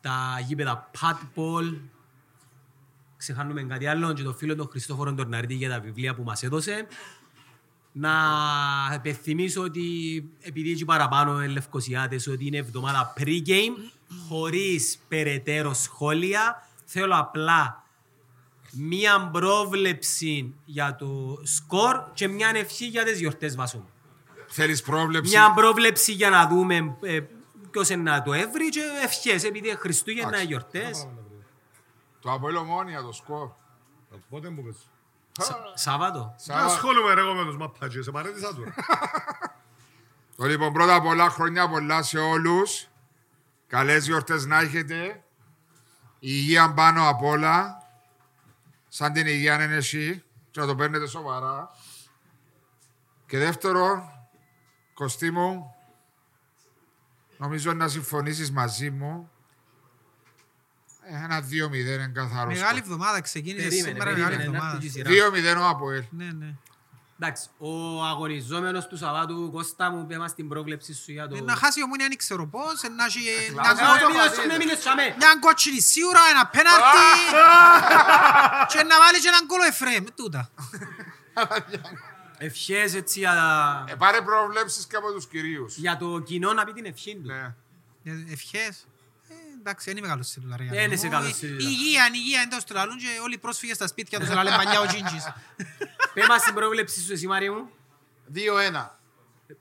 Speaker 1: τα γήπεδα Padball, ξεχάνουμε κάτι άλλο και το φίλο τον Χριστόφορο τον Ναρδί για τα βιβλία που μας έδωσε. Να επιθυμίσω ότι επειδή έχει παραπάνω οι Λευκοσιάτες ότι είναι εβδομάδα pre-game χωρίς περαιτέρω σχόλια θέλω απλά μία πρόβλεψη για το σκορ και μία ευχή για τις γιορτές βασού.
Speaker 3: Θέλεις πρόβλεψη.
Speaker 1: Μια πρόβλεψη για να δούμε ε, ποιος είναι να το έβρει και ευχές επειδή είναι Χριστούγεννα,
Speaker 3: Εντάξει.
Speaker 1: γιορτές.
Speaker 3: Το Αποέλ Ομόνια, το σκορ.
Speaker 6: Πότε μου πες.
Speaker 1: Σα- Σάββατο.
Speaker 6: Δεν ασχολούμαι ρε εγώ με τους μαπατζίες, σε παρέτησα του. ρε.
Speaker 3: Το λοιπόν πρώτα απ' όλα χρόνια πολλά σε όλους. Καλές γιορτές να έχετε. Υγεία πάνω απ' όλα. Σαν την υγεία είναι εσύ και να το παίρνετε σοβαρά. Και δεύτερο, Κωστή μου, νομίζω να συμφωνήσεις μαζί μου. Ε, Ένα 2-0 είναι καθαρός.
Speaker 2: Μεγάλη εβδομάδα ξεκίνησε
Speaker 1: Περίμενε,
Speaker 2: Ε, σήμερα μεγάλη
Speaker 1: περίμενε, να
Speaker 2: εβδομάδα.
Speaker 1: έρθει η σειρά.
Speaker 3: 2-0 ο Αποέλ.
Speaker 2: Ναι, ναι.
Speaker 1: Εντάξει, ο αγωνιζόμενος του Σαββάτου, Κώστα μου, πέ μας την πρόβλεψη σου για το...
Speaker 2: Ε,
Speaker 1: ε,
Speaker 2: Να χάσει ο Μούνι αν ήξερω πώς, ε, να έχει να
Speaker 1: Να
Speaker 2: δω-
Speaker 1: μείνεις- να μείνεις σαμέ.
Speaker 2: μια κότσινη σίγουρα, ένα πέναρτι και να βάλει και έναν κόλλο εφρέμ, τούτα.
Speaker 1: Ευχές έτσι για-
Speaker 3: Ε, πάρε προβλέψεις και από τους κυρίους.
Speaker 1: για το κοινό να πει την ευχή του.
Speaker 3: Ναι.
Speaker 2: Ε, Ευχές. Ε, Εντάξει, δεν είμαι καλός στη τούτα. ρε,
Speaker 1: Δεν
Speaker 2: Γιάννη
Speaker 1: είσαι
Speaker 2: μου.
Speaker 1: καλός
Speaker 2: Ε,
Speaker 1: στη τούτα.
Speaker 2: Υγεία, υγεία εντός του λαλούν και όλοι οι πρόσφυγες στα σπίτια τους λαλούν μανιά ο Τζίντζης.
Speaker 1: Πέ μας την πρόβλεψη σου εσύ Μάρι μου.
Speaker 5: 2-1.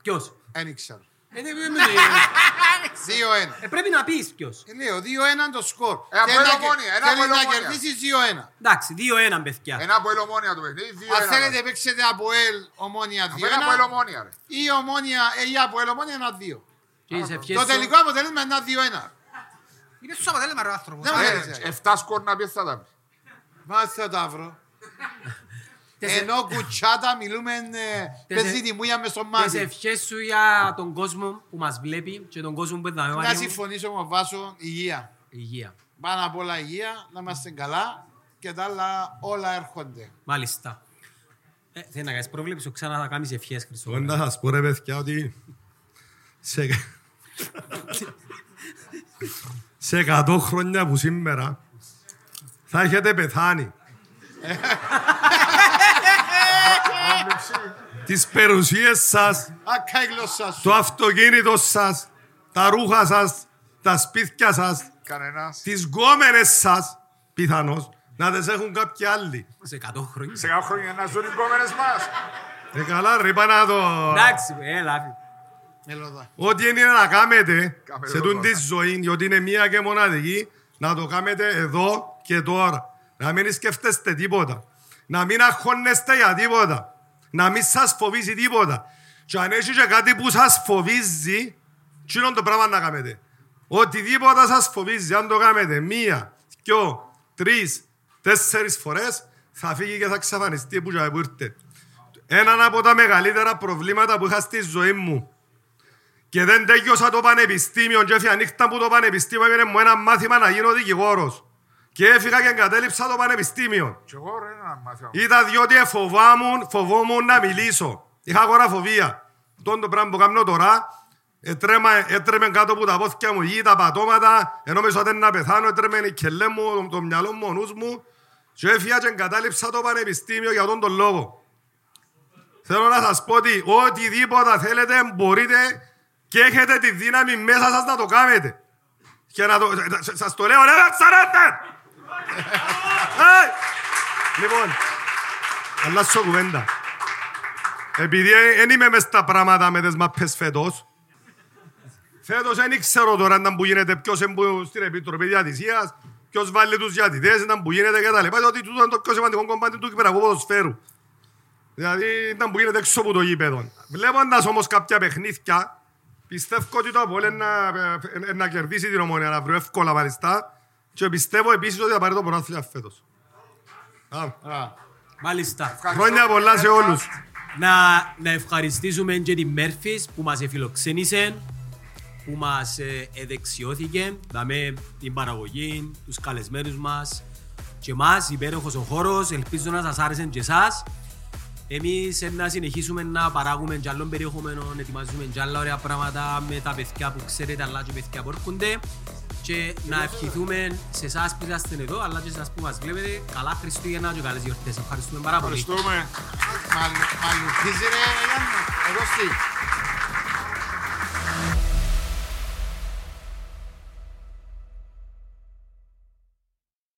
Speaker 1: Ποιος.
Speaker 5: Δεν ξέρω.
Speaker 1: Ε, δεν- δεν- δεν-
Speaker 5: 2-1.
Speaker 1: Ε, πρέπει να πεις ποιος.
Speaker 5: Ε, λέω, 2-1 το σκορ.
Speaker 3: Ε, από
Speaker 5: Θέλει να-
Speaker 3: Ελομόνια, ένα από
Speaker 5: Θέλει να
Speaker 3: Ελομόνια.
Speaker 5: κερδίσεις 2-1.
Speaker 1: Εντάξει, 2-1 παιδιά.
Speaker 3: Ένα από ελομόνια το παιχνίδι, δύο
Speaker 5: Αν
Speaker 3: ένα.
Speaker 5: θέλετε παίξετε από ελ ομόνια 2-1.
Speaker 3: Από Ένα από ελομόνια, ρε.
Speaker 5: Ή ομόνια, ε, ή από ελ ομόνια ένα 2.
Speaker 1: Και τις ευχές
Speaker 5: Το
Speaker 1: σου.
Speaker 5: τελικό αποτέλεσμα είναι ένα 2-1.
Speaker 2: Είναι στο αποτέλεσμα ρε ο άνθρωπος.
Speaker 5: Δεν μου
Speaker 3: Ε,
Speaker 5: αρέσει.
Speaker 3: Εφτά σκορ να πεις θα τα πεις.
Speaker 5: Μάθε το αύριο.
Speaker 1: ε-
Speaker 5: Ενώ κουτσάτα μιλούμε ε,
Speaker 1: Τεσσε-
Speaker 5: παίζει τη μούια μες στο
Speaker 1: Τις
Speaker 5: μάτι.
Speaker 1: ευχές σου για τον κόσμο που μας βλέπει και τον κόσμο που είναι εδώ.
Speaker 5: Να συμφωνήσω με βάσο υγεία.
Speaker 1: Υγεία.
Speaker 5: Πάνω απ' όλα υγεία, να είμαστε καλά και τα άλλα όλα έρχονται.
Speaker 1: Μάλιστα. Ε, θέλει να κάνεις πρόβλεψη, ο ξανά θα κάνεις ευχές Χρυσό.
Speaker 6: Εγώ Λοιπόν, να σας πω ρε παιδιά ότι σε, σε 100 χρόνια που σήμερα θα έχετε πεθάνει. Τις περιουσίες σας,
Speaker 5: Ακά η γλώσσα σου.
Speaker 6: το αυτοκίνητο σας, τα ρούχα σας, τα σπίτια σας,
Speaker 3: Κανένας.
Speaker 6: τις γκόμενες σας, πιθανώς, να τις έχουν κάποιοι άλλοι.
Speaker 1: Σε 100 χρόνια.
Speaker 3: Σε κάποια χρόνια να ζουν οι κόμενες μας.
Speaker 6: Ε, καλά ρε, είπα να το...
Speaker 1: Εντάξει, έλα. φίλε.
Speaker 5: Μελωδά.
Speaker 6: Ό,τι είναι να κάνετε
Speaker 3: Κάμε
Speaker 6: σε
Speaker 3: εδώ
Speaker 6: τούτη
Speaker 3: τώρα.
Speaker 6: ζωή, διότι είναι μία και μοναδική, να το κάνετε εδώ και τώρα. Να μην σκέφτεστε τίποτα. Να μην αγχώνεστε για τίποτα. Να μην σας φοβίζει τίποτα. Και αν έχει και κάτι που σας φοβίζει, τι είναι το πράγμα να κάνετε. Οτιδήποτε σας φοβίζει, αν το κάνετε μία, δυο, τρεις, τέσσερις φορές, θα φύγει και θα εξαφανιστεί που, που ήρθε. Έναν από τα μεγαλύτερα προβλήματα που είχα στη ζωή μου. Και δεν τέλειωσα το πανεπιστήμιο και έφυγα νύχτα που το πανεπιστήμιο έμεινε μου ένα μάθημα να γίνω δικηγόρος. Και έφυγα και εγκατέλειψα το πανεπιστήμιο.
Speaker 3: Κι εγώ ρε να μάθω.
Speaker 6: Ήταν διότι φοβάμουν, φοβόμουν να μιλήσω. Είχα αγοραφοβία. Τον το πράγμα που κάνω τώρα, έτρεμα, έτρεμε κάτω από τα πόθηκια μου γη, τα πατώματα, ενώ μέσα όταν να πεθάνω, έτρεμε η κελέ μου, το, το μυαλό μου, ο νους μου. Και έφυγα και εγκατάλειψα το πανεπιστήμιο για τον τον λόγο. Θέλω να σας πω ότι οτιδήποτε θέλετε μπορείτε και έχετε τη δύναμη μέσα σας να το κάνετε. Και να το... σ- Σας το λέω, ρε ψαρέτε! Ε, Λοιπόν, αλλάσω κουβέντα. Επειδή δεν είμαι μες στα πράγματα με τις μαπές φέτος, φέτος δεν ξέρω τώρα αν που γίνεται, ποιος είναι που- στην Επιτροπή Διατησίας, ποιος βάλει τους διατητές, αν που γίνεται και τα λοιπά. Ότι τούτο είναι το πιο σημαντικό κομμάτι του κυπριακού ποδοσφαίρου. Δηλαδή ήταν που γίνεται έξω από το γήπεδο. Βλέποντας όμως κάποια παιχνίδια, πιστεύω ότι το Απόλλε να, ε, ε, να κερδίσει την ομόνια αύριο εύκολα μάλιστα. Και πιστεύω επίσης ότι θα πάρει το πρωτάθλημα φέτος. Α,
Speaker 1: Μάλιστα.
Speaker 6: Χρόνια πολλά σε όλους.
Speaker 1: Να, να ευχαριστήσουμε και την Μέρφης που μας εφιλοξένησε, που μας ε, εδεξιώθηκε, δαμε την παραγωγή, τους καλεσμένους μας και μας, υπέροχος ο χώρος, ελπίζω να σας άρεσε και εσάς. Εμείς ε, να συνεχίσουμε να παράγουμε και άλλων περιεχομένων, ετοιμάζουμε και άλλα ωραία πράγματα με τα παιδιά που ξέρετε, αλλά και παιδιά που έρχονται και να ευχηθούμε σε εσάς που είσαστε εδώ, αλλά και σε εσάς που μας βλέπετε. Καλά Χριστούγεννα και καλές γιορτές. Ευχαριστούμε πάρα πολύ.
Speaker 5: Μαλουτίζει ρε Γιάννη. Εγώ στη.